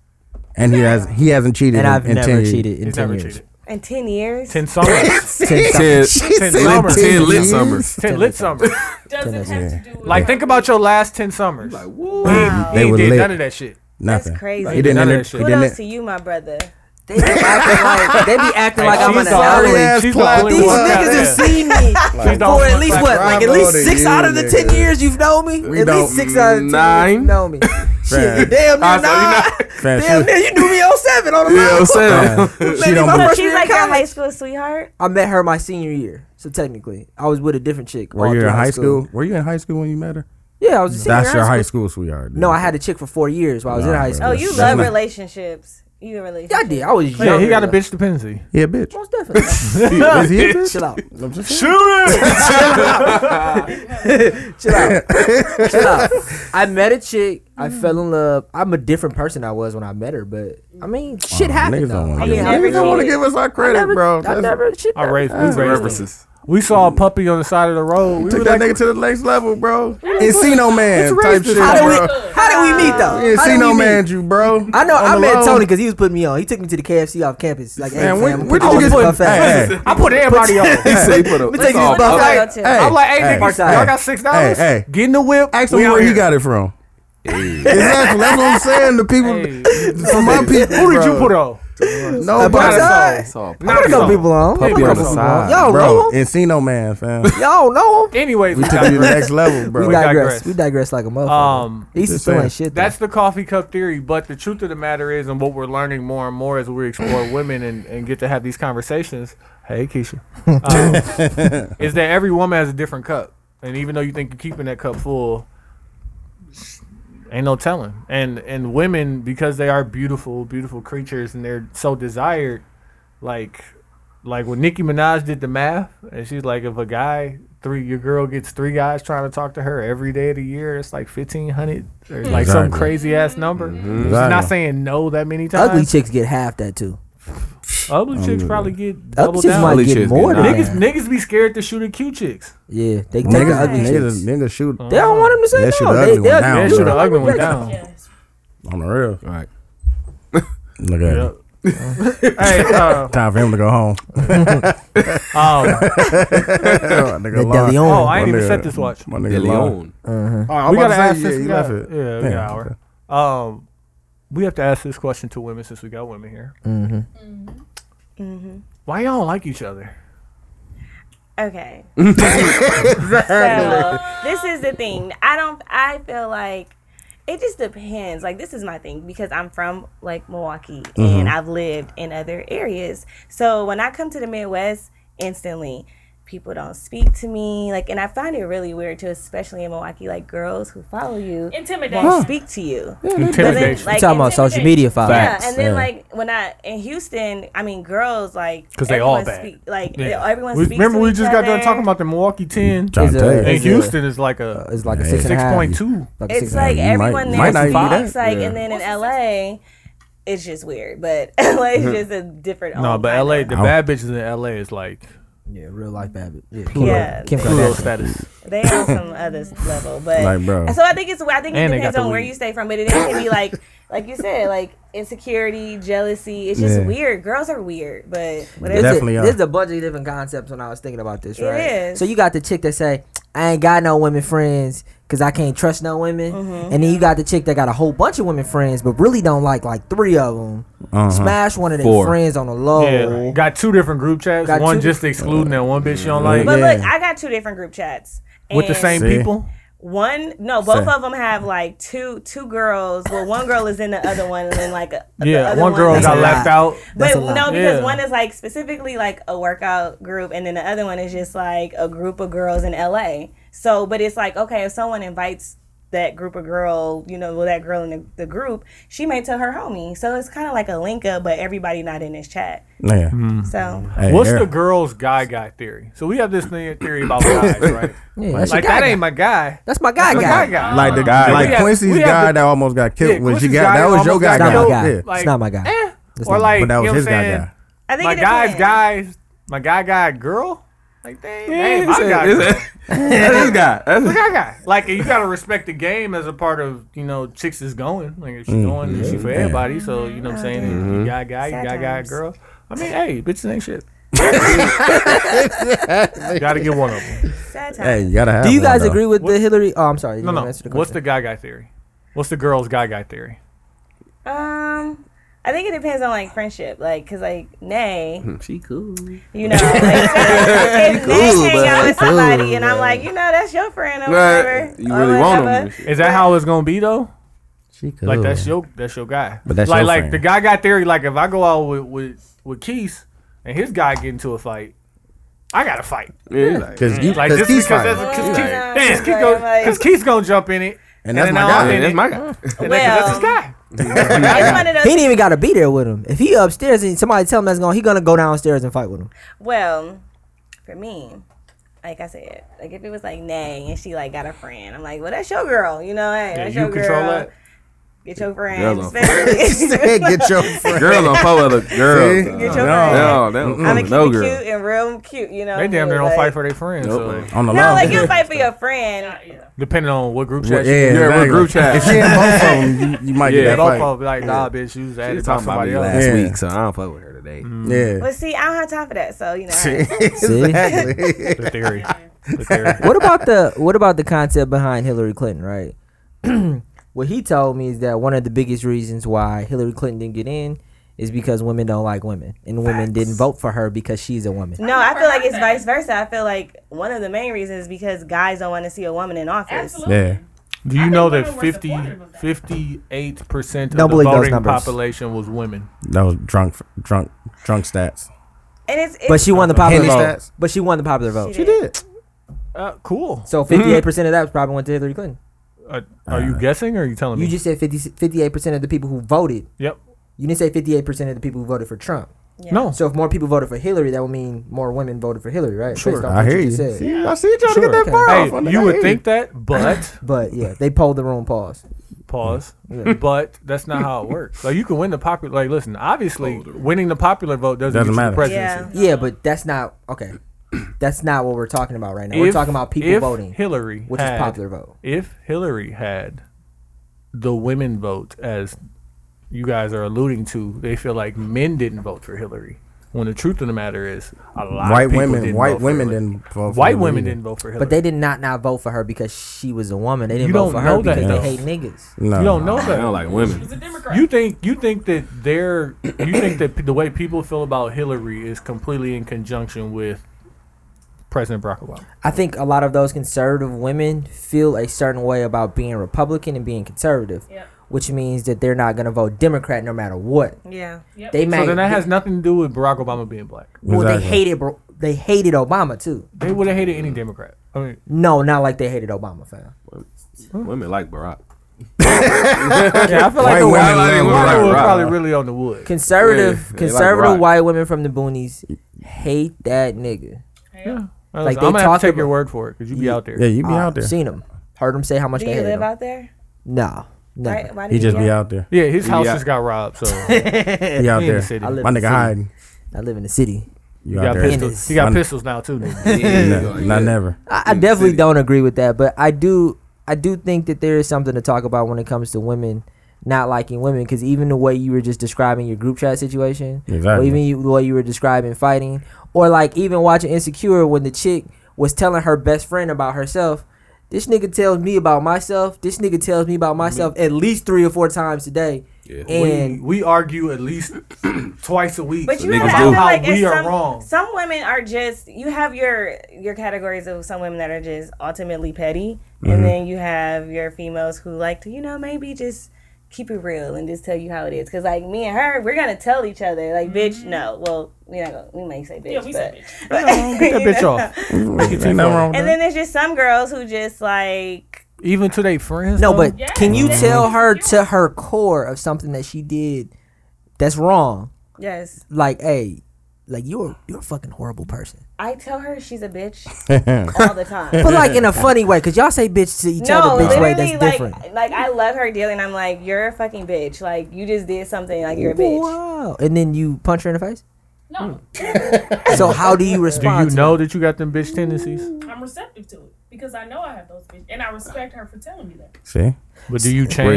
[SPEAKER 3] And he has he hasn't cheated.
[SPEAKER 1] And
[SPEAKER 3] in,
[SPEAKER 1] I've
[SPEAKER 3] in
[SPEAKER 1] never
[SPEAKER 3] 10 years.
[SPEAKER 1] cheated in
[SPEAKER 2] He's
[SPEAKER 1] ten
[SPEAKER 2] never
[SPEAKER 1] years.
[SPEAKER 2] cheated.
[SPEAKER 5] in ten years.
[SPEAKER 2] Ten summers.
[SPEAKER 3] *laughs*
[SPEAKER 1] Ten,
[SPEAKER 6] Ten-
[SPEAKER 2] ten summers.
[SPEAKER 6] ten lit summers.
[SPEAKER 2] Ten lit
[SPEAKER 3] *laughs*
[SPEAKER 2] summers.
[SPEAKER 4] Does it have to do with
[SPEAKER 2] Like think about your last ten summers. Like whoa. He
[SPEAKER 3] They
[SPEAKER 2] ain't
[SPEAKER 3] were
[SPEAKER 2] did
[SPEAKER 3] lit.
[SPEAKER 2] none of that shit.
[SPEAKER 3] Nothing.
[SPEAKER 5] That's crazy.
[SPEAKER 3] He didn't.
[SPEAKER 2] None of
[SPEAKER 3] Enter,
[SPEAKER 2] that
[SPEAKER 3] he
[SPEAKER 2] shit.
[SPEAKER 3] didn't.
[SPEAKER 5] Kudos to you, my brother.
[SPEAKER 1] They be acting like, they be acting like
[SPEAKER 2] Hey,
[SPEAKER 1] I'm
[SPEAKER 2] she's
[SPEAKER 1] an
[SPEAKER 2] sorry
[SPEAKER 1] alien.
[SPEAKER 2] ass
[SPEAKER 1] These
[SPEAKER 2] black woman.
[SPEAKER 1] niggas have
[SPEAKER 2] Yeah.
[SPEAKER 1] seen
[SPEAKER 2] *laughs*
[SPEAKER 1] me
[SPEAKER 2] She's
[SPEAKER 1] for
[SPEAKER 2] the only
[SPEAKER 1] at least
[SPEAKER 2] black
[SPEAKER 1] what, like at
[SPEAKER 3] bravo
[SPEAKER 1] least
[SPEAKER 3] to
[SPEAKER 1] six
[SPEAKER 3] you,
[SPEAKER 1] out of the ten
[SPEAKER 3] nigga.
[SPEAKER 1] years you've known me.
[SPEAKER 3] We
[SPEAKER 1] at
[SPEAKER 3] don't-
[SPEAKER 1] least six out of the ten years
[SPEAKER 6] nine?
[SPEAKER 1] you've
[SPEAKER 3] *laughs*
[SPEAKER 1] known me.
[SPEAKER 3] Fam.
[SPEAKER 1] Shit, damn near
[SPEAKER 6] Alright, so you
[SPEAKER 1] nine.
[SPEAKER 3] Fam,
[SPEAKER 1] Damn
[SPEAKER 3] she-
[SPEAKER 1] near, you do me 07 on the
[SPEAKER 6] Yeah,
[SPEAKER 1] line.
[SPEAKER 6] I'm saying.
[SPEAKER 1] Maybe
[SPEAKER 3] She don't
[SPEAKER 1] my
[SPEAKER 3] believe.
[SPEAKER 1] first
[SPEAKER 5] She's
[SPEAKER 1] year
[SPEAKER 5] like
[SPEAKER 1] in
[SPEAKER 5] your high
[SPEAKER 1] college.
[SPEAKER 5] school sweetheart.
[SPEAKER 1] I met her my senior year, so technically I was with a different chick. all
[SPEAKER 3] Were you
[SPEAKER 1] through
[SPEAKER 3] in high school? Were you in high school when you met her?
[SPEAKER 1] Yeah, I was a senior.
[SPEAKER 3] That's
[SPEAKER 1] in
[SPEAKER 3] your high school, sweetheart.
[SPEAKER 1] No, I had a chick for four years while I was in
[SPEAKER 3] Nah,
[SPEAKER 1] high
[SPEAKER 3] bro.
[SPEAKER 1] school.
[SPEAKER 5] Oh, you
[SPEAKER 3] That's
[SPEAKER 5] love
[SPEAKER 3] not-
[SPEAKER 5] relationships. You in relationships.
[SPEAKER 1] Yeah, I did. I was young.
[SPEAKER 2] Yeah, he got a bitch dependency.
[SPEAKER 3] Yeah, bitch.
[SPEAKER 1] Most
[SPEAKER 3] *laughs*
[SPEAKER 1] definitely.
[SPEAKER 3] Is he a bitch?
[SPEAKER 1] Chill out.
[SPEAKER 3] I'm just saying.
[SPEAKER 2] Shoot it.
[SPEAKER 1] Chill out. Chill out. I met a chick. I fell in love. I'm a different person I was when I met her, but I mean, shit
[SPEAKER 3] Oh,
[SPEAKER 1] happened.
[SPEAKER 3] Niggas
[SPEAKER 1] though.
[SPEAKER 3] don't want
[SPEAKER 1] I
[SPEAKER 3] to
[SPEAKER 1] mean,
[SPEAKER 3] give
[SPEAKER 1] I
[SPEAKER 3] us- niggas
[SPEAKER 1] never
[SPEAKER 3] don't want to
[SPEAKER 1] cheated.
[SPEAKER 3] give us our credit,
[SPEAKER 1] never-
[SPEAKER 3] bro.
[SPEAKER 1] I
[SPEAKER 3] That's-
[SPEAKER 1] never shit.
[SPEAKER 2] I raised, we
[SPEAKER 6] That's
[SPEAKER 2] raised him.
[SPEAKER 6] references.
[SPEAKER 2] We saw a puppy on the side of the road. We
[SPEAKER 3] Took
[SPEAKER 2] were
[SPEAKER 3] that
[SPEAKER 2] like,
[SPEAKER 3] nigga to the next level, bro. Encino man type
[SPEAKER 2] racist.
[SPEAKER 3] shit,
[SPEAKER 1] How did we?
[SPEAKER 3] bro.
[SPEAKER 1] How did we meet though? How did
[SPEAKER 3] Encino
[SPEAKER 1] we meet?
[SPEAKER 3] man, you, bro.
[SPEAKER 1] I know.
[SPEAKER 3] On
[SPEAKER 1] I
[SPEAKER 3] the
[SPEAKER 1] met
[SPEAKER 3] low.
[SPEAKER 1] Tony because he was putting me on. He took me to the KFC off campus. Like, hey,
[SPEAKER 3] Man, where-
[SPEAKER 1] fam,
[SPEAKER 3] where
[SPEAKER 1] I'm
[SPEAKER 3] did you
[SPEAKER 1] putting
[SPEAKER 3] get
[SPEAKER 1] this buffet.
[SPEAKER 3] the- Hey, hey.
[SPEAKER 2] I put everybody on.
[SPEAKER 6] *laughs* He said he put a-
[SPEAKER 1] Let me take
[SPEAKER 6] Oh,
[SPEAKER 1] this buffet.
[SPEAKER 5] Let's go to-
[SPEAKER 3] Hey,
[SPEAKER 2] I'm like, hey,
[SPEAKER 3] hey,
[SPEAKER 2] niggas,
[SPEAKER 1] hey,
[SPEAKER 2] y'all got six dollars?
[SPEAKER 3] hey.
[SPEAKER 2] get in the whip.
[SPEAKER 3] Ask him
[SPEAKER 2] We out
[SPEAKER 3] where he
[SPEAKER 2] here.
[SPEAKER 3] got it from. exactly. That's what I'm saying. The people,
[SPEAKER 2] Hey.
[SPEAKER 3] from my people.
[SPEAKER 2] Who did
[SPEAKER 3] bro.
[SPEAKER 2] you put on?
[SPEAKER 3] No,
[SPEAKER 1] but I
[SPEAKER 3] Salt.
[SPEAKER 1] am gonna go people on.
[SPEAKER 3] Put
[SPEAKER 1] I'm
[SPEAKER 3] me
[SPEAKER 1] gonna
[SPEAKER 3] on
[SPEAKER 1] go
[SPEAKER 3] the
[SPEAKER 1] people
[SPEAKER 3] side.
[SPEAKER 1] on. Y'all know
[SPEAKER 3] bro.
[SPEAKER 1] him.
[SPEAKER 3] Encino Man, fam.
[SPEAKER 1] Y'all know him.
[SPEAKER 2] Anyways,
[SPEAKER 3] We took it to
[SPEAKER 2] *laughs*
[SPEAKER 3] the next level, bro.
[SPEAKER 1] We digress. We digress like a motherfucker.
[SPEAKER 2] Um,
[SPEAKER 1] These is still ain't shit. though.
[SPEAKER 2] That's the coffee cup theory. But the truth of the matter is, and what we're learning more and more as we explore *coughs* women and, and get to have these conversations. Hey, Keisha, *laughs* um, is that every woman has a different cup, and even though you think you're keeping that cup full, ain't no telling. And and women because they are beautiful, beautiful creatures, and they're so desired. Like, like when Nicki Minaj did the math, and she's like, if a guy three your girl gets three guys trying to talk to her every day of the year, it's like fifteen hundred or like some
[SPEAKER 1] Exactly.
[SPEAKER 2] crazy ass number. She's not
[SPEAKER 1] Exactly.
[SPEAKER 2] saying no that many times.
[SPEAKER 1] Ugly chicks get half that too.
[SPEAKER 2] Ugly chicks probably get double
[SPEAKER 1] Ugly chicks
[SPEAKER 2] down.
[SPEAKER 1] might
[SPEAKER 2] Ugly
[SPEAKER 1] get
[SPEAKER 2] chicks
[SPEAKER 1] more than
[SPEAKER 2] niggas,
[SPEAKER 1] that.
[SPEAKER 2] niggas be scared to shoot at cute chicks.
[SPEAKER 1] Yeah, they take the
[SPEAKER 3] Niggas,
[SPEAKER 1] ugly
[SPEAKER 3] niggas,
[SPEAKER 1] chicks.
[SPEAKER 3] niggas shoot.
[SPEAKER 1] They don't want them to say
[SPEAKER 3] They shoot
[SPEAKER 1] no.
[SPEAKER 3] the
[SPEAKER 1] They-
[SPEAKER 3] ugly one
[SPEAKER 1] they'll-
[SPEAKER 3] down,
[SPEAKER 1] they'll
[SPEAKER 2] shoot
[SPEAKER 3] bro.
[SPEAKER 2] the ugly
[SPEAKER 1] *laughs*
[SPEAKER 2] one down.
[SPEAKER 3] On the real.
[SPEAKER 6] Right.
[SPEAKER 3] Look at
[SPEAKER 2] Yep.
[SPEAKER 3] it.
[SPEAKER 2] hey,
[SPEAKER 3] *laughs*
[SPEAKER 2] uh,
[SPEAKER 3] Time for him to go home.
[SPEAKER 2] um,
[SPEAKER 3] Nigga
[SPEAKER 1] The
[SPEAKER 3] Lon-
[SPEAKER 1] De Leon.
[SPEAKER 2] Oh, I ain't
[SPEAKER 3] my
[SPEAKER 2] even
[SPEAKER 3] nigga-
[SPEAKER 2] set this watch.
[SPEAKER 3] My
[SPEAKER 6] De
[SPEAKER 3] nigga
[SPEAKER 6] Leon.
[SPEAKER 3] Leon.
[SPEAKER 1] Uh-huh.
[SPEAKER 2] we gotta
[SPEAKER 3] about to
[SPEAKER 2] ask
[SPEAKER 3] say,
[SPEAKER 2] this.
[SPEAKER 3] yeah, you
[SPEAKER 2] we gotta-
[SPEAKER 3] left it.
[SPEAKER 2] Yeah, we
[SPEAKER 3] Yeah,
[SPEAKER 2] got an hour. Um, we have to ask this question to women since we got women here.
[SPEAKER 1] Mhm.
[SPEAKER 3] Mm-hmm.
[SPEAKER 5] Mm-hmm.
[SPEAKER 2] Why y'all don't like each
[SPEAKER 5] *laughs*
[SPEAKER 2] other? *laughs*
[SPEAKER 5] Okay.
[SPEAKER 2] Exactly.
[SPEAKER 5] So this is the thing. I don't. I feel like it just depends. Like this is my thing because I'm from like Milwaukee and
[SPEAKER 2] Mm-hmm.
[SPEAKER 15] Mhm.
[SPEAKER 5] I've lived in other areas. So when I come to the Midwest, instantly people don't speak to me. Like, and I find it really weird too, especially in Milwaukee. Like girls who follow you
[SPEAKER 4] Intimidation.
[SPEAKER 5] won't speak to you.
[SPEAKER 1] Yeah,
[SPEAKER 5] But then,
[SPEAKER 1] Intimidation. You talking about social
[SPEAKER 5] intimidation.
[SPEAKER 1] media followers.
[SPEAKER 5] Yeah, and then
[SPEAKER 1] Facts.
[SPEAKER 5] like when I in Houston, I mean girls like
[SPEAKER 2] 'Cause they all
[SPEAKER 5] everyone
[SPEAKER 2] bad.
[SPEAKER 5] Speak, like
[SPEAKER 2] Yeah.
[SPEAKER 5] they- everyone.
[SPEAKER 2] We-
[SPEAKER 5] speaks
[SPEAKER 2] remember
[SPEAKER 5] to
[SPEAKER 2] we
[SPEAKER 5] each
[SPEAKER 2] just got done
[SPEAKER 5] other.
[SPEAKER 2] talking about the Milwaukee ten.
[SPEAKER 3] Trying to tell you.
[SPEAKER 2] and
[SPEAKER 3] It's a-
[SPEAKER 2] Houston is like a
[SPEAKER 1] it's like a
[SPEAKER 2] six
[SPEAKER 1] six and a half.
[SPEAKER 2] point two.
[SPEAKER 1] Like a
[SPEAKER 5] it's
[SPEAKER 1] six
[SPEAKER 5] like
[SPEAKER 1] and a half.
[SPEAKER 5] everyone
[SPEAKER 1] You
[SPEAKER 5] there
[SPEAKER 1] might- might not even
[SPEAKER 5] speaks
[SPEAKER 1] that.
[SPEAKER 5] like,
[SPEAKER 1] Yeah.
[SPEAKER 5] and then in LA, it's just weird. But *laughs* like, it's just a different.
[SPEAKER 2] Mm-hmm. No,
[SPEAKER 5] old
[SPEAKER 2] but
[SPEAKER 5] kind
[SPEAKER 2] LA,
[SPEAKER 5] of-
[SPEAKER 2] the bad bitches in LA is like
[SPEAKER 1] yeah, real life bad bitch. Yeah,
[SPEAKER 2] Pluto,
[SPEAKER 5] Yeah,
[SPEAKER 2] Kim
[SPEAKER 5] they-
[SPEAKER 2] Pluto status.
[SPEAKER 5] they on some other level. But
[SPEAKER 2] Like, bro.
[SPEAKER 5] so I think it's I think it
[SPEAKER 2] And they
[SPEAKER 5] depends
[SPEAKER 2] got the
[SPEAKER 5] on where
[SPEAKER 2] weed.
[SPEAKER 5] you stay from. But it is can be like like you said, like insecurity, jealousy. It's just
[SPEAKER 1] Yeah.
[SPEAKER 5] weird. Girls are weird, but
[SPEAKER 1] There's
[SPEAKER 5] whatever.
[SPEAKER 1] a-
[SPEAKER 3] Definitely are.
[SPEAKER 1] There's a bunch of different concepts when I was thinking about this,
[SPEAKER 5] It
[SPEAKER 1] right?
[SPEAKER 5] is.
[SPEAKER 1] So you got the chick that say, "I ain't got no women friends because I can't trust no women,"
[SPEAKER 2] Mm-hmm.
[SPEAKER 5] Mhm.
[SPEAKER 1] and then you got the chick that got a whole bunch of women friends but really don't like like three of them.
[SPEAKER 2] Uh-huh.
[SPEAKER 1] Smash one of their
[SPEAKER 2] Four.
[SPEAKER 1] friends on the
[SPEAKER 3] Oh.
[SPEAKER 1] low.
[SPEAKER 2] Yeah, got two different group chats.
[SPEAKER 1] Got
[SPEAKER 2] one
[SPEAKER 1] two
[SPEAKER 2] just excluding that one bitch you don't like.
[SPEAKER 5] But look, I got two different group chats
[SPEAKER 2] with the
[SPEAKER 5] and-
[SPEAKER 2] same people.
[SPEAKER 5] One, no, both
[SPEAKER 2] Same.
[SPEAKER 5] of them have like two two girls. Well, one girl is in the other one, and then like a, the
[SPEAKER 2] Yeah,
[SPEAKER 5] other
[SPEAKER 2] one girl
[SPEAKER 5] is
[SPEAKER 2] got
[SPEAKER 5] like-
[SPEAKER 2] left out.
[SPEAKER 5] But no, because
[SPEAKER 2] Yeah.
[SPEAKER 5] one is like specifically like a workout group, and then the other one is just like a group of girls in LA. So, but it's like okay, if someone invites that group of girl, you know, well, that girl in the, the group, she may tell her homie. So it's kind of like a link up, but everybody not in this chat.
[SPEAKER 3] Yeah.
[SPEAKER 6] Mm-hmm.
[SPEAKER 5] So
[SPEAKER 3] Hey,
[SPEAKER 2] What's
[SPEAKER 3] here.
[SPEAKER 2] the girls guy guy theory? So we have this thing- theory
[SPEAKER 3] *coughs*
[SPEAKER 2] about guys, right?
[SPEAKER 1] Yeah, that's
[SPEAKER 2] like
[SPEAKER 1] your guy
[SPEAKER 2] that
[SPEAKER 1] guy.
[SPEAKER 2] ain't my guy.
[SPEAKER 1] That's my guy
[SPEAKER 2] That's
[SPEAKER 1] guy.
[SPEAKER 3] Like the guy, like Quincy's guy that almost got killed when she got that was your guy.
[SPEAKER 1] It's not my guy.
[SPEAKER 3] Yeah.
[SPEAKER 1] it's not my guy. It's
[SPEAKER 2] or
[SPEAKER 1] not-
[SPEAKER 2] like,
[SPEAKER 3] but that was
[SPEAKER 2] you know
[SPEAKER 3] his
[SPEAKER 2] what I'm
[SPEAKER 3] guy
[SPEAKER 2] saying?
[SPEAKER 3] guy.
[SPEAKER 5] I think
[SPEAKER 2] my
[SPEAKER 5] it
[SPEAKER 2] guys, guys, my guy, guy, girl. Like they, they ain't my guy. girl.
[SPEAKER 6] That's his guy. That's
[SPEAKER 2] Look, I got like you gotta respect the game as a part of you know chicks is going like if she's
[SPEAKER 3] Mm-hmm.
[SPEAKER 6] Mm.
[SPEAKER 2] going then she for
[SPEAKER 6] Yeah.
[SPEAKER 2] everybody so you know what I'm saying you
[SPEAKER 6] Mhm.
[SPEAKER 2] got a guy you got a guy a
[SPEAKER 5] Sometimes.
[SPEAKER 2] girl I mean hey bitches ain't
[SPEAKER 3] *laughs*
[SPEAKER 2] shit gotta get one of them
[SPEAKER 3] Hey, you gotta have.
[SPEAKER 1] Do you
[SPEAKER 3] one,
[SPEAKER 1] guys
[SPEAKER 3] though.
[SPEAKER 1] agree with the Hillary? Oh, I'm sorry. you
[SPEAKER 2] no
[SPEAKER 1] didn't
[SPEAKER 2] no
[SPEAKER 1] answer the
[SPEAKER 2] what's
[SPEAKER 1] question.
[SPEAKER 2] the guy guy theory what's the girls guy guy theory
[SPEAKER 5] Um, I think it depends on like friendship, like because like Nay,
[SPEAKER 6] She cool.
[SPEAKER 5] you
[SPEAKER 6] *laughs*
[SPEAKER 5] know, like, if
[SPEAKER 6] cool,
[SPEAKER 5] Nay hang out
[SPEAKER 6] bro.
[SPEAKER 5] with
[SPEAKER 6] Cool,
[SPEAKER 5] somebody, and I'm
[SPEAKER 6] bro.
[SPEAKER 5] like, you know, that's your friend or
[SPEAKER 6] Right.
[SPEAKER 5] whatever.
[SPEAKER 6] You
[SPEAKER 5] or
[SPEAKER 6] really want 'em.
[SPEAKER 5] whatever.
[SPEAKER 2] is that how it's gonna be though
[SPEAKER 3] She
[SPEAKER 2] like that's your that's your guy
[SPEAKER 3] But that's
[SPEAKER 2] like
[SPEAKER 3] your
[SPEAKER 2] like
[SPEAKER 3] friend.
[SPEAKER 2] the guy guy theory like if I go out with with with Keith and his guy get into a fight I gotta fight.
[SPEAKER 6] Yeah, like,
[SPEAKER 3] Cause you,
[SPEAKER 2] Like
[SPEAKER 3] cause
[SPEAKER 2] just
[SPEAKER 3] he's
[SPEAKER 2] because
[SPEAKER 3] fighting.
[SPEAKER 2] that's because
[SPEAKER 5] He's
[SPEAKER 2] Keith,
[SPEAKER 5] like-
[SPEAKER 2] yeah,
[SPEAKER 5] He's
[SPEAKER 2] Keith
[SPEAKER 5] like-
[SPEAKER 2] gonna, 'cause Keith's gonna jump in it,
[SPEAKER 3] And that's
[SPEAKER 2] then
[SPEAKER 3] my
[SPEAKER 2] I'm
[SPEAKER 6] "Ah,
[SPEAKER 3] guy.
[SPEAKER 2] in
[SPEAKER 3] Yeah,
[SPEAKER 2] it.
[SPEAKER 3] that's my guy.
[SPEAKER 2] And then- 'cause that's his guy.
[SPEAKER 5] It's one of those-
[SPEAKER 1] He ain't even gotta be there with him. If he upstairs and somebody tell him that's going, he gonna go downstairs and fight with him.
[SPEAKER 5] Well, for me, like I said, like if it was like Nay and she like got a friend, I'm like, well, that's your girl, you know, hey,
[SPEAKER 2] Yeah,
[SPEAKER 5] that's
[SPEAKER 2] you
[SPEAKER 5] your
[SPEAKER 2] control
[SPEAKER 5] girl.
[SPEAKER 2] that.
[SPEAKER 5] Get your friend.
[SPEAKER 6] Girls on
[SPEAKER 5] *laughs* especially-
[SPEAKER 3] Get your friend.
[SPEAKER 6] Girls on four other girls.
[SPEAKER 3] See?
[SPEAKER 5] Get
[SPEAKER 6] no,
[SPEAKER 5] your friend.
[SPEAKER 6] no,
[SPEAKER 5] I'm gonna
[SPEAKER 6] no,
[SPEAKER 5] keep
[SPEAKER 6] no
[SPEAKER 5] it
[SPEAKER 6] girl.
[SPEAKER 5] cute and real cute, you know.
[SPEAKER 2] They damn near
[SPEAKER 5] cute,
[SPEAKER 2] don't
[SPEAKER 5] like-
[SPEAKER 2] fight for their friends.
[SPEAKER 6] Nope.
[SPEAKER 2] So.
[SPEAKER 3] On the
[SPEAKER 5] No,
[SPEAKER 3] low.
[SPEAKER 5] like you fight for your friend.
[SPEAKER 2] Depending on what group
[SPEAKER 3] Well,
[SPEAKER 2] chat.
[SPEAKER 3] yeah,
[SPEAKER 2] you in.
[SPEAKER 3] yeah, exactly.
[SPEAKER 6] group chat.
[SPEAKER 3] If she in both of them, you, you might
[SPEAKER 6] Yeah,
[SPEAKER 3] get that
[SPEAKER 2] both
[SPEAKER 3] fight.
[SPEAKER 2] of them like, nah, bitch, you was
[SPEAKER 6] She
[SPEAKER 2] added
[SPEAKER 6] was
[SPEAKER 2] by
[SPEAKER 6] talking about
[SPEAKER 2] somebody
[SPEAKER 6] me
[SPEAKER 2] else.
[SPEAKER 6] last
[SPEAKER 3] Yeah.
[SPEAKER 6] week, so I don't fuck with her today.
[SPEAKER 3] Yeah.
[SPEAKER 5] But see, I don't have time for that. So you know,
[SPEAKER 3] *laughs* exactly.
[SPEAKER 2] The theory. The theory.
[SPEAKER 1] what about the what about the concept behind Hillary Clinton, right? *clears throat* what he told me is that one of the biggest reasons why Hillary Clinton didn't get in is because women don't like women, and women didn't vote for her because she's a woman.
[SPEAKER 5] *laughs* No, I feel like it's vice versa. I feel like one of the main reasons is because guys don't want to see a woman in office.
[SPEAKER 3] Yeah.
[SPEAKER 2] Do you know that 50, 58% of
[SPEAKER 3] Don't
[SPEAKER 2] the
[SPEAKER 3] believe those
[SPEAKER 2] voting
[SPEAKER 3] numbers.
[SPEAKER 2] population was women?
[SPEAKER 3] That was drunk, drunk, drunk stats.
[SPEAKER 5] And it's, it's
[SPEAKER 1] But she won the popular
[SPEAKER 3] Henny
[SPEAKER 1] vote.
[SPEAKER 3] stats.
[SPEAKER 1] But she won the popular vote.
[SPEAKER 5] She
[SPEAKER 2] did. Uh, cool.
[SPEAKER 3] Hmm.
[SPEAKER 1] So fifty-eight percent of that was probably went to Hillary Clinton.
[SPEAKER 2] Uh, are you guessing or are you telling
[SPEAKER 1] You
[SPEAKER 3] Hmm.
[SPEAKER 2] me?
[SPEAKER 1] just said 58 percent of the people who voted.
[SPEAKER 2] Yep.
[SPEAKER 1] You didn't say fifty-eight percent of the people who voted for Trump.
[SPEAKER 5] Yeah. No.
[SPEAKER 1] So if more people voted for Hillary, that would mean more women voted for Hillary, right?
[SPEAKER 3] Sure.
[SPEAKER 1] Based off
[SPEAKER 3] I
[SPEAKER 1] what
[SPEAKER 3] hear
[SPEAKER 1] just
[SPEAKER 3] you.
[SPEAKER 1] said.
[SPEAKER 3] See, I see you trying to get that bar off on the- I hear you.
[SPEAKER 1] *laughs* but yeah, they polled the room. Pause.
[SPEAKER 2] Pause.
[SPEAKER 1] Yeah.
[SPEAKER 2] But that's not how it works. Like you can win the popular. Like listen, obviously winning the popular vote doesn't, get
[SPEAKER 3] Doesn't
[SPEAKER 2] you the
[SPEAKER 3] matter.
[SPEAKER 2] presidency.
[SPEAKER 1] Yeah. but that's not okay. *clears throat* That's not what we're talking about right now. we're
[SPEAKER 2] If-
[SPEAKER 1] talking about people
[SPEAKER 2] if
[SPEAKER 1] voting,
[SPEAKER 2] Hillary,
[SPEAKER 1] which
[SPEAKER 2] had-
[SPEAKER 1] is popular vote.
[SPEAKER 2] If Hillary had the women vote, as you guys are alluding to, they feel like men didn't vote for Hillary. When the truth of the matter is, a lot
[SPEAKER 3] White
[SPEAKER 2] of people
[SPEAKER 3] women-
[SPEAKER 2] didn't
[SPEAKER 3] white
[SPEAKER 2] vote for
[SPEAKER 3] women
[SPEAKER 2] Hillary.
[SPEAKER 3] didn't vote for
[SPEAKER 2] white
[SPEAKER 3] Hillary
[SPEAKER 2] women
[SPEAKER 3] either.
[SPEAKER 2] didn't vote for Hillary.
[SPEAKER 1] But they did not not vote for her because she was a woman. They didn't
[SPEAKER 2] you
[SPEAKER 1] vote
[SPEAKER 2] don't
[SPEAKER 1] for her
[SPEAKER 2] know that
[SPEAKER 1] because
[SPEAKER 2] though.
[SPEAKER 1] they hate niggas.
[SPEAKER 2] You don't know that.
[SPEAKER 6] I don't like women. She's
[SPEAKER 2] You think you think that they're you think that p- the way people feel about Hillary is completely in conjunction with President Barack Obama.
[SPEAKER 1] I think a lot of those conservative women feel a certain way about being Republican and being conservative, which means that they're not going to vote Democrat no matter what.
[SPEAKER 5] Yeah.
[SPEAKER 1] They might.
[SPEAKER 2] so then that
[SPEAKER 1] they-
[SPEAKER 2] has nothing to do with Barack Obama being black.
[SPEAKER 1] well, they hated bro, they hated Obama too.
[SPEAKER 2] They would have hated any Democrat. I mean,
[SPEAKER 1] No, not like they hated Obama, fam.
[SPEAKER 6] Women like Barack.
[SPEAKER 2] yeah, I feel like the
[SPEAKER 1] women
[SPEAKER 2] white
[SPEAKER 1] love
[SPEAKER 2] women
[SPEAKER 1] Barack
[SPEAKER 2] were
[SPEAKER 1] Obama.
[SPEAKER 2] probably really on the wood.
[SPEAKER 1] Conservative,
[SPEAKER 2] Yeah, they like
[SPEAKER 1] conservative
[SPEAKER 2] Barack.
[SPEAKER 1] white women from the boonies hate that nigga.
[SPEAKER 2] Yeah. I'm gonna have to take your word for it, 'cause you be out there. Yeah, you be out there.
[SPEAKER 1] Seen him, heard him say how much
[SPEAKER 5] Do
[SPEAKER 1] they
[SPEAKER 5] you
[SPEAKER 1] hate
[SPEAKER 5] live
[SPEAKER 1] him.
[SPEAKER 5] out there?
[SPEAKER 1] No, no.
[SPEAKER 5] Why- why He did just you be
[SPEAKER 3] out there.
[SPEAKER 2] Yeah, his house just got robbed, *laughs* so
[SPEAKER 3] He out there.
[SPEAKER 1] I live
[SPEAKER 3] My
[SPEAKER 1] in the
[SPEAKER 3] nigga
[SPEAKER 1] city.
[SPEAKER 3] hiding.
[SPEAKER 1] I live in the city.
[SPEAKER 3] You He out got there. pistols- he got
[SPEAKER 1] In the-
[SPEAKER 2] pistols now, too, nigga.
[SPEAKER 3] Yeah, yeah. Not never.
[SPEAKER 1] I, I definitely don't agree with that, but I do. I do think that there is something to talk about when it comes to women not liking women, because even the way you were just describing your group chat situation, or
[SPEAKER 3] Exactly.
[SPEAKER 1] even you, the way you were describing fighting, or like even watching Insecure when the chick was telling her best friend about herself. This nigga tells me about myself. This nigga tells me about myself at least three or four times a day. And
[SPEAKER 2] we, we argue at least *clears throat* twice a week.
[SPEAKER 5] But you have, I
[SPEAKER 2] about
[SPEAKER 5] feel
[SPEAKER 2] how
[SPEAKER 5] like
[SPEAKER 2] we
[SPEAKER 5] it's
[SPEAKER 2] are
[SPEAKER 5] some, *laughs*
[SPEAKER 2] wrong.
[SPEAKER 5] Some women are just you have your your categories of some women that are just ultimately petty,
[SPEAKER 2] Mhm.
[SPEAKER 5] and then you have your females who like to you know maybe just keep it real and just tell you how it is. Because like me and her, we're gonna tell each other like bitch, no. Well, we not gonna, we might say bitch,
[SPEAKER 4] Yeah, we
[SPEAKER 5] but,
[SPEAKER 4] say
[SPEAKER 5] but-
[SPEAKER 2] Yeah, get that
[SPEAKER 5] you
[SPEAKER 2] bitch
[SPEAKER 5] know?
[SPEAKER 2] off. Make it too far.
[SPEAKER 5] *laughs* And then there's just some girls who just like
[SPEAKER 2] even to their friends.
[SPEAKER 1] No,
[SPEAKER 2] though?
[SPEAKER 1] but can you tell her to her core of something that she did that's wrong?
[SPEAKER 5] yes.
[SPEAKER 1] Like, hey, like you're you're a fucking horrible
[SPEAKER 2] *laughs*
[SPEAKER 1] person.
[SPEAKER 5] I tell her she's a bitch all the time,
[SPEAKER 1] But like in a funny way, cause y'all say bitch to each other, bitch way. That's
[SPEAKER 5] like,
[SPEAKER 1] different.
[SPEAKER 5] Like I love her dealing. I'm like, you're a fucking bitch. Like you just did something. Like you're a bitch.
[SPEAKER 1] Wow. And then you punch her in the face. Hmm.
[SPEAKER 4] No.
[SPEAKER 1] so how
[SPEAKER 5] *laughs*
[SPEAKER 1] do you respond?
[SPEAKER 2] Do
[SPEAKER 1] to
[SPEAKER 2] you know that you got them bitch tendencies?
[SPEAKER 4] I'm receptive to it because I know I have those bitches, and I respect her for telling me that.
[SPEAKER 3] *laughs* See?
[SPEAKER 2] But do you
[SPEAKER 3] It's
[SPEAKER 2] change?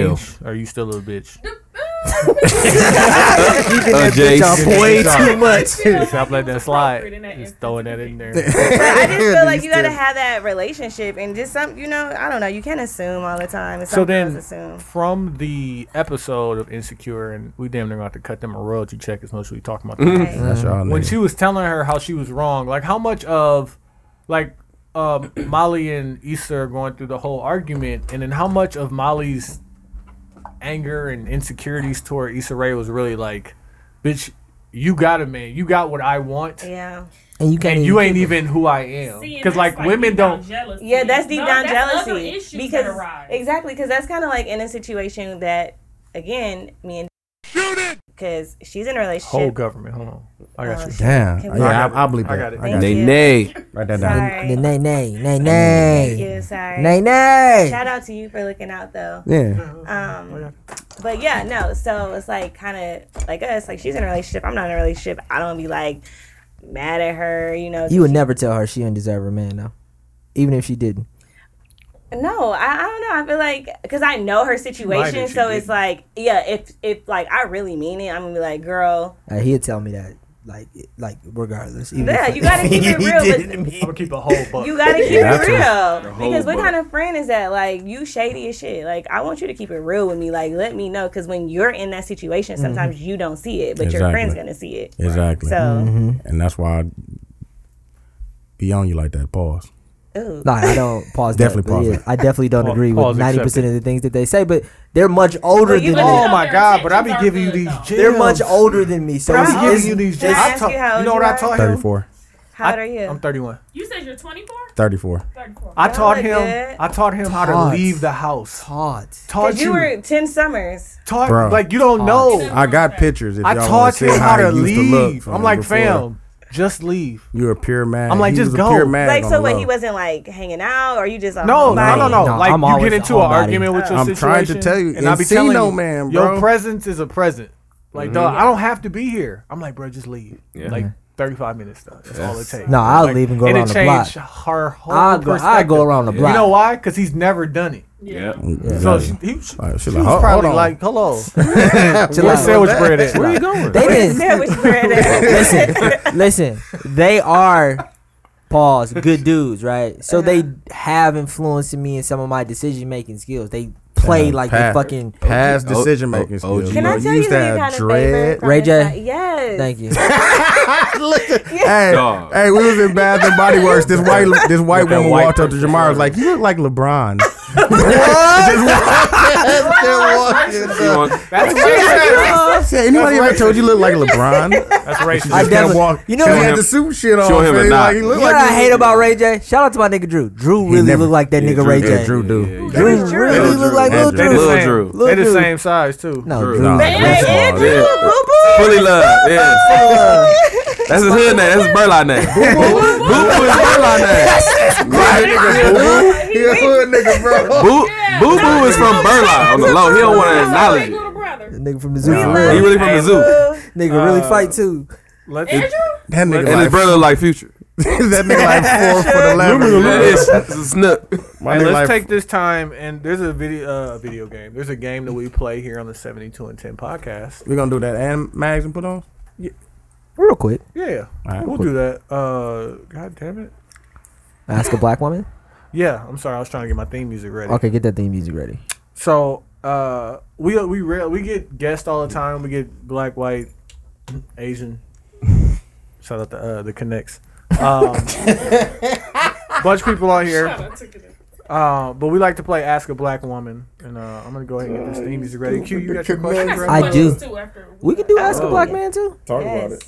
[SPEAKER 3] real.
[SPEAKER 2] Are you still a bitch?
[SPEAKER 6] Uh,
[SPEAKER 3] that bitch off way too
[SPEAKER 2] *laughs*
[SPEAKER 3] much.
[SPEAKER 2] Stop letting that slide. Just throwing that in there.
[SPEAKER 5] I just feel like you gotta
[SPEAKER 2] Still.
[SPEAKER 5] have that relationship and just some. You know, I don't know. You can't assume all the time. and
[SPEAKER 2] So
[SPEAKER 5] some girls
[SPEAKER 2] then, *laughs*
[SPEAKER 5] assume.
[SPEAKER 2] from the episode of Insecure, and we damn near about to cut them a royalty check as much as we talking about.
[SPEAKER 3] Mhm.
[SPEAKER 2] that.
[SPEAKER 3] That's y'all
[SPEAKER 2] when
[SPEAKER 3] niggas.
[SPEAKER 2] she was telling her how she was wrong, like how much of, like, um, *clears throat* Molly and Issa are going through the whole argument, and then how much of Molly's anger and insecurities toward Issa Rae was really like, bitch, you got it, man. You got what I want.
[SPEAKER 5] Yeah.
[SPEAKER 1] And you
[SPEAKER 2] can't. you ain't even who I am. Because like women don't.
[SPEAKER 5] Yeah, that's deep
[SPEAKER 4] No,
[SPEAKER 5] down
[SPEAKER 4] that's other
[SPEAKER 5] jealousy.
[SPEAKER 4] issues that
[SPEAKER 5] because
[SPEAKER 4] arise.
[SPEAKER 5] exactly, because that's kind of like in a situation that, again, me and because she's in a relationship.
[SPEAKER 2] Whole government. Hold on. Oh, I got *laughs*
[SPEAKER 5] Oh,
[SPEAKER 2] you.
[SPEAKER 5] shit.
[SPEAKER 3] Damn.
[SPEAKER 5] Can
[SPEAKER 3] Yeah,
[SPEAKER 5] we-
[SPEAKER 3] I, I believe that.
[SPEAKER 2] I got it.
[SPEAKER 3] I got
[SPEAKER 5] Thank you.
[SPEAKER 6] nay.
[SPEAKER 3] Write that down.
[SPEAKER 5] Sorry.
[SPEAKER 1] The nay nay nay
[SPEAKER 5] Thank
[SPEAKER 1] nay.
[SPEAKER 5] you. Sorry.
[SPEAKER 1] Nay nay.
[SPEAKER 5] Shout out to you for looking out though.
[SPEAKER 1] Yeah.
[SPEAKER 5] Um, but yeah, no. So it's like kind of like us. Like she's in a relationship. I'm not in a relationship. I don't be like mad at her. You know.
[SPEAKER 1] You would never tell her she didn't deserve a man though, even if she didn't.
[SPEAKER 5] No, I, I don't know. I feel like because I know her situation,
[SPEAKER 1] did she
[SPEAKER 5] so
[SPEAKER 1] did? *laughs*
[SPEAKER 5] it's like yeah. If if like I really mean it, I'm gonna be like, girl,
[SPEAKER 1] Uh, he'd tell me that. Like, it- like regardless.
[SPEAKER 5] Yeah, you gotta keep it real, but-
[SPEAKER 1] I'm
[SPEAKER 2] gonna keep a whole bunch.
[SPEAKER 5] You gotta keep it real.
[SPEAKER 1] The whole
[SPEAKER 5] Because what
[SPEAKER 1] book.
[SPEAKER 5] kind of friend is that? Like you shady as shit. Like I want you to keep it real with me. Like let me know. Cause when you're in that situation, sometimes you don't see it, but your
[SPEAKER 3] Exactly.
[SPEAKER 5] friend's gonna see it.
[SPEAKER 3] Exactly. Mm-hmm.
[SPEAKER 5] So
[SPEAKER 3] And that's why I be on you like that. Pause.
[SPEAKER 5] Ooh.
[SPEAKER 1] Nah, I don't pause.
[SPEAKER 3] Definitely
[SPEAKER 1] that, but
[SPEAKER 3] pause
[SPEAKER 1] yeah,
[SPEAKER 3] it.
[SPEAKER 1] I definitely don't
[SPEAKER 3] Pa-
[SPEAKER 1] agree
[SPEAKER 3] pause
[SPEAKER 1] with ninety percent of the things that they say, but they're much older
[SPEAKER 2] Well, you
[SPEAKER 1] than me.
[SPEAKER 2] listen Oh to my their God, but I be intentions giving you are these good, though.
[SPEAKER 1] They're much
[SPEAKER 2] gems.
[SPEAKER 1] older than me, so
[SPEAKER 2] But I
[SPEAKER 1] it's-
[SPEAKER 2] be giving
[SPEAKER 1] it's-
[SPEAKER 2] you these
[SPEAKER 1] it's-
[SPEAKER 2] gems. I Ask told- you how you know old what I you are? told him?
[SPEAKER 3] 34.
[SPEAKER 5] How old are you?
[SPEAKER 2] I'm 31.
[SPEAKER 4] You said you're 24.
[SPEAKER 3] 34.
[SPEAKER 2] I
[SPEAKER 5] Y'all
[SPEAKER 2] taught
[SPEAKER 5] look
[SPEAKER 2] him.
[SPEAKER 5] good.
[SPEAKER 2] I taught him how
[SPEAKER 3] Taught.
[SPEAKER 2] to leave the house.
[SPEAKER 1] Taught.
[SPEAKER 2] Taught
[SPEAKER 5] 'Cause you, were ten summers.
[SPEAKER 2] Taught like you don't know.
[SPEAKER 3] I got pictures. If
[SPEAKER 2] I
[SPEAKER 3] y'all wanna
[SPEAKER 2] taught
[SPEAKER 3] see
[SPEAKER 2] him how to
[SPEAKER 3] it used look
[SPEAKER 2] leave.
[SPEAKER 3] from
[SPEAKER 2] I'm like,
[SPEAKER 3] before.
[SPEAKER 2] fam, just leave.
[SPEAKER 3] You're a pure man.
[SPEAKER 2] I'm like,
[SPEAKER 3] He
[SPEAKER 2] just
[SPEAKER 3] was a
[SPEAKER 2] go.
[SPEAKER 3] pure man
[SPEAKER 5] like
[SPEAKER 3] on
[SPEAKER 5] so
[SPEAKER 3] the
[SPEAKER 5] what
[SPEAKER 3] low.
[SPEAKER 5] he wasn't like hanging out or you just a
[SPEAKER 2] No,
[SPEAKER 5] *laughs* homebody?
[SPEAKER 2] no, no, no.
[SPEAKER 3] No,
[SPEAKER 2] Like
[SPEAKER 3] I'm
[SPEAKER 2] you
[SPEAKER 3] always
[SPEAKER 2] get
[SPEAKER 3] a
[SPEAKER 2] into an
[SPEAKER 3] homebody.
[SPEAKER 2] argument with your
[SPEAKER 3] I'm
[SPEAKER 2] situation.
[SPEAKER 3] trying to tell you,
[SPEAKER 2] and I be
[SPEAKER 3] Encino
[SPEAKER 2] telling you,
[SPEAKER 3] man,
[SPEAKER 2] your
[SPEAKER 3] bro.
[SPEAKER 2] presence is a present. Like,
[SPEAKER 3] Mhm.
[SPEAKER 2] dog, I don't have to be here. I'm like, bro, just leave.
[SPEAKER 1] Yeah.
[SPEAKER 2] Like 35 minutes, dog. That's all it
[SPEAKER 1] Yes.
[SPEAKER 2] takes.
[SPEAKER 1] No, I'll
[SPEAKER 2] Like,
[SPEAKER 1] leave and go
[SPEAKER 2] it
[SPEAKER 1] around the
[SPEAKER 2] changed
[SPEAKER 1] block.
[SPEAKER 2] Her whole
[SPEAKER 1] I'll go- I'll go
[SPEAKER 2] perspective.
[SPEAKER 1] around the block.
[SPEAKER 2] You know why? Because he's never done it.
[SPEAKER 4] Yeah.
[SPEAKER 3] Yeah.
[SPEAKER 2] So she,
[SPEAKER 3] Exactly.
[SPEAKER 2] he, she,
[SPEAKER 3] Like, she
[SPEAKER 2] she
[SPEAKER 3] like,
[SPEAKER 2] was
[SPEAKER 3] "Hold-
[SPEAKER 2] probably
[SPEAKER 3] hold on."
[SPEAKER 2] like, "Hello,
[SPEAKER 1] Chill
[SPEAKER 2] where's
[SPEAKER 1] out.
[SPEAKER 2] sandwich bread at?
[SPEAKER 1] Chill
[SPEAKER 2] Where you
[SPEAKER 1] out.
[SPEAKER 2] going?
[SPEAKER 1] They didn't.
[SPEAKER 5] Sandwich bread
[SPEAKER 1] *laughs*
[SPEAKER 2] *laughs*
[SPEAKER 5] at?
[SPEAKER 1] listen, listen. They are pause good dudes, right? So they have influenced me in some of my decision making skills. They play
[SPEAKER 3] Damn,
[SPEAKER 1] like
[SPEAKER 3] pa-
[SPEAKER 1] the fucking
[SPEAKER 3] past decision making skills.
[SPEAKER 1] Can I
[SPEAKER 3] You
[SPEAKER 1] tell you
[SPEAKER 3] used to
[SPEAKER 1] who you
[SPEAKER 3] have
[SPEAKER 1] got a
[SPEAKER 3] dread. *laughs*
[SPEAKER 1] Ray J.
[SPEAKER 5] Yes.
[SPEAKER 1] Thank you.
[SPEAKER 3] Hey,
[SPEAKER 1] Dog.
[SPEAKER 3] hey, we was *laughs* in Bath and Body Works. This white, this white
[SPEAKER 6] With that
[SPEAKER 3] woman
[SPEAKER 6] white
[SPEAKER 3] walked up to
[SPEAKER 6] person.
[SPEAKER 3] Jamar. Was like, you look like *laughs* LeBron.
[SPEAKER 2] That's
[SPEAKER 3] She said, Anybody ever told you look like LeBron?
[SPEAKER 2] That's
[SPEAKER 3] She
[SPEAKER 2] racist.
[SPEAKER 3] just kept walking.
[SPEAKER 1] You know
[SPEAKER 3] she
[SPEAKER 1] what
[SPEAKER 3] had
[SPEAKER 1] him-
[SPEAKER 3] the suit shit on.
[SPEAKER 6] show him a
[SPEAKER 3] man.
[SPEAKER 6] knot.
[SPEAKER 3] Like, he
[SPEAKER 1] You know
[SPEAKER 3] looked
[SPEAKER 1] what
[SPEAKER 3] like
[SPEAKER 1] I hate about Ray J? Shout out to my nigga Drew. Drew really looked like that nigga Ray J.
[SPEAKER 3] Drew do.
[SPEAKER 1] Drew really looked like little
[SPEAKER 2] They
[SPEAKER 1] Drew.
[SPEAKER 2] the same. They the same size too.
[SPEAKER 1] No,
[SPEAKER 6] Drew.
[SPEAKER 1] Drew.
[SPEAKER 6] Nah,
[SPEAKER 1] They
[SPEAKER 6] that's
[SPEAKER 1] ain't
[SPEAKER 6] all,
[SPEAKER 1] Drew,
[SPEAKER 6] yeah. Fully love. Yeah. That's his hood name. That's his burline name. Boo Boo is burline name. Right.
[SPEAKER 3] Boo. He a hood nigga, bro.
[SPEAKER 6] Boo Boo Boo is from Burline on the low. He don't want to acknowledge it.
[SPEAKER 1] The nigga from the zoo.
[SPEAKER 6] Nah, He really from the zoo.
[SPEAKER 1] Nigga really
[SPEAKER 2] Uh,
[SPEAKER 1] fight too.
[SPEAKER 2] Let's,
[SPEAKER 3] That nigga
[SPEAKER 6] And
[SPEAKER 3] like-
[SPEAKER 6] his brother like Future.
[SPEAKER 3] *laughs* that nigga like four foot eleven.
[SPEAKER 6] It's it's a snip.
[SPEAKER 3] My
[SPEAKER 2] Hey, let's
[SPEAKER 3] nigga like
[SPEAKER 2] take this time and there's a video, uh, a video game. There's a game that we play here on the 72 and 10 podcast.
[SPEAKER 3] We gonna do that and mags and put on.
[SPEAKER 1] Real quick.
[SPEAKER 2] Yeah,
[SPEAKER 3] Alright,
[SPEAKER 2] we'll
[SPEAKER 3] cool.
[SPEAKER 2] do that. Uh, God damn it.
[SPEAKER 1] Ask a black woman.
[SPEAKER 2] Yeah, I'm sorry. I was trying to get my theme music ready.
[SPEAKER 1] Okay, get that theme music ready.
[SPEAKER 2] So uh, we we re- we get guests all the time. We get black, white,
[SPEAKER 3] *laughs*
[SPEAKER 2] Asian. Shout out to uh, the connects. Um, *laughs* bunch of people out here. Uh, but we like to play Ask a Black Woman, and uh, I'm gonna go ahead and get this theme music ready. Q, you got your questions ready?
[SPEAKER 1] I do. We could do ask a black man too.
[SPEAKER 2] Talk
[SPEAKER 5] about
[SPEAKER 2] it.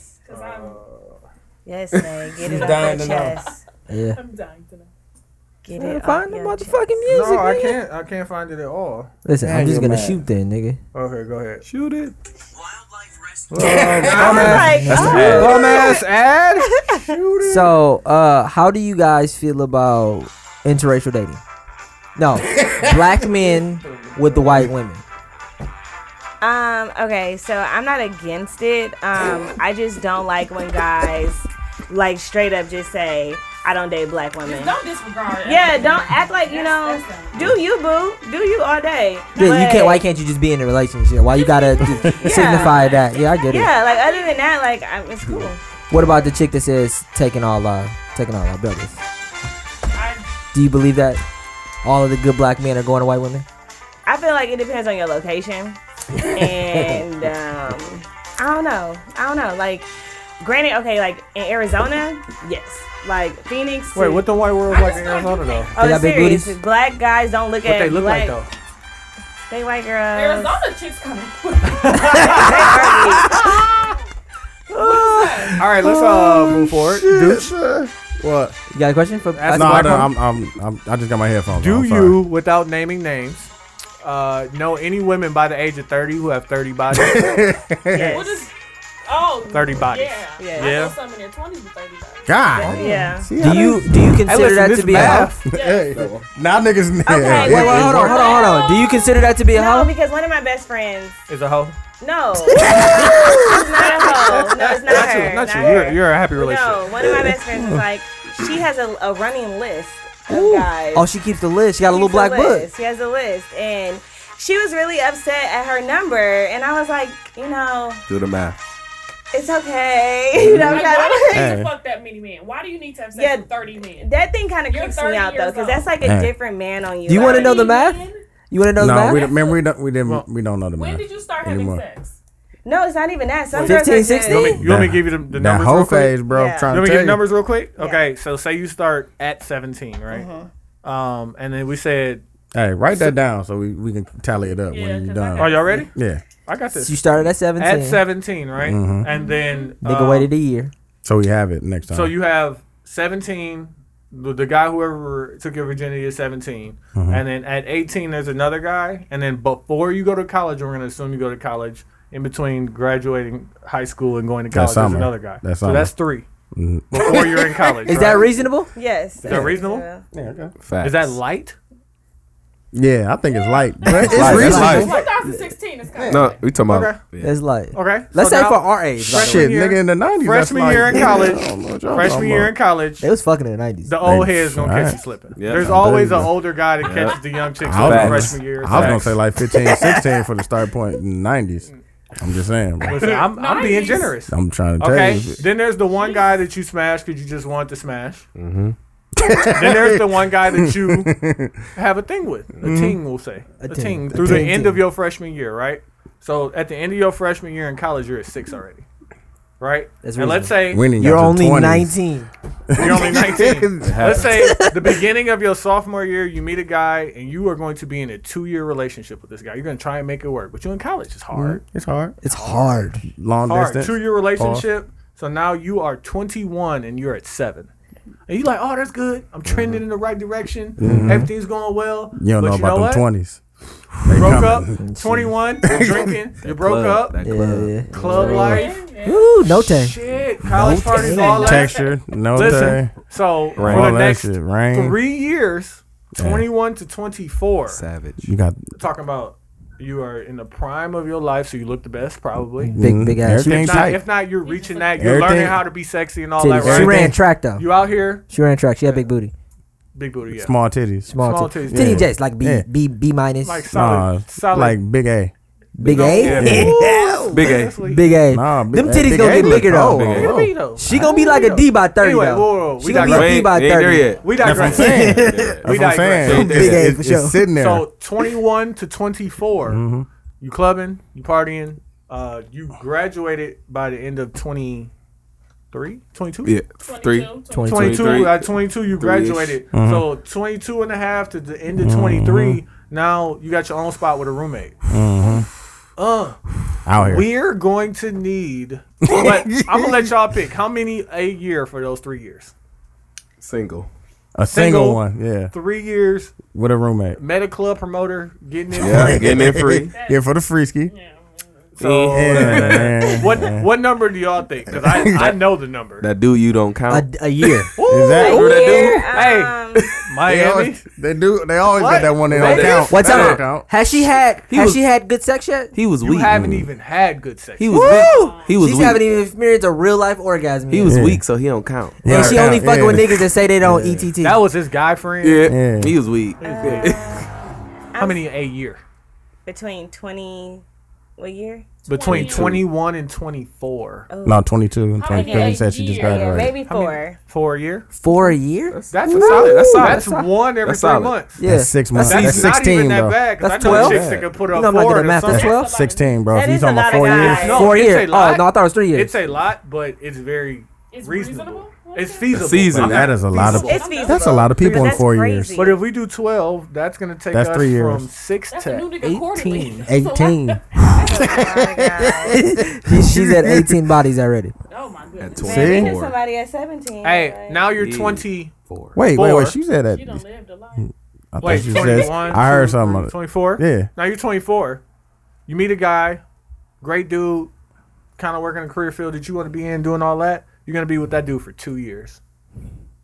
[SPEAKER 5] Yes, man. Get
[SPEAKER 1] She's
[SPEAKER 5] it off
[SPEAKER 1] dying
[SPEAKER 5] your
[SPEAKER 1] to know.
[SPEAKER 5] chest.
[SPEAKER 1] Yeah.
[SPEAKER 4] I'm dying to know.
[SPEAKER 5] Get
[SPEAKER 1] Man,
[SPEAKER 5] it
[SPEAKER 1] find
[SPEAKER 5] off
[SPEAKER 1] the
[SPEAKER 5] your
[SPEAKER 1] motherfucking
[SPEAKER 5] chest.
[SPEAKER 1] music.
[SPEAKER 2] No, I
[SPEAKER 1] nigga.
[SPEAKER 2] can't. I can't find it at all.
[SPEAKER 1] Listen, I'm
[SPEAKER 2] Dang,
[SPEAKER 1] just
[SPEAKER 2] you're
[SPEAKER 1] gonna
[SPEAKER 2] mad.
[SPEAKER 1] shoot then, nigga.
[SPEAKER 2] Okay, go ahead.
[SPEAKER 6] Shoot it.
[SPEAKER 2] Wildlife rescue.
[SPEAKER 5] oh,
[SPEAKER 2] Bum *laughs* ass ad.
[SPEAKER 1] So, uh, how do you guys feel about interracial dating? No, black men with the white women.
[SPEAKER 5] Um, okay, so I'm not against it. Um, I just don't like when guys like straight up just say, I don't date black women.
[SPEAKER 4] Don't disregard.
[SPEAKER 5] Yeah, don't act like you know.
[SPEAKER 4] That's-
[SPEAKER 5] Do you boo? Do you all day?
[SPEAKER 1] Yeah, you
[SPEAKER 5] But-
[SPEAKER 1] can't. Why can't you just be in a relationship? Why you gotta d- signify that? Yeah, I get it.
[SPEAKER 5] Yeah, like other than that, like I'm, it's cool.
[SPEAKER 1] What about the chick that says taking all our taking all our brothers? Do you believe that all of the good black men are going to white women?
[SPEAKER 5] I feel like it depends on
[SPEAKER 2] *laughs*
[SPEAKER 5] your location, and um, I don't know. I don't know. Like, granted, okay, like in Arizona, yes. Like Phoenix.
[SPEAKER 2] Wait, what the white world like in Arizona though?
[SPEAKER 5] Oh,
[SPEAKER 2] They got big
[SPEAKER 5] serious.
[SPEAKER 2] booties?
[SPEAKER 5] Black guys don't look
[SPEAKER 2] What
[SPEAKER 5] at
[SPEAKER 2] they look like
[SPEAKER 5] black.
[SPEAKER 2] though?
[SPEAKER 5] They white girls.
[SPEAKER 4] Arizona chicks *laughs* kind
[SPEAKER 2] *laughs* All right, let's uh move forward. Dooch,
[SPEAKER 3] What?
[SPEAKER 1] You got a question for?
[SPEAKER 2] Ask
[SPEAKER 3] no,
[SPEAKER 2] a
[SPEAKER 3] I,
[SPEAKER 2] black
[SPEAKER 3] don't,
[SPEAKER 2] woman.
[SPEAKER 3] I'm, I'm, I'm, I just got my headphones.
[SPEAKER 2] Do
[SPEAKER 3] on, I'm sorry.
[SPEAKER 2] you, without naming names, uh, know any women by the age of thirty who have thirty bodies?
[SPEAKER 4] We'll just, oh,
[SPEAKER 2] 30 bodies.
[SPEAKER 4] Yeah.
[SPEAKER 2] Yeah.
[SPEAKER 4] I
[SPEAKER 2] Yeah.
[SPEAKER 4] know some in their 20s with 30 bodies.
[SPEAKER 3] *laughs* God.
[SPEAKER 4] Yeah.
[SPEAKER 3] See, I
[SPEAKER 1] Do
[SPEAKER 2] *laughs*
[SPEAKER 1] you
[SPEAKER 3] didn't-
[SPEAKER 1] do you consider
[SPEAKER 3] listen,
[SPEAKER 1] that
[SPEAKER 3] this
[SPEAKER 1] to be
[SPEAKER 3] math.
[SPEAKER 1] a hoe?
[SPEAKER 3] Hey, now niggas. *laughs*
[SPEAKER 1] Okay, wait, wait, hold on, hold on, hold on. Do you consider that to be a hoe?
[SPEAKER 5] no, because one of my best friends.
[SPEAKER 2] Is a hoe? *laughs*
[SPEAKER 5] No, it's not a hoe. No, it's not,
[SPEAKER 2] Not
[SPEAKER 5] her.
[SPEAKER 2] you. Not you.
[SPEAKER 5] her.
[SPEAKER 2] You're, you're a happy relationship.
[SPEAKER 5] No, one of my best friends is like, she has a, a running list of guys.
[SPEAKER 1] Oh, she keeps the list. She got a little
[SPEAKER 5] Keeps
[SPEAKER 1] black book.
[SPEAKER 5] list. She has a list, and she was really upset at her number, and I was like, you know,
[SPEAKER 6] Do the math.
[SPEAKER 5] it's okay. *laughs* You know, I'm
[SPEAKER 4] Like,
[SPEAKER 5] trying
[SPEAKER 4] why do you need
[SPEAKER 5] to.
[SPEAKER 4] to fuck that many men? Why do you need to have sex
[SPEAKER 5] Yeah,
[SPEAKER 4] with 30 men?
[SPEAKER 5] *laughs* That thing kind of
[SPEAKER 4] You're
[SPEAKER 5] creeps
[SPEAKER 4] 30
[SPEAKER 5] me out though,
[SPEAKER 4] years
[SPEAKER 5] because that's like a
[SPEAKER 3] old.
[SPEAKER 5] different man on you.
[SPEAKER 1] Do you want to
[SPEAKER 5] Like,
[SPEAKER 1] know the math? You want to know the
[SPEAKER 3] No,
[SPEAKER 1] math?
[SPEAKER 3] we don't, man, we don't, we didn't, we don't know the
[SPEAKER 5] When
[SPEAKER 3] math
[SPEAKER 5] did you start having
[SPEAKER 3] anymore.
[SPEAKER 5] sex? No, it's not even that. Some
[SPEAKER 1] 15,
[SPEAKER 5] girls are just-
[SPEAKER 1] 16? You want me-
[SPEAKER 2] You want me to
[SPEAKER 3] That-
[SPEAKER 2] give you the, the
[SPEAKER 3] that
[SPEAKER 2] numbers?
[SPEAKER 3] whole
[SPEAKER 2] real quick?
[SPEAKER 3] phase, bro, I'm Yeah.
[SPEAKER 2] you
[SPEAKER 3] trying
[SPEAKER 2] want
[SPEAKER 3] to
[SPEAKER 2] me to give
[SPEAKER 3] tell you.
[SPEAKER 2] you numbers real quick? Okay, so say you start at 17, right? Um, and then we said,
[SPEAKER 3] Hey, write that down so we, we can tally it up when you're done.
[SPEAKER 2] Are y'all ready?
[SPEAKER 3] Yeah.
[SPEAKER 2] I got this.
[SPEAKER 1] You started at 17.
[SPEAKER 2] At 17, right?
[SPEAKER 3] Mhm.
[SPEAKER 2] And then
[SPEAKER 1] Nigga
[SPEAKER 2] um,
[SPEAKER 1] waited a year.
[SPEAKER 3] So we have it next time.
[SPEAKER 2] So you have 17. The, the guy whoever took your virginity is 17,
[SPEAKER 3] Mhm.
[SPEAKER 2] and then at 18 there's another guy, and then before you go to college, we're gonna assume you go to college. In between graduating high school and going to
[SPEAKER 3] That
[SPEAKER 2] college, there's
[SPEAKER 3] summer.
[SPEAKER 2] another guy.
[SPEAKER 3] That
[SPEAKER 2] so
[SPEAKER 3] summer.
[SPEAKER 2] that's three
[SPEAKER 3] Mhm.
[SPEAKER 2] before you're in
[SPEAKER 1] *laughs*
[SPEAKER 2] college.
[SPEAKER 1] Is that
[SPEAKER 2] right?
[SPEAKER 1] reasonable?
[SPEAKER 5] Yes.
[SPEAKER 2] Is that reasonable?
[SPEAKER 5] Yeah,
[SPEAKER 3] okay.
[SPEAKER 2] Is that light?
[SPEAKER 3] yeah, I think it's light. but
[SPEAKER 2] It's
[SPEAKER 3] light.
[SPEAKER 2] reasonable.
[SPEAKER 3] That's light.
[SPEAKER 4] 2016 is kind of
[SPEAKER 6] No, we talking about.
[SPEAKER 2] Okay.
[SPEAKER 6] Yeah.
[SPEAKER 1] It's like
[SPEAKER 2] Okay.
[SPEAKER 1] Let's
[SPEAKER 2] so
[SPEAKER 1] say
[SPEAKER 2] now-
[SPEAKER 1] for our age. by the
[SPEAKER 3] Shit,
[SPEAKER 1] way.
[SPEAKER 3] nigga, in the 90s. that's
[SPEAKER 2] Freshman year
[SPEAKER 3] like-
[SPEAKER 2] in college.
[SPEAKER 3] I don't know what y'all
[SPEAKER 2] Freshman
[SPEAKER 3] talking
[SPEAKER 2] year
[SPEAKER 3] about.
[SPEAKER 2] in college.
[SPEAKER 1] They was fucking in the 90s.
[SPEAKER 2] The old
[SPEAKER 3] They-
[SPEAKER 2] head's gonna
[SPEAKER 3] all
[SPEAKER 2] catch you
[SPEAKER 3] right.
[SPEAKER 2] slipping.
[SPEAKER 3] Yeah.
[SPEAKER 2] There's
[SPEAKER 3] There
[SPEAKER 2] always
[SPEAKER 3] you
[SPEAKER 2] an
[SPEAKER 3] go.
[SPEAKER 2] older guy that
[SPEAKER 6] Yeah.
[SPEAKER 2] catches the young chicks in
[SPEAKER 3] I
[SPEAKER 2] the
[SPEAKER 3] was,
[SPEAKER 2] freshman year.
[SPEAKER 3] I was gonna
[SPEAKER 2] Facts.
[SPEAKER 3] say like 15, 16 for the start point in the 90s. I'm just saying. Bro.
[SPEAKER 2] Listen, I'm, I'm being generous.
[SPEAKER 3] I'm trying to tell
[SPEAKER 2] Okay.
[SPEAKER 3] you.
[SPEAKER 2] Then there's the one guy that you smash because you just want to smash.
[SPEAKER 3] Mm-hmm.
[SPEAKER 2] then there's the one guy that
[SPEAKER 3] *laughs*
[SPEAKER 2] you have a thing with. A
[SPEAKER 3] Mhm.
[SPEAKER 2] ting, we'll say.
[SPEAKER 3] A
[SPEAKER 2] A,
[SPEAKER 3] ting.
[SPEAKER 2] ting.
[SPEAKER 3] A
[SPEAKER 2] Through the
[SPEAKER 3] ting,
[SPEAKER 2] end
[SPEAKER 3] ting.
[SPEAKER 2] of your freshman year, right? So at the end of your freshman year in college, you're at six already. Right?
[SPEAKER 1] That's
[SPEAKER 2] and let's say
[SPEAKER 1] reasonable. Winning You're got to only 20s. 19.
[SPEAKER 2] You're
[SPEAKER 3] *laughs*
[SPEAKER 2] only 19.
[SPEAKER 1] It
[SPEAKER 2] let's
[SPEAKER 1] happens.
[SPEAKER 2] say the beginning of your sophomore year, you meet a guy and you are going to be in a two year relationship with this guy. You're going to try and make it work, but you're in college. It's hard.
[SPEAKER 3] It's hard.
[SPEAKER 1] It's hard.
[SPEAKER 3] Long distance.
[SPEAKER 2] Two year relationship. So now you are 21 and you're at seven. And you're like, oh, that's good. I'm trending in the right direction.
[SPEAKER 3] Mhm.
[SPEAKER 2] Everything's going well.
[SPEAKER 3] You don't
[SPEAKER 2] But
[SPEAKER 3] know
[SPEAKER 2] you know
[SPEAKER 3] about
[SPEAKER 2] what?
[SPEAKER 3] them 20s.
[SPEAKER 2] You
[SPEAKER 3] They
[SPEAKER 2] broke
[SPEAKER 3] coming. *laughs*
[SPEAKER 2] up, 21, you're drinking, you broke
[SPEAKER 3] club,
[SPEAKER 2] up,
[SPEAKER 3] that club. Yeah, yeah.
[SPEAKER 2] club
[SPEAKER 3] Yeah.
[SPEAKER 2] life.
[SPEAKER 1] Ooh, no tang.
[SPEAKER 2] Shit, college
[SPEAKER 1] No
[SPEAKER 2] parties,
[SPEAKER 1] tang.
[SPEAKER 2] all that.
[SPEAKER 3] Texture, no
[SPEAKER 2] Listen,
[SPEAKER 3] tang.
[SPEAKER 2] so
[SPEAKER 3] Rain.
[SPEAKER 2] for
[SPEAKER 3] All
[SPEAKER 2] the
[SPEAKER 3] that
[SPEAKER 2] next
[SPEAKER 3] shit, rain.
[SPEAKER 2] three years,
[SPEAKER 3] Damn.
[SPEAKER 2] 21 to 24.
[SPEAKER 6] Savage.
[SPEAKER 3] You got
[SPEAKER 2] Talking about you are in the prime of your life, so you look the best probably.
[SPEAKER 3] mm,
[SPEAKER 1] Big- big ass
[SPEAKER 2] If
[SPEAKER 1] Everything's
[SPEAKER 2] not,
[SPEAKER 1] tight.
[SPEAKER 2] if not, you're reaching that. You're
[SPEAKER 1] Everything-
[SPEAKER 2] learning how to be sexy and all
[SPEAKER 1] Titties.
[SPEAKER 2] that.
[SPEAKER 1] She
[SPEAKER 2] Right?
[SPEAKER 1] ran track though.
[SPEAKER 2] You out here,
[SPEAKER 1] She ran track. She had big booty.
[SPEAKER 2] big booty, yeah.
[SPEAKER 3] small titties.
[SPEAKER 1] Uh-huh. Small,
[SPEAKER 2] Small
[SPEAKER 1] titties.
[SPEAKER 2] titties.
[SPEAKER 1] Titty
[SPEAKER 2] Yeah.
[SPEAKER 1] jacks, like B,
[SPEAKER 2] Yeah.
[SPEAKER 1] B, B minus.
[SPEAKER 2] Like solid,
[SPEAKER 3] Nah,
[SPEAKER 2] solid.
[SPEAKER 3] like big A.
[SPEAKER 1] Big A?
[SPEAKER 3] Yeah.
[SPEAKER 1] Ooh.
[SPEAKER 6] Big A.
[SPEAKER 1] Big A.
[SPEAKER 3] Nah, big
[SPEAKER 1] Them
[SPEAKER 3] A-
[SPEAKER 1] titties
[SPEAKER 3] big
[SPEAKER 1] gonna
[SPEAKER 3] A
[SPEAKER 1] get
[SPEAKER 3] look
[SPEAKER 1] bigger
[SPEAKER 3] tall.
[SPEAKER 1] though.
[SPEAKER 3] Big A.
[SPEAKER 2] Big A though.
[SPEAKER 1] She gonna be like a D by thirty
[SPEAKER 2] Anyway,
[SPEAKER 1] though.
[SPEAKER 2] whoa, whoa,
[SPEAKER 1] She
[SPEAKER 2] we
[SPEAKER 1] gonna be
[SPEAKER 2] digress.
[SPEAKER 1] a D by
[SPEAKER 2] Ain't- ain't
[SPEAKER 1] thirty.
[SPEAKER 2] there yet. We That's digress. what I'm saying. *laughs*
[SPEAKER 3] That's
[SPEAKER 2] We
[SPEAKER 3] what I'm
[SPEAKER 2] digress.
[SPEAKER 3] saying.
[SPEAKER 2] Big A
[SPEAKER 3] It's,
[SPEAKER 2] for
[SPEAKER 3] it's
[SPEAKER 2] sure.
[SPEAKER 3] sitting there.
[SPEAKER 2] So 21 to 24,
[SPEAKER 1] Mm-hmm.
[SPEAKER 3] Mhm.
[SPEAKER 2] you clubbing, you partying, uh, you graduated by the end of 23, 22?
[SPEAKER 6] Yeah, three.
[SPEAKER 2] 22,
[SPEAKER 6] 23.
[SPEAKER 2] at 22 you
[SPEAKER 6] Three-ish.
[SPEAKER 2] graduated.
[SPEAKER 1] Mm-hmm.
[SPEAKER 6] Mhm.
[SPEAKER 2] So 22 and a half to the end of 23, now you got your own spot with a roommate.
[SPEAKER 1] Mm-hmm.
[SPEAKER 2] Uh,
[SPEAKER 3] Out here.
[SPEAKER 2] We're going to need, but I'm gonna let y'all pick how many a year for those three years.
[SPEAKER 6] Single.
[SPEAKER 3] A single, one, yeah.
[SPEAKER 2] Three years,
[SPEAKER 3] With a roommate.
[SPEAKER 2] met a club promoter, getting in.
[SPEAKER 6] *laughs* Yeah, getting in free.
[SPEAKER 3] yeah, for the frisky.
[SPEAKER 2] So
[SPEAKER 3] Yeah.
[SPEAKER 2] what what number do y'all think? Because I, I know the number.
[SPEAKER 6] That dude you don't count.
[SPEAKER 1] A, year.
[SPEAKER 3] Is that
[SPEAKER 6] Remember that dude?
[SPEAKER 5] um,
[SPEAKER 1] um,
[SPEAKER 2] Hey,
[SPEAKER 3] They
[SPEAKER 2] *laughs* Miami.
[SPEAKER 3] always, they do. They always got that one. They don't count.
[SPEAKER 1] What's
[SPEAKER 3] They don't
[SPEAKER 1] up?
[SPEAKER 3] count.
[SPEAKER 1] Has she had?
[SPEAKER 3] He
[SPEAKER 1] has
[SPEAKER 3] was-
[SPEAKER 1] she had good sex yet?
[SPEAKER 6] He was
[SPEAKER 2] You
[SPEAKER 6] weak.
[SPEAKER 2] haven't even had good sex.
[SPEAKER 6] He was
[SPEAKER 1] Woo!
[SPEAKER 6] weak. He was
[SPEAKER 1] She's
[SPEAKER 6] weak.
[SPEAKER 1] haven't even experienced a real life orgasm.
[SPEAKER 6] He
[SPEAKER 1] yet.
[SPEAKER 6] was weak, so he don't count.
[SPEAKER 1] And she only fucking with niggas that say they don't ETT.
[SPEAKER 2] That was his guy friend.
[SPEAKER 6] Yeah. He was weak. *laughs*
[SPEAKER 2] How many a year?
[SPEAKER 5] Between twenty, what year?
[SPEAKER 2] Between
[SPEAKER 5] 20.
[SPEAKER 2] 21 and 24.
[SPEAKER 3] No, 22 and
[SPEAKER 5] How many
[SPEAKER 3] 23.
[SPEAKER 5] a
[SPEAKER 3] He said she just
[SPEAKER 5] year? Yeah,
[SPEAKER 3] graduated.
[SPEAKER 5] Maybe
[SPEAKER 2] How many-
[SPEAKER 5] four.
[SPEAKER 2] For a year?
[SPEAKER 1] For a year? That's,
[SPEAKER 2] that's
[SPEAKER 1] Woo!
[SPEAKER 2] a solid. That's solid.
[SPEAKER 1] That's
[SPEAKER 2] That's,
[SPEAKER 1] solid.
[SPEAKER 2] one every
[SPEAKER 3] That's
[SPEAKER 2] three
[SPEAKER 3] solid.
[SPEAKER 2] months.
[SPEAKER 3] Yeah. That's six months.
[SPEAKER 2] That's,
[SPEAKER 3] That's
[SPEAKER 2] not
[SPEAKER 3] 16
[SPEAKER 2] even that
[SPEAKER 3] though.
[SPEAKER 2] bad. 'cause
[SPEAKER 1] That's
[SPEAKER 2] I know
[SPEAKER 1] 12.
[SPEAKER 2] chicks that could put
[SPEAKER 1] You
[SPEAKER 2] up
[SPEAKER 1] know I'm not
[SPEAKER 2] four
[SPEAKER 1] good at
[SPEAKER 2] or
[SPEAKER 1] math. That's
[SPEAKER 2] something.
[SPEAKER 1] 12?
[SPEAKER 3] 16, bro.
[SPEAKER 1] That
[SPEAKER 3] He's
[SPEAKER 1] is a
[SPEAKER 3] on my
[SPEAKER 1] lot of
[SPEAKER 3] four
[SPEAKER 1] guys.
[SPEAKER 3] years.
[SPEAKER 1] It's Four years. Oh, no, I thought it was three years.
[SPEAKER 2] It's a lot, but it's very reasonable. It's feasible.
[SPEAKER 6] Season.
[SPEAKER 3] That is a lot of.
[SPEAKER 2] It's
[SPEAKER 3] That's a lot of people in
[SPEAKER 2] That's
[SPEAKER 3] four
[SPEAKER 2] crazy.
[SPEAKER 3] years.
[SPEAKER 2] But if we do 12, that's going to take
[SPEAKER 3] That's
[SPEAKER 2] us
[SPEAKER 3] three years.
[SPEAKER 2] from 6
[SPEAKER 4] That's a new
[SPEAKER 2] to
[SPEAKER 4] nigga
[SPEAKER 2] 18.
[SPEAKER 1] 18. She- She's at 18 bodies already.
[SPEAKER 5] Oh my goodness.
[SPEAKER 3] See?
[SPEAKER 5] Man, we knew somebody at seventeen.
[SPEAKER 2] Hey, now you're
[SPEAKER 6] Yeah.
[SPEAKER 2] 24.
[SPEAKER 3] Wait, wait, wait. She said that.
[SPEAKER 6] Mm.
[SPEAKER 3] I
[SPEAKER 2] Wait,
[SPEAKER 3] thought you said.
[SPEAKER 2] 21,
[SPEAKER 3] I heard something. about it.
[SPEAKER 2] 24?
[SPEAKER 3] Yeah.
[SPEAKER 2] Now you're 24. You meet a guy, great dude, kind of working a career field that you want to be in, doing all that. You're going to be with that dude for two years.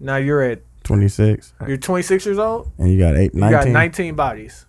[SPEAKER 2] Now you're at,
[SPEAKER 3] 26,
[SPEAKER 2] you're 26 years old.
[SPEAKER 3] and you got eight,
[SPEAKER 2] You got
[SPEAKER 3] 19.
[SPEAKER 2] 19 bodies.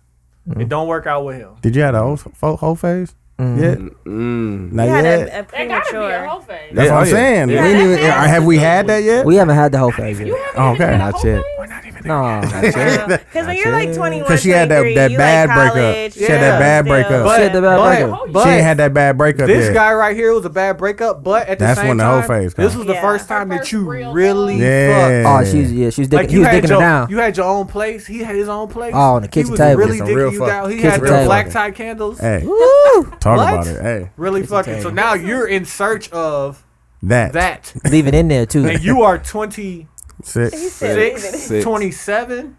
[SPEAKER 3] Mm-hmm.
[SPEAKER 2] It don't work out with him.
[SPEAKER 3] Did you have the whole, fo- whole phase?
[SPEAKER 1] Mm.
[SPEAKER 3] Yeah.
[SPEAKER 6] Mm.
[SPEAKER 3] Not
[SPEAKER 5] You had uh,
[SPEAKER 3] yet.
[SPEAKER 5] a, a
[SPEAKER 4] That gotta be
[SPEAKER 5] premature.
[SPEAKER 3] *laughs*
[SPEAKER 4] a whole phase.
[SPEAKER 3] That's what
[SPEAKER 6] Yeah, oh,
[SPEAKER 3] I'm
[SPEAKER 6] yeah.
[SPEAKER 3] saying.
[SPEAKER 6] Yeah.
[SPEAKER 3] We ain't even, have we had that yet?
[SPEAKER 1] We haven't had the whole phase yet.
[SPEAKER 3] Oh, okay.
[SPEAKER 6] Not yet.
[SPEAKER 2] We're not even
[SPEAKER 1] Nah,
[SPEAKER 5] Because when you're like 21,
[SPEAKER 3] Cause she had that,
[SPEAKER 5] 23,
[SPEAKER 3] that
[SPEAKER 5] you
[SPEAKER 3] bad
[SPEAKER 5] like
[SPEAKER 3] breakup.
[SPEAKER 5] college,
[SPEAKER 3] She had that bad
[SPEAKER 2] But-
[SPEAKER 3] breakup.
[SPEAKER 2] She had that bad but- breakup. but
[SPEAKER 3] she ain't had that bad breakup
[SPEAKER 2] This
[SPEAKER 3] yet.
[SPEAKER 2] guy right here was a bad breakup, but at the
[SPEAKER 3] That's
[SPEAKER 2] same
[SPEAKER 3] when the whole
[SPEAKER 2] time,
[SPEAKER 3] phase
[SPEAKER 2] this
[SPEAKER 3] come.
[SPEAKER 2] was the first time that you really
[SPEAKER 3] Yeah.
[SPEAKER 1] Oh, she was yeah, she was digging, he was
[SPEAKER 2] had
[SPEAKER 1] digging
[SPEAKER 2] your,
[SPEAKER 1] her down.
[SPEAKER 2] You had your own place. He had his own place.
[SPEAKER 1] Oh, on the kitchen
[SPEAKER 2] he was
[SPEAKER 1] table.
[SPEAKER 2] Really
[SPEAKER 1] Some
[SPEAKER 2] digging
[SPEAKER 1] real
[SPEAKER 2] you
[SPEAKER 1] fuck-
[SPEAKER 2] down. He
[SPEAKER 1] kitchen
[SPEAKER 2] had the
[SPEAKER 1] table.
[SPEAKER 2] black tie candles.
[SPEAKER 3] Hey.
[SPEAKER 1] Woo!
[SPEAKER 3] Talk
[SPEAKER 2] What?
[SPEAKER 3] about it. Hey.
[SPEAKER 2] Really
[SPEAKER 1] Kitchen
[SPEAKER 2] fucking. So
[SPEAKER 1] table.
[SPEAKER 2] now you're in search of
[SPEAKER 3] That.
[SPEAKER 2] That.
[SPEAKER 1] *laughs* Leave it in there too.
[SPEAKER 2] and you are 26,
[SPEAKER 3] Six. He said leave it. Six.
[SPEAKER 2] 27,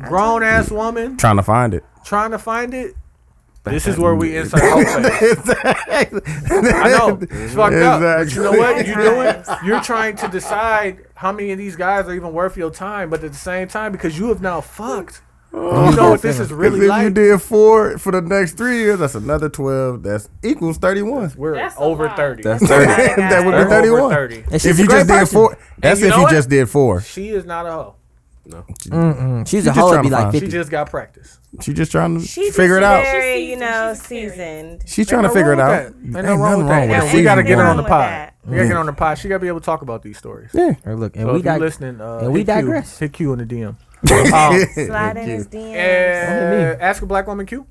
[SPEAKER 2] grown ass woman
[SPEAKER 3] Trying to find it.
[SPEAKER 2] trying to find it.
[SPEAKER 3] Back
[SPEAKER 2] This is
[SPEAKER 3] then.
[SPEAKER 2] where
[SPEAKER 1] *laughs*
[SPEAKER 2] we insert hope. I *laughs* know it's fucked up. But you know what you're doing? You're trying to decide how many of these guys are even worth your time, but at the same time, because you have now fucked. You know what this is really
[SPEAKER 3] Oh, if
[SPEAKER 2] like.
[SPEAKER 3] you did four for the next three years, that's another twelve. That's equals thirty-one.
[SPEAKER 2] We're over thirty.
[SPEAKER 3] That's That's 30. a lot. *laughs* That would be
[SPEAKER 2] We're over
[SPEAKER 3] 31.
[SPEAKER 2] 30.
[SPEAKER 3] And If she's a you great just did person. four- that's if
[SPEAKER 2] know
[SPEAKER 3] you
[SPEAKER 2] what?
[SPEAKER 3] just did four.
[SPEAKER 2] She is not a hoe. No,
[SPEAKER 1] Mm-mm. She's a
[SPEAKER 3] just
[SPEAKER 1] hoe,
[SPEAKER 3] trying
[SPEAKER 1] be
[SPEAKER 3] to
[SPEAKER 1] like
[SPEAKER 3] find-
[SPEAKER 2] she just got practice.
[SPEAKER 3] She just trying to
[SPEAKER 5] She's
[SPEAKER 3] figure it out.
[SPEAKER 5] Very, you know, seasoned.
[SPEAKER 3] *laughs* She's trying to figure it out.
[SPEAKER 2] Ain't
[SPEAKER 3] Ain't
[SPEAKER 2] no wrong
[SPEAKER 3] nothing
[SPEAKER 2] with
[SPEAKER 3] wrong
[SPEAKER 2] that.
[SPEAKER 3] with
[SPEAKER 2] And
[SPEAKER 3] it.
[SPEAKER 2] we gotta
[SPEAKER 3] Season
[SPEAKER 2] get her
[SPEAKER 3] one.
[SPEAKER 2] on the pod. We gotta
[SPEAKER 3] Yeah.
[SPEAKER 2] get on the pod. She gotta be able to talk about these stories.
[SPEAKER 3] Yeah.
[SPEAKER 1] And look,
[SPEAKER 2] So
[SPEAKER 1] and we
[SPEAKER 2] if you
[SPEAKER 1] dig-
[SPEAKER 2] listening, uh,
[SPEAKER 1] and we
[SPEAKER 2] hit Q.
[SPEAKER 1] digress.
[SPEAKER 2] Hit Q in the
[SPEAKER 3] *laughs*
[SPEAKER 2] Um, DM.
[SPEAKER 1] Slide in his
[SPEAKER 2] Uh,
[SPEAKER 1] DMs.
[SPEAKER 2] ask a black woman Q.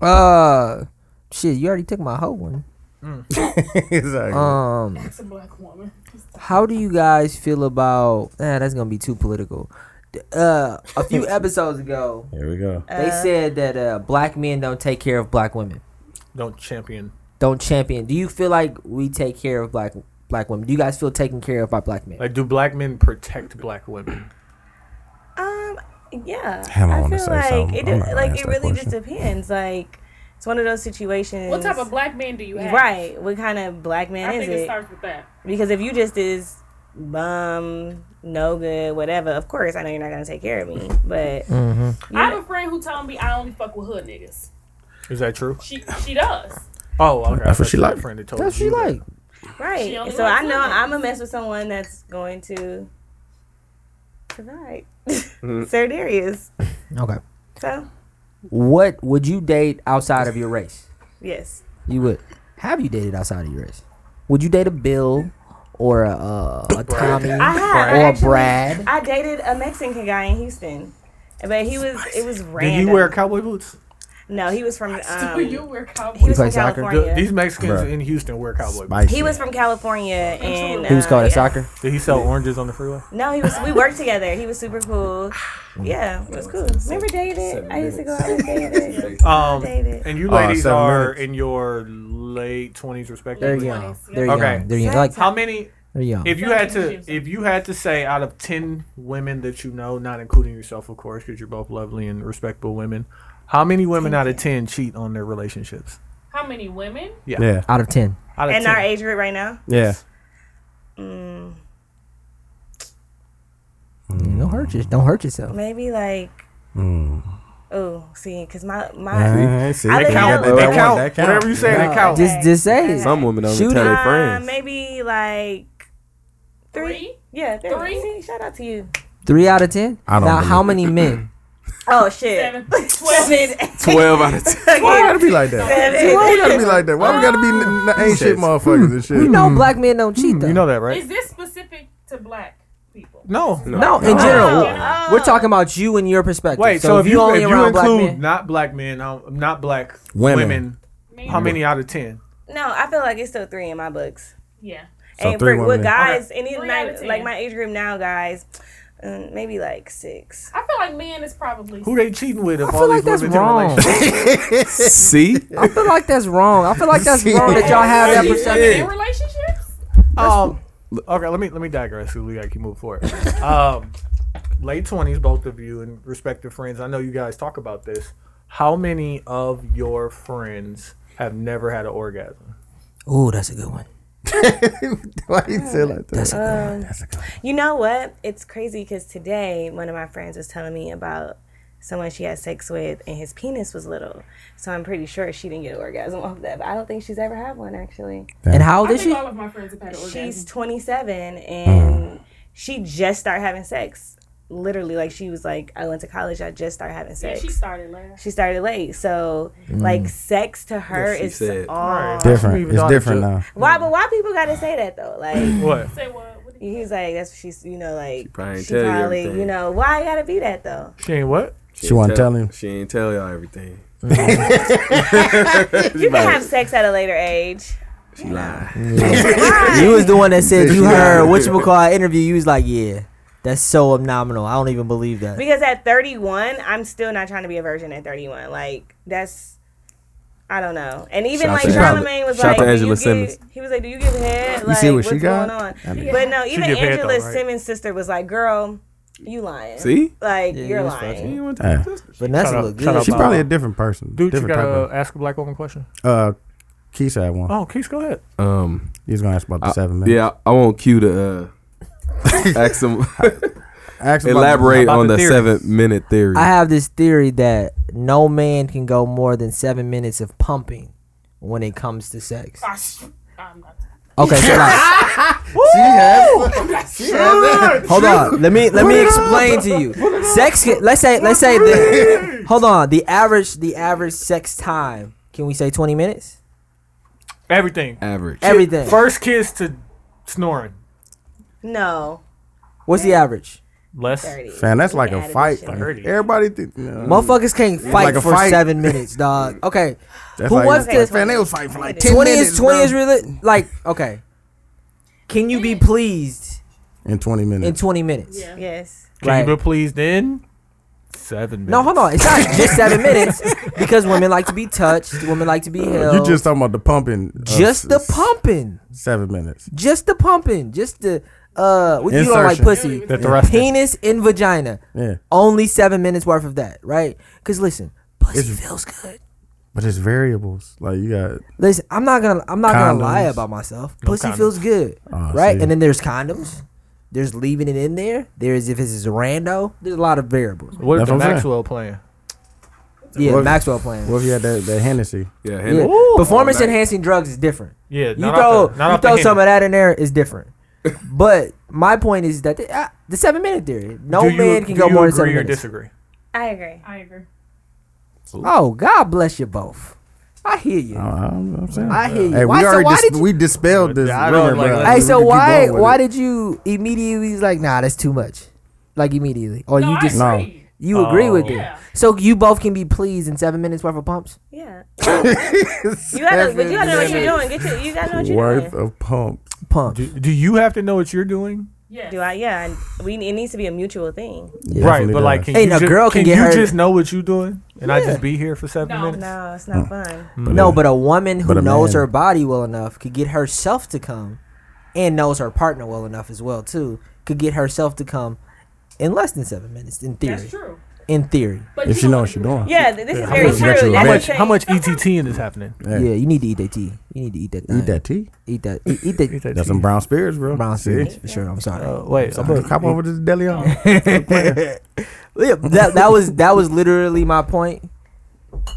[SPEAKER 1] Uh, shit, you already took my whole one.
[SPEAKER 3] *laughs* Exactly.
[SPEAKER 2] Uh,
[SPEAKER 1] Um,
[SPEAKER 4] That's a black woman.
[SPEAKER 1] how do you guys feel about? Eh, that's gonna be too political. D- Uh, a
[SPEAKER 3] *laughs*
[SPEAKER 1] few episodes ago,
[SPEAKER 3] Here we go.
[SPEAKER 1] they said that uh, black men don't take care of black women.
[SPEAKER 2] Don't champion.
[SPEAKER 1] Don't champion. Do you feel like we take care of black black women? Do you guys feel taken care of by black men?
[SPEAKER 2] Like, do black men protect
[SPEAKER 3] Mm-hmm.
[SPEAKER 2] black women?
[SPEAKER 5] Um, Yeah.
[SPEAKER 1] Hell, I
[SPEAKER 5] I
[SPEAKER 1] wanna
[SPEAKER 5] feel
[SPEAKER 1] say
[SPEAKER 5] like
[SPEAKER 1] something.
[SPEAKER 5] it,
[SPEAKER 1] I'm
[SPEAKER 5] de-
[SPEAKER 1] not gonna
[SPEAKER 5] like
[SPEAKER 1] ask
[SPEAKER 5] it
[SPEAKER 1] that
[SPEAKER 5] really just depends. Like it's one of those situations.
[SPEAKER 4] What type of black man do you have?
[SPEAKER 5] Right. What kind of black man
[SPEAKER 4] I
[SPEAKER 5] is
[SPEAKER 4] think
[SPEAKER 5] it?
[SPEAKER 4] it starts with that.
[SPEAKER 5] Because if you just is bum, no good, whatever, of course I know you're not gonna take care of me. But
[SPEAKER 1] Mm-hmm.
[SPEAKER 2] Mhm.
[SPEAKER 4] I have a friend who told me I only fuck with hood niggas.
[SPEAKER 2] Is that true?
[SPEAKER 4] She she does.
[SPEAKER 2] Oh, okay.
[SPEAKER 3] That's what she like.
[SPEAKER 2] Friend that told
[SPEAKER 3] That's what
[SPEAKER 2] you
[SPEAKER 3] she
[SPEAKER 2] that.
[SPEAKER 3] like.
[SPEAKER 4] She
[SPEAKER 5] right.
[SPEAKER 4] only
[SPEAKER 5] So I
[SPEAKER 4] likes
[SPEAKER 5] know
[SPEAKER 4] women.
[SPEAKER 5] I'm gonna mess with someone that's going to provide.
[SPEAKER 2] Mm-hmm.
[SPEAKER 5] *laughs* Sir Darius.
[SPEAKER 1] Okay.
[SPEAKER 5] So
[SPEAKER 1] What would you date outside of your race?
[SPEAKER 5] yes.
[SPEAKER 1] You would. Have you dated outside of your race? Would you date a Bill or a, uh, a Tommy
[SPEAKER 5] I have. I
[SPEAKER 1] or a
[SPEAKER 5] actually-
[SPEAKER 1] Brad?
[SPEAKER 5] I dated a Mexican guy in Houston, but he was it was
[SPEAKER 2] Did
[SPEAKER 5] random.
[SPEAKER 2] you wear cowboy boots?
[SPEAKER 5] No, he was from.
[SPEAKER 4] *laughs*
[SPEAKER 5] Um,
[SPEAKER 4] you wear cowboy?
[SPEAKER 5] He was from
[SPEAKER 2] Th- These
[SPEAKER 5] California.
[SPEAKER 2] Mexicans
[SPEAKER 1] Bruh.
[SPEAKER 2] in Houston wear cowboy boots.
[SPEAKER 5] He was from California, and
[SPEAKER 1] He was
[SPEAKER 5] uh,
[SPEAKER 1] called a
[SPEAKER 5] yeah.
[SPEAKER 1] soccer.
[SPEAKER 2] Did he sell oranges on the freeway?
[SPEAKER 5] No, he was. We worked together. He was
[SPEAKER 1] *sighs*
[SPEAKER 5] super cool. Yeah, it was cool. Remember dated? I used to go out
[SPEAKER 1] *laughs*
[SPEAKER 5] and dated.
[SPEAKER 2] Um,
[SPEAKER 5] Dated.
[SPEAKER 2] and you
[SPEAKER 1] Uh,
[SPEAKER 2] ladies
[SPEAKER 1] seven
[SPEAKER 2] are
[SPEAKER 1] minutes.
[SPEAKER 2] in your late twenties,
[SPEAKER 1] They're
[SPEAKER 2] respectively.
[SPEAKER 1] young. They're young.
[SPEAKER 2] Okay.
[SPEAKER 1] They're young. Like
[SPEAKER 2] How many?
[SPEAKER 1] They're young.
[SPEAKER 2] If you had to, if you had to say out of ten women that you know, not including yourself, of course, because you're both lovely and respectable women, how many women out of ten cheat on their relationships?
[SPEAKER 4] How many women?
[SPEAKER 2] Yeah.
[SPEAKER 1] Yeah. Out of ten.
[SPEAKER 2] Out of
[SPEAKER 5] And
[SPEAKER 2] ten.
[SPEAKER 5] our age group right now.
[SPEAKER 3] Yeah.
[SPEAKER 5] Mm,
[SPEAKER 2] Mm.
[SPEAKER 1] Don't hurt your, Don't hurt yourself.
[SPEAKER 5] maybe like.
[SPEAKER 1] Hmm.
[SPEAKER 5] Oh, see, cause my my
[SPEAKER 1] Ah, see, They count.
[SPEAKER 5] hella-
[SPEAKER 1] They count. Whatever
[SPEAKER 2] you say, they
[SPEAKER 1] Nah,
[SPEAKER 2] count.
[SPEAKER 1] Just, just say it.
[SPEAKER 6] Some women only
[SPEAKER 1] Shoot
[SPEAKER 6] tell
[SPEAKER 1] it.
[SPEAKER 6] their
[SPEAKER 5] Uh,
[SPEAKER 6] friends.
[SPEAKER 5] maybe like three. Yeah, three.
[SPEAKER 4] Three?
[SPEAKER 5] See, shout out to you.
[SPEAKER 1] Three out of ten.
[SPEAKER 3] I don't
[SPEAKER 1] now, how
[SPEAKER 3] believe
[SPEAKER 1] many men?
[SPEAKER 5] Oh shit. Seven.
[SPEAKER 6] Twelve out of ten.
[SPEAKER 3] Why gotta be like that?
[SPEAKER 5] *laughs* Seven.
[SPEAKER 3] Why we gotta be like that? Why we gotta be n- n- ain't shit motherfuckers and shit?
[SPEAKER 1] We know black men don't cheat though.
[SPEAKER 2] Mm. You know that, right?
[SPEAKER 4] Is this specific to black?
[SPEAKER 2] No.
[SPEAKER 1] No,
[SPEAKER 5] Oh,
[SPEAKER 1] in general, we're talking about you and your perspective.
[SPEAKER 2] Wait, so, if you,
[SPEAKER 1] only
[SPEAKER 2] if you
[SPEAKER 1] around
[SPEAKER 2] include
[SPEAKER 1] black men,
[SPEAKER 2] not black men, um, not black
[SPEAKER 3] Women.
[SPEAKER 2] women, how many out of ten?
[SPEAKER 5] No, I feel like it's still three in my books.
[SPEAKER 4] Yeah.
[SPEAKER 3] So
[SPEAKER 5] and
[SPEAKER 3] three women.
[SPEAKER 5] for, with guys, and even
[SPEAKER 4] Three out
[SPEAKER 5] like,
[SPEAKER 4] of
[SPEAKER 5] like
[SPEAKER 4] ten.
[SPEAKER 5] my age group now, guys, um, maybe like six.
[SPEAKER 4] I feel like men is probably
[SPEAKER 2] Who they cheating with? If
[SPEAKER 1] I
[SPEAKER 2] all
[SPEAKER 1] feel like
[SPEAKER 2] these
[SPEAKER 1] that's
[SPEAKER 2] women in
[SPEAKER 1] wrong. *laughs*
[SPEAKER 2] relationships?
[SPEAKER 6] See? *laughs*
[SPEAKER 1] I feel like that's wrong. I
[SPEAKER 2] *laughs*
[SPEAKER 1] feel like that's wrong that y'all have that
[SPEAKER 2] Yeah.
[SPEAKER 1] perception.
[SPEAKER 4] in relationships.
[SPEAKER 2] Um, okay, let me let me digress because we gotta keep moving forward. Um, late twenties, both of you and respective friends. I know you guys talk about this. How many of your friends have never had an orgasm?
[SPEAKER 1] Ooh, that's a good one.
[SPEAKER 3] Why you say like that?
[SPEAKER 1] That's a good one.
[SPEAKER 5] Um, You know what? It's crazy because today one of my friends was telling me about someone she had sex with and his penis was little. So I'm pretty sure she didn't get an orgasm *laughs* off that. But I don't think she's ever had one actually.
[SPEAKER 1] And how old is
[SPEAKER 4] I
[SPEAKER 1] she?
[SPEAKER 4] think all of my friends have had an
[SPEAKER 5] Oh, She's
[SPEAKER 4] orgasm.
[SPEAKER 5] 27 and she just started having sex. Literally, like she was like, I went to college. I just started having
[SPEAKER 4] Yeah,
[SPEAKER 5] sex.
[SPEAKER 4] she started last.
[SPEAKER 5] She started late, so like sex to her
[SPEAKER 6] Yes, she
[SPEAKER 5] is
[SPEAKER 6] said.
[SPEAKER 5] all
[SPEAKER 3] Different. It's different now.
[SPEAKER 6] Hmm.
[SPEAKER 5] Why? But why people gotta say that though? Like *clears throat*
[SPEAKER 2] What?
[SPEAKER 4] Say what? What
[SPEAKER 5] He's like, that's what she's, you know, like she
[SPEAKER 6] probably
[SPEAKER 5] probably,
[SPEAKER 6] ain't tell you everything.
[SPEAKER 5] you know, why you gotta be
[SPEAKER 6] *laughs*
[SPEAKER 5] that though?
[SPEAKER 2] She ain't what?
[SPEAKER 3] She wasn't telling him.
[SPEAKER 6] She ain't tell y'all everything.
[SPEAKER 5] you can have sex at a later age.
[SPEAKER 6] She lied.
[SPEAKER 1] you was the one that said you heard what you call interview. You was like, yeah, that's so abnormal. I don't even believe that.
[SPEAKER 5] Because at 31, I'm still not trying to be a virgin at 31. Like that's, I don't know. And even
[SPEAKER 6] Shout
[SPEAKER 5] like
[SPEAKER 6] to-
[SPEAKER 5] Charlemagne was
[SPEAKER 6] shout
[SPEAKER 5] like,
[SPEAKER 6] to
[SPEAKER 5] do
[SPEAKER 6] Angela
[SPEAKER 5] you
[SPEAKER 6] Simmons.
[SPEAKER 5] give, he was like, do you give head?
[SPEAKER 6] You
[SPEAKER 5] Like,
[SPEAKER 6] see what
[SPEAKER 5] what's
[SPEAKER 6] she got?
[SPEAKER 5] going on?
[SPEAKER 6] I mean-
[SPEAKER 5] but no,
[SPEAKER 6] She
[SPEAKER 5] even
[SPEAKER 6] give head though,
[SPEAKER 5] Angela
[SPEAKER 6] right?
[SPEAKER 5] Simmons' sister was like, girl, you lying.
[SPEAKER 6] See?
[SPEAKER 5] like
[SPEAKER 6] Yeah,
[SPEAKER 5] you're
[SPEAKER 6] you was
[SPEAKER 5] lying.
[SPEAKER 3] Yeah.
[SPEAKER 1] Vanessa
[SPEAKER 2] Shout out-
[SPEAKER 1] look
[SPEAKER 2] shout
[SPEAKER 1] good.
[SPEAKER 2] out
[SPEAKER 3] She
[SPEAKER 2] Bob.
[SPEAKER 3] probably a different person.
[SPEAKER 2] Dude, you
[SPEAKER 3] different
[SPEAKER 2] gotta
[SPEAKER 3] type
[SPEAKER 2] ask a black woman question.
[SPEAKER 3] of. Uh, Keith had one.
[SPEAKER 2] Oh, Keith, go ahead.
[SPEAKER 6] Um,
[SPEAKER 3] he was gonna ask about the
[SPEAKER 1] Uh,
[SPEAKER 6] I-
[SPEAKER 3] seven minutes.
[SPEAKER 6] Yeah, I want Q *laughs* to uh, ask him,
[SPEAKER 3] Ask him about-
[SPEAKER 6] elaborate
[SPEAKER 3] about
[SPEAKER 6] on
[SPEAKER 3] the
[SPEAKER 6] the,
[SPEAKER 3] theory.
[SPEAKER 6] seven minute theory.
[SPEAKER 1] I have this theory that no man can go more than seven minutes of pumping when it comes to sex. Okay, so like,
[SPEAKER 16] She has. She has
[SPEAKER 1] hold on. Let me let me explain to you. Sex. Can, let's say let's say the, hold on. The average the average sex time. Can we say twenty minutes?
[SPEAKER 2] Everything.
[SPEAKER 6] Average.
[SPEAKER 1] Everything.
[SPEAKER 2] First kiss to snoring.
[SPEAKER 5] No.
[SPEAKER 1] What's the average?
[SPEAKER 2] Less.
[SPEAKER 3] Fan, that's like a fight.
[SPEAKER 2] Thirty.
[SPEAKER 3] Everybody think
[SPEAKER 1] Motherfuckers can't
[SPEAKER 3] It's
[SPEAKER 1] fight
[SPEAKER 3] Mm. like a
[SPEAKER 1] for
[SPEAKER 3] fight.
[SPEAKER 1] seven minutes, dog. Okay,
[SPEAKER 3] That's
[SPEAKER 1] who
[SPEAKER 3] like-
[SPEAKER 1] was
[SPEAKER 3] Okay,
[SPEAKER 1] the
[SPEAKER 3] fam, they was fighting for like 10
[SPEAKER 1] Twenty
[SPEAKER 3] minutes,
[SPEAKER 1] is twenty
[SPEAKER 3] bro.
[SPEAKER 1] is really like okay. Can you be pleased
[SPEAKER 3] in twenty
[SPEAKER 1] in
[SPEAKER 3] minutes.
[SPEAKER 1] twenty minutes?
[SPEAKER 5] Yes.
[SPEAKER 2] Can you be pleased in seven minutes?
[SPEAKER 1] No, hold on. It's not just seven minutes because women like to be touched. Women like to be held.
[SPEAKER 3] you just talking about the pumping. of
[SPEAKER 1] just the
[SPEAKER 3] s-
[SPEAKER 1] pumping,
[SPEAKER 3] Seven minutes.
[SPEAKER 1] just the pumping, just the uh. what You don't like
[SPEAKER 3] Insertion.
[SPEAKER 1] pussy.
[SPEAKER 3] That the rest-
[SPEAKER 1] penis in vagina.
[SPEAKER 3] Yeah.
[SPEAKER 1] Only seven minutes worth of that, right? Because listen, pussy
[SPEAKER 3] It's-
[SPEAKER 1] feels good.
[SPEAKER 3] But it's variables. Like you got
[SPEAKER 1] Listen, I'm not gonna I'm not gonna lie
[SPEAKER 3] Condoms.
[SPEAKER 1] about myself.
[SPEAKER 3] No
[SPEAKER 1] Pussy
[SPEAKER 3] condoms.
[SPEAKER 1] feels good,
[SPEAKER 2] Oh,
[SPEAKER 3] Ah, I
[SPEAKER 1] right?
[SPEAKER 3] see.
[SPEAKER 1] And then there's condoms. There's leaving it in there. There's if it's rando. There's a lot of variables.
[SPEAKER 2] What if
[SPEAKER 3] That's
[SPEAKER 2] the
[SPEAKER 3] what I'm saying.
[SPEAKER 2] Maxwell playing?
[SPEAKER 1] Yeah,
[SPEAKER 3] What if-
[SPEAKER 1] Maxwell playing.
[SPEAKER 3] What if you oh, had that, that Hennessy?
[SPEAKER 6] Yeah,
[SPEAKER 1] Yeah. Performance enhancing drugs is different.
[SPEAKER 2] Yeah,
[SPEAKER 1] you
[SPEAKER 2] not
[SPEAKER 1] throw
[SPEAKER 2] off the- not
[SPEAKER 1] you
[SPEAKER 2] off the
[SPEAKER 1] throw
[SPEAKER 2] hand.
[SPEAKER 1] some of that in there is
[SPEAKER 2] *laughs*
[SPEAKER 1] different. but my point is that the, uh, the seven minute theory. No
[SPEAKER 2] Do you-
[SPEAKER 1] man can
[SPEAKER 2] do
[SPEAKER 1] go
[SPEAKER 2] you
[SPEAKER 1] more than
[SPEAKER 2] agree
[SPEAKER 1] seven
[SPEAKER 2] or
[SPEAKER 1] minutes.
[SPEAKER 2] disagree?
[SPEAKER 5] I agree.
[SPEAKER 4] I agree.
[SPEAKER 1] Oh God bless you both. I hear you.
[SPEAKER 2] Oh,
[SPEAKER 3] I'm saying.
[SPEAKER 1] I hear you.
[SPEAKER 3] Hey,
[SPEAKER 1] Why-
[SPEAKER 3] we
[SPEAKER 1] so
[SPEAKER 3] already
[SPEAKER 1] why
[SPEAKER 3] dis-
[SPEAKER 1] did you-
[SPEAKER 3] we dispelled this
[SPEAKER 2] I don't
[SPEAKER 3] rumor,
[SPEAKER 2] like
[SPEAKER 3] bro.
[SPEAKER 2] that.
[SPEAKER 1] Hey,
[SPEAKER 3] We
[SPEAKER 1] so
[SPEAKER 3] could go
[SPEAKER 1] why
[SPEAKER 3] on with
[SPEAKER 1] why
[SPEAKER 3] it.
[SPEAKER 1] did you immediately was like, nah, that's too much? Like immediately, or
[SPEAKER 4] No,
[SPEAKER 1] you
[SPEAKER 4] I
[SPEAKER 1] just
[SPEAKER 4] agree.
[SPEAKER 1] you agree with
[SPEAKER 4] Oh.
[SPEAKER 1] it?
[SPEAKER 4] Yeah.
[SPEAKER 1] So you both can be pleased in seven minutes worth of pumps.
[SPEAKER 5] Yeah. You gotta, but you gotta know what you're doing. Get your, you gotta know what you're doing.
[SPEAKER 3] Worth of pump.
[SPEAKER 1] Pump.
[SPEAKER 2] Do, do you have to know what you're doing?
[SPEAKER 5] Do I? Yeah, and we it needs to be a mutual thing.
[SPEAKER 2] right, but like, can
[SPEAKER 1] Ain't
[SPEAKER 2] you
[SPEAKER 1] no
[SPEAKER 2] ju-
[SPEAKER 1] girl can
[SPEAKER 2] can,
[SPEAKER 1] get
[SPEAKER 2] you
[SPEAKER 1] hurt.
[SPEAKER 2] just know what you're doing, and I
[SPEAKER 1] Yeah.
[SPEAKER 2] just be here for seven
[SPEAKER 5] No,
[SPEAKER 2] minutes?
[SPEAKER 5] no, it's not fun.
[SPEAKER 1] no, but a woman who
[SPEAKER 3] but a
[SPEAKER 1] knows
[SPEAKER 3] man-
[SPEAKER 1] her body well enough could get herself to come, and knows her partner well enough as well too could get herself to come in less than seven minutes. In theory,
[SPEAKER 4] That's true.
[SPEAKER 1] in theory.
[SPEAKER 4] But
[SPEAKER 3] If she knows what she doing.
[SPEAKER 5] Yeah, th- this is
[SPEAKER 2] How
[SPEAKER 5] very
[SPEAKER 2] much-
[SPEAKER 5] true.
[SPEAKER 2] How
[SPEAKER 5] That's
[SPEAKER 2] much,
[SPEAKER 5] what
[SPEAKER 2] how
[SPEAKER 5] I'm
[SPEAKER 2] much ETT in this happening?
[SPEAKER 1] Yeah. you need to eat that tea. You need to eat that.
[SPEAKER 3] Eat
[SPEAKER 1] thing.
[SPEAKER 3] that tea.
[SPEAKER 1] Eat that. Eat, eat
[SPEAKER 3] *laughs*
[SPEAKER 1] that.
[SPEAKER 2] Eat that tea.
[SPEAKER 3] That's some brown spirits, bro.
[SPEAKER 1] Brown
[SPEAKER 3] See?
[SPEAKER 1] spirits for sure. I'm sorry.
[SPEAKER 2] Uh, wait,
[SPEAKER 1] I'm
[SPEAKER 2] I'm
[SPEAKER 1] sorry.
[SPEAKER 2] a-
[SPEAKER 3] Hop over to the deli on.
[SPEAKER 1] Yeah, that that was that was literally my point,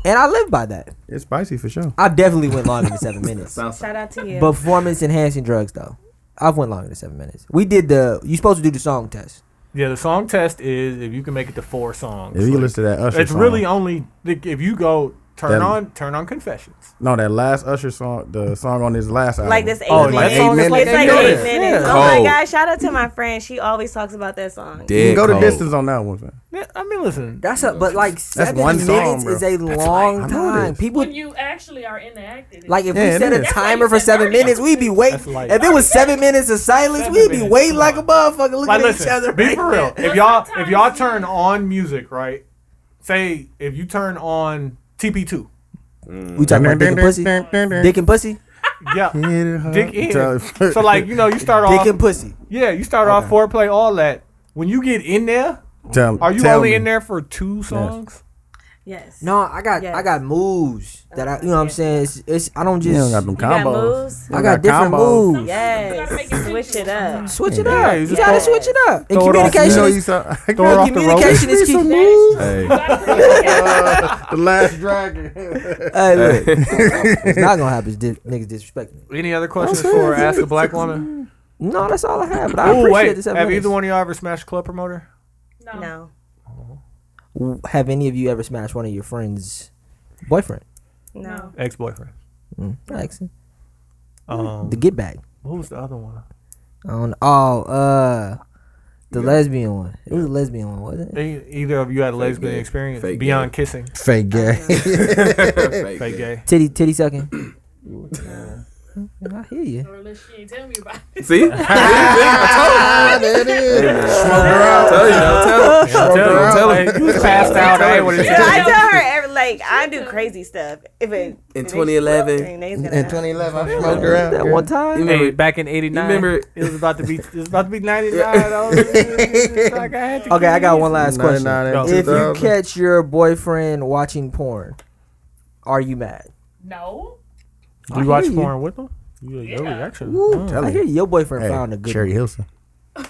[SPEAKER 1] and I live by that.
[SPEAKER 3] It's spicy for sure.
[SPEAKER 1] I definitely went longer than seven minutes.
[SPEAKER 5] saying. Shout out to you.
[SPEAKER 1] Performance enhancing drugs though, I've went longer than seven minutes. We did the you supposed to do the song test.
[SPEAKER 2] Yeah, the song test is if you can make it to four songs.
[SPEAKER 3] If you listen to that Usher
[SPEAKER 2] it's
[SPEAKER 3] song.
[SPEAKER 2] really only like, if you go turn
[SPEAKER 3] That-
[SPEAKER 2] on turn on Confessions.
[SPEAKER 3] No, that last Usher song, the song on his last album.
[SPEAKER 5] Like this eight
[SPEAKER 2] Oh,
[SPEAKER 5] minutes.
[SPEAKER 2] that song is
[SPEAKER 5] it's
[SPEAKER 2] like
[SPEAKER 5] like eight
[SPEAKER 2] eight
[SPEAKER 5] minutes.
[SPEAKER 2] minutes.
[SPEAKER 5] Oh
[SPEAKER 6] Cold.
[SPEAKER 5] my god! Shout out to my friend. She always talks about that song.
[SPEAKER 3] You can
[SPEAKER 6] Dead
[SPEAKER 3] go to
[SPEAKER 6] cold.
[SPEAKER 3] distance on that one, man.
[SPEAKER 2] Yeah, I mean, listen,
[SPEAKER 1] That's a but like seven
[SPEAKER 3] one
[SPEAKER 1] minutes
[SPEAKER 3] song, bro.
[SPEAKER 1] is a
[SPEAKER 3] That's
[SPEAKER 1] long
[SPEAKER 3] light. I know it
[SPEAKER 1] time.
[SPEAKER 3] is.
[SPEAKER 1] People
[SPEAKER 4] When you actually are in the act, it is-
[SPEAKER 1] like if
[SPEAKER 3] Yeah,
[SPEAKER 1] we
[SPEAKER 3] it
[SPEAKER 1] set a
[SPEAKER 3] is.
[SPEAKER 1] timer for
[SPEAKER 4] That's why you
[SPEAKER 1] seven
[SPEAKER 4] said
[SPEAKER 1] minutes, we'd be waiting.
[SPEAKER 2] That's light.
[SPEAKER 1] If it was seven minutes of silence,
[SPEAKER 2] Seven
[SPEAKER 1] we'd be
[SPEAKER 2] minutes,
[SPEAKER 1] waiting
[SPEAKER 2] come
[SPEAKER 1] like a motherfucker looking
[SPEAKER 2] like
[SPEAKER 1] at
[SPEAKER 2] listen,
[SPEAKER 1] each other.
[SPEAKER 2] be
[SPEAKER 1] right
[SPEAKER 2] for real.
[SPEAKER 1] there.
[SPEAKER 2] If y'all if y'all turn on music, right? Say if you turn on TP2.
[SPEAKER 1] *laughs* We talking about dick and pussy. Dick and pussy.
[SPEAKER 2] Yeah.
[SPEAKER 1] Hmm.
[SPEAKER 2] Dick in.
[SPEAKER 3] Tough.
[SPEAKER 2] *laughs* So like, you know, you start
[SPEAKER 1] Dick
[SPEAKER 2] off
[SPEAKER 1] and pussy.
[SPEAKER 2] Yeah, you start off foreplay all that. When you get in there,
[SPEAKER 3] Tell,
[SPEAKER 2] are you
[SPEAKER 3] tell
[SPEAKER 2] only
[SPEAKER 3] me.
[SPEAKER 2] in there for two songs?
[SPEAKER 5] Yes.
[SPEAKER 1] No, I got I
[SPEAKER 5] Yes.
[SPEAKER 1] got moves that I you know what I'm saying. It's, it's I don't
[SPEAKER 3] You
[SPEAKER 1] just
[SPEAKER 3] don't got them
[SPEAKER 5] You got
[SPEAKER 3] combos.
[SPEAKER 5] moves.
[SPEAKER 1] I got, different
[SPEAKER 3] combos.
[SPEAKER 1] moves.
[SPEAKER 5] Yes. Switch it up.
[SPEAKER 1] Switch it
[SPEAKER 2] Yeah,
[SPEAKER 1] up.
[SPEAKER 2] you
[SPEAKER 1] You
[SPEAKER 2] just
[SPEAKER 1] gotta
[SPEAKER 2] throw-
[SPEAKER 1] switch it up. And
[SPEAKER 2] throw it off the-
[SPEAKER 1] communication
[SPEAKER 3] So
[SPEAKER 1] is
[SPEAKER 3] you saw
[SPEAKER 2] Throw it off the rope.
[SPEAKER 1] communication is key.
[SPEAKER 6] Hey,
[SPEAKER 5] *laughs*
[SPEAKER 3] *laughs* Uh, the last dragon.
[SPEAKER 1] Hey,
[SPEAKER 2] *laughs*
[SPEAKER 1] look, it's not gonna happen. Is di- niggas disrespecting me.
[SPEAKER 2] Any other questions for Ask a Black Woman?
[SPEAKER 1] No, that's all I have. But *laughs* I
[SPEAKER 2] Oh
[SPEAKER 1] appreciate
[SPEAKER 2] wait,
[SPEAKER 1] this.
[SPEAKER 2] have either one of y'all ever smashed a club promoter?
[SPEAKER 4] no.
[SPEAKER 5] No.
[SPEAKER 1] one? Have any of you ever smashed one of your friends' boyfriend? Mm,
[SPEAKER 5] No.
[SPEAKER 2] Ex boyfriend.
[SPEAKER 1] Thanks.
[SPEAKER 2] Um,
[SPEAKER 1] The get back.
[SPEAKER 2] what was the other one?
[SPEAKER 1] On all uh the lesbian one. It was a lesbian one, wasn't it?
[SPEAKER 2] E- Either of you had a lesbian experience
[SPEAKER 1] Fake
[SPEAKER 2] beyond
[SPEAKER 1] gay.
[SPEAKER 2] kissing.
[SPEAKER 3] Fake gay.
[SPEAKER 2] Fake, gay.
[SPEAKER 1] Titty titty sucking. I hear you.
[SPEAKER 4] Or unless she ain't tell me about it.
[SPEAKER 6] *laughs* *laughs* See? I told you. I told you, don't tell him. Don't tell him, don't tell him.
[SPEAKER 2] You passed out. I ain't wanna
[SPEAKER 5] Yeah, *laughs* I tell her every, like I do crazy stuff. If it
[SPEAKER 6] In 2011.
[SPEAKER 5] in
[SPEAKER 3] 2011,
[SPEAKER 5] I
[SPEAKER 3] smoked around.
[SPEAKER 1] That one time?
[SPEAKER 6] You
[SPEAKER 2] Hey,
[SPEAKER 6] remember-
[SPEAKER 2] back in '89,
[SPEAKER 6] you remember-
[SPEAKER 2] it was about to be it was about to be '99. I was it's like I had to
[SPEAKER 1] Okay, I got
[SPEAKER 2] keep-
[SPEAKER 1] one last question.
[SPEAKER 3] 99 and
[SPEAKER 1] If you
[SPEAKER 3] 2000.
[SPEAKER 1] catch your boyfriend watching porn, are you mad?
[SPEAKER 4] No.
[SPEAKER 1] I
[SPEAKER 2] You
[SPEAKER 1] hear
[SPEAKER 2] watch
[SPEAKER 1] you.
[SPEAKER 2] porn with them? You, Your reaction.
[SPEAKER 1] Ooh,
[SPEAKER 2] Mm.
[SPEAKER 1] I hear your boyfriend
[SPEAKER 3] Hey,
[SPEAKER 1] found a good
[SPEAKER 3] Cherry
[SPEAKER 1] one.
[SPEAKER 3] Hilson.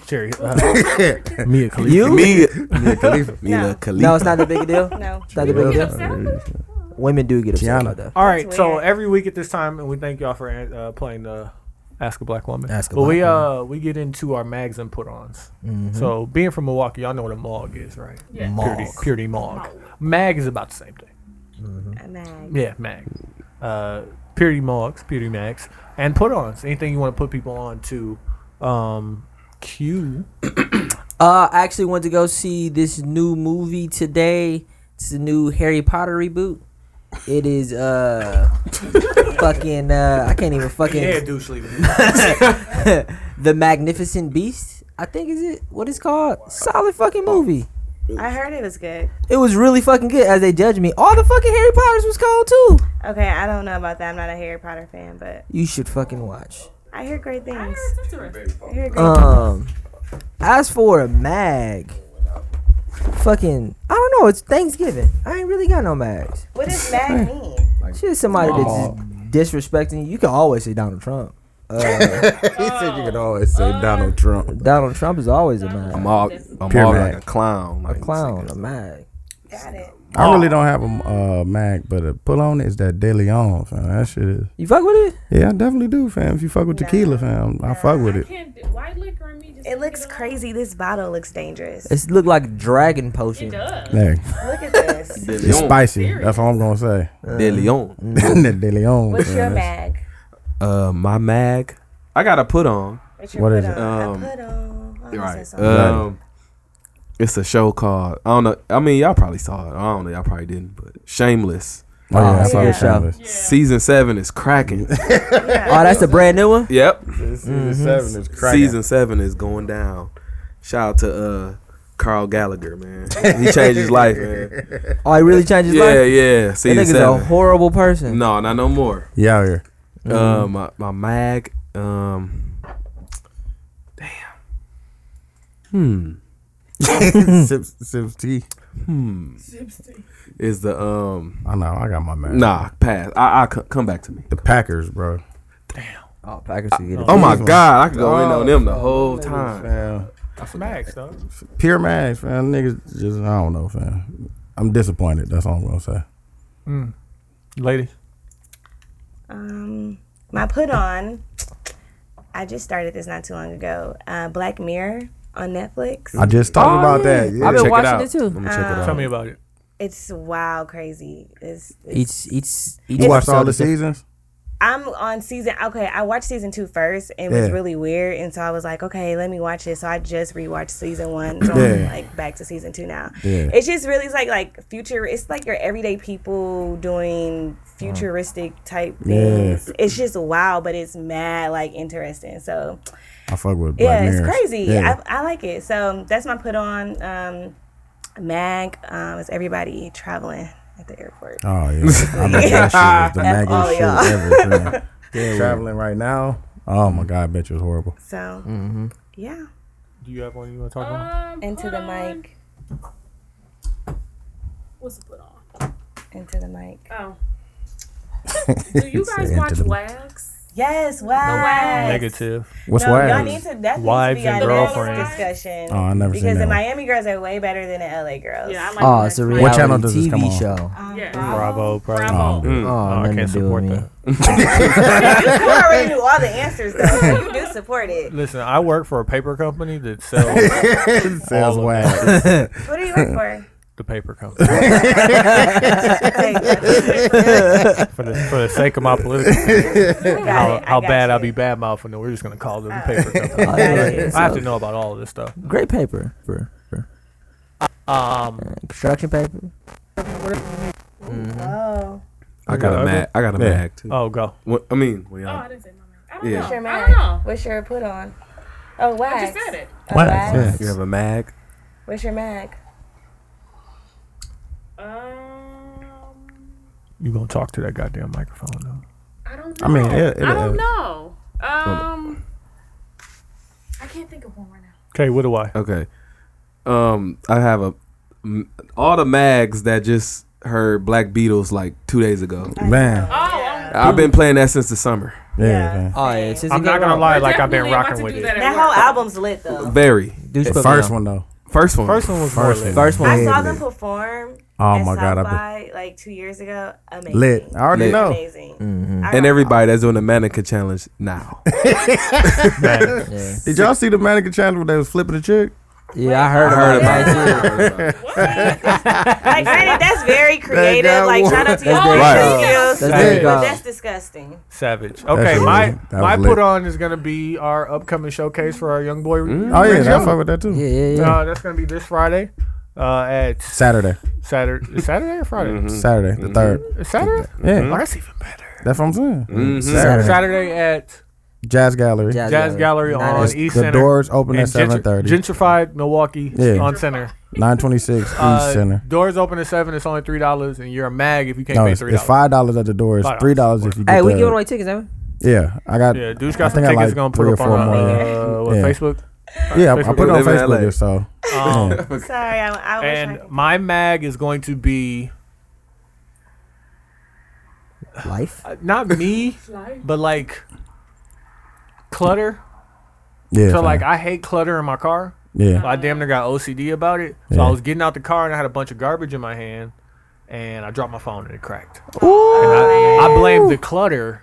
[SPEAKER 2] Cherry. uh,
[SPEAKER 1] *laughs*
[SPEAKER 3] Mia
[SPEAKER 1] Khalifa. *laughs* You?
[SPEAKER 6] Mia, Mia Khalifa. Mia Khalifa.
[SPEAKER 1] No, it's not that big a deal.
[SPEAKER 5] No.
[SPEAKER 1] it's not that big a deal. Women do get upset
[SPEAKER 3] Tiana.
[SPEAKER 1] about that.
[SPEAKER 2] All right,
[SPEAKER 5] That's
[SPEAKER 2] so
[SPEAKER 5] weird.
[SPEAKER 2] every week at this time, and we thank y'all for uh, playing uh, Ask a Black Woman.
[SPEAKER 1] Ask a
[SPEAKER 2] but
[SPEAKER 1] Black
[SPEAKER 2] we uh we get into our mags and put-ons.
[SPEAKER 1] Mhm.
[SPEAKER 2] So being from Milwaukee, y'all know what a mog is, right?
[SPEAKER 4] Yeah.
[SPEAKER 2] Purity,
[SPEAKER 1] Mog.
[SPEAKER 2] purity mog. Mag is about the same thing.
[SPEAKER 5] mag.
[SPEAKER 2] Yeah, mag. Uh, purity mogs, purity mags, and put-ons. Anything you want to put people on to. Um, Q.
[SPEAKER 1] Uh, I actually went to go see this new movie today. It's the new Harry Potter reboot. It is uh fucking uh I can't even fucking
[SPEAKER 2] Yeah, douche leave it.
[SPEAKER 1] *laughs* The Magnificent Beast. I think is it what it's called. Solid fucking movie.
[SPEAKER 5] I heard it was good.
[SPEAKER 1] It was really fucking good as they judged me. All the fucking Harry Potters was cold too.
[SPEAKER 5] Okay, I don't know about that. I'm not a Harry Potter fan, but
[SPEAKER 1] You should fucking watch.
[SPEAKER 5] I hear great things. I hear great
[SPEAKER 1] Um, as for a mag, fucking, I don't know. It's Thanksgiving. I ain't really got no mags.
[SPEAKER 5] What does mag mean?
[SPEAKER 1] Shit, somebody that's just disrespecting you. You can always say Donald Trump. Uh,
[SPEAKER 3] he said you could always say Donald Trump.
[SPEAKER 1] Donald Trump is always a mag.
[SPEAKER 6] I'm all, I'm
[SPEAKER 3] Pure
[SPEAKER 6] all
[SPEAKER 3] mag.
[SPEAKER 6] like a clown.
[SPEAKER 1] a clown, a mag.
[SPEAKER 5] Got it.
[SPEAKER 3] I really don't have a uh, Mac, but a pull on is that De Leon, fam. That shit is.
[SPEAKER 1] You fuck with it?
[SPEAKER 3] Yeah, I definitely do, fam. If you fuck with tequila, fam, I fuck with it.
[SPEAKER 4] Can't do white liquor on me. Just
[SPEAKER 5] It looks crazy. This bottle looks dangerous.
[SPEAKER 1] It's look like dragon potion.
[SPEAKER 4] It does.
[SPEAKER 3] Hey,
[SPEAKER 5] Look at this.
[SPEAKER 6] De
[SPEAKER 3] it's
[SPEAKER 6] Leon.
[SPEAKER 3] spicy. That's all I'm gonna say.
[SPEAKER 6] De Leon.
[SPEAKER 3] That *laughs* De Leon.
[SPEAKER 5] What's
[SPEAKER 3] fam,
[SPEAKER 5] your
[SPEAKER 3] that's-
[SPEAKER 5] mag?
[SPEAKER 6] Uh, my mag. I got a put on.
[SPEAKER 5] What's your
[SPEAKER 3] What
[SPEAKER 5] put
[SPEAKER 3] is it?
[SPEAKER 5] on?
[SPEAKER 6] Um,
[SPEAKER 5] I put on. I wanna say
[SPEAKER 6] Right.
[SPEAKER 5] something.
[SPEAKER 6] Um, it's a show called I don't know. I mean, y'all probably saw it. I don't know. Y'all probably didn't. But Shameless
[SPEAKER 3] Oh, yeah,
[SPEAKER 1] Oh,
[SPEAKER 3] that's all
[SPEAKER 1] yeah.
[SPEAKER 3] I'm saying.
[SPEAKER 6] season seven is cracking. *laughs*
[SPEAKER 1] Oh, that's a brand new one.
[SPEAKER 6] yep.
[SPEAKER 3] Mm-hmm. Season seven is
[SPEAKER 6] Season seven is going down. Shout out to uh Carl Gallagher, man. He changed his life, man.
[SPEAKER 1] Oh, it really changed his
[SPEAKER 6] yeah,
[SPEAKER 1] life.
[SPEAKER 6] yeah.
[SPEAKER 1] That
[SPEAKER 6] Season
[SPEAKER 1] nigga's a
[SPEAKER 6] seven.
[SPEAKER 1] horrible person.
[SPEAKER 6] No, not no more.
[SPEAKER 3] Yeah, out here.
[SPEAKER 6] Uh, my my mag. Um, damn. Hmm.
[SPEAKER 3] *laughs* Sips, sips tea.
[SPEAKER 6] Hmm. Is the um.
[SPEAKER 3] I know. I got my Mac.
[SPEAKER 6] Nah, pass. I I c- come back to me.
[SPEAKER 3] The Packers, bro.
[SPEAKER 1] Oh, Packers should get it.
[SPEAKER 6] Oh my God, I could go in
[SPEAKER 1] Oh,
[SPEAKER 6] on them the whole time.
[SPEAKER 3] Fam.
[SPEAKER 2] That's mags, though.
[SPEAKER 3] Pure Max, fam. Niggas just, I don't know, fam. I'm disappointed. That's all I'm gonna say.
[SPEAKER 2] Mm. Lady.
[SPEAKER 5] Um, my put on. I just started this not too long ago. Uh, Black Mirror on Netflix.
[SPEAKER 3] I just talked
[SPEAKER 1] Oh,
[SPEAKER 3] about
[SPEAKER 1] yeah.
[SPEAKER 3] that. Yeah.
[SPEAKER 1] I've been
[SPEAKER 6] Check
[SPEAKER 1] watching
[SPEAKER 6] it, out.
[SPEAKER 1] it too.
[SPEAKER 6] Let me check it out.
[SPEAKER 2] Tell me about it.
[SPEAKER 5] It's wild, crazy. It's, it's
[SPEAKER 1] Each each each
[SPEAKER 3] you watched all
[SPEAKER 1] episode
[SPEAKER 3] the
[SPEAKER 1] is different.
[SPEAKER 3] seasons?
[SPEAKER 5] I'm on season. Okay, I watched season two first, and it was
[SPEAKER 3] Yeah.
[SPEAKER 5] really weird. And so I was like, okay, let me watch it. So I just rewatched
[SPEAKER 3] *clears throat*
[SPEAKER 5] season one. So I'm
[SPEAKER 3] Yeah.
[SPEAKER 5] like back to season two now.
[SPEAKER 3] Yeah.
[SPEAKER 5] It's just really it's like like future. It's like your everyday people doing futuristic type
[SPEAKER 3] Yeah.
[SPEAKER 5] things. It's just wild, but it's mad like interesting. So
[SPEAKER 3] I fuck with Black
[SPEAKER 5] yeah, it's
[SPEAKER 3] Mirrors.
[SPEAKER 5] crazy.
[SPEAKER 3] Yeah.
[SPEAKER 5] I, I like it. So that's my put on. Um, Mag um, is everybody traveling at the airport.
[SPEAKER 3] Oh yeah, I bet that shit is the
[SPEAKER 5] That's all
[SPEAKER 3] maggot shit
[SPEAKER 5] y'all.
[SPEAKER 3] ever. fam. Traveling right now. Oh my god, I bet you it's horrible.
[SPEAKER 5] So
[SPEAKER 3] mm-hmm.
[SPEAKER 5] yeah,
[SPEAKER 2] Do you have one you want to talk about?
[SPEAKER 4] Um,
[SPEAKER 5] into
[SPEAKER 4] put
[SPEAKER 5] the
[SPEAKER 4] on-
[SPEAKER 5] mic,
[SPEAKER 4] What's it put on?
[SPEAKER 5] into the mic.
[SPEAKER 2] *laughs*
[SPEAKER 4] Oh. Do you guys
[SPEAKER 3] Into
[SPEAKER 4] watch
[SPEAKER 3] the-
[SPEAKER 4] Wax?
[SPEAKER 5] Yes, wow.
[SPEAKER 2] Negative.
[SPEAKER 3] What's
[SPEAKER 5] no, y'all
[SPEAKER 3] wild?
[SPEAKER 5] need to that
[SPEAKER 2] Wives
[SPEAKER 5] needs to be
[SPEAKER 2] and
[SPEAKER 5] our next
[SPEAKER 2] girlfriends.
[SPEAKER 5] discussion.
[SPEAKER 3] Oh, I never seen
[SPEAKER 5] because
[SPEAKER 3] that one.
[SPEAKER 5] the Miami girls are way better than the LA girls.
[SPEAKER 4] Yeah, I like
[SPEAKER 1] Oh,
[SPEAKER 4] Wax.
[SPEAKER 1] it's a
[SPEAKER 4] Like,
[SPEAKER 1] reality
[SPEAKER 3] What channel does this
[SPEAKER 1] TV
[SPEAKER 3] come on?
[SPEAKER 1] show.
[SPEAKER 5] Um,
[SPEAKER 4] Yeah.
[SPEAKER 2] Bravo, bravo.
[SPEAKER 3] Oh,
[SPEAKER 6] Mm. Hmm.
[SPEAKER 1] Oh,
[SPEAKER 2] I
[SPEAKER 1] nothing
[SPEAKER 2] can't
[SPEAKER 1] to do
[SPEAKER 2] support
[SPEAKER 1] with me.
[SPEAKER 2] that.
[SPEAKER 5] *laughs* you already knew all the answers though. so you do support it.
[SPEAKER 2] Listen, I work for a paper company that sells.
[SPEAKER 3] *laughs* It sounds
[SPEAKER 2] of
[SPEAKER 3] wild.
[SPEAKER 5] What do you work for?
[SPEAKER 2] the paper company. for, the, for the sake of my political career,
[SPEAKER 14] Got
[SPEAKER 2] how,
[SPEAKER 14] it, I
[SPEAKER 2] how
[SPEAKER 14] got
[SPEAKER 2] bad
[SPEAKER 14] you.
[SPEAKER 2] I'll be bad mouthing them. We're just gonna call them the paper company.
[SPEAKER 1] Got it.
[SPEAKER 2] I have to know about all of this stuff.
[SPEAKER 1] Great paper. For, for
[SPEAKER 2] Um,
[SPEAKER 1] construction paper.
[SPEAKER 5] Oh.
[SPEAKER 6] I got a mag. I got a
[SPEAKER 3] Yeah.
[SPEAKER 6] mag too.
[SPEAKER 2] Oh, go.
[SPEAKER 6] Uh, What, I mean, we
[SPEAKER 4] Oh,
[SPEAKER 6] all.
[SPEAKER 4] I didn't say my
[SPEAKER 6] Yeah.
[SPEAKER 4] name. I don't know. I
[SPEAKER 5] What's your mag?
[SPEAKER 4] don't know.
[SPEAKER 5] What's your put on? Oh, wax.
[SPEAKER 4] I just said it.
[SPEAKER 5] A wax.
[SPEAKER 6] You have a mag.
[SPEAKER 5] What's your mag?
[SPEAKER 4] Um,
[SPEAKER 2] You gonna talk to that goddamn microphone though?
[SPEAKER 4] I don't know.
[SPEAKER 2] I mean, it- it-
[SPEAKER 4] I don't
[SPEAKER 2] it-
[SPEAKER 4] know. Um, I can't think of one right now.
[SPEAKER 2] Okay, what do I?
[SPEAKER 6] Okay. Um, I have a m- all the mags that just heard Black Beatles like two days ago.
[SPEAKER 4] Oh,
[SPEAKER 3] Man.
[SPEAKER 6] I've been playing that since the summer.
[SPEAKER 3] Yeah. man.
[SPEAKER 1] Oh, yeah, since it
[SPEAKER 2] I'm
[SPEAKER 1] got
[SPEAKER 2] not gonna
[SPEAKER 1] wrong.
[SPEAKER 2] lie, like I've been rocking with it.
[SPEAKER 5] That whole album's lit though.
[SPEAKER 6] Very.
[SPEAKER 1] Dude,
[SPEAKER 3] The first one though.
[SPEAKER 6] First one.
[SPEAKER 2] First one was more lit.
[SPEAKER 1] First one.
[SPEAKER 5] I saw them perform.
[SPEAKER 3] Oh
[SPEAKER 5] at
[SPEAKER 3] my God,
[SPEAKER 5] South
[SPEAKER 3] I've been-
[SPEAKER 5] by, like two years ago. Amazing.
[SPEAKER 3] Lit. I already
[SPEAKER 6] Lit.
[SPEAKER 3] know.
[SPEAKER 5] Amazing.
[SPEAKER 6] And everybody that's doing the mannequin challenge now.
[SPEAKER 3] Did y'all see the mannequin channel where they was flipping the chick?
[SPEAKER 1] Yeah, I heard
[SPEAKER 6] heard
[SPEAKER 1] about it.
[SPEAKER 5] Like, granted, that's very creative.
[SPEAKER 3] got
[SPEAKER 5] Like,
[SPEAKER 3] one.
[SPEAKER 5] shout out to your
[SPEAKER 3] That's
[SPEAKER 5] creative
[SPEAKER 3] good.
[SPEAKER 5] skills,
[SPEAKER 3] That's good.
[SPEAKER 5] but that's disgusting.
[SPEAKER 2] Savage.
[SPEAKER 3] That's
[SPEAKER 2] Okay,
[SPEAKER 3] lit.
[SPEAKER 2] my
[SPEAKER 3] That
[SPEAKER 2] my
[SPEAKER 3] was lit.
[SPEAKER 2] put on is gonna be our upcoming showcase for our young boy.
[SPEAKER 3] Oh yeah, I
[SPEAKER 2] Young.
[SPEAKER 3] fuck with that too.
[SPEAKER 1] Yeah, yeah, yeah.
[SPEAKER 2] Uh, that's gonna be this Friday, uh, at
[SPEAKER 3] Saturday.
[SPEAKER 2] Saturday, Saturday or Friday?
[SPEAKER 3] Saturday, the third.
[SPEAKER 2] Is Saturday?
[SPEAKER 3] Mm-hmm. Yeah.
[SPEAKER 2] Oh, that's even better.
[SPEAKER 3] That's what I'm saying.
[SPEAKER 2] Saturday.
[SPEAKER 3] Mm-hmm. Saturday.
[SPEAKER 2] at
[SPEAKER 3] Jazz gallery.
[SPEAKER 1] Jazz
[SPEAKER 2] Jazz Gallery
[SPEAKER 1] Nine
[SPEAKER 2] on E-
[SPEAKER 1] o'clock.
[SPEAKER 2] East
[SPEAKER 3] The
[SPEAKER 2] Center.
[SPEAKER 3] doors open at
[SPEAKER 2] and gentr-
[SPEAKER 3] 7:30.
[SPEAKER 2] Gentrified Milwaukee
[SPEAKER 3] Yeah.
[SPEAKER 2] on Center.
[SPEAKER 3] 926
[SPEAKER 2] Uh,
[SPEAKER 3] East Center.
[SPEAKER 2] Doors open at seven. It's only three dollars, and you're a mag if you can't
[SPEAKER 3] No,
[SPEAKER 2] pay
[SPEAKER 3] it's,
[SPEAKER 2] three
[SPEAKER 3] it's
[SPEAKER 2] dollars.
[SPEAKER 3] five dollars at the door. It's
[SPEAKER 2] $5.
[SPEAKER 3] three dollars if you get
[SPEAKER 1] Hey, we
[SPEAKER 3] the-
[SPEAKER 1] giving away tickets, haven't
[SPEAKER 3] Yeah, I got.
[SPEAKER 2] Yeah, dude,
[SPEAKER 3] I
[SPEAKER 2] got some
[SPEAKER 3] think I
[SPEAKER 2] tickets.
[SPEAKER 3] like
[SPEAKER 2] gonna
[SPEAKER 3] three
[SPEAKER 2] put up
[SPEAKER 3] or
[SPEAKER 2] on
[SPEAKER 3] four
[SPEAKER 2] uh,
[SPEAKER 3] more, yeah.
[SPEAKER 2] uh, what,
[SPEAKER 3] Yeah.
[SPEAKER 2] Facebook.
[SPEAKER 3] we? Yeah, I- I
[SPEAKER 2] Facebook
[SPEAKER 3] put it on
[SPEAKER 6] Live in LA.
[SPEAKER 3] Facebook. So
[SPEAKER 2] Um,
[SPEAKER 5] Sorry, I, I wish I
[SPEAKER 2] and my mag is going to be
[SPEAKER 1] we? Life.
[SPEAKER 2] uh, not me, but like clutter.
[SPEAKER 3] yeah,
[SPEAKER 2] so
[SPEAKER 3] fam.
[SPEAKER 2] like I hate clutter in my car.
[SPEAKER 3] Yeah.
[SPEAKER 2] I damn near got OCD about it. So
[SPEAKER 3] Yeah.
[SPEAKER 2] I was getting out the car and I had a bunch of garbage in my hand, and I dropped my phone and it cracked. And I, I blamed the clutter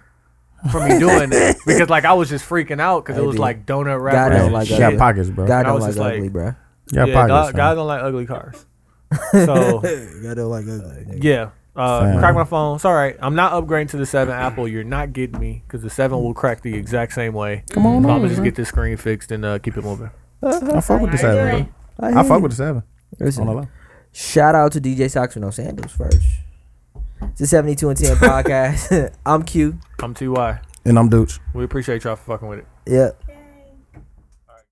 [SPEAKER 2] for me doing it because like I was just freaking out because it was
[SPEAKER 1] Maybe.
[SPEAKER 2] like donut
[SPEAKER 1] God
[SPEAKER 2] wrappers.
[SPEAKER 1] don't
[SPEAKER 2] and
[SPEAKER 1] like
[SPEAKER 3] You
[SPEAKER 2] shit.
[SPEAKER 3] got pockets, bro.
[SPEAKER 1] God
[SPEAKER 2] I
[SPEAKER 1] don't
[SPEAKER 2] was
[SPEAKER 1] like
[SPEAKER 2] just like-
[SPEAKER 1] ugly, bro.
[SPEAKER 3] You got
[SPEAKER 2] yeah,
[SPEAKER 3] pockets.
[SPEAKER 2] God, God
[SPEAKER 3] fam.
[SPEAKER 2] don't like ugly cars. So
[SPEAKER 1] God don't like ugly. *laughs*
[SPEAKER 2] yeah, uh,
[SPEAKER 3] Fam.
[SPEAKER 2] crack my phone. It's all right. I'm not upgrading to the seven Apple. You're not getting me because the seven will crack the exact same way. Come
[SPEAKER 3] on
[SPEAKER 2] so I'm
[SPEAKER 3] over,
[SPEAKER 2] gonna just
[SPEAKER 3] bro.
[SPEAKER 2] get this screen fixed and uh, keep it moving.
[SPEAKER 3] I fuck with the seven. bro. I fuck with the seven. On the
[SPEAKER 1] Listen,
[SPEAKER 3] low.
[SPEAKER 1] shout out to DJ Socks with no sandals first. It's the 72 and
[SPEAKER 3] *laughs*
[SPEAKER 1] 10 podcast. *laughs* I'm Q.
[SPEAKER 2] I'm Ty.
[SPEAKER 3] And I'm Dooch.
[SPEAKER 2] We appreciate y'all for fucking with it.
[SPEAKER 1] Yep.